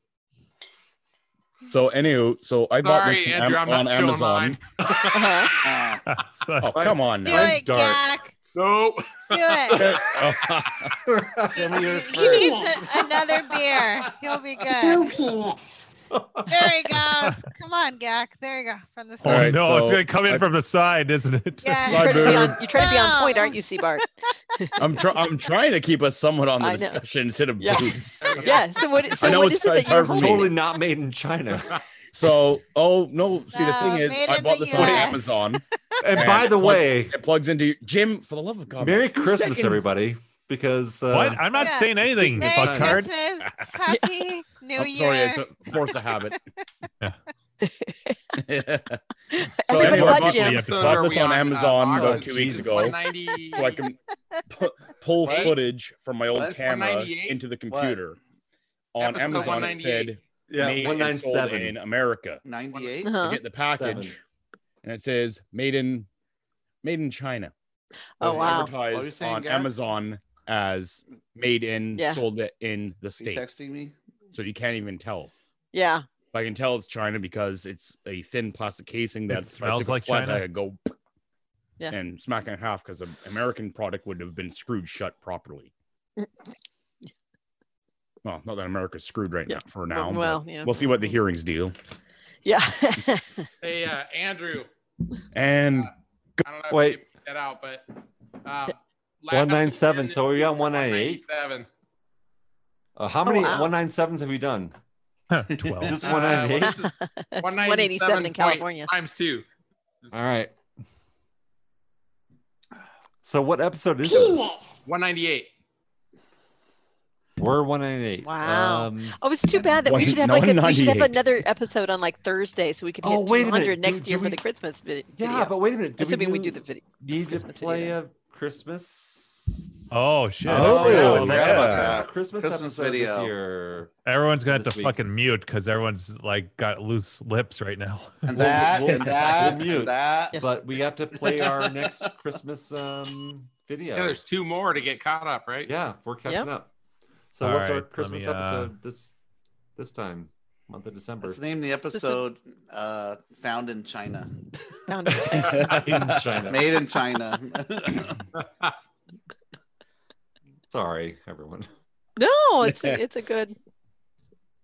Speaker 1: So, anywho, so I bought
Speaker 11: Sorry,
Speaker 1: this from
Speaker 11: Andrew,
Speaker 1: Am-
Speaker 11: I'm not
Speaker 1: on
Speaker 11: showing
Speaker 1: Amazon.
Speaker 11: mine.
Speaker 3: Uh-huh.
Speaker 5: Ah.
Speaker 4: (laughs)
Speaker 6: So-
Speaker 1: (laughs) Oh, come on
Speaker 12: Do
Speaker 1: now.
Speaker 12: it,
Speaker 4: dark.
Speaker 12: Jack.
Speaker 11: No.
Speaker 12: Do it.
Speaker 11: (laughs)
Speaker 5: (laughs) Show me
Speaker 12: (laughs)
Speaker 5: yours
Speaker 12: He needs
Speaker 5: first.
Speaker 12: a- another beer. He'll be good. There he goes. Come on, Gak. There you go. From the
Speaker 1: (laughs)
Speaker 6: Oh,
Speaker 1: All right,
Speaker 12: side.
Speaker 6: no, it's
Speaker 1: so
Speaker 6: going to come in
Speaker 1: I-
Speaker 6: from the side, isn't it?
Speaker 12: Yeah.
Speaker 1: Side
Speaker 3: You're trying to be
Speaker 1: boob.
Speaker 3: on- you're trying to be on point, aren't you,
Speaker 4: (laughs)
Speaker 3: Seabart?
Speaker 1: I'm try- I'm trying to keep us somewhat on the
Speaker 3: I know.
Speaker 1: discussion instead of
Speaker 3: Yeah.
Speaker 1: boobs.
Speaker 3: Yeah. So what? So
Speaker 1: know
Speaker 3: what is
Speaker 1: it's-
Speaker 3: it
Speaker 1: it's
Speaker 3: that you're
Speaker 1: hard for me.
Speaker 4: Totally
Speaker 3: holding?
Speaker 4: not made in China.
Speaker 1: (laughs) So, oh no. See,
Speaker 12: No,
Speaker 1: the
Speaker 3: Uh,
Speaker 1: thing is,
Speaker 12: made
Speaker 1: I
Speaker 12: in
Speaker 1: bought
Speaker 12: the
Speaker 1: this on
Speaker 3: (laughs)
Speaker 12: US.
Speaker 1: Amazon.
Speaker 4: And
Speaker 1: And
Speaker 4: by the
Speaker 1: plug-
Speaker 4: way,
Speaker 1: It plugs into Jim. For the love of God,
Speaker 4: Merry
Speaker 1: two
Speaker 4: Christmas,
Speaker 1: seconds.
Speaker 4: everybody. Because uh,
Speaker 6: What? I'm not
Speaker 12: Yeah.
Speaker 6: saying anything,
Speaker 12: Merry
Speaker 11: (laughs)
Speaker 6: fucktard.
Speaker 12: Christmas, happy New Year.
Speaker 1: I'm Oh, sorry, it's a force of habit.
Speaker 11: (laughs)
Speaker 6: Yeah.
Speaker 1: so
Speaker 3: Everybody
Speaker 1: anyway,
Speaker 3: but
Speaker 1: I bought,
Speaker 3: Jim.
Speaker 6: episode
Speaker 1: bought
Speaker 11: are
Speaker 1: this
Speaker 11: we
Speaker 1: on
Speaker 11: uh,
Speaker 1: Amazon about
Speaker 11: August
Speaker 1: two weeks
Speaker 4: Jesus.
Speaker 1: ago,
Speaker 11: 190
Speaker 1: so I can pu- pull
Speaker 5: What?
Speaker 1: footage from my old
Speaker 5: What?
Speaker 1: camera
Speaker 11: 198?
Speaker 1: into the computer. On
Speaker 11: Episode
Speaker 1: Amazon, it said
Speaker 11: 198.
Speaker 4: yeah,
Speaker 1: made
Speaker 4: one nine
Speaker 1: and sold in
Speaker 4: seven.
Speaker 1: America.
Speaker 5: 98.
Speaker 1: I
Speaker 3: Uh-huh.
Speaker 1: get the package,
Speaker 4: Seven.
Speaker 1: and it says made in made in China. It
Speaker 3: Oh
Speaker 1: was
Speaker 3: wow.
Speaker 5: What were you
Speaker 1: Advertised
Speaker 5: saying,
Speaker 1: on
Speaker 5: Gab?
Speaker 1: Amazon as made in,
Speaker 3: Yeah.
Speaker 1: sold it in the
Speaker 5: Are you
Speaker 1: state.
Speaker 5: texting me?
Speaker 1: So you can't even tell.
Speaker 3: Yeah.
Speaker 1: But I can tell it's China because it's a thin plastic casing that if I
Speaker 6: smells
Speaker 1: took a
Speaker 6: like
Speaker 1: flat,
Speaker 6: China.
Speaker 1: I could go
Speaker 3: Yeah.
Speaker 1: and smack it in half because an American product would have been screwed
Speaker 3: (laughs)
Speaker 1: shut properly. Well, not that America's screwed right
Speaker 3: Yeah.
Speaker 1: now for now. but
Speaker 3: well, yeah.
Speaker 1: we'll see what the hearings do. (laughs)
Speaker 3: Yeah.
Speaker 11: Hey, uh, Andrew.
Speaker 1: And
Speaker 11: Uh, I don't know if
Speaker 4: Wait.
Speaker 11: you picked that out, but um, last
Speaker 4: 197,
Speaker 11: weekend
Speaker 4: so are you on 198?
Speaker 11: 197.
Speaker 4: Uh, how many
Speaker 3: Oh, wow.
Speaker 4: one nine sevens have you done?
Speaker 6: 12.
Speaker 4: (laughs) Is this
Speaker 11: Uh,
Speaker 4: one nine eight?
Speaker 11: well, this
Speaker 4: (laughs)
Speaker 11: is
Speaker 3: It's
Speaker 11: 197
Speaker 3: 187 in California.
Speaker 11: times two.
Speaker 4: All right. So what episode is this?
Speaker 11: 198.
Speaker 4: We're one nine eight.
Speaker 3: Wow.
Speaker 4: Um,
Speaker 3: Oh, it's too bad that we
Speaker 1: One-
Speaker 3: should have like a, we should have
Speaker 1: 198.
Speaker 3: another episode on like Thursday so we could hit
Speaker 4: Oh, wait a
Speaker 3: 200
Speaker 4: minute. Do-
Speaker 3: next
Speaker 4: do
Speaker 3: year for (laughs)
Speaker 4: we-
Speaker 3: the Christmas vid- video.
Speaker 4: yeah, but wait a minute. Do
Speaker 3: assuming we do the video.
Speaker 4: need
Speaker 3: Christmas video
Speaker 4: to play
Speaker 3: then.
Speaker 4: a Christmas?
Speaker 6: Oh, shit.
Speaker 5: Oh,
Speaker 6: Everyone-
Speaker 5: yeah, we
Speaker 4: Christmas-
Speaker 5: forgot about
Speaker 4: a
Speaker 5: that.
Speaker 4: Christmas,
Speaker 5: Christmas
Speaker 4: episode this
Speaker 5: video.
Speaker 4: year.
Speaker 6: Everyone's going to have
Speaker 4: This
Speaker 6: to
Speaker 4: week.
Speaker 6: fucking mute because everyone's like got loose lips right now.
Speaker 5: And
Speaker 4: We'll-
Speaker 5: that,
Speaker 4: we'll-
Speaker 5: and that,
Speaker 4: we'll mute.
Speaker 5: and that.
Speaker 4: But we have to
Speaker 3: (laughs)
Speaker 4: play our next Christmas um, video.
Speaker 11: Yeah, there's two more to get caught up, right?
Speaker 4: Yeah, we're catching
Speaker 3: Yep.
Speaker 4: up. So
Speaker 6: All
Speaker 4: what's
Speaker 6: right,
Speaker 4: our
Speaker 6: let me,
Speaker 4: Christmas
Speaker 6: uh,
Speaker 4: episode this this time? Month of December.
Speaker 5: Let's name the episode uh, Found in China.
Speaker 3: Found it.
Speaker 5: (laughs)
Speaker 4: (laughs) In China.
Speaker 5: Made in China.
Speaker 4: Sorry, everyone.
Speaker 3: No, it's
Speaker 1: (laughs)
Speaker 3: a, it's a good.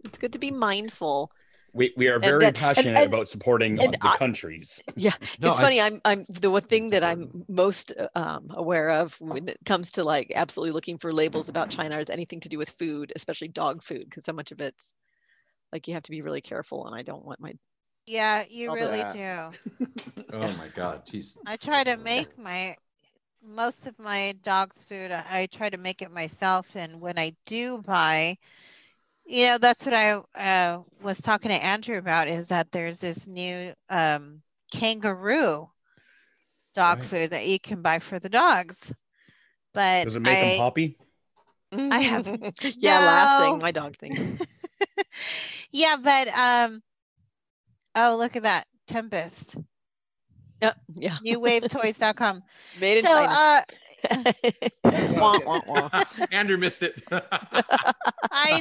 Speaker 3: It's good to be mindful.
Speaker 1: we, we are very
Speaker 3: that- and-
Speaker 1: passionate
Speaker 3: and-
Speaker 1: about supporting
Speaker 3: and
Speaker 1: the
Speaker 3: I-
Speaker 1: countries.
Speaker 3: Yeah,
Speaker 4: No,
Speaker 3: it's
Speaker 4: I-
Speaker 3: funny. I'm I'm the one thing
Speaker 4: It's
Speaker 3: that I'm most uh, um, aware of when it comes to like absolutely looking for labels about China is anything to do with food, especially dog food, because so much of it's like you have to be really careful. And I don't want my
Speaker 12: Yeah, you
Speaker 3: I'll do
Speaker 12: really do.
Speaker 4: (laughs) Oh my god, jeez.
Speaker 12: I try to make my most of my dog's food. I, I try to make it myself, and when I do buy, you know, that's what I uh, was talking to Andrew about. Is that there's this new um, kangaroo dog
Speaker 4: Right.
Speaker 12: food that you can buy for the dogs, but
Speaker 1: Does it make them
Speaker 12: I-
Speaker 1: hoppy?
Speaker 3: Mm.
Speaker 12: I (laughs) have-
Speaker 3: yeah, last
Speaker 12: No.
Speaker 3: thing my dog thing.
Speaker 12: yeah, but um, oh look at that Tempest
Speaker 3: Yeah, yeah,
Speaker 12: newwavetoys.com.
Speaker 3: (laughs) made in
Speaker 12: so
Speaker 3: China.
Speaker 12: uh,
Speaker 3: Wah, wah, wah.
Speaker 11: Andrew missed it. (laughs)
Speaker 12: I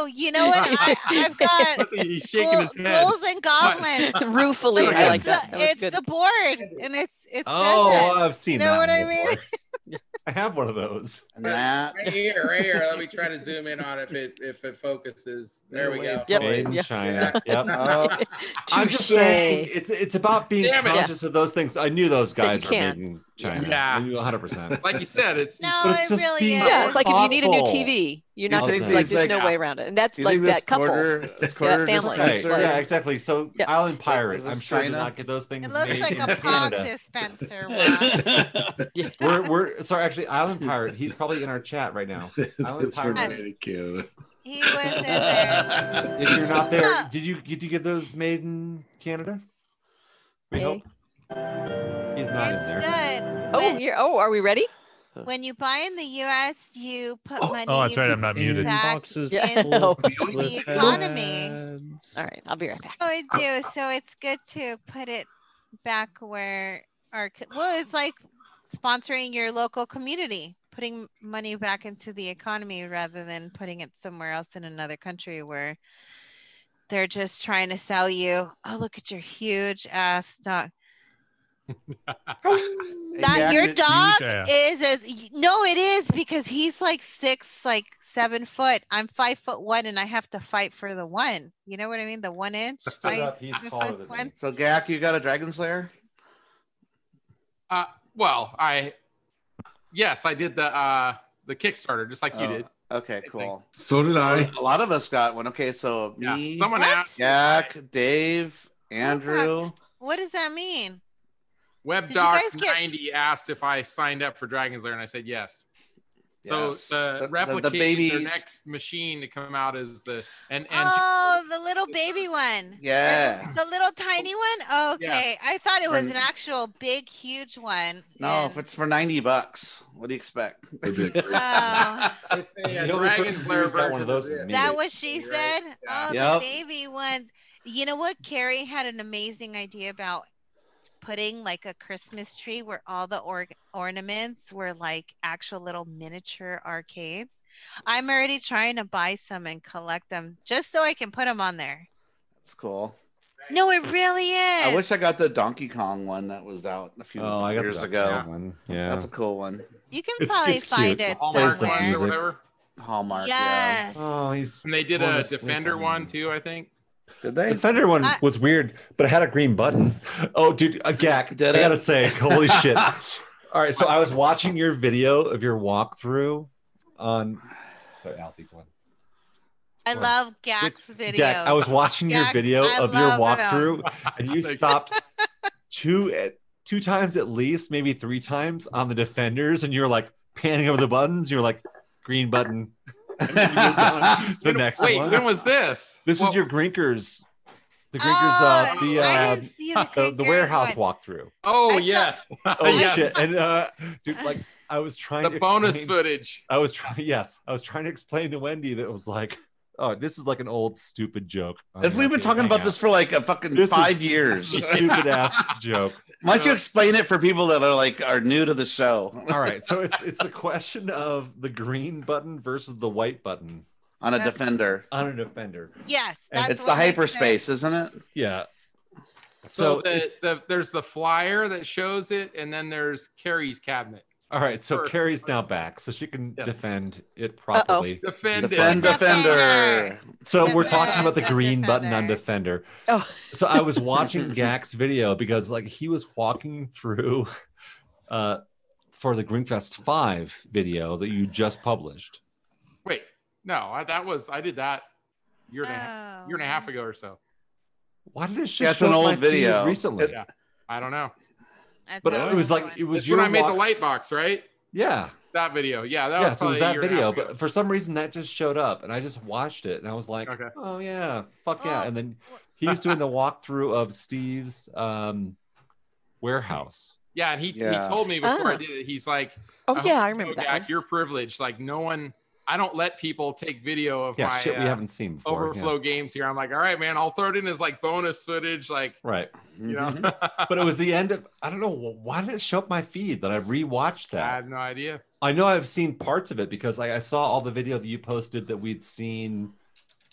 Speaker 12: know. You know what? I, I've got
Speaker 11: He's shaking
Speaker 12: bull-
Speaker 11: his head.
Speaker 12: bulls and
Speaker 11: (laughs)
Speaker 12: goblins.
Speaker 3: Ruefully,
Speaker 11: It's
Speaker 3: I like
Speaker 12: it's
Speaker 3: that.
Speaker 12: the,
Speaker 3: that was
Speaker 12: it's
Speaker 3: good.
Speaker 12: the board, and it's it's
Speaker 4: Oh,
Speaker 12: oh,
Speaker 4: I've seen
Speaker 12: know
Speaker 4: that
Speaker 12: what I
Speaker 4: one
Speaker 12: mean?
Speaker 4: before. I have one of those.
Speaker 5: and that.
Speaker 11: Right here, right here. Let me try to zoom in on it if it if it focuses. There we go.
Speaker 5: Microwave
Speaker 3: Yep.
Speaker 4: Made in
Speaker 5: toys.
Speaker 3: Yeah.
Speaker 4: China.
Speaker 11: (laughs)
Speaker 3: (laughs)
Speaker 12: (laughs)
Speaker 4: Yep.
Speaker 5: Oh,
Speaker 4: I'm just
Speaker 3: Touche.
Speaker 4: saying it's it's about being
Speaker 11: Damn it.
Speaker 4: conscious of those things. I knew those
Speaker 3: That you
Speaker 4: guys were
Speaker 3: can't.
Speaker 4: making China.
Speaker 11: Yeah.
Speaker 4: I knew 100. percent
Speaker 11: Like you said, it's
Speaker 12: No,
Speaker 4: But it's
Speaker 12: it
Speaker 4: just
Speaker 12: really
Speaker 4: being-
Speaker 12: is.
Speaker 3: Yeah, it's like if you need a new
Speaker 4: Thoughtful.
Speaker 3: TV, You're
Speaker 5: You
Speaker 3: not
Speaker 5: think
Speaker 3: gonna, like
Speaker 5: these,
Speaker 3: there's
Speaker 5: like,
Speaker 3: no way around it. And that's
Speaker 5: You
Speaker 3: like
Speaker 5: think this
Speaker 3: that couple.
Speaker 5: quarter, this quarter
Speaker 3: family.
Speaker 4: Right.
Speaker 5: dispenser?
Speaker 3: Sorry.
Speaker 4: Yeah, exactly. So
Speaker 3: Yeah.
Speaker 4: Island Pirate,
Speaker 5: Is this
Speaker 4: I'm sure did
Speaker 5: China?
Speaker 4: not get those things.
Speaker 12: It looks
Speaker 4: made
Speaker 12: like
Speaker 4: in
Speaker 12: a pog
Speaker 4: Canada.
Speaker 12: dispenser. Wow.
Speaker 4: (laughs) We're we're sorry, actually, Island Pirate. He's probably in our chat
Speaker 5: (laughs)
Speaker 4: right now. Island
Speaker 9: That's from
Speaker 4: Pirate.
Speaker 9: Canada, Canada.
Speaker 12: He was in
Speaker 11: (laughs)
Speaker 12: there.
Speaker 4: If you're not there, did you did you get those made in Canada? We
Speaker 3: Hey.
Speaker 4: hope. He's not in there.
Speaker 12: It's good.
Speaker 3: Oh,
Speaker 12: When,
Speaker 3: here. Oh, are we ready?
Speaker 12: (laughs) when you buy in the U.S., you put money.
Speaker 6: Oh, that's right. I'm not muted.
Speaker 12: back
Speaker 3: Yeah.
Speaker 12: in
Speaker 3: (laughs) Oh.
Speaker 12: the economy.
Speaker 3: All right. I'll be right
Speaker 12: (laughs)
Speaker 3: back. (laughs)
Speaker 12: Oh, I do. So it's good to put it back where our co- well, it's like sponsoring your local community, putting money back into the economy rather than putting it somewhere else in another country where they're just trying to sell you. Oh, look at your huge ass dog. That
Speaker 5: Yeah,
Speaker 12: your
Speaker 5: huge
Speaker 12: dog
Speaker 6: ass.
Speaker 12: is as no, it is because he's like six, like seven foot. I'm five foot one, and I have to fight for the one. You know what I mean? The one inch.
Speaker 4: Shut
Speaker 12: fight.
Speaker 4: up. He's
Speaker 12: Five
Speaker 4: taller
Speaker 12: foot
Speaker 4: than
Speaker 12: one.
Speaker 4: me.
Speaker 5: So Gak, you got a dragon slayer?
Speaker 11: Uh, well, I yes, I did the uh the Kickstarter just like you
Speaker 5: Oh,
Speaker 11: did.
Speaker 5: Okay, cool.
Speaker 9: So did I.
Speaker 5: A lot of us got one. Okay, so me,
Speaker 11: Yeah, someone
Speaker 12: What?
Speaker 11: asked
Speaker 5: Gak, Dave, Andrew.
Speaker 12: What does that mean? Did you guys
Speaker 11: WebDoc
Speaker 12: get-
Speaker 11: ninety asked if I signed up for Dragon's Lair, and I said yes. So
Speaker 5: Yes.
Speaker 11: the, replication,
Speaker 5: baby.
Speaker 11: their next machine to come out is the and and
Speaker 12: oh, the little baby one.
Speaker 5: yeah.
Speaker 12: The little tiny one? Okay.
Speaker 11: Yes.
Speaker 12: I thought it was
Speaker 5: From-
Speaker 12: an actual big, huge one.
Speaker 5: No, if
Speaker 12: and-
Speaker 5: it's for 90 bucks, what do you expect?
Speaker 9: That'd be
Speaker 5: (laughs)
Speaker 9: a great-
Speaker 12: Oh,
Speaker 11: it's a,
Speaker 4: You
Speaker 11: a
Speaker 4: know, the person
Speaker 11: Dragon's
Speaker 4: who
Speaker 11: Lair
Speaker 4: just got one
Speaker 11: version
Speaker 4: of those
Speaker 11: of
Speaker 4: is
Speaker 11: it.
Speaker 4: me.
Speaker 12: that was she
Speaker 11: You're
Speaker 12: said?
Speaker 11: right. Yeah.
Speaker 12: Oh,
Speaker 5: Yep.
Speaker 12: the baby ones. You know what? Carrie had an amazing idea about putting like a Christmas tree where all the or- ornaments were like actual little miniature arcades. I'm already trying to buy some and collect them just so I can put them on there.
Speaker 5: That's cool.
Speaker 12: No, it really is.
Speaker 5: I wish I got the Donkey Kong one that was out a few
Speaker 4: Oh, I got the
Speaker 5: years
Speaker 4: duck
Speaker 5: ago.
Speaker 4: down one. Yeah.
Speaker 5: That's a cool one.
Speaker 12: You can
Speaker 4: It's-
Speaker 12: probably
Speaker 4: it's cute.
Speaker 12: find it
Speaker 4: Plays
Speaker 11: Hallmark
Speaker 4: the
Speaker 11: ones
Speaker 12: somewhere.
Speaker 11: or
Speaker 4: music.
Speaker 11: whatever.
Speaker 5: Hallmark. Yeah.
Speaker 12: Yes.
Speaker 4: oh, he's
Speaker 11: And they did
Speaker 4: Going
Speaker 11: a
Speaker 4: to sleep
Speaker 11: Defender
Speaker 4: on
Speaker 11: one
Speaker 4: me.
Speaker 11: too, I think.
Speaker 5: Did they?
Speaker 4: The Fender one
Speaker 12: I-
Speaker 4: was weird, but it had a green button. Oh, dude, a gack.
Speaker 5: Did
Speaker 4: I
Speaker 5: it?
Speaker 4: gotta
Speaker 5: (laughs)
Speaker 4: say, holy shit. All right, so I was watching your video of your walkthrough on. Sorry, Alfie, go on.
Speaker 12: I
Speaker 4: Or-
Speaker 12: love Gak's video.
Speaker 4: Gack, I was watching your
Speaker 12: Gack,
Speaker 4: video
Speaker 12: I
Speaker 4: of your
Speaker 12: love
Speaker 4: walkthrough,
Speaker 11: (laughs)
Speaker 4: and you
Speaker 11: Thanks.
Speaker 4: stopped two two times at least, maybe three times on the defenders, and you're like panning over the buttons. You're like green
Speaker 11: (laughs)
Speaker 4: button. And then you moved on to (laughs) the
Speaker 11: When-
Speaker 4: next
Speaker 11: Wait,
Speaker 4: one.
Speaker 11: when was this?
Speaker 4: This
Speaker 11: Well,
Speaker 4: is your Grinkers. The Grinkers,
Speaker 12: oh,
Speaker 4: uh, the,
Speaker 12: I
Speaker 4: uh,
Speaker 12: didn't see the,
Speaker 4: the, the
Speaker 12: Grinkers
Speaker 4: warehouse
Speaker 12: one.
Speaker 4: walkthrough.
Speaker 11: Oh
Speaker 12: I
Speaker 11: yes.
Speaker 4: (laughs) Oh
Speaker 11: Yes.
Speaker 4: shit! And uh, dude, like I was trying
Speaker 11: The
Speaker 4: to
Speaker 11: bonus
Speaker 4: explain,
Speaker 11: footage.
Speaker 4: I was trying. (laughs) Yes, I was trying to explain to Wendy that it was like, oh, this is like an old stupid joke. on
Speaker 5: If
Speaker 4: the
Speaker 5: we've been
Speaker 4: arcade
Speaker 5: talking about
Speaker 4: hangout.
Speaker 5: this for like a fucking
Speaker 4: This is-
Speaker 5: five
Speaker 4: This is
Speaker 5: years,
Speaker 4: a stupid ass joke.
Speaker 5: why don't you explain it for people that are like are new to the show
Speaker 4: (laughs) All right, so it's it's the question of the green button versus the white button
Speaker 5: on a
Speaker 12: That's-
Speaker 5: defender?
Speaker 4: on an offender.
Speaker 12: Yes,
Speaker 4: And
Speaker 12: that's
Speaker 5: it's the
Speaker 12: what makes it-
Speaker 5: hyperspace, isn't it?
Speaker 4: Yeah. So,
Speaker 11: So, the,
Speaker 4: it's,
Speaker 11: the, there's the flyer that shows it, and then there's Carrie's cabinet.
Speaker 4: all right, so
Speaker 11: Sure.
Speaker 4: Carrie's now back, so she can
Speaker 11: Yes.
Speaker 4: defend it properly.
Speaker 11: Defend it.
Speaker 5: Defend defender.
Speaker 12: Defender.
Speaker 4: So we're
Speaker 12: Defender,
Speaker 4: talking about the
Speaker 12: the
Speaker 4: green button on Defender.
Speaker 3: Oh.
Speaker 4: So I
Speaker 5: (laughs)
Speaker 4: was watching Gak's video because like he was walking through uh for the Greenfest 5 video that you just published.
Speaker 11: Wait, no, I, that was I did that year and a half,
Speaker 12: Oh.
Speaker 11: year and a half ago or so.
Speaker 4: Why did it just
Speaker 5: That's
Speaker 4: show
Speaker 5: an
Speaker 4: up my
Speaker 5: old
Speaker 4: feed
Speaker 5: video.
Speaker 4: recently?
Speaker 5: It-
Speaker 11: I don't know.
Speaker 12: That's
Speaker 4: But
Speaker 12: an
Speaker 4: it was
Speaker 12: old
Speaker 4: like it
Speaker 12: one.
Speaker 4: was
Speaker 11: That's
Speaker 4: your
Speaker 11: when I made
Speaker 4: walk-
Speaker 11: the light box, right?
Speaker 4: Yeah.
Speaker 11: That video. Yeah, that
Speaker 4: Yeah,
Speaker 11: was probably
Speaker 4: so it was
Speaker 11: a
Speaker 4: that
Speaker 11: year and a
Speaker 4: video,
Speaker 11: half ago.
Speaker 4: but for some reason that just showed up and I just watched it and I was like,
Speaker 11: Okay.
Speaker 4: "Oh yeah, fuck yeah."
Speaker 12: Oh.
Speaker 4: And then he's doing the walkthrough of Steve's um warehouse.
Speaker 11: yeah, and he,
Speaker 5: Yeah.
Speaker 11: he told me before I
Speaker 3: Ah.
Speaker 11: did it, he's like,
Speaker 3: Oh
Speaker 11: hope
Speaker 3: yeah,
Speaker 11: you
Speaker 3: I
Speaker 11: know,
Speaker 3: remember
Speaker 11: Jack,
Speaker 3: that one.
Speaker 11: You're privileged. Like no one, I don't let people take video of
Speaker 4: Yeah,
Speaker 11: my
Speaker 4: shit we
Speaker 11: uh,
Speaker 4: haven't seen before. yeah.
Speaker 11: overflow games here. I'm like, all right, man, I'll throw it in as like bonus footage, like
Speaker 4: Right.
Speaker 11: you know.
Speaker 5: Mm-hmm.
Speaker 4: (laughs) but it was the end of I don't know why did it show up my feed that I've rewatched
Speaker 11: I
Speaker 4: that.
Speaker 11: have no idea.
Speaker 4: I know I've seen parts of it because I, I saw all the video that you posted that we'd seen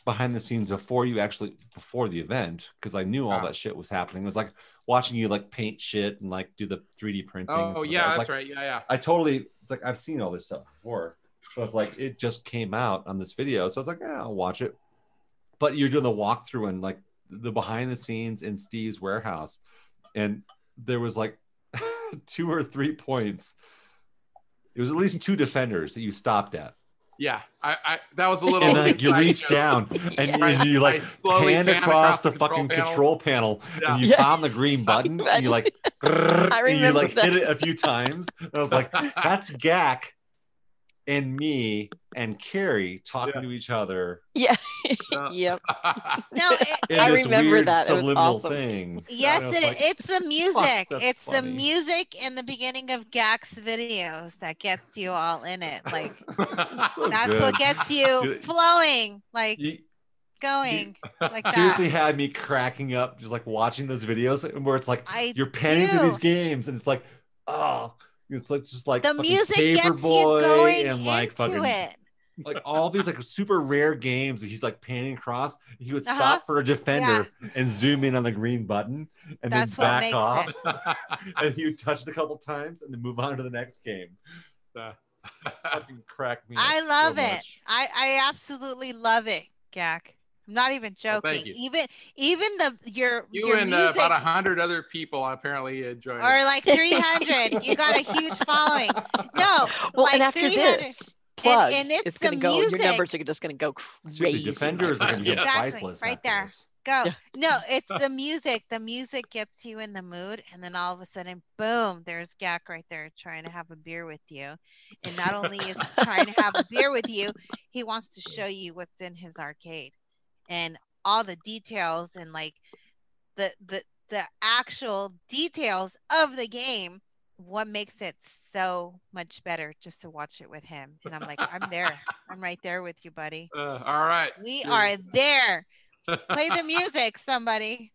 Speaker 4: behind the scenes before you actually before the event because I knew all
Speaker 11: Ah.
Speaker 4: that shit was happening. It was like watching you like paint shit and like do the 3D printing. and
Speaker 11: Oh
Speaker 4: stuff. I
Speaker 11: yeah,
Speaker 4: was
Speaker 11: that's
Speaker 4: like,
Speaker 11: right. Yeah, yeah.
Speaker 4: I totally it's like I've seen all this stuff before. So it's like it just came out on this video. So I was like, yeah, I'll watch it. But you're doing the walkthrough and like the behind the scenes in Steve's warehouse. And there was like (laughs) two or three points. It was at least two defenders that you stopped at.
Speaker 11: Yeah, I, I that was a little.
Speaker 4: and like you
Speaker 11: side
Speaker 4: reach
Speaker 11: joke. (laughs)
Speaker 4: down and you-
Speaker 11: I-
Speaker 4: you
Speaker 11: I
Speaker 4: like
Speaker 11: slowly
Speaker 4: hand
Speaker 11: pan
Speaker 4: across
Speaker 11: across
Speaker 4: the
Speaker 11: the
Speaker 4: fucking control
Speaker 11: control
Speaker 4: panel,
Speaker 11: Yeah.
Speaker 4: and you
Speaker 3: Yeah.
Speaker 4: found
Speaker 3: (laughs)
Speaker 4: the green button and you like
Speaker 3: I
Speaker 4: and you
Speaker 3: remember
Speaker 4: like
Speaker 3: that.
Speaker 4: hit it a
Speaker 3: (laughs)
Speaker 4: few times. And I was like, that's Gak and me and Carrie talking to each other
Speaker 3: Yeah.
Speaker 11: Yeah.
Speaker 3: yep.
Speaker 12: No, it,
Speaker 4: in
Speaker 3: I
Speaker 4: this
Speaker 3: remember
Speaker 4: weird
Speaker 3: that. It was
Speaker 4: subliminal
Speaker 3: awesome.
Speaker 4: thing.
Speaker 12: yes,
Speaker 4: And I
Speaker 12: it,
Speaker 4: was like,
Speaker 12: it's the music.
Speaker 4: that's
Speaker 12: it's the
Speaker 4: funny."
Speaker 12: music in the beginning of Gax videos that gets you all in it. Like
Speaker 4: (laughs) It's so
Speaker 12: that's
Speaker 4: good.
Speaker 12: what gets you
Speaker 4: You-
Speaker 12: flowing, like
Speaker 4: You- (laughs)
Speaker 12: going like
Speaker 4: seriously
Speaker 12: that.
Speaker 4: had me cracking up just like watching those videos where it's like
Speaker 12: I
Speaker 4: you're panning
Speaker 12: do.
Speaker 4: through these games and it's like oh it's like just like
Speaker 12: the
Speaker 4: fucking
Speaker 12: music gets you
Speaker 4: Paperboy
Speaker 12: going
Speaker 4: and like
Speaker 12: into
Speaker 4: fucking
Speaker 12: it.
Speaker 4: like all these like super rare games that he's like panning across he would
Speaker 12: Uh-huh.
Speaker 4: stop for a defender and zoom in on the green button and
Speaker 12: That's what
Speaker 4: then back
Speaker 12: makes
Speaker 4: off (laughs) and he would touch it a couple times and then move on to the next game uh, (laughs) fucking crack me up
Speaker 12: I
Speaker 4: so
Speaker 12: love it.
Speaker 4: much.
Speaker 12: I, I absolutely love it, Gak. I'm not even joking.
Speaker 11: Well, thank you.
Speaker 12: Even even the your
Speaker 11: You
Speaker 12: your
Speaker 11: and uh,
Speaker 12: music
Speaker 11: about a hundred other people apparently enjoyed.
Speaker 12: or like 300, you got a huge following. No,
Speaker 3: Well,
Speaker 12: like
Speaker 3: and after
Speaker 12: 300
Speaker 3: this plug,
Speaker 12: and it's
Speaker 3: it's
Speaker 12: the
Speaker 3: gonna go. Your
Speaker 12: music.
Speaker 3: numbers are just gonna go crazy.
Speaker 4: Seriously, defenders are gonna be
Speaker 12: Exactly,
Speaker 4: priceless
Speaker 12: right
Speaker 4: after
Speaker 12: there.
Speaker 4: this.
Speaker 12: go.
Speaker 3: Yeah.
Speaker 12: No, it's the music. The music gets you in the mood, and then all of a sudden, boom! There's Gak right there trying to have a beer with you, and not only is he trying to have a beer with you, he wants to show you what's in his arcade, and all the details and like the the the actual details of the game. What makes it so much better just to watch it with him? And I'm like, I'm there. I'm right there with you, buddy.
Speaker 11: Uh, all right.
Speaker 12: We
Speaker 11: Dude.
Speaker 12: are there.
Speaker 11: (laughs)
Speaker 12: Play the music, somebody.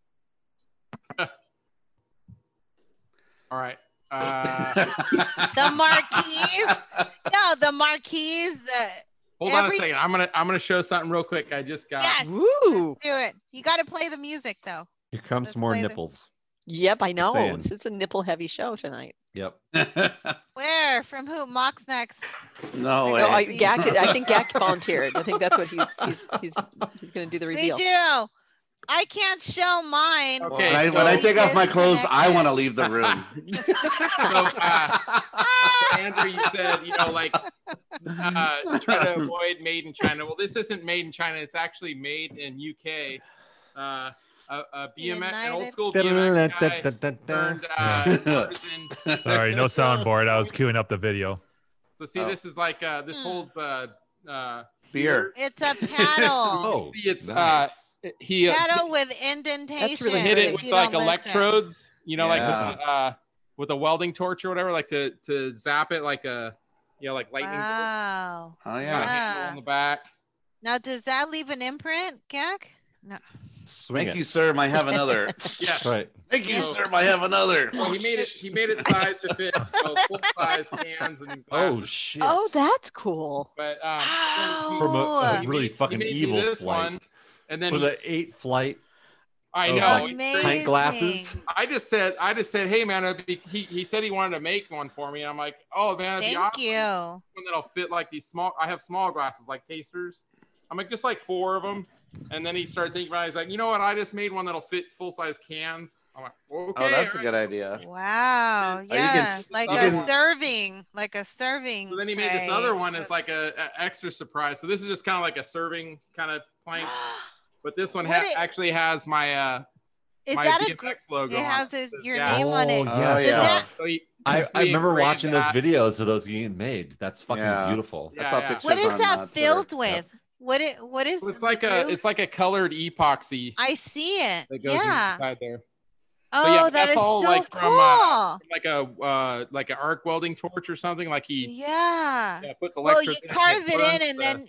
Speaker 11: All right.
Speaker 12: (laughs)
Speaker 11: Uh,
Speaker 12: The
Speaker 5: (laughs)
Speaker 12: marquees. No, the marquees. The
Speaker 11: hold on a
Speaker 12: Every-
Speaker 11: second. I'm gonna I'm gonna show something real quick. I just got.
Speaker 12: yes.
Speaker 3: Woo!
Speaker 12: Do it. You got to play the music though.
Speaker 4: Here comes
Speaker 12: Let's
Speaker 4: some more
Speaker 12: play the-
Speaker 4: nipples.
Speaker 3: Yep, I
Speaker 4: Just
Speaker 3: know.
Speaker 4: saying.
Speaker 3: This is a nipple heavy show tonight.
Speaker 4: Yep.
Speaker 12: Where? From who? Mox next.
Speaker 5: no
Speaker 12: Oh,
Speaker 3: No, I,
Speaker 5: way.
Speaker 12: see.
Speaker 3: Gak, I think
Speaker 5: (laughs)
Speaker 3: Gak volunteered. I think that's what he's he's he's, he's gonna do the
Speaker 12: We
Speaker 3: reveal.
Speaker 12: do. I can't show mine.
Speaker 11: Okay,
Speaker 5: When I, when I
Speaker 11: so-
Speaker 5: take off my clothes, I want to leave the room.
Speaker 11: So, uh, Andrew, you said you know like uh, try to avoid made in China. Well, this isn't made in China. It's actually made in UK. Uh, a, a BMX, an old
Speaker 12: United-
Speaker 11: school BMX guy turned uh, partisan.
Speaker 6: Sorry, no soundboard. I was queuing up the video.
Speaker 11: So see,
Speaker 5: Oh.
Speaker 11: this is like uh, this
Speaker 12: Hmm.
Speaker 11: holds uh, uh,
Speaker 5: Beer.
Speaker 12: It's a paddle.
Speaker 11: (laughs)
Speaker 4: Oh,
Speaker 11: see, it's, uh,
Speaker 4: nice.
Speaker 11: he uh,
Speaker 12: paddle with indentations.
Speaker 3: really
Speaker 11: hit
Speaker 3: if
Speaker 11: it with
Speaker 12: you
Speaker 11: like
Speaker 12: don't listen.
Speaker 11: electrodes, you know, like with,
Speaker 5: Yeah.
Speaker 11: uh, with a welding torch or whatever, like to to zap it like a you know like lightning. bolt.
Speaker 12: Wow.
Speaker 5: Oh
Speaker 11: Got a
Speaker 5: yeah.
Speaker 11: handle on the back.
Speaker 12: Now, does that leave an imprint, Gak? No.
Speaker 4: Swing
Speaker 5: Thank
Speaker 4: it.
Speaker 5: you, sir. I
Speaker 11: (laughs)
Speaker 5: have another.
Speaker 11: Yes.
Speaker 4: Right.
Speaker 5: Thank you, sir. I have another.
Speaker 11: Well, (laughs) he made it. He made it size to fit full size
Speaker 12: (laughs)
Speaker 11: cans and glasses.
Speaker 4: Oh shit.
Speaker 3: Oh, that's cool.
Speaker 11: but um,
Speaker 12: Ow.
Speaker 4: From
Speaker 3: Oh.
Speaker 4: a- a,
Speaker 11: he
Speaker 4: really
Speaker 11: made- he
Speaker 4: fucking
Speaker 11: made me
Speaker 4: evil
Speaker 11: this
Speaker 4: flight.
Speaker 11: one, and then
Speaker 4: Was
Speaker 11: he-
Speaker 4: it eight flight
Speaker 11: I
Speaker 4: Oh,
Speaker 11: know.
Speaker 4: like,
Speaker 11: it's
Speaker 12: Amazing.
Speaker 11: crazy.
Speaker 4: pint glasses?
Speaker 11: I just said, I just said, hey man, it'd be, he he said he wanted to make one for me, and I'm like, oh man, it'd
Speaker 12: Thank
Speaker 11: be awesome.
Speaker 12: you.
Speaker 11: One that'll fit like these small. I have small glasses, like tasters. I'm like just like four of them, and then he started thinking about. it. He's like, you know what? I just made one that'll fit full size cans. I'm like, okay, (laughs)
Speaker 5: Oh, that's a
Speaker 11: all right.
Speaker 5: good idea.
Speaker 12: Wow.
Speaker 5: can
Speaker 12: Yeah.
Speaker 5: s-
Speaker 12: like
Speaker 11: you
Speaker 12: a
Speaker 11: can-
Speaker 12: serving, like a serving.
Speaker 11: So then he made this
Speaker 12: tray.
Speaker 11: other one as like a, a extra surprise. So this is just kind of like a serving kind of
Speaker 12: (gasps)
Speaker 11: plank, but this one ha-
Speaker 12: What it-
Speaker 11: actually has my uh
Speaker 12: Is
Speaker 11: my
Speaker 12: that a? gr-
Speaker 11: BMX logo.
Speaker 12: It
Speaker 11: on
Speaker 12: has
Speaker 11: it.
Speaker 12: his,
Speaker 11: says
Speaker 12: your
Speaker 11: Jack.
Speaker 12: name on
Speaker 4: Oh,
Speaker 12: it.
Speaker 5: Oh
Speaker 4: yes.
Speaker 5: yeah.
Speaker 11: So he-
Speaker 4: I, I
Speaker 11: actually
Speaker 4: remember
Speaker 11: engraved
Speaker 4: watching those
Speaker 11: that.
Speaker 4: videos of those being made. That's fucking
Speaker 5: Yeah.
Speaker 4: beautiful.
Speaker 5: I
Speaker 11: Yeah,
Speaker 5: saw
Speaker 11: yeah.
Speaker 5: pictures
Speaker 12: What is
Speaker 5: on, uh,
Speaker 12: that
Speaker 5: Twitter.
Speaker 12: filled with? What it? What is?
Speaker 11: So It's like a
Speaker 12: blue?
Speaker 11: it's like a colored epoxy
Speaker 12: I see it.
Speaker 11: that goes
Speaker 12: Yeah.
Speaker 11: inside there,
Speaker 12: Oh,
Speaker 11: So, yeah,
Speaker 12: that
Speaker 11: that's
Speaker 12: is
Speaker 11: all,
Speaker 12: so
Speaker 11: like,
Speaker 12: cool.
Speaker 11: from, uh, like a uh like an arc welding torch or something. Like he
Speaker 12: yeah.
Speaker 11: yeah, puts
Speaker 12: Well, you
Speaker 11: electric.
Speaker 12: carve it in,
Speaker 11: burns
Speaker 12: and
Speaker 11: the-
Speaker 12: then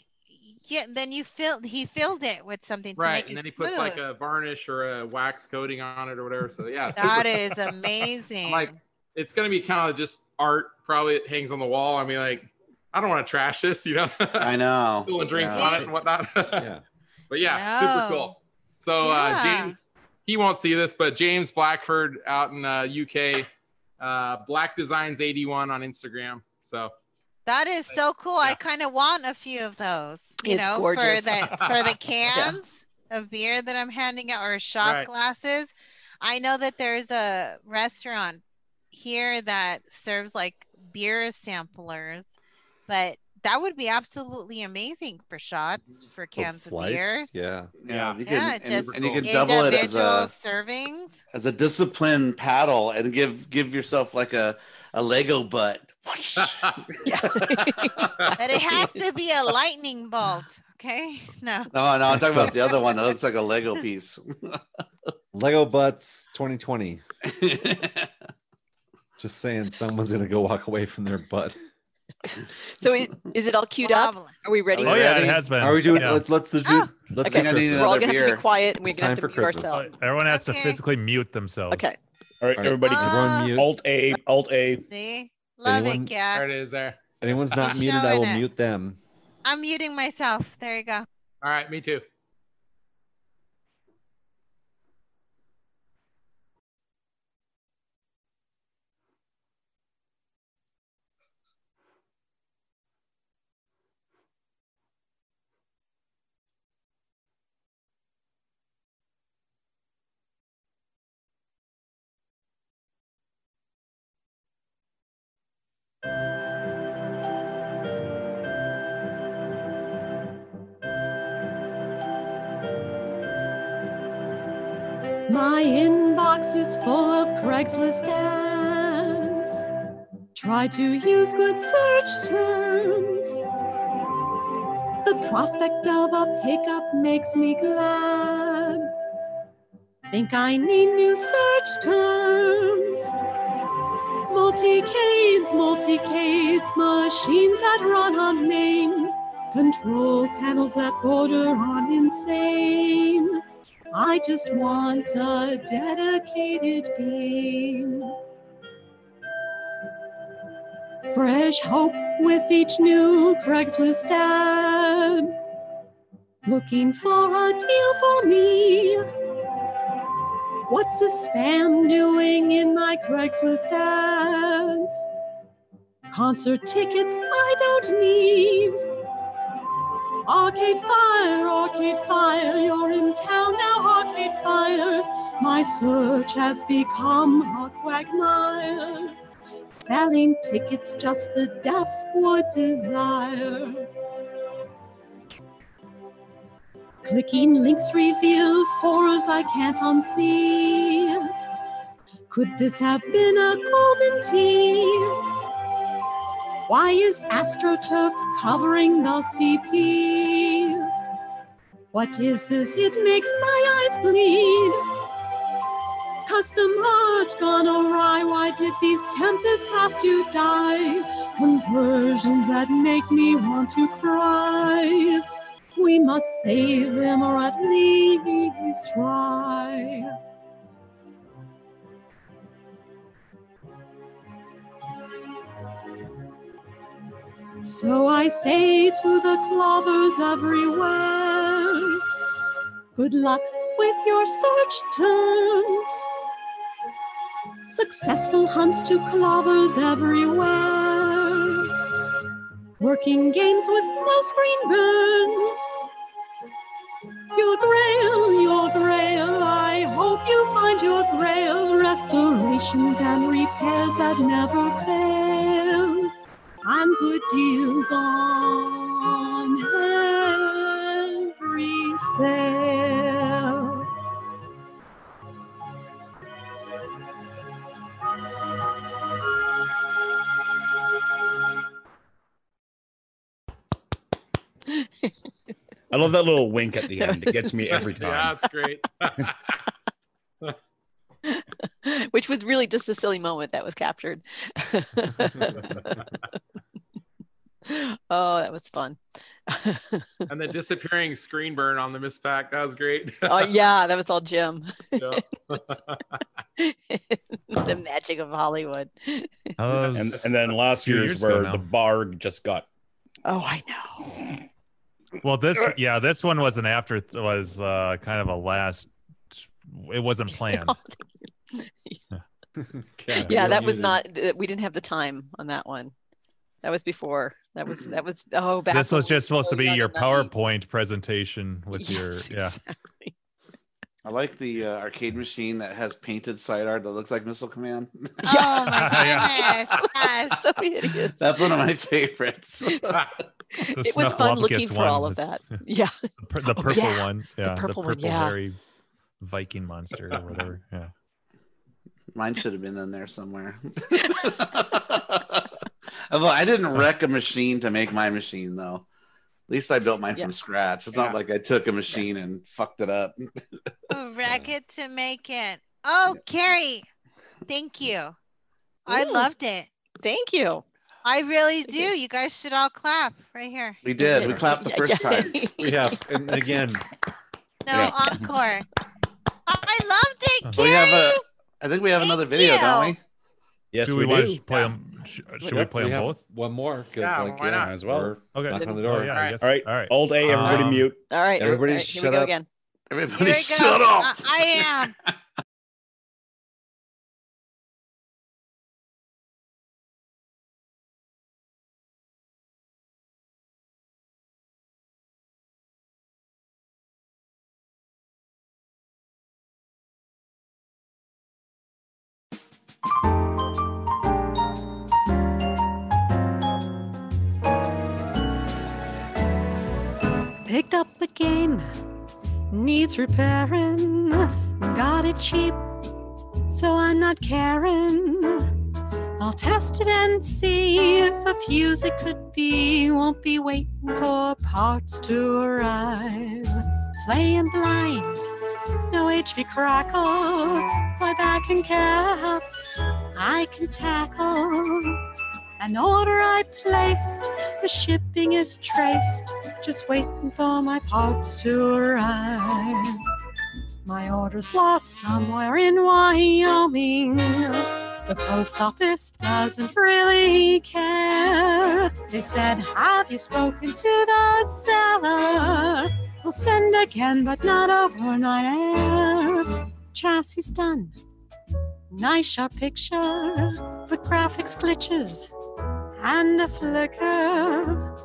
Speaker 12: yeah, then you filled. He filled it with something to
Speaker 11: right,
Speaker 12: make
Speaker 11: and
Speaker 12: it
Speaker 11: then he
Speaker 12: smooth.
Speaker 11: puts like a varnish or a wax coating on it or whatever. So yeah, super
Speaker 12: that
Speaker 11: (laughs)
Speaker 12: is amazing.
Speaker 11: like, it's gonna be kind of just art. Probably it hangs on the wall. I mean, like, I don't want to trash this, you know. (laughs)
Speaker 5: I know.
Speaker 11: Spilling drinks
Speaker 12: Yeah.
Speaker 11: on it and whatnot. (laughs)
Speaker 4: Yeah.
Speaker 11: but yeah,
Speaker 12: No.
Speaker 11: super cool. So uh,
Speaker 12: Yeah.
Speaker 11: James, he won't see this, but James Blackford out in uh, UK, uh, Black Designs eighty one on Instagram. So
Speaker 12: that is so cool. I
Speaker 11: yeah.
Speaker 12: kind of want a few of those. You
Speaker 3: It's
Speaker 12: know,
Speaker 3: gorgeous.
Speaker 12: for the
Speaker 5: (laughs)
Speaker 12: for the cans of beer that I'm handing out or shot
Speaker 11: Right.
Speaker 12: glasses. I know that there's a restaurant here that serves like beer samplers, but that would be absolutely amazing for
Speaker 3: Mm.
Speaker 12: shots for cans of
Speaker 4: flights.
Speaker 12: beer.
Speaker 4: Yeah.
Speaker 5: Yeah,
Speaker 12: Yeah,
Speaker 5: you can, and,
Speaker 12: just
Speaker 5: and you can double
Speaker 12: Individual
Speaker 5: it as a
Speaker 12: servings.
Speaker 3: (laughs)
Speaker 5: as a discipline paddle and give give yourself like a a Lego butt.
Speaker 12: But it has to be
Speaker 5: (laughs)
Speaker 12: a lightning bolt. Okay. (laughs) No.
Speaker 5: No, no, I'm talking about
Speaker 4: (laughs)
Speaker 5: the other one that looks like a Lego piece. (laughs)
Speaker 4: Lego Butts
Speaker 11: (laughs)
Speaker 4: 2020. Just saying, someone's gonna go walk away from their butt.
Speaker 3: So is, is it all queued up?
Speaker 12: Wobbling.
Speaker 3: Are we ready?
Speaker 5: Are
Speaker 6: Oh
Speaker 5: we
Speaker 6: yeah,
Speaker 5: ready?
Speaker 6: it has been.
Speaker 4: Are we doing?
Speaker 6: Yeah.
Speaker 4: Let's, let's do.
Speaker 12: Oh.
Speaker 5: I
Speaker 4: Let's
Speaker 5: think
Speaker 4: do
Speaker 5: I need
Speaker 4: Christmas.
Speaker 3: We're all
Speaker 5: another
Speaker 3: gonna have to
Speaker 5: beer.
Speaker 3: be quiet and we're
Speaker 4: It's
Speaker 3: gonna have to
Speaker 4: time for
Speaker 3: mute
Speaker 4: Christmas.
Speaker 3: ourselves.
Speaker 6: Everyone has to
Speaker 12: Okay.
Speaker 6: physically mute themselves.
Speaker 3: Okay. (laughs) Uh,
Speaker 1: All right,
Speaker 4: All right.
Speaker 1: everybody.
Speaker 12: Ah.
Speaker 4: Everyone mute.
Speaker 1: Alt A, Alt A.
Speaker 12: See? Love
Speaker 4: Anyone-
Speaker 12: it, Gab.
Speaker 11: There it is. There.
Speaker 4: Anyone's not
Speaker 12: He's
Speaker 4: muted, I
Speaker 12: showing
Speaker 4: will
Speaker 12: it.
Speaker 4: mute them.
Speaker 12: I'm muting myself. There you go.
Speaker 11: All right. Me too.
Speaker 14: My inbox is full of Craigslist ads. Try to use good search terms. The prospect of a pickup makes me glad. Think I need new search terms. Multicades, multicades, machines that run on main. Control panels that border on insane. I just want a dedicated game. Fresh hope with each new Craigslist ad. Looking for a deal for me. What's a spam doing in my Craigslist ads? Concert tickets I don't need. Arcade Fire, Arcade Fire, you're in town now, Arcade Fire. My search has become a quagmire. Selling tickets just the deaf would desire. Clicking links reveals horrors I can't unsee. Could this have been a golden tea? Why is AstroTurf covering the CP? What is this? It makes my eyes bleed. Custom art gone awry. Why did these tempests have to die? Conversions that make me want to cry. We must save them or at least try. So I say to the clobbers everywhere, good luck with your search terms. Successful hunts to clobbers everywhere. Working games with no screen burn. Your grail, your grail, I hope you find your grail. Restorations and repairs that never fail and good deals on every sale.
Speaker 1: I love that little wink at the end. It
Speaker 11: (laughs)
Speaker 1: gets me every
Speaker 11: yeah,
Speaker 1: time.
Speaker 11: that's
Speaker 3: (laughs)
Speaker 11: great.
Speaker 3: Which was really just a silly moment that was captured. (laughs) oh, that was fun.
Speaker 12: (laughs)
Speaker 11: and the disappearing screen burn on the mispack. That was great. (laughs)
Speaker 3: oh yeah, that was all Jim.
Speaker 11: Yeah.
Speaker 3: (laughs)
Speaker 11: (laughs)
Speaker 3: the magic of Hollywood.
Speaker 6: How's-
Speaker 1: And, and then last
Speaker 6: Few
Speaker 1: year's
Speaker 6: years ago
Speaker 1: where
Speaker 6: now.
Speaker 1: the Barg just got
Speaker 3: Oh, I know.
Speaker 6: well, this yeah, this one was an after was uh, kind of a last.
Speaker 3: (laughs)
Speaker 6: It wasn't planned.
Speaker 4: Gab,
Speaker 3: yeah,
Speaker 4: you're
Speaker 3: that was
Speaker 4: muted.
Speaker 3: not. th- We didn't have the time on that one. That was before. That was that was oh. Back
Speaker 6: this
Speaker 3: when
Speaker 6: was
Speaker 3: we were
Speaker 6: just supposed
Speaker 3: so
Speaker 6: to be
Speaker 3: young
Speaker 6: your
Speaker 3: and naive.
Speaker 6: PowerPoint presentation with
Speaker 3: Yes,
Speaker 6: your yeah.
Speaker 3: exactly.
Speaker 5: I like the uh, arcade machine that has painted side art that looks like Missile Command.
Speaker 12: Oh my
Speaker 5: (laughs)
Speaker 12: goodness. Yes.
Speaker 3: So hideous.
Speaker 5: That's one of my favorites.
Speaker 6: The
Speaker 3: it was fun looking
Speaker 6: Snuffleupagus
Speaker 3: for all
Speaker 6: one
Speaker 3: of
Speaker 6: was- (laughs)
Speaker 3: that. Yeah.
Speaker 6: The, pur- the
Speaker 3: Oh,
Speaker 6: purple
Speaker 3: yeah.
Speaker 6: one. Yeah. The
Speaker 3: purple
Speaker 6: purple,
Speaker 3: one, yeah.
Speaker 6: hairy Viking monster or
Speaker 3: (laughs)
Speaker 6: whatever. Yeah.
Speaker 5: Mine should have been in there somewhere. (laughs) Although I
Speaker 6: Uh.
Speaker 5: didn't wreck a machine to make my machine though. At least I built mine
Speaker 3: Yeah.
Speaker 5: from scratch. It's
Speaker 9: Yeah.
Speaker 5: not like I took a machine and fucked it up. (laughs)
Speaker 3: (laughs)
Speaker 12: Wreck it to make it. Oh, Carrie, thank you. I
Speaker 3: Ooh.
Speaker 12: loved it.
Speaker 3: Thank you.
Speaker 12: I really do.
Speaker 3: Thank you.
Speaker 12: You guys should all clap right here.
Speaker 5: We did. We clapped the
Speaker 3: Yeah,
Speaker 5: first
Speaker 3: yeah. (laughs)
Speaker 5: time.
Speaker 4: We have, and again,
Speaker 12: No, encore. I loved it,
Speaker 5: We
Speaker 12: Carrie.
Speaker 5: have a I think we have
Speaker 12: Thank
Speaker 5: another video, don't we?
Speaker 1: Yes,
Speaker 6: do
Speaker 1: we,
Speaker 6: we, want
Speaker 1: do.
Speaker 6: to play them? Should, Uh, should we
Speaker 4: Yep,
Speaker 6: play them
Speaker 4: have
Speaker 6: both?
Speaker 4: One more, 'cause,
Speaker 11: Yeah,
Speaker 4: like,
Speaker 11: why
Speaker 4: yeah,
Speaker 11: not?
Speaker 1: As well.
Speaker 4: we're
Speaker 6: Okay.
Speaker 4: Knock on the
Speaker 6: Oh,
Speaker 4: door.
Speaker 6: yeah,
Speaker 11: All
Speaker 6: I
Speaker 11: right.
Speaker 6: guess.
Speaker 1: All right.
Speaker 6: All right.
Speaker 1: Old A, everybody
Speaker 6: Um,
Speaker 1: mute.
Speaker 3: All right.
Speaker 4: Everybody
Speaker 3: all right, here we
Speaker 4: shut
Speaker 3: go
Speaker 4: up.
Speaker 3: again.
Speaker 12: Here
Speaker 5: Everybody
Speaker 12: we go.
Speaker 5: shut up.
Speaker 12: I- I am.
Speaker 14: Picked up a game, needs repairing. Got it cheap, so I'm not caring. I'll test it and see if a fuse it could be. Won't be waiting for parts to arrive. Playing blind, no HV crackle. Fly back in caps, I can tackle. An order I placed, the shipping is traced just waiting for my parts to arrive. My order's lost somewhere in Wyoming. The post office doesn't really care. They said, Have you spoken to the seller? We'll send again, but not overnight air. Chassis done. Nice sharp picture, but graphics glitches and a flicker.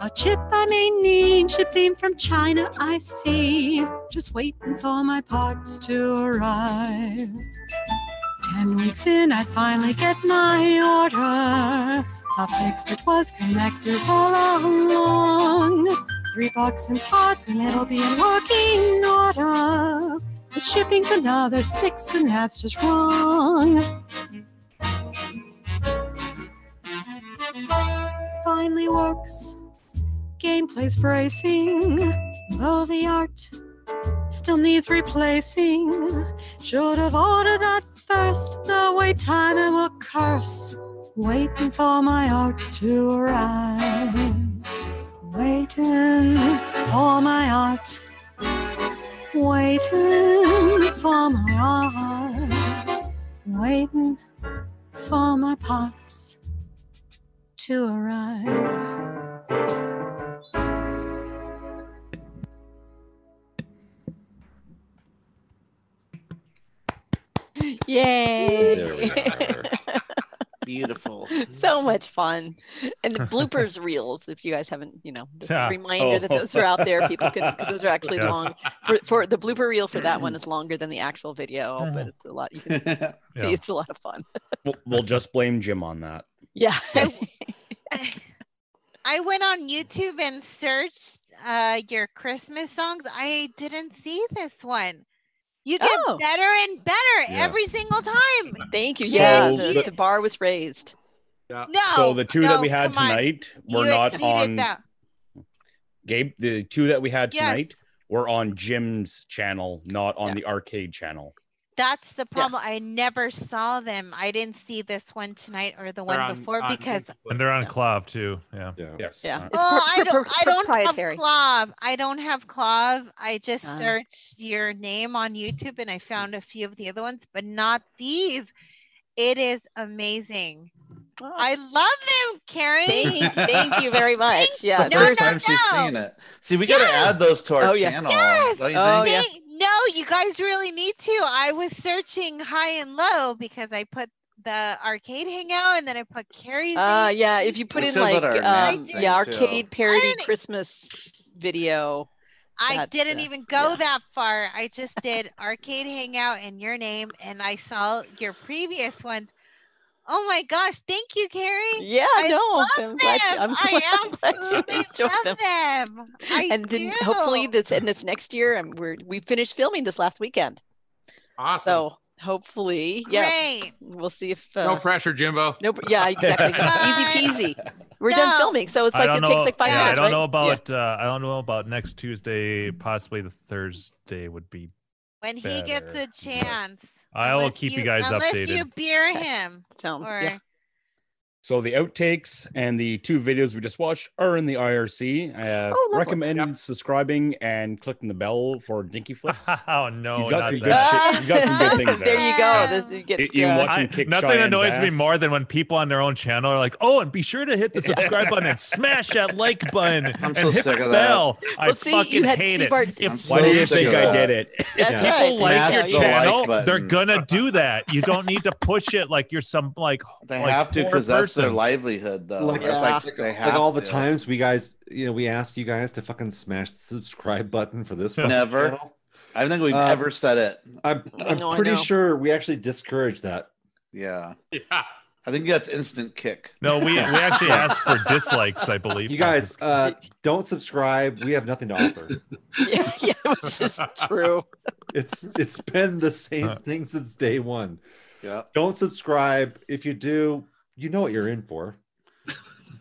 Speaker 14: A chip I may need shipping from China, I see. Just waiting for my parts to arrive. Ten weeks in, I finally get my order. I fixed it was connectors all along. Three bucks in parts, and it'll be in working order. But shipping's another six, and that's just wrong. finally works. Gameplay's bracing, though the art still needs replacing. Should have ordered that first, the wait time I will curse. Waiting for my art to arrive. Waiting for my art. Waiting for my art. Waiting for my parts to arrive.
Speaker 3: Yay.
Speaker 4: There we are.
Speaker 5: Beautiful.
Speaker 3: so much fun. And the
Speaker 6: (laughs)
Speaker 3: bloopers reels, if you guys haven't, you know, the
Speaker 6: Yeah.
Speaker 3: reminder that
Speaker 1: Oh.
Speaker 3: those are out there. People can, 'cause those are actually
Speaker 6: Yes.
Speaker 3: long. For, for the blooper reel for that one is longer than the actual video, but it's a lot. You can
Speaker 6: Mm-hmm. Yeah.
Speaker 3: see it's a lot of fun. (laughs)
Speaker 1: We'll, we'll just blame Jim on that.
Speaker 3: Yeah. (laughs)
Speaker 12: I went on YouTube and searched uh, your Christmas songs. I didn't see this one. You get
Speaker 3: Oh.
Speaker 12: better and better
Speaker 4: Yeah.
Speaker 12: every single time.
Speaker 3: Thank you.
Speaker 1: So
Speaker 3: Yeah.
Speaker 1: the-
Speaker 3: the, the bar was raised.
Speaker 12: No.
Speaker 1: so the two that
Speaker 12: no,
Speaker 1: we had
Speaker 12: come on.
Speaker 1: tonight were
Speaker 12: You
Speaker 1: not
Speaker 12: exceeded
Speaker 1: on
Speaker 12: that.
Speaker 1: Gabe. The two that we had
Speaker 12: Yes.
Speaker 1: tonight were on Jim's channel, not on
Speaker 3: Yeah.
Speaker 1: the arcade channel.
Speaker 12: That's the problem. I never saw them. I didn't see this one tonight or the one
Speaker 11: They're on-
Speaker 12: before
Speaker 11: on
Speaker 12: because
Speaker 11: Pinterest.
Speaker 6: And they're on Clav too. Yeah.
Speaker 4: Yeah.
Speaker 1: Yes.
Speaker 3: Yeah. It's pro-
Speaker 12: oh, I
Speaker 3: pro-
Speaker 12: don't, I don't have
Speaker 3: proprietary.
Speaker 12: Clav. I don't have Clav. I just
Speaker 3: Ah.
Speaker 12: searched your name on YouTube and I found a few of the other ones, but not these. It is amazing. I love them, Karen.
Speaker 3: Oh. Thank, thank you
Speaker 12: (laughs)
Speaker 3: very much. Yeah.
Speaker 5: the
Speaker 12: no,
Speaker 5: first
Speaker 12: no,
Speaker 5: time she's
Speaker 12: no.
Speaker 5: seen it. See, we gotta
Speaker 12: Yes.
Speaker 5: add those to our
Speaker 3: Oh, yeah.
Speaker 5: channel,
Speaker 12: Yes.
Speaker 5: don't you
Speaker 3: Oh,
Speaker 5: think?
Speaker 3: yeah.
Speaker 12: Hey, no, you guys really need to. I was searching high and low because I put the arcade hangout and then I put Carrie's
Speaker 3: Uh,
Speaker 12: name.
Speaker 3: yeah, if you put
Speaker 5: We
Speaker 3: in
Speaker 5: should
Speaker 3: like
Speaker 5: put our
Speaker 3: um,
Speaker 5: next
Speaker 3: yeah,
Speaker 5: thing, too.
Speaker 3: arcade
Speaker 12: I
Speaker 3: parody
Speaker 12: didn't-
Speaker 3: Christmas video,
Speaker 12: I
Speaker 3: That-
Speaker 12: didn't
Speaker 3: yeah,
Speaker 12: even go
Speaker 3: yeah.
Speaker 12: that far. I just did arcade hangout and your name, and I saw your previous ones. Oh my gosh! Thank you, Carrie.
Speaker 3: Yeah,
Speaker 12: I
Speaker 3: no,
Speaker 12: love
Speaker 3: I'm glad you,
Speaker 12: them.
Speaker 3: I'm (laughs)
Speaker 12: I
Speaker 3: glad, I'm glad
Speaker 12: absolutely
Speaker 3: you enjoyed
Speaker 12: love
Speaker 3: them.
Speaker 12: them. I
Speaker 3: and then hopefully
Speaker 12: do.
Speaker 3: this and this next year, and we're we finished filming this last weekend,
Speaker 9: Awesome.
Speaker 3: so hopefully, yeah,
Speaker 12: Great.
Speaker 3: we'll see if
Speaker 9: no
Speaker 3: uh,
Speaker 9: pressure, Jimbo.
Speaker 3: no, yeah,
Speaker 11: (laughs)
Speaker 3: exactly, (laughs)
Speaker 12: Bye.
Speaker 3: easy peasy. We're done
Speaker 12: No.
Speaker 3: filming, so it's
Speaker 6: I
Speaker 3: like
Speaker 6: don't
Speaker 3: it
Speaker 6: know.
Speaker 3: takes like five
Speaker 6: yeah,
Speaker 3: minutes.
Speaker 6: I don't
Speaker 3: right?
Speaker 6: know
Speaker 3: Yeah.
Speaker 6: about. Uh, I don't know about next Tuesday. Possibly the Thursday would be.
Speaker 12: When he gets
Speaker 6: better,
Speaker 12: a
Speaker 6: but
Speaker 12: chance.
Speaker 6: I will
Speaker 12: Unless
Speaker 6: keep you guys
Speaker 12: Unless you
Speaker 6: updated.
Speaker 12: beer
Speaker 3: Okay.
Speaker 12: him,
Speaker 3: Sounds
Speaker 12: or
Speaker 3: yeah.
Speaker 1: So the outtakes and the two videos we just watched are in the IRC. I uh,
Speaker 3: Oh, lovely.
Speaker 1: recommend subscribing and clicking the bell for Dinky Flips.
Speaker 6: (laughs) oh (laughs) no!
Speaker 1: He's got
Speaker 6: not
Speaker 1: some good
Speaker 6: that. E-,
Speaker 1: shit. He's got
Speaker 3: (laughs)
Speaker 1: some good things
Speaker 3: there.
Speaker 1: there.
Speaker 3: you go. This- you get,
Speaker 1: You- you
Speaker 3: uh,
Speaker 1: watch-
Speaker 6: I-
Speaker 1: Watching kick
Speaker 6: nothing
Speaker 1: Cheyenne's
Speaker 6: annoys me
Speaker 1: ass.
Speaker 4: (laughs)
Speaker 6: more than when people on their own channel are like, "Oh, and be sure
Speaker 5: (laughs)
Speaker 6: to hit the subscribe button and smash that like button and
Speaker 5: so
Speaker 6: hit
Speaker 5: sick
Speaker 6: the
Speaker 5: of that.
Speaker 6: bell." I
Speaker 3: Well, see, you
Speaker 6: fucking
Speaker 3: had
Speaker 6: hate
Speaker 3: Seabart-
Speaker 6: it. If
Speaker 5: I'm
Speaker 1: Why
Speaker 5: So
Speaker 1: do you
Speaker 5: sick
Speaker 1: think
Speaker 5: of
Speaker 1: I
Speaker 5: that.
Speaker 1: did it?
Speaker 3: that's
Speaker 6: people
Speaker 3: right.
Speaker 6: like
Speaker 5: Smash
Speaker 6: your
Speaker 5: the
Speaker 6: channel,
Speaker 5: like button.
Speaker 6: they're gonna do that. You don't need to push it like you're some like
Speaker 5: (laughs) They
Speaker 6: like,
Speaker 5: have to
Speaker 6: poor
Speaker 5: because that's their
Speaker 6: person.
Speaker 5: livelihood, though.
Speaker 4: Like-
Speaker 5: that's like they have
Speaker 4: Like all the
Speaker 5: to.
Speaker 4: (laughs) times we guys, you know, we asked you guys to fucking smash the subscribe button for this. fucking
Speaker 5: Never.
Speaker 4: channel.
Speaker 5: I don't think we've
Speaker 4: Uh,
Speaker 5: ever said it.
Speaker 4: I'm, I'm
Speaker 3: No, I
Speaker 4: pretty
Speaker 3: know.
Speaker 4: sure we actually discouraged that.
Speaker 5: Yeah,
Speaker 9: Yeah.
Speaker 5: I think that's instant kick. (laughs)
Speaker 6: No, we we actually asked for dislikes, I believe.
Speaker 4: You
Speaker 6: (laughs)
Speaker 4: guys uh, don't subscribe. We have nothing to offer.
Speaker 3: (laughs) yeah, yeah, which is true.
Speaker 4: It's it's been the same
Speaker 6: Uh.
Speaker 4: thing since day one.
Speaker 5: Yeah,
Speaker 4: Don't subscribe. If you do, you know what you're in for.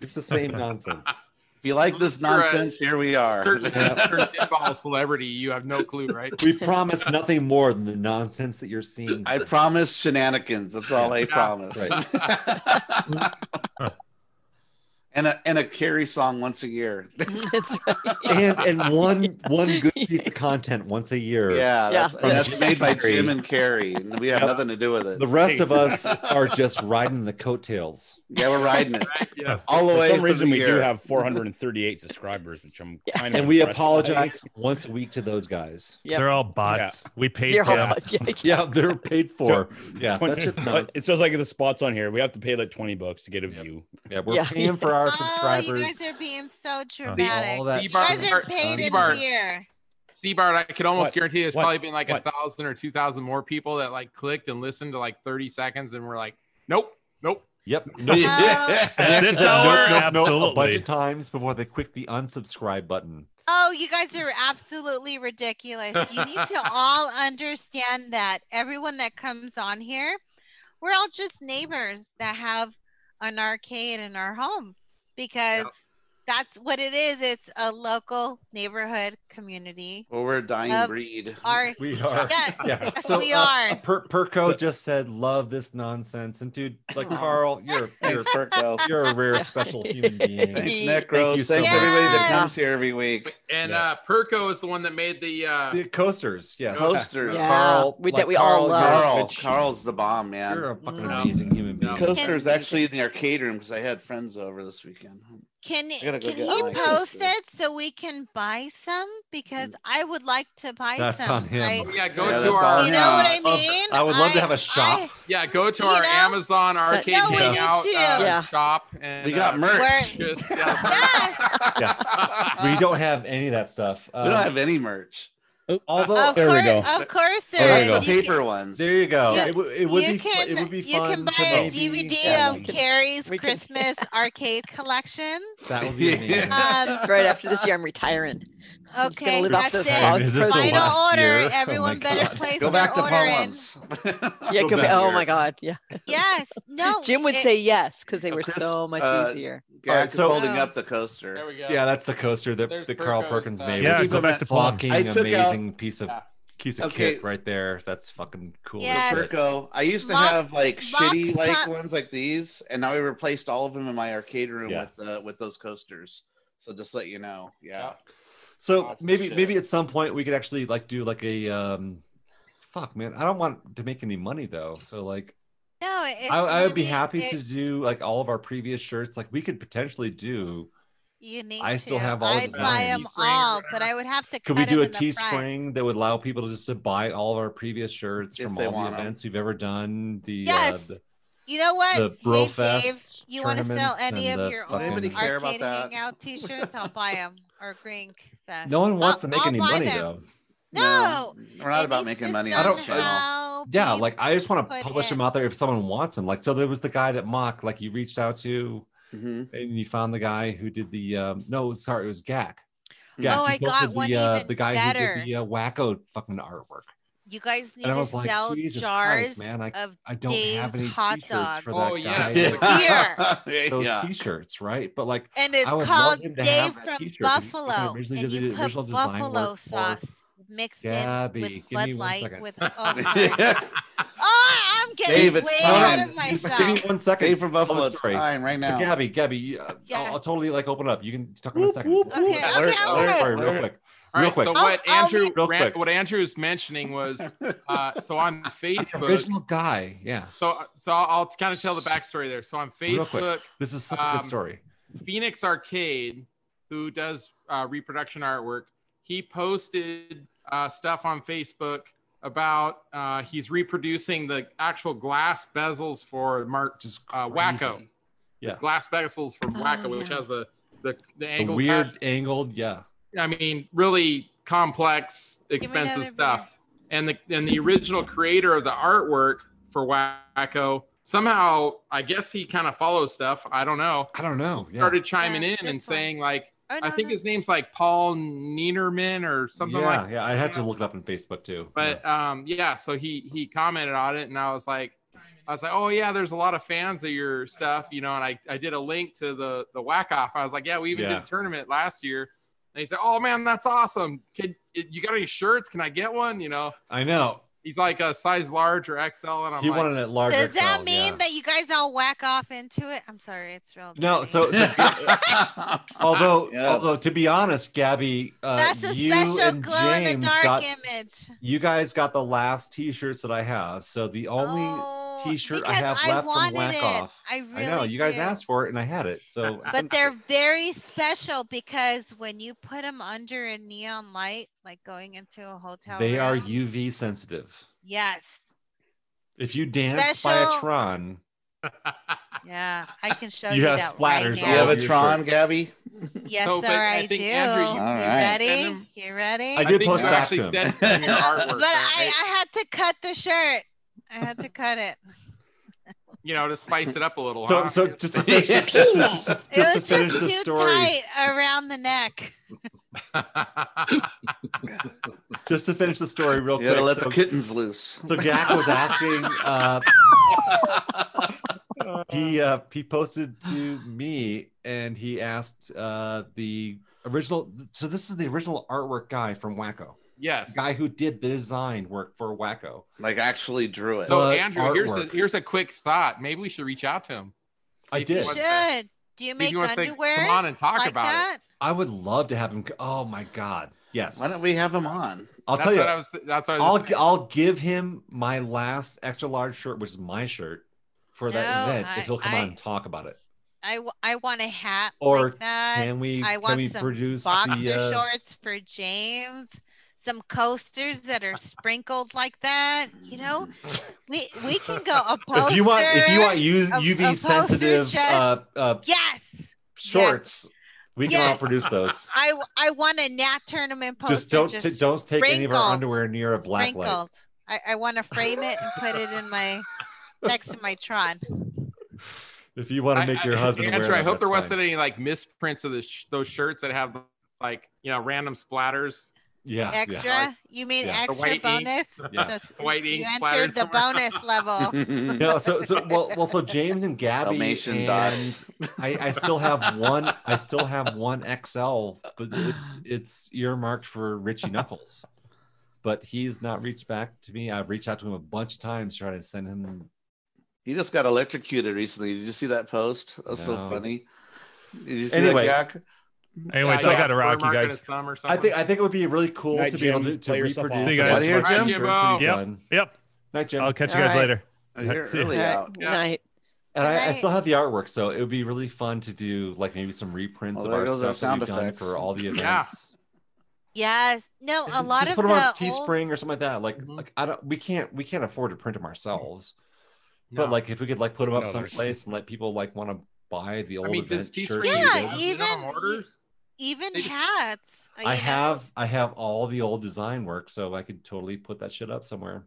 Speaker 4: It's the
Speaker 6: (laughs)
Speaker 4: same nonsense.
Speaker 5: if you like this
Speaker 9: You're a-
Speaker 11: (laughs)
Speaker 5: nonsense, here we are.
Speaker 9: Certain,
Speaker 4: Yeah.
Speaker 9: certain pinball celebrity, you have no clue, right?
Speaker 4: We promise nothing more than the nonsense that you're seeing.
Speaker 5: I promise shenanigans. That's all I
Speaker 9: Yeah.
Speaker 5: promise. (laughs) and a and a Carrie song once a year. (laughs)
Speaker 3: That's right.
Speaker 4: and and one one good piece of content once a year.
Speaker 5: Yeah, that's,
Speaker 4: Yeah.
Speaker 5: that's made by
Speaker 4: Carrie.
Speaker 5: Jim and Carrie, and we have
Speaker 4: Yep.
Speaker 5: nothing to do with
Speaker 4: The
Speaker 5: it.
Speaker 4: rest of us are just riding the coattails.
Speaker 5: (laughs) Yeah, we're riding it
Speaker 9: Right? Yes.
Speaker 5: all the
Speaker 1: For
Speaker 5: way.
Speaker 1: some
Speaker 5: through
Speaker 1: reason,
Speaker 5: the
Speaker 1: we do
Speaker 5: year.
Speaker 1: have 438 subscribers, which I'm
Speaker 3: Yeah.
Speaker 1: kind of
Speaker 4: And we
Speaker 1: impressed by.
Speaker 4: apologize once a week to those guys.
Speaker 3: Yep.
Speaker 6: They're all bots. We paid
Speaker 3: They're
Speaker 6: for
Speaker 3: all-
Speaker 6: them.
Speaker 3: (laughs) yeah,
Speaker 4: Yeah, they're paid for. Yeah,
Speaker 1: Twen-
Speaker 4: that
Speaker 1: (laughs)
Speaker 4: shit's
Speaker 1: but
Speaker 4: nuts.
Speaker 1: it's just like the spots on here. We have to pay like 20 bucks to get a
Speaker 4: Yep.
Speaker 1: view.
Speaker 4: Yeah, we're
Speaker 3: Yeah.
Speaker 4: paying for
Speaker 12: (laughs)
Speaker 4: our
Speaker 12: oh, you
Speaker 4: subscribers.
Speaker 12: guys are being
Speaker 6: Uh-huh.
Speaker 12: so dramatic.
Speaker 4: all
Speaker 12: You
Speaker 4: that
Speaker 9: Seabart-
Speaker 12: guys are
Speaker 9: Seabart-
Speaker 12: paid in
Speaker 9: Seabart-
Speaker 12: beer.
Speaker 9: Seabart, I could almost
Speaker 1: What?
Speaker 9: guarantee there's
Speaker 1: What?
Speaker 9: probably been like a
Speaker 1: What?
Speaker 9: thousand or two thousand more people that like clicked and listened to like 30 seconds and were like, nope, nope.
Speaker 4: (laughs) Yep.
Speaker 12: Oh,
Speaker 6: At this hour,
Speaker 4: a bunch
Speaker 6: absolutely.
Speaker 4: of times before they click the unsubscribe button.
Speaker 12: oh, you guys
Speaker 4: (laughs)
Speaker 12: are absolutely ridiculous. You need to all understand that everyone that comes on here, we're all just neighbors that have an arcade in our home because that's what it is. It's a local neighborhood community.
Speaker 5: Well, we're a dying
Speaker 12: Of
Speaker 5: breed.
Speaker 12: Our
Speaker 4: We are.
Speaker 5: (laughs)
Speaker 12: yeah,
Speaker 4: Yeah.
Speaker 12: we
Speaker 4: uh,
Speaker 12: are.
Speaker 4: Per- Perko just said, "Love this nonsense," and dude, like Carl, you're you're,
Speaker 5: Thanks, Perko.
Speaker 4: you're a rare special human being.
Speaker 5: Thanks,
Speaker 3: He-
Speaker 5: Necros.
Speaker 4: Thank you so
Speaker 5: Thanks,
Speaker 12: much.
Speaker 5: everybody that
Speaker 12: Yeah.
Speaker 5: comes here every week.
Speaker 9: And
Speaker 4: Yeah.
Speaker 9: uh Perko is the one that made the uh
Speaker 4: (laughs) The coasters, yes.
Speaker 5: Coasters.
Speaker 3: Yeah.
Speaker 4: Carl,
Speaker 3: we- that
Speaker 4: like
Speaker 3: we all
Speaker 4: Carl,
Speaker 3: love. Mm.
Speaker 4: you're a
Speaker 5: Carl.
Speaker 4: bitch.
Speaker 5: Carl's the bomb,
Speaker 4: You're
Speaker 5: man.
Speaker 4: a fucking
Speaker 9: No.
Speaker 4: amazing human being.
Speaker 9: No.
Speaker 5: Coaster's actually in the arcade room because I had friends over this weekend.
Speaker 12: Can
Speaker 5: gotta
Speaker 12: can
Speaker 5: go
Speaker 12: he
Speaker 5: get my
Speaker 12: post
Speaker 5: poster.
Speaker 12: it so we can buy some? Because
Speaker 4: Mm.
Speaker 12: I would like to buy
Speaker 4: That's
Speaker 12: some.
Speaker 4: on him.
Speaker 12: I-
Speaker 9: Oh, yeah, go
Speaker 5: Yeah,
Speaker 9: to
Speaker 5: that's
Speaker 9: our
Speaker 5: on
Speaker 12: you
Speaker 5: him.
Speaker 12: know what I
Speaker 4: Of-
Speaker 12: mean?
Speaker 4: I would love to have a shop.
Speaker 12: I-
Speaker 9: yeah, go to
Speaker 12: You
Speaker 9: our
Speaker 12: know?
Speaker 9: Amazon arcade
Speaker 12: No, we need
Speaker 9: hangout uh,
Speaker 12: to.
Speaker 3: Yeah.
Speaker 9: shop and
Speaker 5: We got
Speaker 9: uh,
Speaker 5: merch.
Speaker 12: Where-
Speaker 9: just, yeah.
Speaker 12: yes. (laughs)
Speaker 4: we don't have any of that stuff.
Speaker 5: we don't
Speaker 4: Um,
Speaker 5: have any merch.
Speaker 4: although
Speaker 12: Of
Speaker 1: There we
Speaker 12: course,
Speaker 1: go.
Speaker 12: of course
Speaker 4: There
Speaker 12: there
Speaker 4: you
Speaker 12: is.
Speaker 5: That's
Speaker 4: go.
Speaker 5: the
Speaker 12: You can-
Speaker 5: paper ones.
Speaker 4: there you go.
Speaker 12: Yeah,
Speaker 4: it, would- it would
Speaker 12: you
Speaker 4: be
Speaker 12: can,
Speaker 4: fun, it would be
Speaker 12: you
Speaker 4: fun.
Speaker 12: can buy
Speaker 4: to
Speaker 12: a
Speaker 4: maybe-
Speaker 12: DVD
Speaker 1: Yeah.
Speaker 12: of Carrie's
Speaker 3: We can- (laughs)
Speaker 12: Christmas arcade collection.
Speaker 4: That would be
Speaker 12: Um,
Speaker 4: amazing.
Speaker 12: (laughs)
Speaker 3: Right after this year, I'm retiring. I'm just gonna
Speaker 12: Okay,
Speaker 3: live off
Speaker 12: that's
Speaker 3: the
Speaker 12: it.
Speaker 3: log
Speaker 4: Man, is this the
Speaker 3: fries.
Speaker 12: final
Speaker 4: last
Speaker 12: order.
Speaker 4: year? Oh my
Speaker 12: Everyone better
Speaker 4: God.
Speaker 12: place
Speaker 5: go
Speaker 12: their
Speaker 5: back to
Speaker 12: order in.
Speaker 5: poems. (laughs)
Speaker 3: Yeah,
Speaker 5: Go
Speaker 3: go
Speaker 5: back
Speaker 3: back- oh
Speaker 5: here.
Speaker 3: my god, yeah.
Speaker 12: Yes. No.
Speaker 3: (laughs) Jim would
Speaker 12: it-
Speaker 3: say yes because they
Speaker 5: Uh,
Speaker 3: were
Speaker 5: Chris,
Speaker 3: so much
Speaker 5: uh,
Speaker 3: easier.
Speaker 5: Yeah,
Speaker 4: Alright,
Speaker 5: it's
Speaker 4: so-
Speaker 5: holding
Speaker 12: Oh.
Speaker 5: up the
Speaker 9: There
Speaker 5: coaster.
Speaker 9: we go.
Speaker 4: yeah, that's the coaster that,
Speaker 9: There's
Speaker 4: that Carl
Speaker 9: Perko's,
Speaker 4: Perkins
Speaker 9: uh,
Speaker 4: made.
Speaker 6: Yeah,
Speaker 4: It's
Speaker 6: go
Speaker 4: a
Speaker 6: back to Plum.
Speaker 4: fucking
Speaker 5: I took out-
Speaker 4: amazing piece of
Speaker 9: Yeah.
Speaker 4: piece of
Speaker 5: Okay.
Speaker 4: kit right there. That's fucking cool.
Speaker 12: Yes.
Speaker 4: shit.
Speaker 5: Perko, I used to
Speaker 12: Mock-
Speaker 5: have like
Speaker 12: mock
Speaker 5: shitty like
Speaker 12: cut.
Speaker 5: ones like these, and now we replaced all of them in my arcade room
Speaker 4: Yeah.
Speaker 5: with uh, with those coasters. So just let you know, yeah.
Speaker 4: So
Speaker 5: Lots of
Speaker 4: maybe
Speaker 5: shit.
Speaker 4: maybe at some point we could actually like do like a um fuck man. I don't want to make any money though. So like
Speaker 12: No. It,
Speaker 4: I, I would be
Speaker 12: you need-
Speaker 4: happy to
Speaker 12: it-
Speaker 4: do like all of our previous shirts. Like we could potentially do
Speaker 12: You need
Speaker 4: I still
Speaker 12: to.
Speaker 4: have all the
Speaker 12: I'd buy
Speaker 4: designs.
Speaker 12: them
Speaker 9: Teespring or
Speaker 12: all, but
Speaker 9: whatever.
Speaker 12: I would have to
Speaker 4: could
Speaker 12: cut
Speaker 4: we do a
Speaker 12: 'em in the front.
Speaker 4: teespring that would allow people to just to buy all of our previous shirts
Speaker 5: If
Speaker 4: from
Speaker 5: they
Speaker 4: all the
Speaker 5: want 'em.
Speaker 4: events we've ever done? The,
Speaker 12: Yes.
Speaker 4: uh, the
Speaker 12: You know what?
Speaker 4: The Brofest
Speaker 12: you want to sell
Speaker 4: tournaments
Speaker 12: any
Speaker 4: and
Speaker 12: of
Speaker 4: the
Speaker 12: your old
Speaker 4: fucking- Nobody
Speaker 5: care about
Speaker 12: arcade
Speaker 5: that.
Speaker 12: hangout t-shirts? I'll buy them or Green Fest.
Speaker 4: No one wants
Speaker 12: I'll-
Speaker 4: to make
Speaker 12: I'll
Speaker 4: any
Speaker 12: buy
Speaker 4: money
Speaker 12: them.
Speaker 4: though.
Speaker 12: No,
Speaker 5: we're not
Speaker 12: it
Speaker 5: about
Speaker 12: needs
Speaker 5: making
Speaker 12: to
Speaker 5: money. on this show.
Speaker 12: somehow
Speaker 4: Yeah,
Speaker 12: be-
Speaker 4: like I just want to
Speaker 12: put
Speaker 4: publish
Speaker 12: in.
Speaker 4: them out there if someone wants them. Like so, there was the guy that mock like you reached out to,
Speaker 5: Mhm.
Speaker 4: and you found the guy who did the um, no, sorry, it was Gak. Gak,
Speaker 12: Oh,
Speaker 4: he
Speaker 12: I got
Speaker 4: posted
Speaker 12: one
Speaker 4: the, uh,
Speaker 12: even
Speaker 4: the guy
Speaker 12: better.
Speaker 4: who did the uh, wacko fucking artwork.
Speaker 12: You guys need
Speaker 4: I
Speaker 12: to
Speaker 4: was like,
Speaker 12: sell
Speaker 4: Jesus
Speaker 12: jars
Speaker 4: Christ, man,
Speaker 12: of
Speaker 4: I don't have
Speaker 12: Dave's
Speaker 4: any
Speaker 12: hot
Speaker 4: t-shirts
Speaker 12: dog.
Speaker 4: for that
Speaker 11: Oh,
Speaker 4: guy.
Speaker 11: yeah.
Speaker 4: (laughs)
Speaker 5: yeah.
Speaker 4: Those t-shirts, right? But like,
Speaker 12: and
Speaker 4: I would
Speaker 12: it's
Speaker 4: love
Speaker 12: called
Speaker 4: him to have
Speaker 12: Dave
Speaker 4: that
Speaker 12: from
Speaker 4: t-shirt, but he fucking
Speaker 12: Buffalo.
Speaker 4: originally
Speaker 12: and
Speaker 4: did
Speaker 12: you
Speaker 4: the
Speaker 12: put
Speaker 4: original design
Speaker 12: buffalo
Speaker 4: work for-
Speaker 12: sauce mixed
Speaker 4: Gabby,
Speaker 12: in
Speaker 4: give
Speaker 12: with
Speaker 4: me
Speaker 12: Bud
Speaker 4: one
Speaker 12: Light
Speaker 4: second. (laughs)
Speaker 12: with oh, oh, I'm getting
Speaker 5: Dave, it's
Speaker 12: way
Speaker 5: time.
Speaker 12: out of
Speaker 4: Just give me
Speaker 12: myself.
Speaker 4: one second.
Speaker 5: Dave from
Speaker 4: Tell the
Speaker 5: Buffalo. It's
Speaker 4: story.
Speaker 5: time right
Speaker 4: So
Speaker 5: now.
Speaker 4: Gabby, Gabby, you, uh,
Speaker 12: Yeah.
Speaker 4: I'll, I'll totally like open up. You can talk in a
Speaker 6: Whoop,
Speaker 4: second.
Speaker 6: whoop,
Speaker 12: Okay, whoop. okay,
Speaker 4: Sorry,
Speaker 12: I'll do it.
Speaker 4: sorry, real quick.
Speaker 11: All
Speaker 4: real
Speaker 11: right.
Speaker 4: quick.
Speaker 11: So what
Speaker 12: I'll- I'll
Speaker 11: Andrew
Speaker 4: real
Speaker 11: ran-
Speaker 4: quick.
Speaker 11: what Andrew's mentioning was
Speaker 4: (laughs)
Speaker 11: uh, so on
Speaker 4: The
Speaker 11: Facebook.
Speaker 4: original guy. Yeah.
Speaker 11: So so I'll kind of tell the backstory there. So on
Speaker 4: Real quick.
Speaker 11: Facebook,
Speaker 4: This is such a
Speaker 11: Um,
Speaker 4: good story.
Speaker 11: Phoenix Arcade, who does uh, reproduction artwork, he posted uh, stuff on Facebook about uh, he's reproducing the actual glass bezels for Mark
Speaker 4: Just
Speaker 11: uh,
Speaker 4: crazy.
Speaker 11: Wacko.
Speaker 4: Yeah.
Speaker 11: Glass bezels for Wacko,
Speaker 12: Oh,
Speaker 11: which
Speaker 15: no.
Speaker 11: has the the, the
Speaker 4: The
Speaker 11: angle
Speaker 4: weird
Speaker 11: cuts.
Speaker 4: angled. Yeah.
Speaker 11: I mean, really complex, expensive
Speaker 12: another
Speaker 11: stuff. And the and the original creator of the artwork for Wacko somehow, I guess he kind of follows stuff. I don't know.
Speaker 4: I don't know. Yeah.
Speaker 11: Started chiming
Speaker 12: Yeah,
Speaker 11: in
Speaker 12: this one.
Speaker 11: and saying like,
Speaker 12: Oh,
Speaker 11: I
Speaker 12: no,
Speaker 11: think
Speaker 12: no.
Speaker 11: his name's like Paul Nienerman or something
Speaker 4: yeah,
Speaker 11: like.
Speaker 4: yeah. I had to look it up on Facebook too.
Speaker 11: But um, yeah, so he he commented on it, and I was like, I was like, oh yeah, there's a lot of fans of your stuff, you know. And I I did a link to the the whack off. I was like, yeah, we even
Speaker 4: Yeah.
Speaker 11: did a tournament last year. And he said, oh man, that's awesome. Can you got any shirts? Can I get one? You know,
Speaker 4: Yeah. I know.
Speaker 11: he's like a size large or XL, and I'm
Speaker 4: He
Speaker 11: like,
Speaker 4: wanted it larger.
Speaker 12: Does that
Speaker 4: XL,
Speaker 12: mean
Speaker 4: yeah.
Speaker 12: that you guys all whack off into it? I'm sorry, it's real.
Speaker 4: No,
Speaker 12: dirty.
Speaker 4: so, so
Speaker 5: (laughs)
Speaker 4: although
Speaker 5: Yes.
Speaker 4: although to be honest, Gabby, uh,
Speaker 12: that's a
Speaker 4: you
Speaker 12: special
Speaker 4: and
Speaker 12: glow in
Speaker 4: James
Speaker 12: the dark
Speaker 4: got
Speaker 12: image.
Speaker 4: you guys got the last t-shirts that I have. So the only
Speaker 12: Oh,
Speaker 4: t-shirt I
Speaker 12: because
Speaker 4: have left from
Speaker 12: wanted
Speaker 4: Whack
Speaker 12: it.
Speaker 4: Off.
Speaker 12: I really
Speaker 4: know you guys
Speaker 12: do.
Speaker 4: asked for it, and I had it. So
Speaker 12: (laughs) But they're very special because when you put them under a neon light, like going into a hotel,
Speaker 4: they (laughs) are
Speaker 12: room,
Speaker 4: UV sensitive.
Speaker 12: Yes.
Speaker 4: If you dance by
Speaker 12: Special-
Speaker 4: a Tron,
Speaker 12: Yeah, I
Speaker 4: (laughs)
Speaker 12: can show
Speaker 4: You
Speaker 12: you,
Speaker 4: have
Speaker 12: that
Speaker 4: splatters
Speaker 12: right
Speaker 5: Do
Speaker 12: now.
Speaker 5: you have a
Speaker 4: Yeah.
Speaker 5: Tron, Gabby?
Speaker 12: Yes,
Speaker 11: So,
Speaker 12: sir,
Speaker 11: but I
Speaker 12: I, do.
Speaker 11: think, Andrew, you-
Speaker 12: you,
Speaker 5: All right.
Speaker 12: ready?
Speaker 11: Send 'em-
Speaker 12: You ready?
Speaker 4: I
Speaker 11: I
Speaker 4: did
Speaker 11: think
Speaker 4: post
Speaker 11: you
Speaker 4: back
Speaker 11: actually
Speaker 4: to him.
Speaker 11: said that
Speaker 12: (laughs)
Speaker 11: in your artwork.
Speaker 12: but
Speaker 11: though,
Speaker 12: I,
Speaker 11: right?
Speaker 12: I had to cut the shirt. I had to cut
Speaker 4: (laughs)
Speaker 12: it.
Speaker 11: you know, to spice it up a little.
Speaker 4: so
Speaker 11: huh? (laughs)
Speaker 4: so just to finish, just,
Speaker 12: (laughs)
Speaker 4: to- just to-
Speaker 12: It
Speaker 4: just to
Speaker 12: was
Speaker 4: finish
Speaker 12: just
Speaker 4: the
Speaker 12: too
Speaker 4: story,
Speaker 12: tight around the neck.
Speaker 4: just to finish the story real
Speaker 5: You
Speaker 4: quick.
Speaker 5: gotta let
Speaker 4: so-
Speaker 5: the kittens loose.
Speaker 4: So Gak was asking. Uh,
Speaker 5: (laughs)
Speaker 4: he uh, he posted to me and he asked uh, the original. So this is the original artwork guy from Wacko,
Speaker 11: yes.
Speaker 4: the guy who did the design work for Wacko.
Speaker 5: Like actually drew it.
Speaker 11: So
Speaker 4: But
Speaker 11: Andrew, here's a
Speaker 4: artwork.
Speaker 11: here's a quick thought. Maybe we should reach out to him.
Speaker 4: I
Speaker 11: See
Speaker 12: You
Speaker 11: if he
Speaker 4: did.
Speaker 11: wants to-
Speaker 12: should. Do you
Speaker 11: see if
Speaker 12: make
Speaker 11: he wants to
Speaker 12: underwear
Speaker 11: come on and talk
Speaker 12: like
Speaker 11: about it.
Speaker 12: that?
Speaker 4: I would love to have him. c- Oh my god, yes.
Speaker 5: Why don't we have him on?
Speaker 4: I'll
Speaker 11: that's
Speaker 4: tell you.
Speaker 11: What I was, that's what I was
Speaker 4: I'll
Speaker 11: just saying.
Speaker 4: I'll give him my last extra large shirt, which is my shirt for that
Speaker 12: No,
Speaker 4: event.
Speaker 12: I-
Speaker 4: if he'll come
Speaker 12: I-
Speaker 4: on and talk about it,
Speaker 12: I, w- I want a hat
Speaker 4: Or
Speaker 12: like that.
Speaker 4: can we?
Speaker 12: I
Speaker 4: can
Speaker 12: want
Speaker 4: we
Speaker 12: some
Speaker 4: produce
Speaker 12: boxer
Speaker 4: the, uh,
Speaker 12: shorts for James, some coasters that are sprinkled like that. You know, we we can go a poster.
Speaker 4: (laughs) if you want if you want U-
Speaker 12: a- a
Speaker 4: UV
Speaker 12: poster
Speaker 4: sensitive
Speaker 12: chest.
Speaker 4: uh, uh,
Speaker 12: yes,
Speaker 4: shorts, we can all
Speaker 12: Yes.
Speaker 4: produce those.
Speaker 12: (laughs) I w- I want a Nat tournament poster.
Speaker 4: just don't t- don't take any of our
Speaker 12: sprinkled-
Speaker 4: underwear near a black light.
Speaker 12: sprinkled. I, I want to frame it and put it in my next to my Tron.
Speaker 4: If you want to make your
Speaker 11: I,
Speaker 4: husband
Speaker 11: Andrew,
Speaker 4: wear
Speaker 11: I
Speaker 4: them,
Speaker 11: hope there
Speaker 4: that's
Speaker 11: wasn't
Speaker 4: fine.
Speaker 11: any like misprints of the sh- those shirts that have like you know random splatters.
Speaker 4: Yeah,
Speaker 12: Extra?
Speaker 4: yeah.
Speaker 12: You mean
Speaker 4: Yeah. The
Speaker 12: extra
Speaker 11: white ink.
Speaker 4: (laughs)
Speaker 12: bonus?
Speaker 4: Yeah.
Speaker 12: The s-
Speaker 11: The white
Speaker 12: you
Speaker 11: ink
Speaker 12: entered
Speaker 11: splattered
Speaker 12: the
Speaker 11: somewhere.
Speaker 12: bonus level. (laughs)
Speaker 4: (laughs)
Speaker 5: Dalmatian
Speaker 4: No, so so well, well, so James and Gabby and
Speaker 5: dots.
Speaker 4: I, I still have one. I still have one XL, but it's it's earmarked for Richie Knuckles. But he's not reached back to me. I've reached out to him a bunch of times trying to send him.
Speaker 5: He just got electrocuted recently. Did you see that post? That's so
Speaker 4: No.
Speaker 5: funny. Did you see
Speaker 4: Anyway.
Speaker 5: that, Gak?
Speaker 2: Anyway, so I got to rock you
Speaker 11: Earmark in
Speaker 2: guys.
Speaker 11: his thumb or
Speaker 4: I think I
Speaker 11: something.
Speaker 4: think it would be really cool
Speaker 6: Night,
Speaker 4: to be
Speaker 6: Jim.
Speaker 4: able to, to
Speaker 6: Play yourself
Speaker 4: reproduce.
Speaker 6: off.
Speaker 2: See you guys.
Speaker 4: those
Speaker 5: Later,
Speaker 4: Richie
Speaker 5: Jim.
Speaker 4: shirts
Speaker 11: Bye,
Speaker 4: we've
Speaker 2: Jimbo.
Speaker 4: done.
Speaker 2: Yep.
Speaker 4: Night, Jim.
Speaker 2: I'll catch you
Speaker 15: All
Speaker 2: guys
Speaker 15: right.
Speaker 2: later.
Speaker 6: (laughs)
Speaker 5: You're
Speaker 2: See ya.
Speaker 5: early
Speaker 15: All right.
Speaker 5: out.
Speaker 15: Good night.
Speaker 4: and I, I
Speaker 12: Tonight-
Speaker 4: still have the artwork, so it would be really fun to do like maybe some reprints
Speaker 5: Well,
Speaker 4: of
Speaker 5: Oh, there
Speaker 4: our
Speaker 5: goes our
Speaker 4: stuff that we've
Speaker 5: sound
Speaker 4: done
Speaker 5: effects.
Speaker 4: for all the events.
Speaker 11: Yeah.
Speaker 12: Yes. No, a
Speaker 4: And
Speaker 12: lot
Speaker 4: just
Speaker 12: of
Speaker 4: put
Speaker 12: the
Speaker 4: them on
Speaker 12: old Mm-hmm.
Speaker 4: Teespring or something like that. Like,
Speaker 11: Mhm.
Speaker 4: like I don't, we can't, we can't afford to print them ourselves. But like, if we could like put them up
Speaker 6: No, there's-
Speaker 4: someplace and let people like want to buy the old
Speaker 11: mean, does
Speaker 4: event
Speaker 11: Teespring
Speaker 4: shirts.
Speaker 11: even
Speaker 4: we
Speaker 12: Yeah,
Speaker 4: did.
Speaker 11: have
Speaker 12: even- e-,
Speaker 11: minimum orders?
Speaker 12: Even
Speaker 11: They just-
Speaker 12: hats. Are
Speaker 4: I
Speaker 12: you guys-
Speaker 4: have I have all the old design work, so I could totally put that shit up somewhere.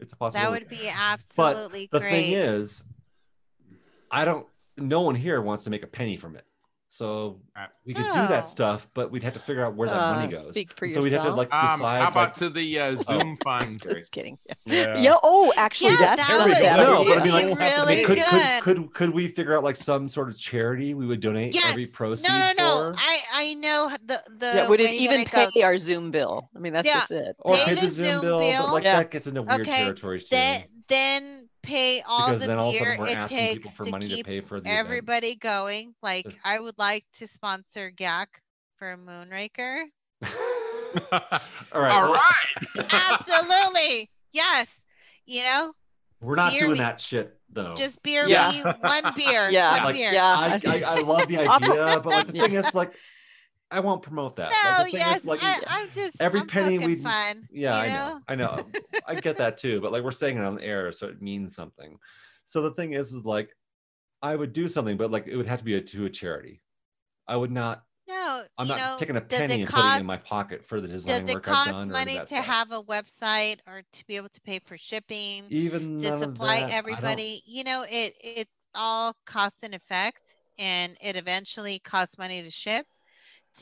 Speaker 4: It's a
Speaker 12: That
Speaker 4: possibility.
Speaker 12: would be absolutely
Speaker 4: the
Speaker 12: great.
Speaker 4: thing is, I don't. No one here wants to make a penny from it, so
Speaker 11: Right.
Speaker 4: we could do
Speaker 12: No.
Speaker 4: that stuff, but we'd have to figure out where that money
Speaker 3: Uh,
Speaker 4: goes.
Speaker 3: speak for
Speaker 4: And so we'd have to
Speaker 3: yourself.
Speaker 4: like
Speaker 11: Um,
Speaker 4: decide.
Speaker 11: how about
Speaker 4: like- Oh,
Speaker 11: to the uh, Zoom fund?
Speaker 3: Just kidding. Yeah.
Speaker 6: Yeah.
Speaker 3: Yeah, Oh, actually,
Speaker 12: Yeah,
Speaker 3: that's
Speaker 12: that
Speaker 3: not a
Speaker 12: would
Speaker 3: bad
Speaker 4: No, but I
Speaker 3: idea.
Speaker 4: mean, like,
Speaker 12: be
Speaker 6: have to
Speaker 12: really
Speaker 6: be-
Speaker 4: could,
Speaker 12: good.
Speaker 4: could could could we figure out like some sort of charity we would donate every proceeds
Speaker 12: no, no, no.
Speaker 4: for?
Speaker 12: I I know h- the the
Speaker 3: Yeah, would it
Speaker 12: way
Speaker 3: even
Speaker 12: that it
Speaker 3: pay
Speaker 12: goes.
Speaker 3: our Zoom bill? I mean, that's
Speaker 12: Yeah.
Speaker 3: just it.
Speaker 4: or
Speaker 12: Pay
Speaker 4: pay
Speaker 12: the
Speaker 4: the Zoom
Speaker 12: Zoom
Speaker 4: bill,
Speaker 12: bill.
Speaker 4: but like
Speaker 3: Yeah.
Speaker 4: that gets into weird
Speaker 12: Okay,
Speaker 4: territories too.
Speaker 12: Then then pay all
Speaker 4: because
Speaker 12: the
Speaker 4: then all of a
Speaker 12: beer
Speaker 4: sudden we're
Speaker 12: it
Speaker 4: asking
Speaker 12: takes
Speaker 4: people for
Speaker 12: to
Speaker 4: money to
Speaker 12: keep
Speaker 4: pay for the event.
Speaker 12: everybody going. Like
Speaker 4: Sure.
Speaker 12: I would like to sponsor Gak for Moonraker.
Speaker 4: all right,
Speaker 2: All
Speaker 4: well,
Speaker 2: right.
Speaker 12: (laughs) Absolutely, yes. You know,
Speaker 4: we're not
Speaker 12: Beer
Speaker 4: doing
Speaker 12: me-
Speaker 4: that shit though.
Speaker 12: just beer
Speaker 3: Yeah.
Speaker 12: me (laughs) one
Speaker 3: (laughs)
Speaker 12: beer,
Speaker 3: Yeah.
Speaker 12: one
Speaker 4: Like,
Speaker 12: beer.
Speaker 3: yeah.
Speaker 4: I, I, I love
Speaker 3: (laughs)
Speaker 4: the idea, but like the thing is, like, I won't promote that. Like,
Speaker 12: No,
Speaker 4: the thing
Speaker 12: yes,
Speaker 4: is, like,
Speaker 12: I, I'm just
Speaker 4: every
Speaker 12: I'm
Speaker 4: penny
Speaker 12: poking
Speaker 4: we'd-
Speaker 12: fun.
Speaker 4: yeah,
Speaker 12: you
Speaker 4: I know,
Speaker 12: (laughs)
Speaker 4: I know, I get that too. But like, we're saying it on air, so it means something. So the thing is, is like, I would do something, but like, it would have to be a, to a charity. I would not
Speaker 12: No,
Speaker 4: I'm
Speaker 12: you
Speaker 4: not
Speaker 12: know,
Speaker 4: taking a
Speaker 12: does
Speaker 4: penny
Speaker 12: it
Speaker 4: and putting it
Speaker 12: cost
Speaker 4: in my pocket for the design
Speaker 12: does it
Speaker 4: work I've
Speaker 12: cost
Speaker 4: done. or any
Speaker 12: money
Speaker 4: of that
Speaker 12: to
Speaker 4: stuff.
Speaker 12: have a website or to be able to pay for shipping
Speaker 4: even
Speaker 12: to
Speaker 4: none of
Speaker 12: supply
Speaker 4: that, I don't-
Speaker 12: everybody you know it it's all cost and effect and it eventually costs money to ship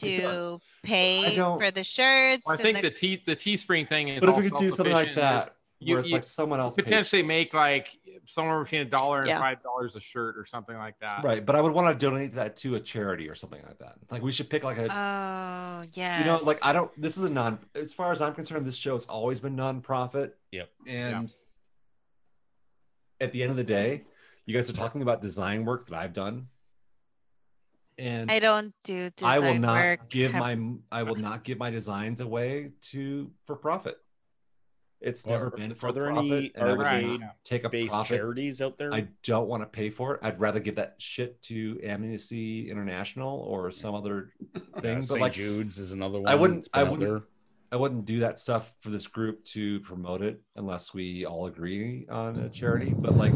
Speaker 4: It does.
Speaker 12: to pay
Speaker 4: don't-
Speaker 12: for the shirts
Speaker 11: Well, I
Speaker 12: and
Speaker 11: think
Speaker 12: the,
Speaker 11: the T the Teespring thing is
Speaker 4: But if
Speaker 11: all
Speaker 4: we could do something like
Speaker 11: self-sufficient. There's-
Speaker 4: that,
Speaker 11: you-
Speaker 4: where it's
Speaker 11: you-
Speaker 4: like someone else pays-
Speaker 11: potentially make like somewhere between a dollar and
Speaker 3: Yeah.
Speaker 11: five dollars a shirt or something like that. (laughs)
Speaker 4: right? But I would want to donate that to a charity or something like that. Like we should pick like a,
Speaker 12: oh yeah
Speaker 4: you know, like I don't. This is a non. As far as I'm concerned, this show has always been nonprofit.
Speaker 6: Yep.
Speaker 4: And at the end of the day, you guys are talking about design work that I've done, and
Speaker 12: i don't do design
Speaker 4: I will not
Speaker 12: work.
Speaker 4: give
Speaker 12: Have-
Speaker 4: my I will not give my designs away to for profit. It's
Speaker 6: Or-
Speaker 4: never been for
Speaker 6: are there
Speaker 4: profit,
Speaker 6: any
Speaker 4: and I would
Speaker 11: Right.
Speaker 6: arcade
Speaker 4: not take a
Speaker 6: based
Speaker 4: profit.
Speaker 6: charities out there?
Speaker 4: I don't want to pay for it. I'd rather give that shit to Amnesty International or some other
Speaker 6: Yeah,
Speaker 4: thing. but
Speaker 6: St.
Speaker 4: like,
Speaker 6: Jude's is another one.
Speaker 4: I wouldn't-
Speaker 6: that's been
Speaker 4: I
Speaker 6: out
Speaker 4: wouldn't-
Speaker 6: there.
Speaker 4: I wouldn't do that stuff for this group to promote it unless we all agree on a charity. But like,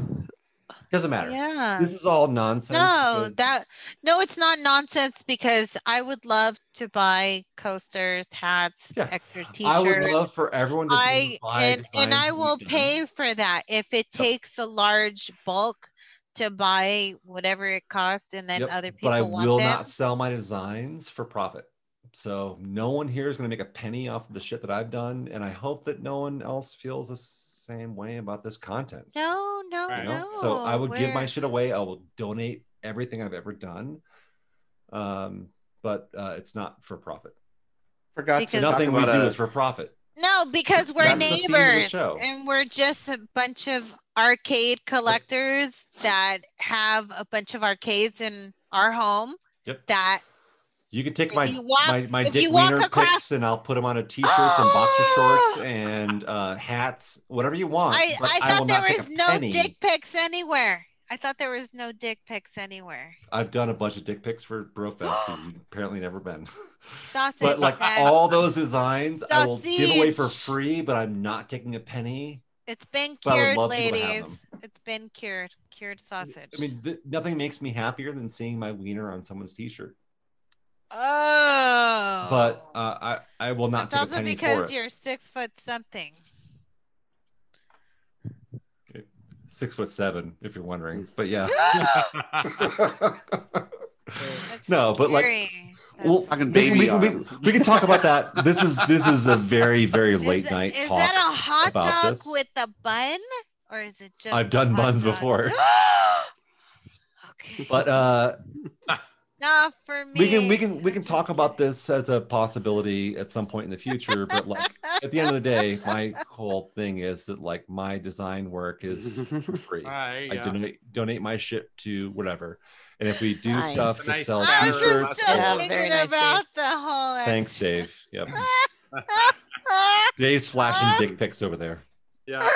Speaker 4: doesn't matter.
Speaker 12: yeah
Speaker 4: This is all nonsense.
Speaker 12: no
Speaker 4: because-
Speaker 12: that no it's not nonsense because i would love to buy coasters hats
Speaker 4: Yeah.
Speaker 12: extra
Speaker 4: I
Speaker 12: t-shirts
Speaker 4: would love for everyone to be
Speaker 12: I
Speaker 4: by
Speaker 12: and and
Speaker 4: designs
Speaker 12: I
Speaker 4: we've
Speaker 12: will
Speaker 4: done.
Speaker 12: pay for that if it takes a large bulk to buy whatever it costs, and then
Speaker 4: Yep,
Speaker 12: other people
Speaker 4: but I
Speaker 12: want
Speaker 4: will
Speaker 12: them.
Speaker 4: not sell my designs for profit. So no one here is going to make a penny off of the shit that I've done, and I hope that no one else feels the same way about this content.
Speaker 12: No, no,
Speaker 11: Right.
Speaker 4: you
Speaker 12: no.
Speaker 4: know? so I would give my
Speaker 12: we're-
Speaker 4: shit away. I will donate everything I've ever done, um, but uh, it's not for profit.
Speaker 5: Forgot
Speaker 12: Because-
Speaker 5: to talk
Speaker 4: Nothing we
Speaker 5: about
Speaker 4: do
Speaker 5: a-
Speaker 4: is for profit.
Speaker 12: no because we're
Speaker 4: That's the theme of the
Speaker 12: neighbors,
Speaker 4: show.
Speaker 12: and we're just a bunch of arcade collectors that have a bunch of arcades in our home.
Speaker 4: Yep.
Speaker 12: That
Speaker 4: You can take
Speaker 12: If
Speaker 4: my
Speaker 12: you walk-
Speaker 4: my, my
Speaker 12: if
Speaker 4: dick
Speaker 12: you walk
Speaker 4: wiener
Speaker 12: across- Oh.
Speaker 4: pics, and I'll put them on a t-shirts and boxer shorts and uh, hats, whatever you want.
Speaker 12: I,
Speaker 4: but
Speaker 12: I thought
Speaker 4: will
Speaker 12: there
Speaker 4: not take
Speaker 12: was
Speaker 4: a
Speaker 12: no
Speaker 4: penny.
Speaker 12: dick pics anywhere. I thought there was no dick pics anywhere.
Speaker 4: I've done a bunch of dick pics for Brofest.
Speaker 12: (gasps)
Speaker 4: and you've apparently never been. (laughs)
Speaker 12: Sausage
Speaker 4: but like
Speaker 12: fest.
Speaker 4: all those designs, I will give away for
Speaker 12: Sausage.
Speaker 4: free, but I'm not taking a penny.
Speaker 12: It's been
Speaker 4: But I would
Speaker 12: cured,
Speaker 4: love people to have
Speaker 12: ladies. It's been cured. Cured sausage.
Speaker 4: I mean, th- nothing makes me happier than seeing my wiener on someone's t-shirt.
Speaker 12: oh.
Speaker 4: But uh, I I will not
Speaker 12: it's
Speaker 4: take a
Speaker 12: also
Speaker 4: penny for
Speaker 12: because
Speaker 4: it.
Speaker 12: you're six foot something.
Speaker 4: Six foot seven, if you're wondering. But
Speaker 12: (gasps)
Speaker 4: yeah. (laughs)
Speaker 12: That's
Speaker 4: no, but like
Speaker 12: scary. That's-
Speaker 4: well,
Speaker 5: Fucking
Speaker 4: we-
Speaker 5: baby
Speaker 4: we, we,
Speaker 5: arm.
Speaker 4: we can talk about that. This is this is a very very
Speaker 12: is
Speaker 4: late
Speaker 12: that-
Speaker 4: night
Speaker 12: Is
Speaker 4: talk.
Speaker 12: that a hot
Speaker 4: about
Speaker 12: dog
Speaker 4: this.
Speaker 12: with a bun, or is it just?
Speaker 4: I've
Speaker 12: a
Speaker 4: done
Speaker 12: hot
Speaker 4: buns
Speaker 12: dog? (gasps)
Speaker 4: before.
Speaker 12: okay.
Speaker 4: but uh,
Speaker 12: Not for me.
Speaker 4: we can we can we
Speaker 12: I'm
Speaker 4: can
Speaker 12: just
Speaker 4: talk about
Speaker 12: kidding.
Speaker 4: this as a possibility at some point in the future but like at the end of the day my whole thing is that like my design work is free
Speaker 11: Ah, there you
Speaker 4: i
Speaker 2: uh,
Speaker 11: go.
Speaker 4: donate donate my shit to whatever and if we do
Speaker 3: Nice.
Speaker 4: stuff to
Speaker 11: Nice
Speaker 4: sell
Speaker 12: I was
Speaker 4: t-shirts
Speaker 12: just
Speaker 3: Yeah,
Speaker 4: or-
Speaker 3: very
Speaker 12: thinking
Speaker 3: nice, Dave.
Speaker 12: about the whole.
Speaker 4: thanks dave
Speaker 12: (laughs)
Speaker 4: yep
Speaker 12: Dave.
Speaker 4: dave's flashing dick pics over there
Speaker 11: Yeah.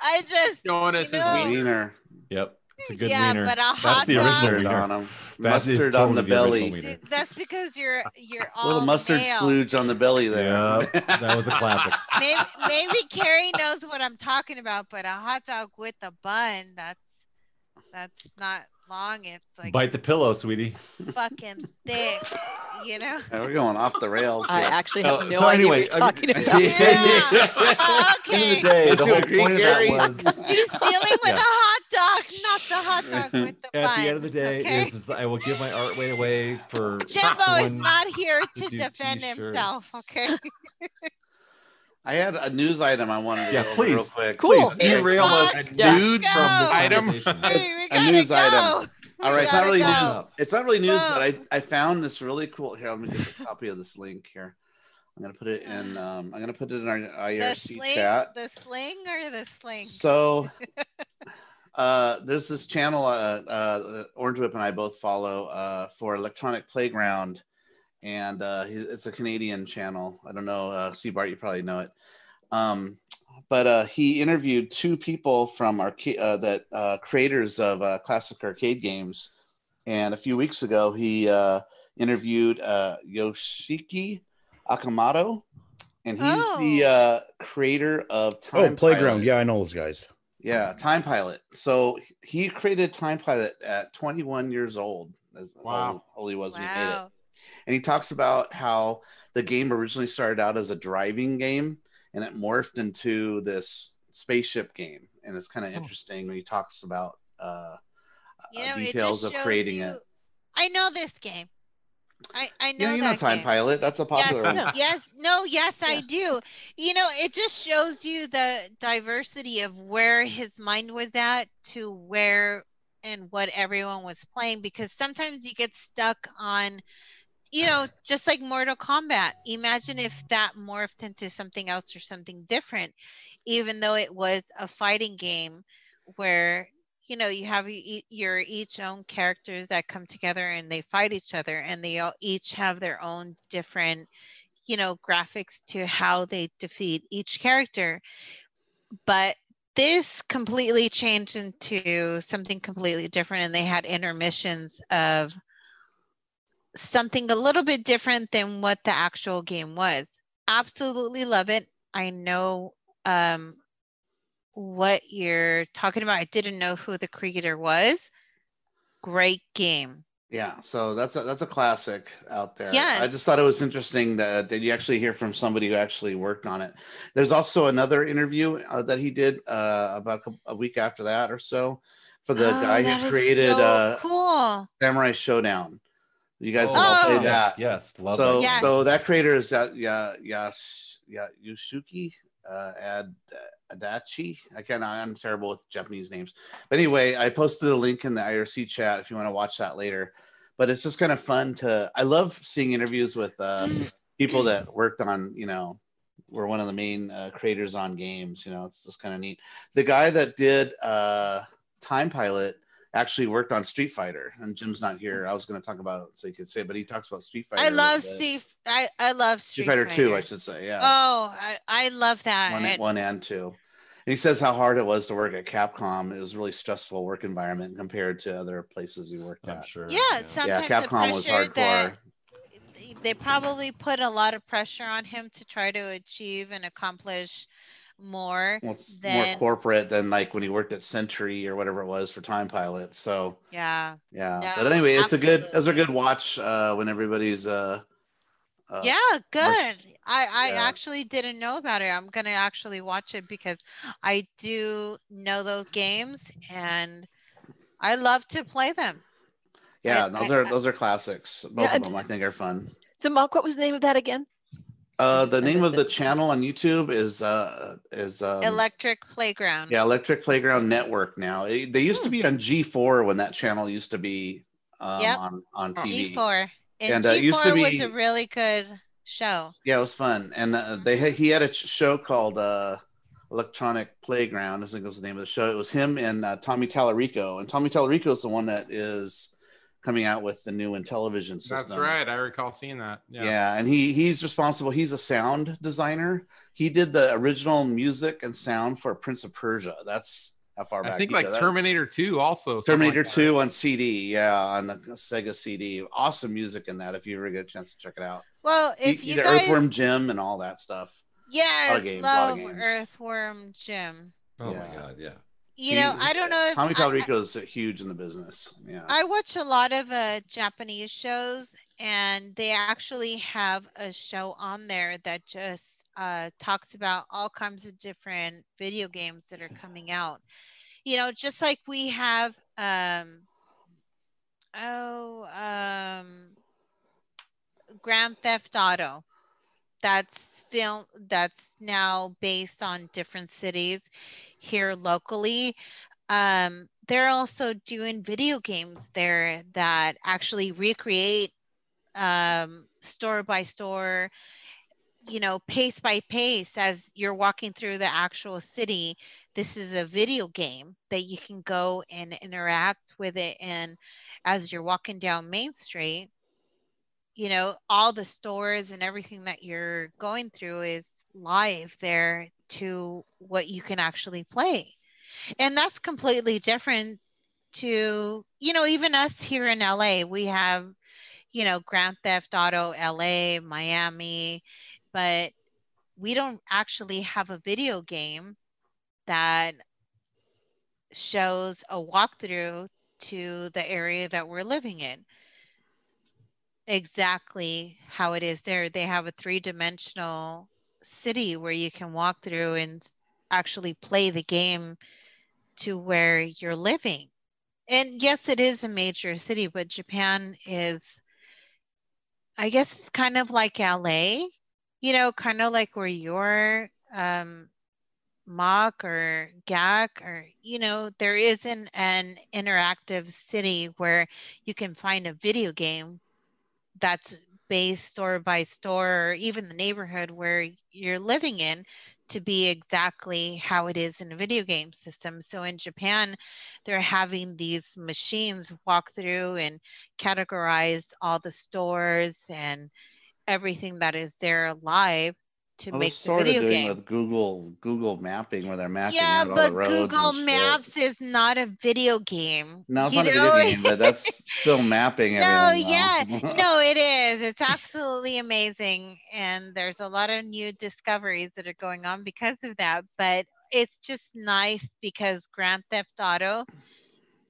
Speaker 12: I just
Speaker 11: Jonas
Speaker 12: You
Speaker 11: is
Speaker 12: know-
Speaker 11: weak.
Speaker 5: wiener
Speaker 4: yep it's a good
Speaker 12: Oh. yeah,
Speaker 4: wiener
Speaker 12: but a hot
Speaker 4: that's the
Speaker 12: dog.
Speaker 4: original
Speaker 5: shirt
Speaker 4: wiener
Speaker 5: on him.
Speaker 2: That is
Speaker 5: mustard on
Speaker 2: totally the
Speaker 5: the
Speaker 2: original
Speaker 5: belly.
Speaker 2: wiener.
Speaker 12: See, That's because you're you're all
Speaker 5: Little mustard
Speaker 12: male. (laughs)
Speaker 5: splooge on the belly there. (laughs)
Speaker 2: Yep, that was a classic.
Speaker 12: Maybe, maybe Carrie knows what I'm talking about, but a hot dog with a bun that's that's not long. It's like
Speaker 2: Bite the pillow, sweetie.
Speaker 12: fucking thick, you know.
Speaker 5: Yeah, we're going off the rails.
Speaker 3: I
Speaker 5: here.
Speaker 3: actually have
Speaker 2: Uh,
Speaker 3: no
Speaker 2: so
Speaker 3: idea
Speaker 2: anyway,
Speaker 3: what you're talking
Speaker 5: (laughs) okay.
Speaker 3: about.
Speaker 12: Yeah.
Speaker 2: End of the
Speaker 12: okay.
Speaker 2: day,
Speaker 5: Don't
Speaker 2: the
Speaker 5: you
Speaker 2: whole
Speaker 5: agree,
Speaker 2: point of
Speaker 5: Gary?
Speaker 2: that
Speaker 12: (laughs)
Speaker 2: was.
Speaker 12: He's
Speaker 5: (laughs)
Speaker 12: dealing with
Speaker 2: Yeah.
Speaker 12: a hot dog, not the hot dog with the
Speaker 2: At
Speaker 12: bun.
Speaker 2: the end of the day,
Speaker 12: okay?
Speaker 2: is, is that I will give my art way away
Speaker 12: (laughs)
Speaker 2: for
Speaker 12: Jimbo is
Speaker 2: one-
Speaker 12: not
Speaker 5: (laughs)
Speaker 12: here to
Speaker 2: do
Speaker 12: defend
Speaker 2: t-shirts.
Speaker 12: himself. Okay. (laughs)
Speaker 5: I had a news item I wanted to
Speaker 2: Yeah,
Speaker 5: go over
Speaker 2: please.
Speaker 5: real quick.
Speaker 3: Cool.
Speaker 2: Please derail us
Speaker 3: Yeah.
Speaker 5: Nudes
Speaker 12: Go.
Speaker 2: from this
Speaker 12: Item.
Speaker 2: conversation.
Speaker 12: Hey, we
Speaker 5: a
Speaker 12: gotta
Speaker 5: news
Speaker 12: go.
Speaker 5: item. All
Speaker 12: We
Speaker 5: right, it's not
Speaker 12: gotta
Speaker 5: really
Speaker 12: go.
Speaker 5: news. It's not really news, but I,
Speaker 12: Go.
Speaker 5: I found this really cool. Here, let me get the copy of this link here. I'm gonna put it
Speaker 12: (sighs)
Speaker 5: in. Um, I'm gonna put it in our
Speaker 12: The
Speaker 5: IRC
Speaker 12: sling,
Speaker 5: chat.
Speaker 12: the sling, or the sling.
Speaker 5: So, uh, there's this channel uh, uh, Orange Whip and I both follow uh, for Electronic Playground, and uh, he- it's a Canadian channel. I don't know, uh, C Bart, you probably know it. Um, but uh, he interviewed two people from arcade uh, that uh, creators of uh, classic arcade games, and a few weeks ago he uh, interviewed uh, Yoshiki Akamoto, and he's the
Speaker 12: Oh.
Speaker 5: uh, creator of Time
Speaker 1: oh, playground.
Speaker 5: Pilot.
Speaker 1: Yeah, I know those guys.
Speaker 5: Yeah, Time Pilot. So he created Time Pilot at 21 years old. As
Speaker 11: Wow.
Speaker 5: Holy was when he made it.
Speaker 12: Wow.
Speaker 5: And he talks about how the game originally started out as a driving game and it morphed into this spaceship game. And it's kind of interesting when he talks about uh,
Speaker 12: You
Speaker 5: uh,
Speaker 12: know, it
Speaker 5: details
Speaker 12: just
Speaker 5: of
Speaker 12: shows
Speaker 5: creating
Speaker 12: you-
Speaker 5: it.
Speaker 12: I know this game. I I know
Speaker 5: Yeah, you know
Speaker 12: that
Speaker 5: Time
Speaker 12: game.
Speaker 5: Pilot. That's a popular
Speaker 12: yes,
Speaker 5: one.
Speaker 12: yes, no, yes,
Speaker 3: Yeah.
Speaker 12: I do. You know, it just shows you the diversity of where his mind was at to where and what everyone was playing because sometimes you get stuck on, you know, just like Mortal Kombat. Imagine if that morphed into something else or something different, even though it was a fighting game where you know you have e- your each own characters that come together and they fight each other and they all each have their own different you know graphics to how they defeat each character but this completely changed into something completely different and they had intermissions of something a little bit different than what the actual game was absolutely love it i know um what you're talking about i didn't know who the creator was great game
Speaker 5: Yeah, so that's a that's a classic out there.
Speaker 12: Yes.
Speaker 5: I just thought it was interesting that that you actually hear from somebody who actually worked on it. There's also another interview uh, that he did uh, about a, cou- a week after that or so for the
Speaker 12: Oh,
Speaker 5: guy
Speaker 12: that
Speaker 5: who
Speaker 12: is
Speaker 5: created
Speaker 12: so
Speaker 5: uh,
Speaker 12: cool
Speaker 5: (laughs) Samurai Showdown. You guys have all
Speaker 12: Oh.
Speaker 5: played
Speaker 12: yeah,
Speaker 5: that.
Speaker 2: Yes, love
Speaker 5: So
Speaker 2: that.
Speaker 12: Yes.
Speaker 5: so that creator is uh, yeah yeah yeah Yushuki uh, Ad Adachi. I can't. I'm terrible with Japanese names. But anyway, I posted a link in the IRC chat if you want to watch that later. But it's just kind of fun to. I love seeing interviews with uh, people that worked on you know were one of the main uh, creators on games. You know, it's just kind of neat. The guy that did uh, Time Pilot actually worked on Street Fighter, and Jim's not here. I was going to talk about it so you could say, but he talks about Street Fighter.
Speaker 12: I
Speaker 5: a little
Speaker 12: love
Speaker 5: bit.
Speaker 12: Steve. I, I love Street,
Speaker 5: Street Fighter Two, I should say. Yeah,
Speaker 12: Oh, I, I love that.
Speaker 5: one,
Speaker 12: It-
Speaker 5: one and two. And he says how hard it was to work at Capcom. It was a really stressful work environment compared to other places he worked
Speaker 2: I'm
Speaker 5: at.
Speaker 2: sure.
Speaker 12: yeah,
Speaker 5: Yeah,
Speaker 12: sometimes the
Speaker 5: Capcom
Speaker 12: pressure
Speaker 5: was
Speaker 12: that
Speaker 5: hardcore.
Speaker 12: they- they probably put a lot of pressure on him to try to achieve and accomplish more.
Speaker 5: Well, it's more
Speaker 12: than-
Speaker 5: corporate than like when he worked at Century or whatever it was for Time Pilot. So
Speaker 12: Yeah.
Speaker 5: yeah,
Speaker 12: No,
Speaker 5: but anyway, it's a good, it's a
Speaker 12: absolutely.
Speaker 5: good watch uh, when everybody's. Uh, uh,
Speaker 12: yeah, good. I I
Speaker 5: yeah.
Speaker 12: actually didn't know about it. I'm gonna actually watch it because I do know those games and I love to play them.
Speaker 5: Yeah,
Speaker 12: I-
Speaker 5: those
Speaker 12: I-
Speaker 5: are those are classics. Both of
Speaker 3: it's-
Speaker 5: them, I think, are fun.
Speaker 3: So, Mark, what was the name of that again?
Speaker 5: Uh,
Speaker 3: just-
Speaker 5: the
Speaker 3: I
Speaker 5: name
Speaker 3: missed
Speaker 5: of the
Speaker 3: it.
Speaker 5: channel on YouTube is uh, is um,
Speaker 12: Electric Playground.
Speaker 5: Yeah, Electric Playground Network now. It- they
Speaker 12: Hmm.
Speaker 5: used to be on G4 when that channel used to be um,
Speaker 12: Yep.
Speaker 5: on, on TV.
Speaker 12: G4. And,
Speaker 5: And, uh,
Speaker 12: G4
Speaker 5: it used to
Speaker 12: was a
Speaker 5: be-
Speaker 12: really good show.
Speaker 5: Yeah, it was fun. And uh, they
Speaker 12: Mm-hmm.
Speaker 5: had, he had a ch- show called uh, Electronic Playground, I think was the name of the show. It was him and uh, Tommy Tallarico. And Tommy Tallarico is the one that is coming out with the new Intellivision system.
Speaker 11: That's right. I recall seeing that.
Speaker 5: Yeah.
Speaker 11: Yeah.
Speaker 5: and he he's responsible. He's a sound designer. He did the original music and sound for Prince of Persia. That's how far back?
Speaker 11: I think
Speaker 5: he
Speaker 11: like
Speaker 5: did that.
Speaker 11: Terminator 2 also. something like
Speaker 5: Terminator
Speaker 11: that.
Speaker 5: 2 on CD, yeah, on the Sega CD. Awesome music in that if you ever get a chance to check it out.
Speaker 12: Well, if
Speaker 5: E-
Speaker 12: you
Speaker 5: either
Speaker 12: guys,
Speaker 5: Earthworm Jim and all that stuff.
Speaker 12: yes,
Speaker 5: games, lot of
Speaker 12: love
Speaker 5: games.
Speaker 12: Earthworm Jim.
Speaker 2: Oh
Speaker 5: Yeah.
Speaker 2: my god, yeah.
Speaker 12: You know,
Speaker 5: He's-
Speaker 12: I don't know if
Speaker 5: Tommy
Speaker 12: Um, I- I-
Speaker 5: Talrico's huge in the business. Yeah.
Speaker 12: I watch a lot of uh, Japanese shows, and they actually have a show on there that just uh, talks about all kinds of different video games that are coming out. You know, just like we have, um, oh, um, Grand Theft Auto. That's film. That's now based on different cities here locally um, they're also doing video games there that actually recreate um, store by store, you know, pace by pace as you're walking through the actual city. This is a video game that you can go and interact with it. And as you're walking down Main Street, you know, all the stores and everything that you're going through is live there to what you can actually play and that's completely different to you know even us here in LA we have you know Grand Theft Auto LA Miami but we don't actually have a video game that shows a walkthrough to the area that we're living in exactly how it is there they have a three-dimensional city where you can walk through and actually play the game to where you're living. And yes, it is a major city, but Japan is, I guess, it's kind of like LA, you know, kind of like where your um, mock or gag or, you know, there isn't an interactive city where you can find a video game that's based store by store or even the neighborhood where you're living in to be exactly how it is in a video game system. So in Japan, they're having these machines walk through and categorize all the stores and everything that is there live to
Speaker 5: Well, they're
Speaker 12: make the
Speaker 5: sort of
Speaker 12: video
Speaker 5: doing
Speaker 12: game.
Speaker 5: with Google Google mapping where they're mapping
Speaker 12: yeah,
Speaker 5: out all
Speaker 12: but
Speaker 5: the roads. and
Speaker 12: Google
Speaker 5: shit.
Speaker 12: Maps is not a video game.
Speaker 5: No, it's
Speaker 12: You
Speaker 5: not a video
Speaker 12: know?
Speaker 5: game, but
Speaker 12: (laughs)
Speaker 5: that's still mapping
Speaker 12: No,
Speaker 5: everything.
Speaker 12: yeah,
Speaker 5: (laughs) though.
Speaker 12: no, it is. It's absolutely amazing, and there's a lot of new discoveries that are going on because of that. But it's just nice because Grand Theft Auto,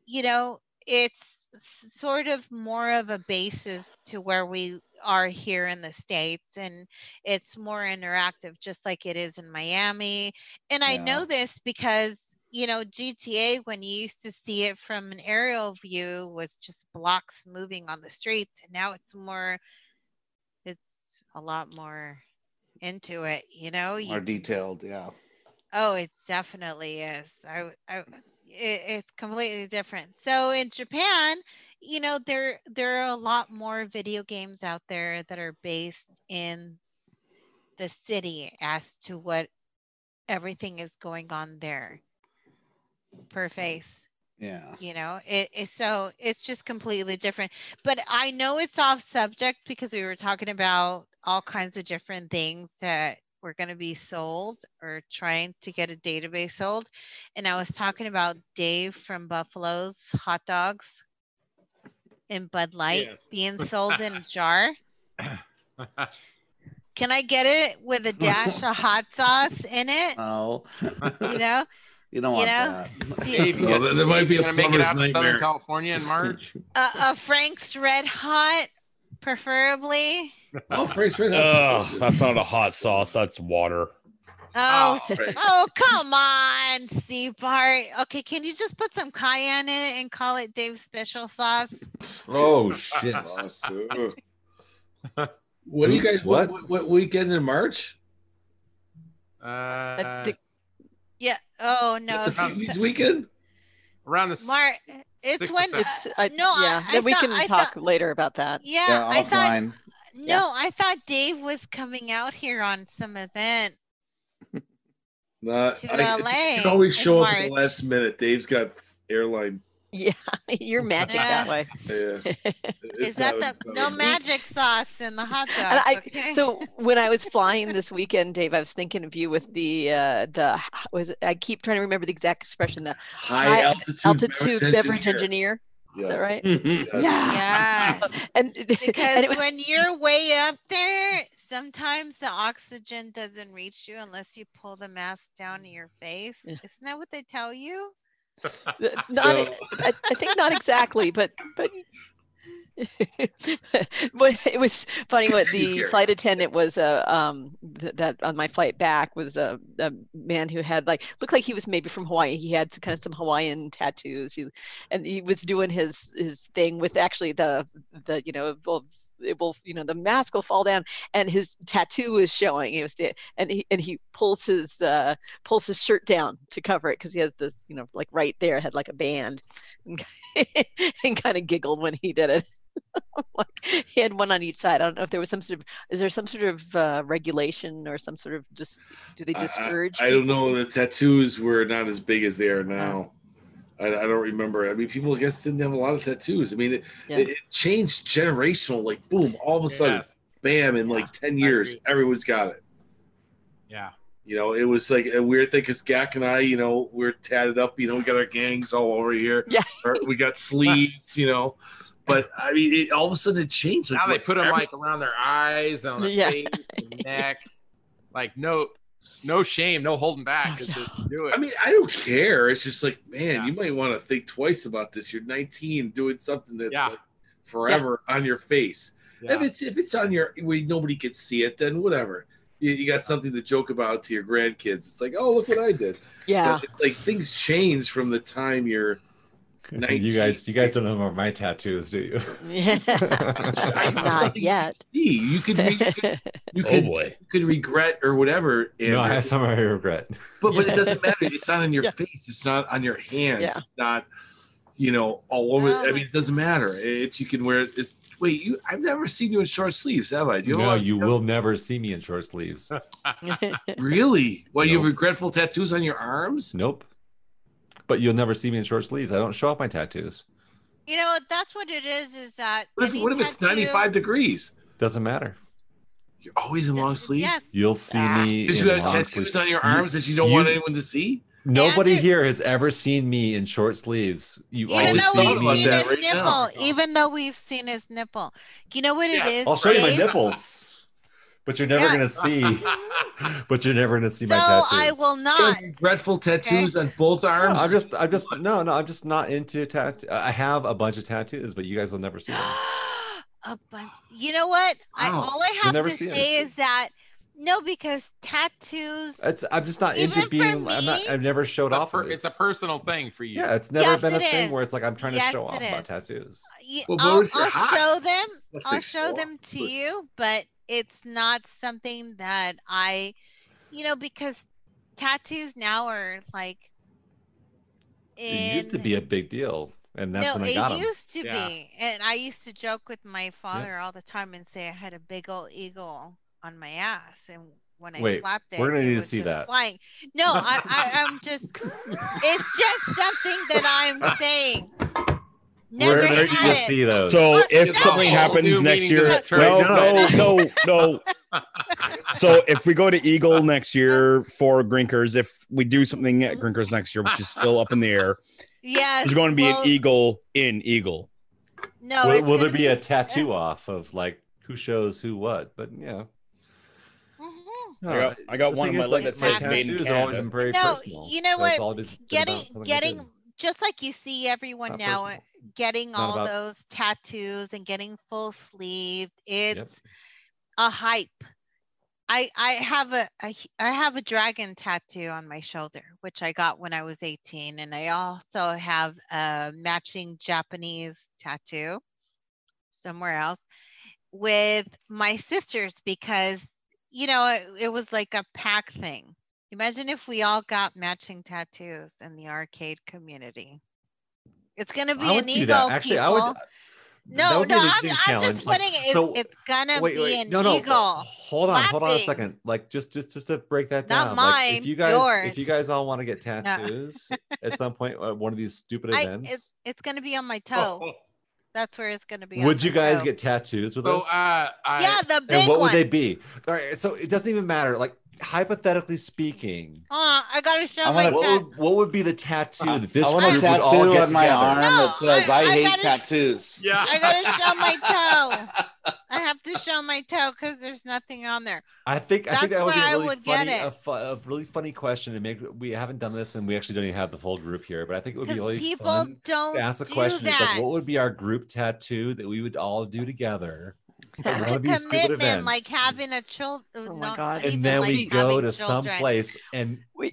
Speaker 12: you know, it's s- sort of more of a basis to where we are here in the states, and it's more interactive, just like it is in Miami. And I
Speaker 5: Yeah.
Speaker 12: know this because. You know, GTA, when you used to see it from an aerial view, was just blocks moving on the streets. And now it's more, it's a lot more into it. You know, you
Speaker 5: More detailed, yeah.
Speaker 12: Oh, it definitely is. I, w- I w- it, it's completely different. So in Japan, you know, there there are a lot more video games out there that are based in the city as to what everything is going on there per face
Speaker 5: Yeah.
Speaker 12: you know it, it's so it's just completely different but i know it's off subject because we were talking about all kinds of different things that were going to be sold or trying to get a database sold and i was talking about dave from buffalo's hot dogs and bud light
Speaker 11: Yes.
Speaker 12: being sold in a jar can i get it with a dash of hot sauce in it (laughs)
Speaker 5: No.
Speaker 12: you know
Speaker 5: (laughs) you don't
Speaker 12: You
Speaker 5: want
Speaker 12: know?
Speaker 5: that.
Speaker 11: Maybe.
Speaker 9: Well, there might be a
Speaker 11: Gonna make it
Speaker 9: plumber's
Speaker 11: out to Southern
Speaker 9: nightmare.
Speaker 11: California
Speaker 4: (laughs)
Speaker 11: in March.
Speaker 12: a, a frank's red hot preferably
Speaker 9: Oh, Frank's Red
Speaker 1: Ugh,
Speaker 9: Hot.
Speaker 1: that's not a hot sauce. That's water.
Speaker 12: Oh, s- oh, come on, Steve Bart. Okay, can you just put some cayenne in it and call it Dave's special sauce?
Speaker 2: Oh shit.
Speaker 4: (laughs)
Speaker 9: What do you
Speaker 2: Oops,
Speaker 9: guys? What?
Speaker 2: what?
Speaker 9: What, what weekend in March?
Speaker 11: Uh,
Speaker 3: think-
Speaker 12: Yeah. Oh no. if
Speaker 11: Um,
Speaker 12: you
Speaker 9: This
Speaker 12: t-
Speaker 9: weekend?
Speaker 11: around the s-
Speaker 12: Mar- it's
Speaker 11: six
Speaker 12: when.
Speaker 11: or
Speaker 3: It's,
Speaker 12: uh,
Speaker 3: I,
Speaker 12: no, I-
Speaker 3: yeah,
Speaker 12: I
Speaker 3: then we
Speaker 12: thought-
Speaker 3: can
Speaker 12: I
Speaker 3: talk
Speaker 12: thought-
Speaker 3: later about that.
Speaker 12: yeah,
Speaker 5: yeah,
Speaker 12: I thought. (laughs)
Speaker 5: offline.
Speaker 12: No, I thought Dave was coming out here on some event
Speaker 9: Not.
Speaker 12: to
Speaker 9: I,
Speaker 12: LA.
Speaker 9: you can always
Speaker 12: in
Speaker 9: show up at the
Speaker 12: March.
Speaker 9: last minute. Dave's got airline
Speaker 3: Yeah, (laughs) you're magic
Speaker 12: Yeah.
Speaker 3: that way.
Speaker 9: Yeah.
Speaker 12: (laughs) Is that the no magic sauce in the hot dog?
Speaker 3: (laughs) And I,
Speaker 12: okay?
Speaker 3: So (laughs) when I was flying this weekend, Dave, I was thinking of you with the uh, the was it- I keep trying to remember the exact expression the
Speaker 9: High altitude,
Speaker 3: altitude beverage engineer. Is that
Speaker 4: (laughs)
Speaker 3: right?
Speaker 2: (laughs)
Speaker 12: yeah,
Speaker 3: (laughs) And,
Speaker 12: because
Speaker 3: and it was
Speaker 12: when you're way up there, sometimes the oxygen doesn't reach you unless you pull the mask down to your face.
Speaker 3: Yeah.
Speaker 12: Isn't that what they tell you?
Speaker 3: not I, I think not exactly, but but (laughs) but it was funny what
Speaker 9: Continue,
Speaker 3: the
Speaker 9: Carrie.
Speaker 3: flight attendant was a um th- that on my flight back was a, a man who had like looked like he was maybe from Hawaii he had some kind of some Hawaiian tattoos he, and he was doing his his thing with actually the the you know it will, it will you know the mask will fall down and his tattoo is showing it was and he and he pulls his uh pulls his shirt down to cover it because he has this you know like right there had like a band and, (laughs) and kind of giggled when he did it (laughs) like he had one on each side. I don't know if there was some sort of is there some sort of uh, regulation or some sort of just do they
Speaker 9: I-
Speaker 3: discourage?
Speaker 9: I, I don't
Speaker 3: people
Speaker 9: know.
Speaker 3: from-
Speaker 9: The tattoos were not as big as they are now. I, I don't remember. I mean, people I guess didn't have a lot of tattoos. I mean, it,
Speaker 3: Yeah.
Speaker 9: it, it changed generational. Like boom, all of a sudden,
Speaker 11: Yes.
Speaker 9: bam! In like ten years,
Speaker 11: agree.
Speaker 9: everyone's got it.
Speaker 11: Yeah.
Speaker 9: You know, it was like a weird thing because Gak and I, you know, we're tatted up. You know, we got our gangs all over here.
Speaker 3: Yeah.
Speaker 9: Or we got sleeves. You know, but I mean, it, all of a sudden it changed.
Speaker 11: Now they
Speaker 9: what-
Speaker 11: put them like around their eyes and on their
Speaker 3: Yeah.
Speaker 11: face, and neck. Like no, no shame, no holding back. It's just do it.
Speaker 9: I mean, I don't care. It's just like, man,
Speaker 11: Yeah.
Speaker 9: you might want to think twice about this. You're 19, doing something that's
Speaker 11: Yeah.
Speaker 9: like forever on your face.
Speaker 11: Yeah.
Speaker 9: If it's if it's on your where nobody can see it, then whatever. You, you got something to joke about to your grandkids. It's like, oh, look what I did.
Speaker 3: Yeah,
Speaker 9: But, like things change from the time you're 19.
Speaker 4: You guys, you guys don't know about my tattoos,
Speaker 12: (laughs)
Speaker 4: do you?
Speaker 3: yeah, (laughs)
Speaker 2: (laughs)
Speaker 3: not yet.
Speaker 9: (laughs) See, you could re- you could, you could,
Speaker 2: Oh,
Speaker 1: boy.
Speaker 9: you could regret or whatever. And,
Speaker 4: Oh, no, I have some I regret.
Speaker 9: but
Speaker 3: (laughs)
Speaker 9: but it doesn't matter. It's not on your
Speaker 3: Yeah.
Speaker 9: face. It's not on your hands.
Speaker 3: Yeah.
Speaker 9: It's not, you know, all over.
Speaker 12: Oh
Speaker 9: I
Speaker 12: my
Speaker 9: mean, it doesn't matter. It's you can wear it. It's, wait, you? I've never seen you in short sleeves, have I? Do have a
Speaker 4: no,
Speaker 9: lot of
Speaker 4: you
Speaker 9: tattoos?
Speaker 4: will never see me in short sleeves.
Speaker 3: (laughs)
Speaker 9: Really? Why you have
Speaker 4: No.
Speaker 9: regretful tattoos on your arms?
Speaker 4: Nope. But you'll never see me in short sleeves. I don't show off my tattoos.
Speaker 12: You know what? That's what it is. Is that
Speaker 9: What if,
Speaker 12: any
Speaker 9: what if it's
Speaker 12: tattoo-
Speaker 9: 95 degrees?
Speaker 4: Doesn't matter.
Speaker 9: (laughs) You're always in long sleeves.
Speaker 12: Yes.
Speaker 4: You'll see
Speaker 3: Ah.
Speaker 4: me.
Speaker 9: Did
Speaker 4: in
Speaker 9: you have
Speaker 4: long
Speaker 9: tattoos
Speaker 4: sleeves.
Speaker 9: on your
Speaker 4: You-
Speaker 9: arms that you don't
Speaker 4: you-
Speaker 9: want anyone to see?
Speaker 4: Nobody
Speaker 12: Andrew-
Speaker 4: here has ever seen me in short sleeves. You
Speaker 12: Even
Speaker 4: always
Speaker 12: though
Speaker 9: thought
Speaker 4: see
Speaker 12: we've
Speaker 9: about
Speaker 4: me.
Speaker 12: seen
Speaker 9: that
Speaker 12: his
Speaker 9: right
Speaker 12: nipple,
Speaker 9: now. Oh
Speaker 12: even though we've seen his nipple, you know what
Speaker 9: Yes.
Speaker 12: it is?
Speaker 4: I'll show you my
Speaker 12: Dave?
Speaker 4: nipples, but you're never
Speaker 12: Yeah. (laughs)
Speaker 4: gonna see. (laughs) But you're never gonna see
Speaker 12: So
Speaker 4: my tattoos.
Speaker 12: I will
Speaker 9: You
Speaker 12: not.
Speaker 9: have regretful tattoos on both
Speaker 4: No,
Speaker 9: arms.
Speaker 4: I'm just, I'm just, no, no, I'm just not into tattoo. I have a bunch of tattoos, but you guys will never see
Speaker 12: (gasps)
Speaker 4: them.
Speaker 12: a bun- you know what? I,
Speaker 9: Wow.
Speaker 12: all I have
Speaker 4: never
Speaker 12: to
Speaker 4: see it.
Speaker 12: say is that no, because tattoos.
Speaker 4: It's, I'm just not
Speaker 12: Even
Speaker 4: into
Speaker 12: for
Speaker 4: being. I'm not.
Speaker 12: me?
Speaker 4: I've never showed
Speaker 11: It's a,
Speaker 4: off.
Speaker 11: per-
Speaker 4: of it.
Speaker 11: it's a personal thing for you.
Speaker 4: Yeah, it's never
Speaker 12: Yes,
Speaker 4: been a
Speaker 12: it
Speaker 4: thing
Speaker 12: is.
Speaker 4: where it's like I'm trying
Speaker 12: Yes,
Speaker 4: to show
Speaker 12: it
Speaker 4: off about
Speaker 12: is.
Speaker 4: tattoos.
Speaker 12: y-
Speaker 9: Well, but
Speaker 12: I'll,
Speaker 9: what if you're
Speaker 12: I'll
Speaker 9: hot?
Speaker 12: show them.
Speaker 9: Let's say
Speaker 12: I'll show
Speaker 9: show
Speaker 12: them
Speaker 9: off.
Speaker 12: to you, but it's not something that I, you know, because tattoos now are like.
Speaker 4: It used to
Speaker 12: in-
Speaker 4: be a big deal, and that's
Speaker 12: no,
Speaker 4: when I
Speaker 12: it
Speaker 4: got them.
Speaker 12: used to
Speaker 11: Yeah.
Speaker 12: be, and I used to joke with my father all the time and say I had a big old eagle on my ass, and when I
Speaker 4: Wait,
Speaker 12: slapped it,
Speaker 4: we're gonna
Speaker 12: it
Speaker 4: need to
Speaker 12: was
Speaker 4: see
Speaker 12: just
Speaker 4: that.
Speaker 12: flying. No, I, I,
Speaker 4: (laughs)
Speaker 12: I'm just, it's just something that I'm saying. Never
Speaker 4: we're gonna need to
Speaker 12: had it.
Speaker 4: see those.
Speaker 1: So
Speaker 12: Well,
Speaker 1: if
Speaker 12: no.
Speaker 1: something happens
Speaker 11: New
Speaker 1: next
Speaker 11: meaning
Speaker 1: year,
Speaker 11: to
Speaker 1: no,
Speaker 11: that term.
Speaker 1: no, no,
Speaker 6: (laughs)
Speaker 1: no. So if we go to Eagle next year for Grinkers, if we do something at Grinkers next year, which is still up in the air,
Speaker 12: Yes,
Speaker 1: there's going to be
Speaker 12: well,
Speaker 1: an Eagle in Eagle.
Speaker 12: No,
Speaker 4: will
Speaker 12: it's
Speaker 4: will there
Speaker 12: gonna
Speaker 4: be a tattoo off of like who shows who what? But yeah,
Speaker 12: Mhm.
Speaker 1: I got- I got
Speaker 4: the
Speaker 1: one on
Speaker 4: thing
Speaker 1: my
Speaker 4: is,
Speaker 1: leg
Speaker 12: that
Speaker 4: my
Speaker 12: says made
Speaker 1: in
Speaker 4: tattoos have always
Speaker 1: Canada.
Speaker 4: been very
Speaker 12: No,
Speaker 4: personal.
Speaker 12: you know
Speaker 4: So it's
Speaker 12: what?
Speaker 4: all just been about
Speaker 12: Getting,
Speaker 4: something I
Speaker 12: getting,
Speaker 4: did.
Speaker 12: just like you see everyone
Speaker 4: Not
Speaker 12: now,
Speaker 4: personal.
Speaker 12: getting
Speaker 4: Not
Speaker 12: all
Speaker 4: about-
Speaker 12: those tattoos and getting full sleeve. It's a hype. I I have a, a h- I have a dragon tattoo on my shoulder, which I got when I was 18, and I also have a matching Japanese tattoo somewhere else with my sisters because you know it, it was like a pack thing. Imagine if we all got matching tattoos in the arcade community. It's gonna be
Speaker 4: I would
Speaker 12: an
Speaker 4: do
Speaker 12: ego,
Speaker 4: that. Actually,
Speaker 12: people.
Speaker 4: I would.
Speaker 12: No,
Speaker 4: would be
Speaker 12: no,
Speaker 4: an
Speaker 12: I'm,
Speaker 4: interesting
Speaker 12: I'm
Speaker 4: challenge,
Speaker 12: just
Speaker 4: like,
Speaker 12: putting it.
Speaker 4: so-
Speaker 12: it's gonna
Speaker 4: wait,
Speaker 12: be
Speaker 4: wait,
Speaker 12: an
Speaker 4: no, no,
Speaker 12: eagle.
Speaker 4: Hold on, hold on a
Speaker 12: flapping.
Speaker 4: second. Like just just just to break that
Speaker 12: Not
Speaker 4: down. like,
Speaker 12: mine,
Speaker 4: if you guys if you
Speaker 12: yours.
Speaker 4: guys all want
Speaker 12: (laughs)
Speaker 4: to get tattoos at some point at one of these stupid
Speaker 12: I,
Speaker 4: events,
Speaker 12: it's it's gonna be on my toe. That's where it's gonna be. on
Speaker 4: Oh. would
Speaker 12: my
Speaker 4: you guys
Speaker 12: toe.
Speaker 4: get tattoos with
Speaker 9: So
Speaker 4: us?
Speaker 9: uh, I,
Speaker 12: Yeah, the big
Speaker 4: and what
Speaker 12: one.
Speaker 4: would they be? All right, so it doesn't even matter. Like hypothetically speaking,
Speaker 12: Aw, I gotta show
Speaker 5: I'm
Speaker 12: my
Speaker 5: gonna-
Speaker 4: what
Speaker 12: tat-
Speaker 4: would, what would be the tattoo that this
Speaker 5: I want a
Speaker 4: group would all
Speaker 5: tattoo
Speaker 4: get
Speaker 5: on my
Speaker 4: together?
Speaker 5: arm that
Speaker 12: No,
Speaker 5: says
Speaker 12: I-
Speaker 5: I,
Speaker 12: I
Speaker 5: hate
Speaker 12: gotta-
Speaker 5: tattoos.
Speaker 1: Yeah.
Speaker 12: I gotta show my toe. I have to show my toe because there's nothing on there.
Speaker 4: I think I think
Speaker 12: That's
Speaker 4: that would be
Speaker 12: where I
Speaker 4: a really
Speaker 12: would get
Speaker 4: funny, a,
Speaker 12: it.
Speaker 4: fu- a really funny question. And make we haven't done this, and we actually don't even have the full group here. But I think it would be
Speaker 12: Because
Speaker 4: really
Speaker 12: people
Speaker 4: fun
Speaker 12: don't
Speaker 4: to ask the
Speaker 12: do
Speaker 4: question: is
Speaker 12: that. (laughs)
Speaker 4: like, what would be our group tattoo that we would all do together?
Speaker 3: That's
Speaker 12: That's
Speaker 4: one
Speaker 12: a
Speaker 4: of these stupid
Speaker 12: commitment, like
Speaker 4: events.
Speaker 12: having a child.
Speaker 3: Oh my God.
Speaker 4: and then we go to some
Speaker 12: place.
Speaker 4: place and
Speaker 3: We-
Speaker 4: what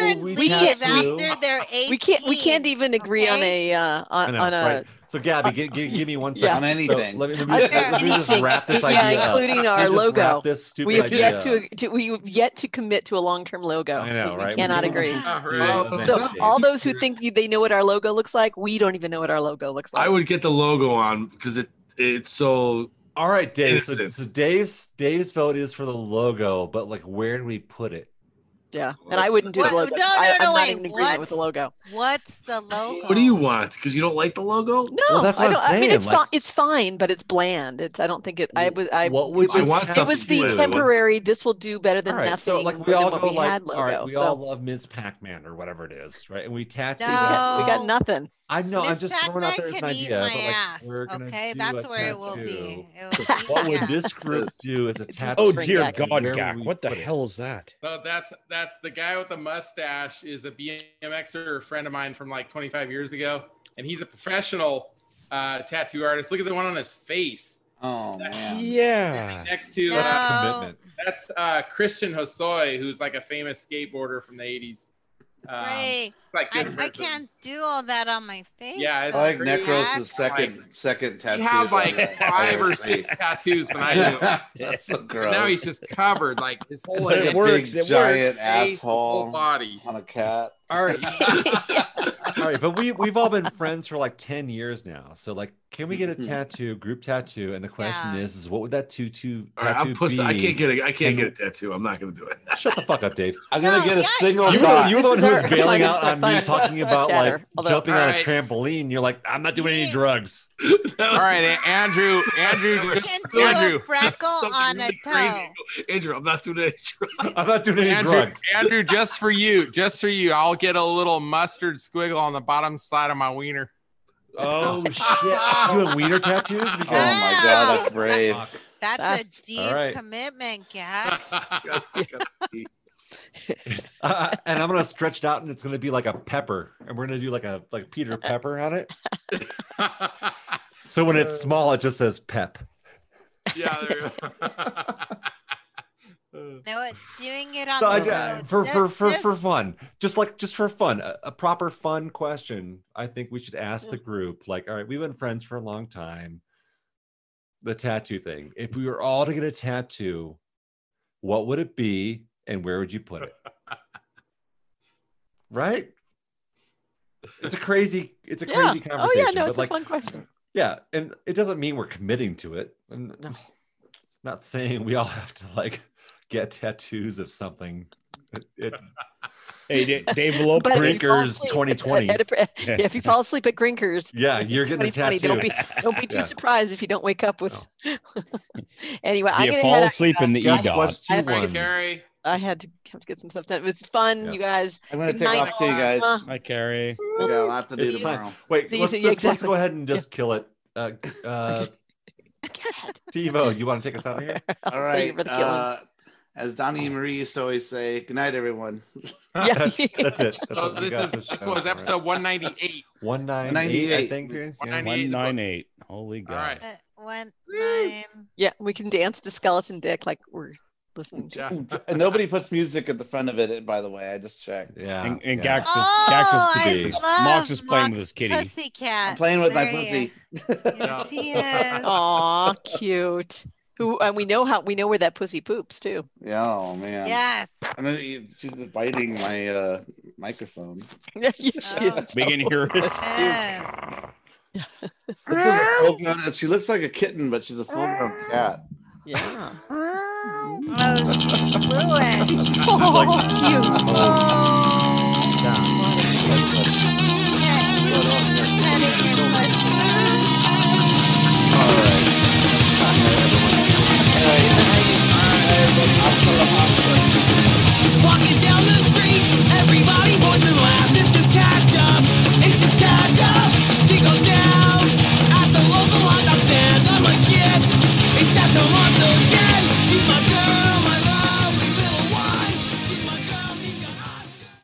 Speaker 12: (laughs) Children
Speaker 4: we
Speaker 12: leave
Speaker 4: tattoo?
Speaker 12: after they're 18.
Speaker 3: we can't we can't even agree on
Speaker 12: okay?
Speaker 3: a uh,
Speaker 4: I
Speaker 3: on,
Speaker 4: know,
Speaker 3: on a
Speaker 4: right? So Gabby, give, give, give me one second.
Speaker 5: On anything.
Speaker 4: So let me, let me just, let me just wrap this idea
Speaker 3: yeah,
Speaker 4: up.
Speaker 3: including
Speaker 4: Let
Speaker 3: our
Speaker 4: me just
Speaker 3: logo.
Speaker 4: Wrap this stupid
Speaker 3: We have
Speaker 4: idea
Speaker 3: yet
Speaker 4: up.
Speaker 3: to, to we have yet to commit to a long term logo.
Speaker 4: I know,
Speaker 3: 'cause
Speaker 4: right?
Speaker 3: We
Speaker 4: We
Speaker 3: cannot
Speaker 4: can- (laughs)
Speaker 3: agree.
Speaker 9: Yeah,
Speaker 4: do
Speaker 9: right.
Speaker 4: event
Speaker 3: So
Speaker 4: days.
Speaker 3: all those who think they know what our logo looks like, we don't even know what our logo looks like.
Speaker 9: I would get the logo on because it it's so
Speaker 4: All right, Dave. So,
Speaker 9: Innocent.
Speaker 4: so Dave's Dave's vote is for the logo, but like, where do we put it?
Speaker 3: yeah, and
Speaker 9: Well,
Speaker 3: I wouldn't do
Speaker 12: what-
Speaker 3: the logo.
Speaker 12: no, no,
Speaker 3: I,
Speaker 12: no,
Speaker 3: am not
Speaker 12: wait,
Speaker 3: in agreement
Speaker 12: what?
Speaker 3: with the logo.
Speaker 12: What's the
Speaker 9: (laughs)
Speaker 12: logo?
Speaker 9: What do you want? Because you don't like the logo?
Speaker 3: Oh. No,
Speaker 4: that's
Speaker 3: I
Speaker 4: what I'm
Speaker 3: don't. I mean,
Speaker 4: saying,
Speaker 3: it's fine.
Speaker 4: like-
Speaker 3: It's fine, but it's bland. It's. I don't think it. I would. I.
Speaker 4: what would
Speaker 3: it
Speaker 9: I
Speaker 4: you
Speaker 3: was,
Speaker 9: want
Speaker 4: have
Speaker 3: it
Speaker 9: something
Speaker 3: was
Speaker 4: to
Speaker 3: the
Speaker 4: do?
Speaker 9: What's-
Speaker 3: temporary. This will do better
Speaker 4: All
Speaker 3: than
Speaker 4: right,
Speaker 3: nothing.
Speaker 4: so like we
Speaker 3: than
Speaker 4: all
Speaker 3: what
Speaker 4: go
Speaker 3: we
Speaker 4: like,
Speaker 3: had
Speaker 4: all right,
Speaker 3: logo.
Speaker 4: we
Speaker 3: so
Speaker 4: all love Ms. Pac-Man or whatever it is, right? And we tattoo
Speaker 3: we
Speaker 4: that.
Speaker 3: got, we got
Speaker 12: No.
Speaker 3: nothing.
Speaker 4: I know. I'm
Speaker 12: Miss
Speaker 4: just
Speaker 12: Pac-Man
Speaker 4: throwing out there as an
Speaker 12: can eat
Speaker 4: idea,
Speaker 12: my
Speaker 4: but like
Speaker 12: ass.
Speaker 4: we're gonna
Speaker 12: Okay,
Speaker 4: do
Speaker 12: that's
Speaker 4: a
Speaker 12: where it will be.
Speaker 4: tattoo.
Speaker 12: It will be
Speaker 4: (laughs) What
Speaker 12: my
Speaker 4: would
Speaker 12: ass.
Speaker 4: this group do as
Speaker 3: It's
Speaker 4: a
Speaker 3: a
Speaker 4: tattoo?
Speaker 1: Oh
Speaker 3: Bring
Speaker 1: dear
Speaker 3: back-
Speaker 1: God,
Speaker 4: Where will
Speaker 1: Gak!
Speaker 4: we
Speaker 1: What the
Speaker 4: put it?
Speaker 1: hell is that?
Speaker 11: So that's that the guy with the mustache is a BMXer friend of mine from like 25 years ago, and he's a professional uh, tattoo artist. Look at the one on his face
Speaker 5: Oh man.
Speaker 1: Yeah.
Speaker 11: next to
Speaker 12: No.
Speaker 11: uh,
Speaker 4: Commitment.
Speaker 11: that's uh, Christian Hosoi, who's like a famous skateboarder from the 80s. Um,
Speaker 12: Ray,
Speaker 11: like
Speaker 12: I,
Speaker 11: this
Speaker 12: I
Speaker 11: person.
Speaker 12: can't do on that on my face.
Speaker 11: Yeah, it's
Speaker 5: I like
Speaker 11: pretty
Speaker 5: Necros'
Speaker 12: necrosis.
Speaker 5: second second
Speaker 11: He
Speaker 5: tattoo.
Speaker 11: had
Speaker 5: on
Speaker 11: like
Speaker 5: (laughs) his
Speaker 11: five or
Speaker 5: entire
Speaker 11: six
Speaker 5: face.
Speaker 12: (laughs)
Speaker 11: tattoos when I knew. him.
Speaker 5: (laughs) That's so
Speaker 11: But
Speaker 5: gross.
Speaker 11: now he's just covered, like his whole
Speaker 5: It's like
Speaker 11: head,
Speaker 5: a
Speaker 1: It works,
Speaker 5: big
Speaker 1: it
Speaker 5: giant
Speaker 11: his face, his whole
Speaker 5: asshole
Speaker 11: body.
Speaker 5: on a cat.
Speaker 4: All
Speaker 5: (laughs)
Speaker 4: right,
Speaker 3: Yeah.
Speaker 4: all right, but we we've all been friends for like ten years now. So like, can we
Speaker 1: (laughs)
Speaker 4: get a tattoo, group tattoo? And the question
Speaker 12: Yeah.
Speaker 4: is, is what would that tattoo
Speaker 9: All right,
Speaker 4: tattoo
Speaker 9: I'm pussy.
Speaker 4: be?
Speaker 9: I can't get a I can't
Speaker 4: And-
Speaker 9: get a tattoo. I'm not gonna do it.
Speaker 4: Shut the fuck up, Dave.
Speaker 5: I'm gonna
Speaker 12: No,
Speaker 5: get a
Speaker 12: yeah,
Speaker 5: single
Speaker 4: you were
Speaker 5: dot.
Speaker 4: the, you were the one who
Speaker 3: This
Speaker 4: was
Speaker 3: is our
Speaker 4: bailing
Speaker 3: fun-
Speaker 4: out on me
Speaker 3: fun
Speaker 4: talking about
Speaker 3: chatter,
Speaker 4: like
Speaker 3: although-
Speaker 4: jumping on a
Speaker 11: Alright.
Speaker 4: trampoline. You're like, I'm not doing any
Speaker 12: Yeah.
Speaker 4: drugs.
Speaker 9: All
Speaker 16: All right, A- Andrew, Andrew,
Speaker 12: You
Speaker 16: just,
Speaker 12: can do
Speaker 16: Andrew,
Speaker 12: a freckle on a toe.
Speaker 9: Andrew, I'm not doing any drugs.
Speaker 4: (laughs) I'm not doing any
Speaker 16: Andrew,
Speaker 4: drugs.
Speaker 16: Andrew, just for you, just for you, I'll get a little mustard squiggle on the bottom side of my wiener.
Speaker 11: (laughs)
Speaker 4: Oh shit! Doing wiener tattoos? We
Speaker 5: Oh my god, that's brave.
Speaker 4: Fuck.
Speaker 12: That's
Speaker 3: That's-
Speaker 12: a deep
Speaker 4: right.
Speaker 12: commitment, Gab.
Speaker 4: (laughs) Uh, and I'm gonna stretch it out, and it's gonna be like a pepper, and we're gonna do like a like Peter Pepper on it. So when it's small, it just says Pep.
Speaker 9: yeah, there you go.
Speaker 12: No, it's doing it on
Speaker 4: So I-
Speaker 12: the
Speaker 4: I-
Speaker 12: road.
Speaker 4: for
Speaker 12: No,
Speaker 4: for for
Speaker 12: just-
Speaker 4: for fun, just like just for fun, a, a proper fun question. I think we should ask the group. Like, all right, we've been friends for a long time. The tattoo thing. If we were all to get a tattoo, what would it be, and where would you put
Speaker 3: (laughs)
Speaker 4: it? right. It's a crazy. It's a
Speaker 3: Yeah.
Speaker 4: crazy
Speaker 3: Oh
Speaker 4: conversation.
Speaker 3: yeah, no,
Speaker 4: but
Speaker 3: it's
Speaker 4: like,
Speaker 3: a fun question.
Speaker 4: Yeah, and it doesn't mean we're committing to it. I'm
Speaker 3: No.
Speaker 4: not saying we all have to like get tattoos of something. It- it-
Speaker 1: (laughs) Hey, Da- Dave Lope.
Speaker 3: But if you fall asleep
Speaker 4: Grinkers
Speaker 3: (laughs) at-
Speaker 4: 2020.
Speaker 3: at a- yeah, if you fall asleep at Grinkers, (laughs)
Speaker 4: yeah, you're getting a
Speaker 3: 2020,
Speaker 4: tattoo.
Speaker 3: don't be don't be too
Speaker 4: Yeah.
Speaker 3: surprised if you don't wake up with. (laughs) anyway,
Speaker 1: if
Speaker 3: I'm
Speaker 1: you
Speaker 3: gonna
Speaker 1: fall
Speaker 3: head. out.
Speaker 1: asleep in the e
Speaker 4: Guess
Speaker 1: god.
Speaker 4: what you
Speaker 3: I've
Speaker 4: won?
Speaker 3: already
Speaker 9: Right, Carrie.
Speaker 3: I had to have to get some stuff done. It was fun, you
Speaker 4: Yes.
Speaker 3: guys.
Speaker 5: I'm gonna
Speaker 3: Good
Speaker 5: take
Speaker 3: night,
Speaker 5: off too, guys.
Speaker 12: uh-huh.
Speaker 3: Norma.
Speaker 1: Hi, Carrie.
Speaker 5: I got a lot to do
Speaker 4: It's time.
Speaker 5: tomorrow.
Speaker 4: Wait,
Speaker 3: See,
Speaker 4: let's,
Speaker 3: so- yeah,
Speaker 4: just, let's
Speaker 3: exactly.
Speaker 4: go ahead and just kill it.
Speaker 3: (laughs)
Speaker 4: Uh, uh, Devo, you want to take us out of here?
Speaker 5: All
Speaker 3: I'll see you
Speaker 5: right.
Speaker 3: for the killing.
Speaker 5: Uh, as Donnie and Marie used to always say, good night, everyone. (laughs)
Speaker 3: yeah.
Speaker 4: That's, that's it. That's
Speaker 5: Oh,
Speaker 9: So
Speaker 4: what we
Speaker 9: this
Speaker 4: got.
Speaker 9: is this was episode 198.
Speaker 4: one nine eight. I
Speaker 5: 198.
Speaker 4: think. dude. Yeah.
Speaker 9: 198.
Speaker 1: One nine eight. Holy God.
Speaker 9: All right.
Speaker 12: Uh, one,
Speaker 9: Woo.
Speaker 12: nine.
Speaker 3: yeah, we can dance to Skeleton Dick like we're listening to.
Speaker 9: Yeah.
Speaker 5: (laughs) And nobody puts music at the front of it, by the way. I just checked.
Speaker 4: Yeah.
Speaker 1: And, and
Speaker 4: yeah.
Speaker 1: Gax was, Gax
Speaker 12: Oh,
Speaker 1: was
Speaker 12: I
Speaker 1: to be.
Speaker 12: love
Speaker 1: Mox is playing with
Speaker 12: Mox
Speaker 1: his kitty.
Speaker 12: Pussycat.
Speaker 5: I'm playing with my
Speaker 12: There he
Speaker 4: (laughs)
Speaker 5: pussy.
Speaker 12: is. Yes, he is.
Speaker 3: Aw, cute. Who and we know how we know where that pussy poops too.
Speaker 5: Yeah, oh man.
Speaker 12: Yes.
Speaker 5: And then you- she's just biting
Speaker 12: (laughs)
Speaker 5: my uh, microphone.
Speaker 3: Yeah, she
Speaker 12: Oh.
Speaker 3: is.
Speaker 1: We can hear it.
Speaker 12: Yes.
Speaker 2: This is a
Speaker 12: (laughs)
Speaker 2: full-grown- she looks like a kitten, but she's a full grown cat.
Speaker 3: Yeah.
Speaker 2: All right.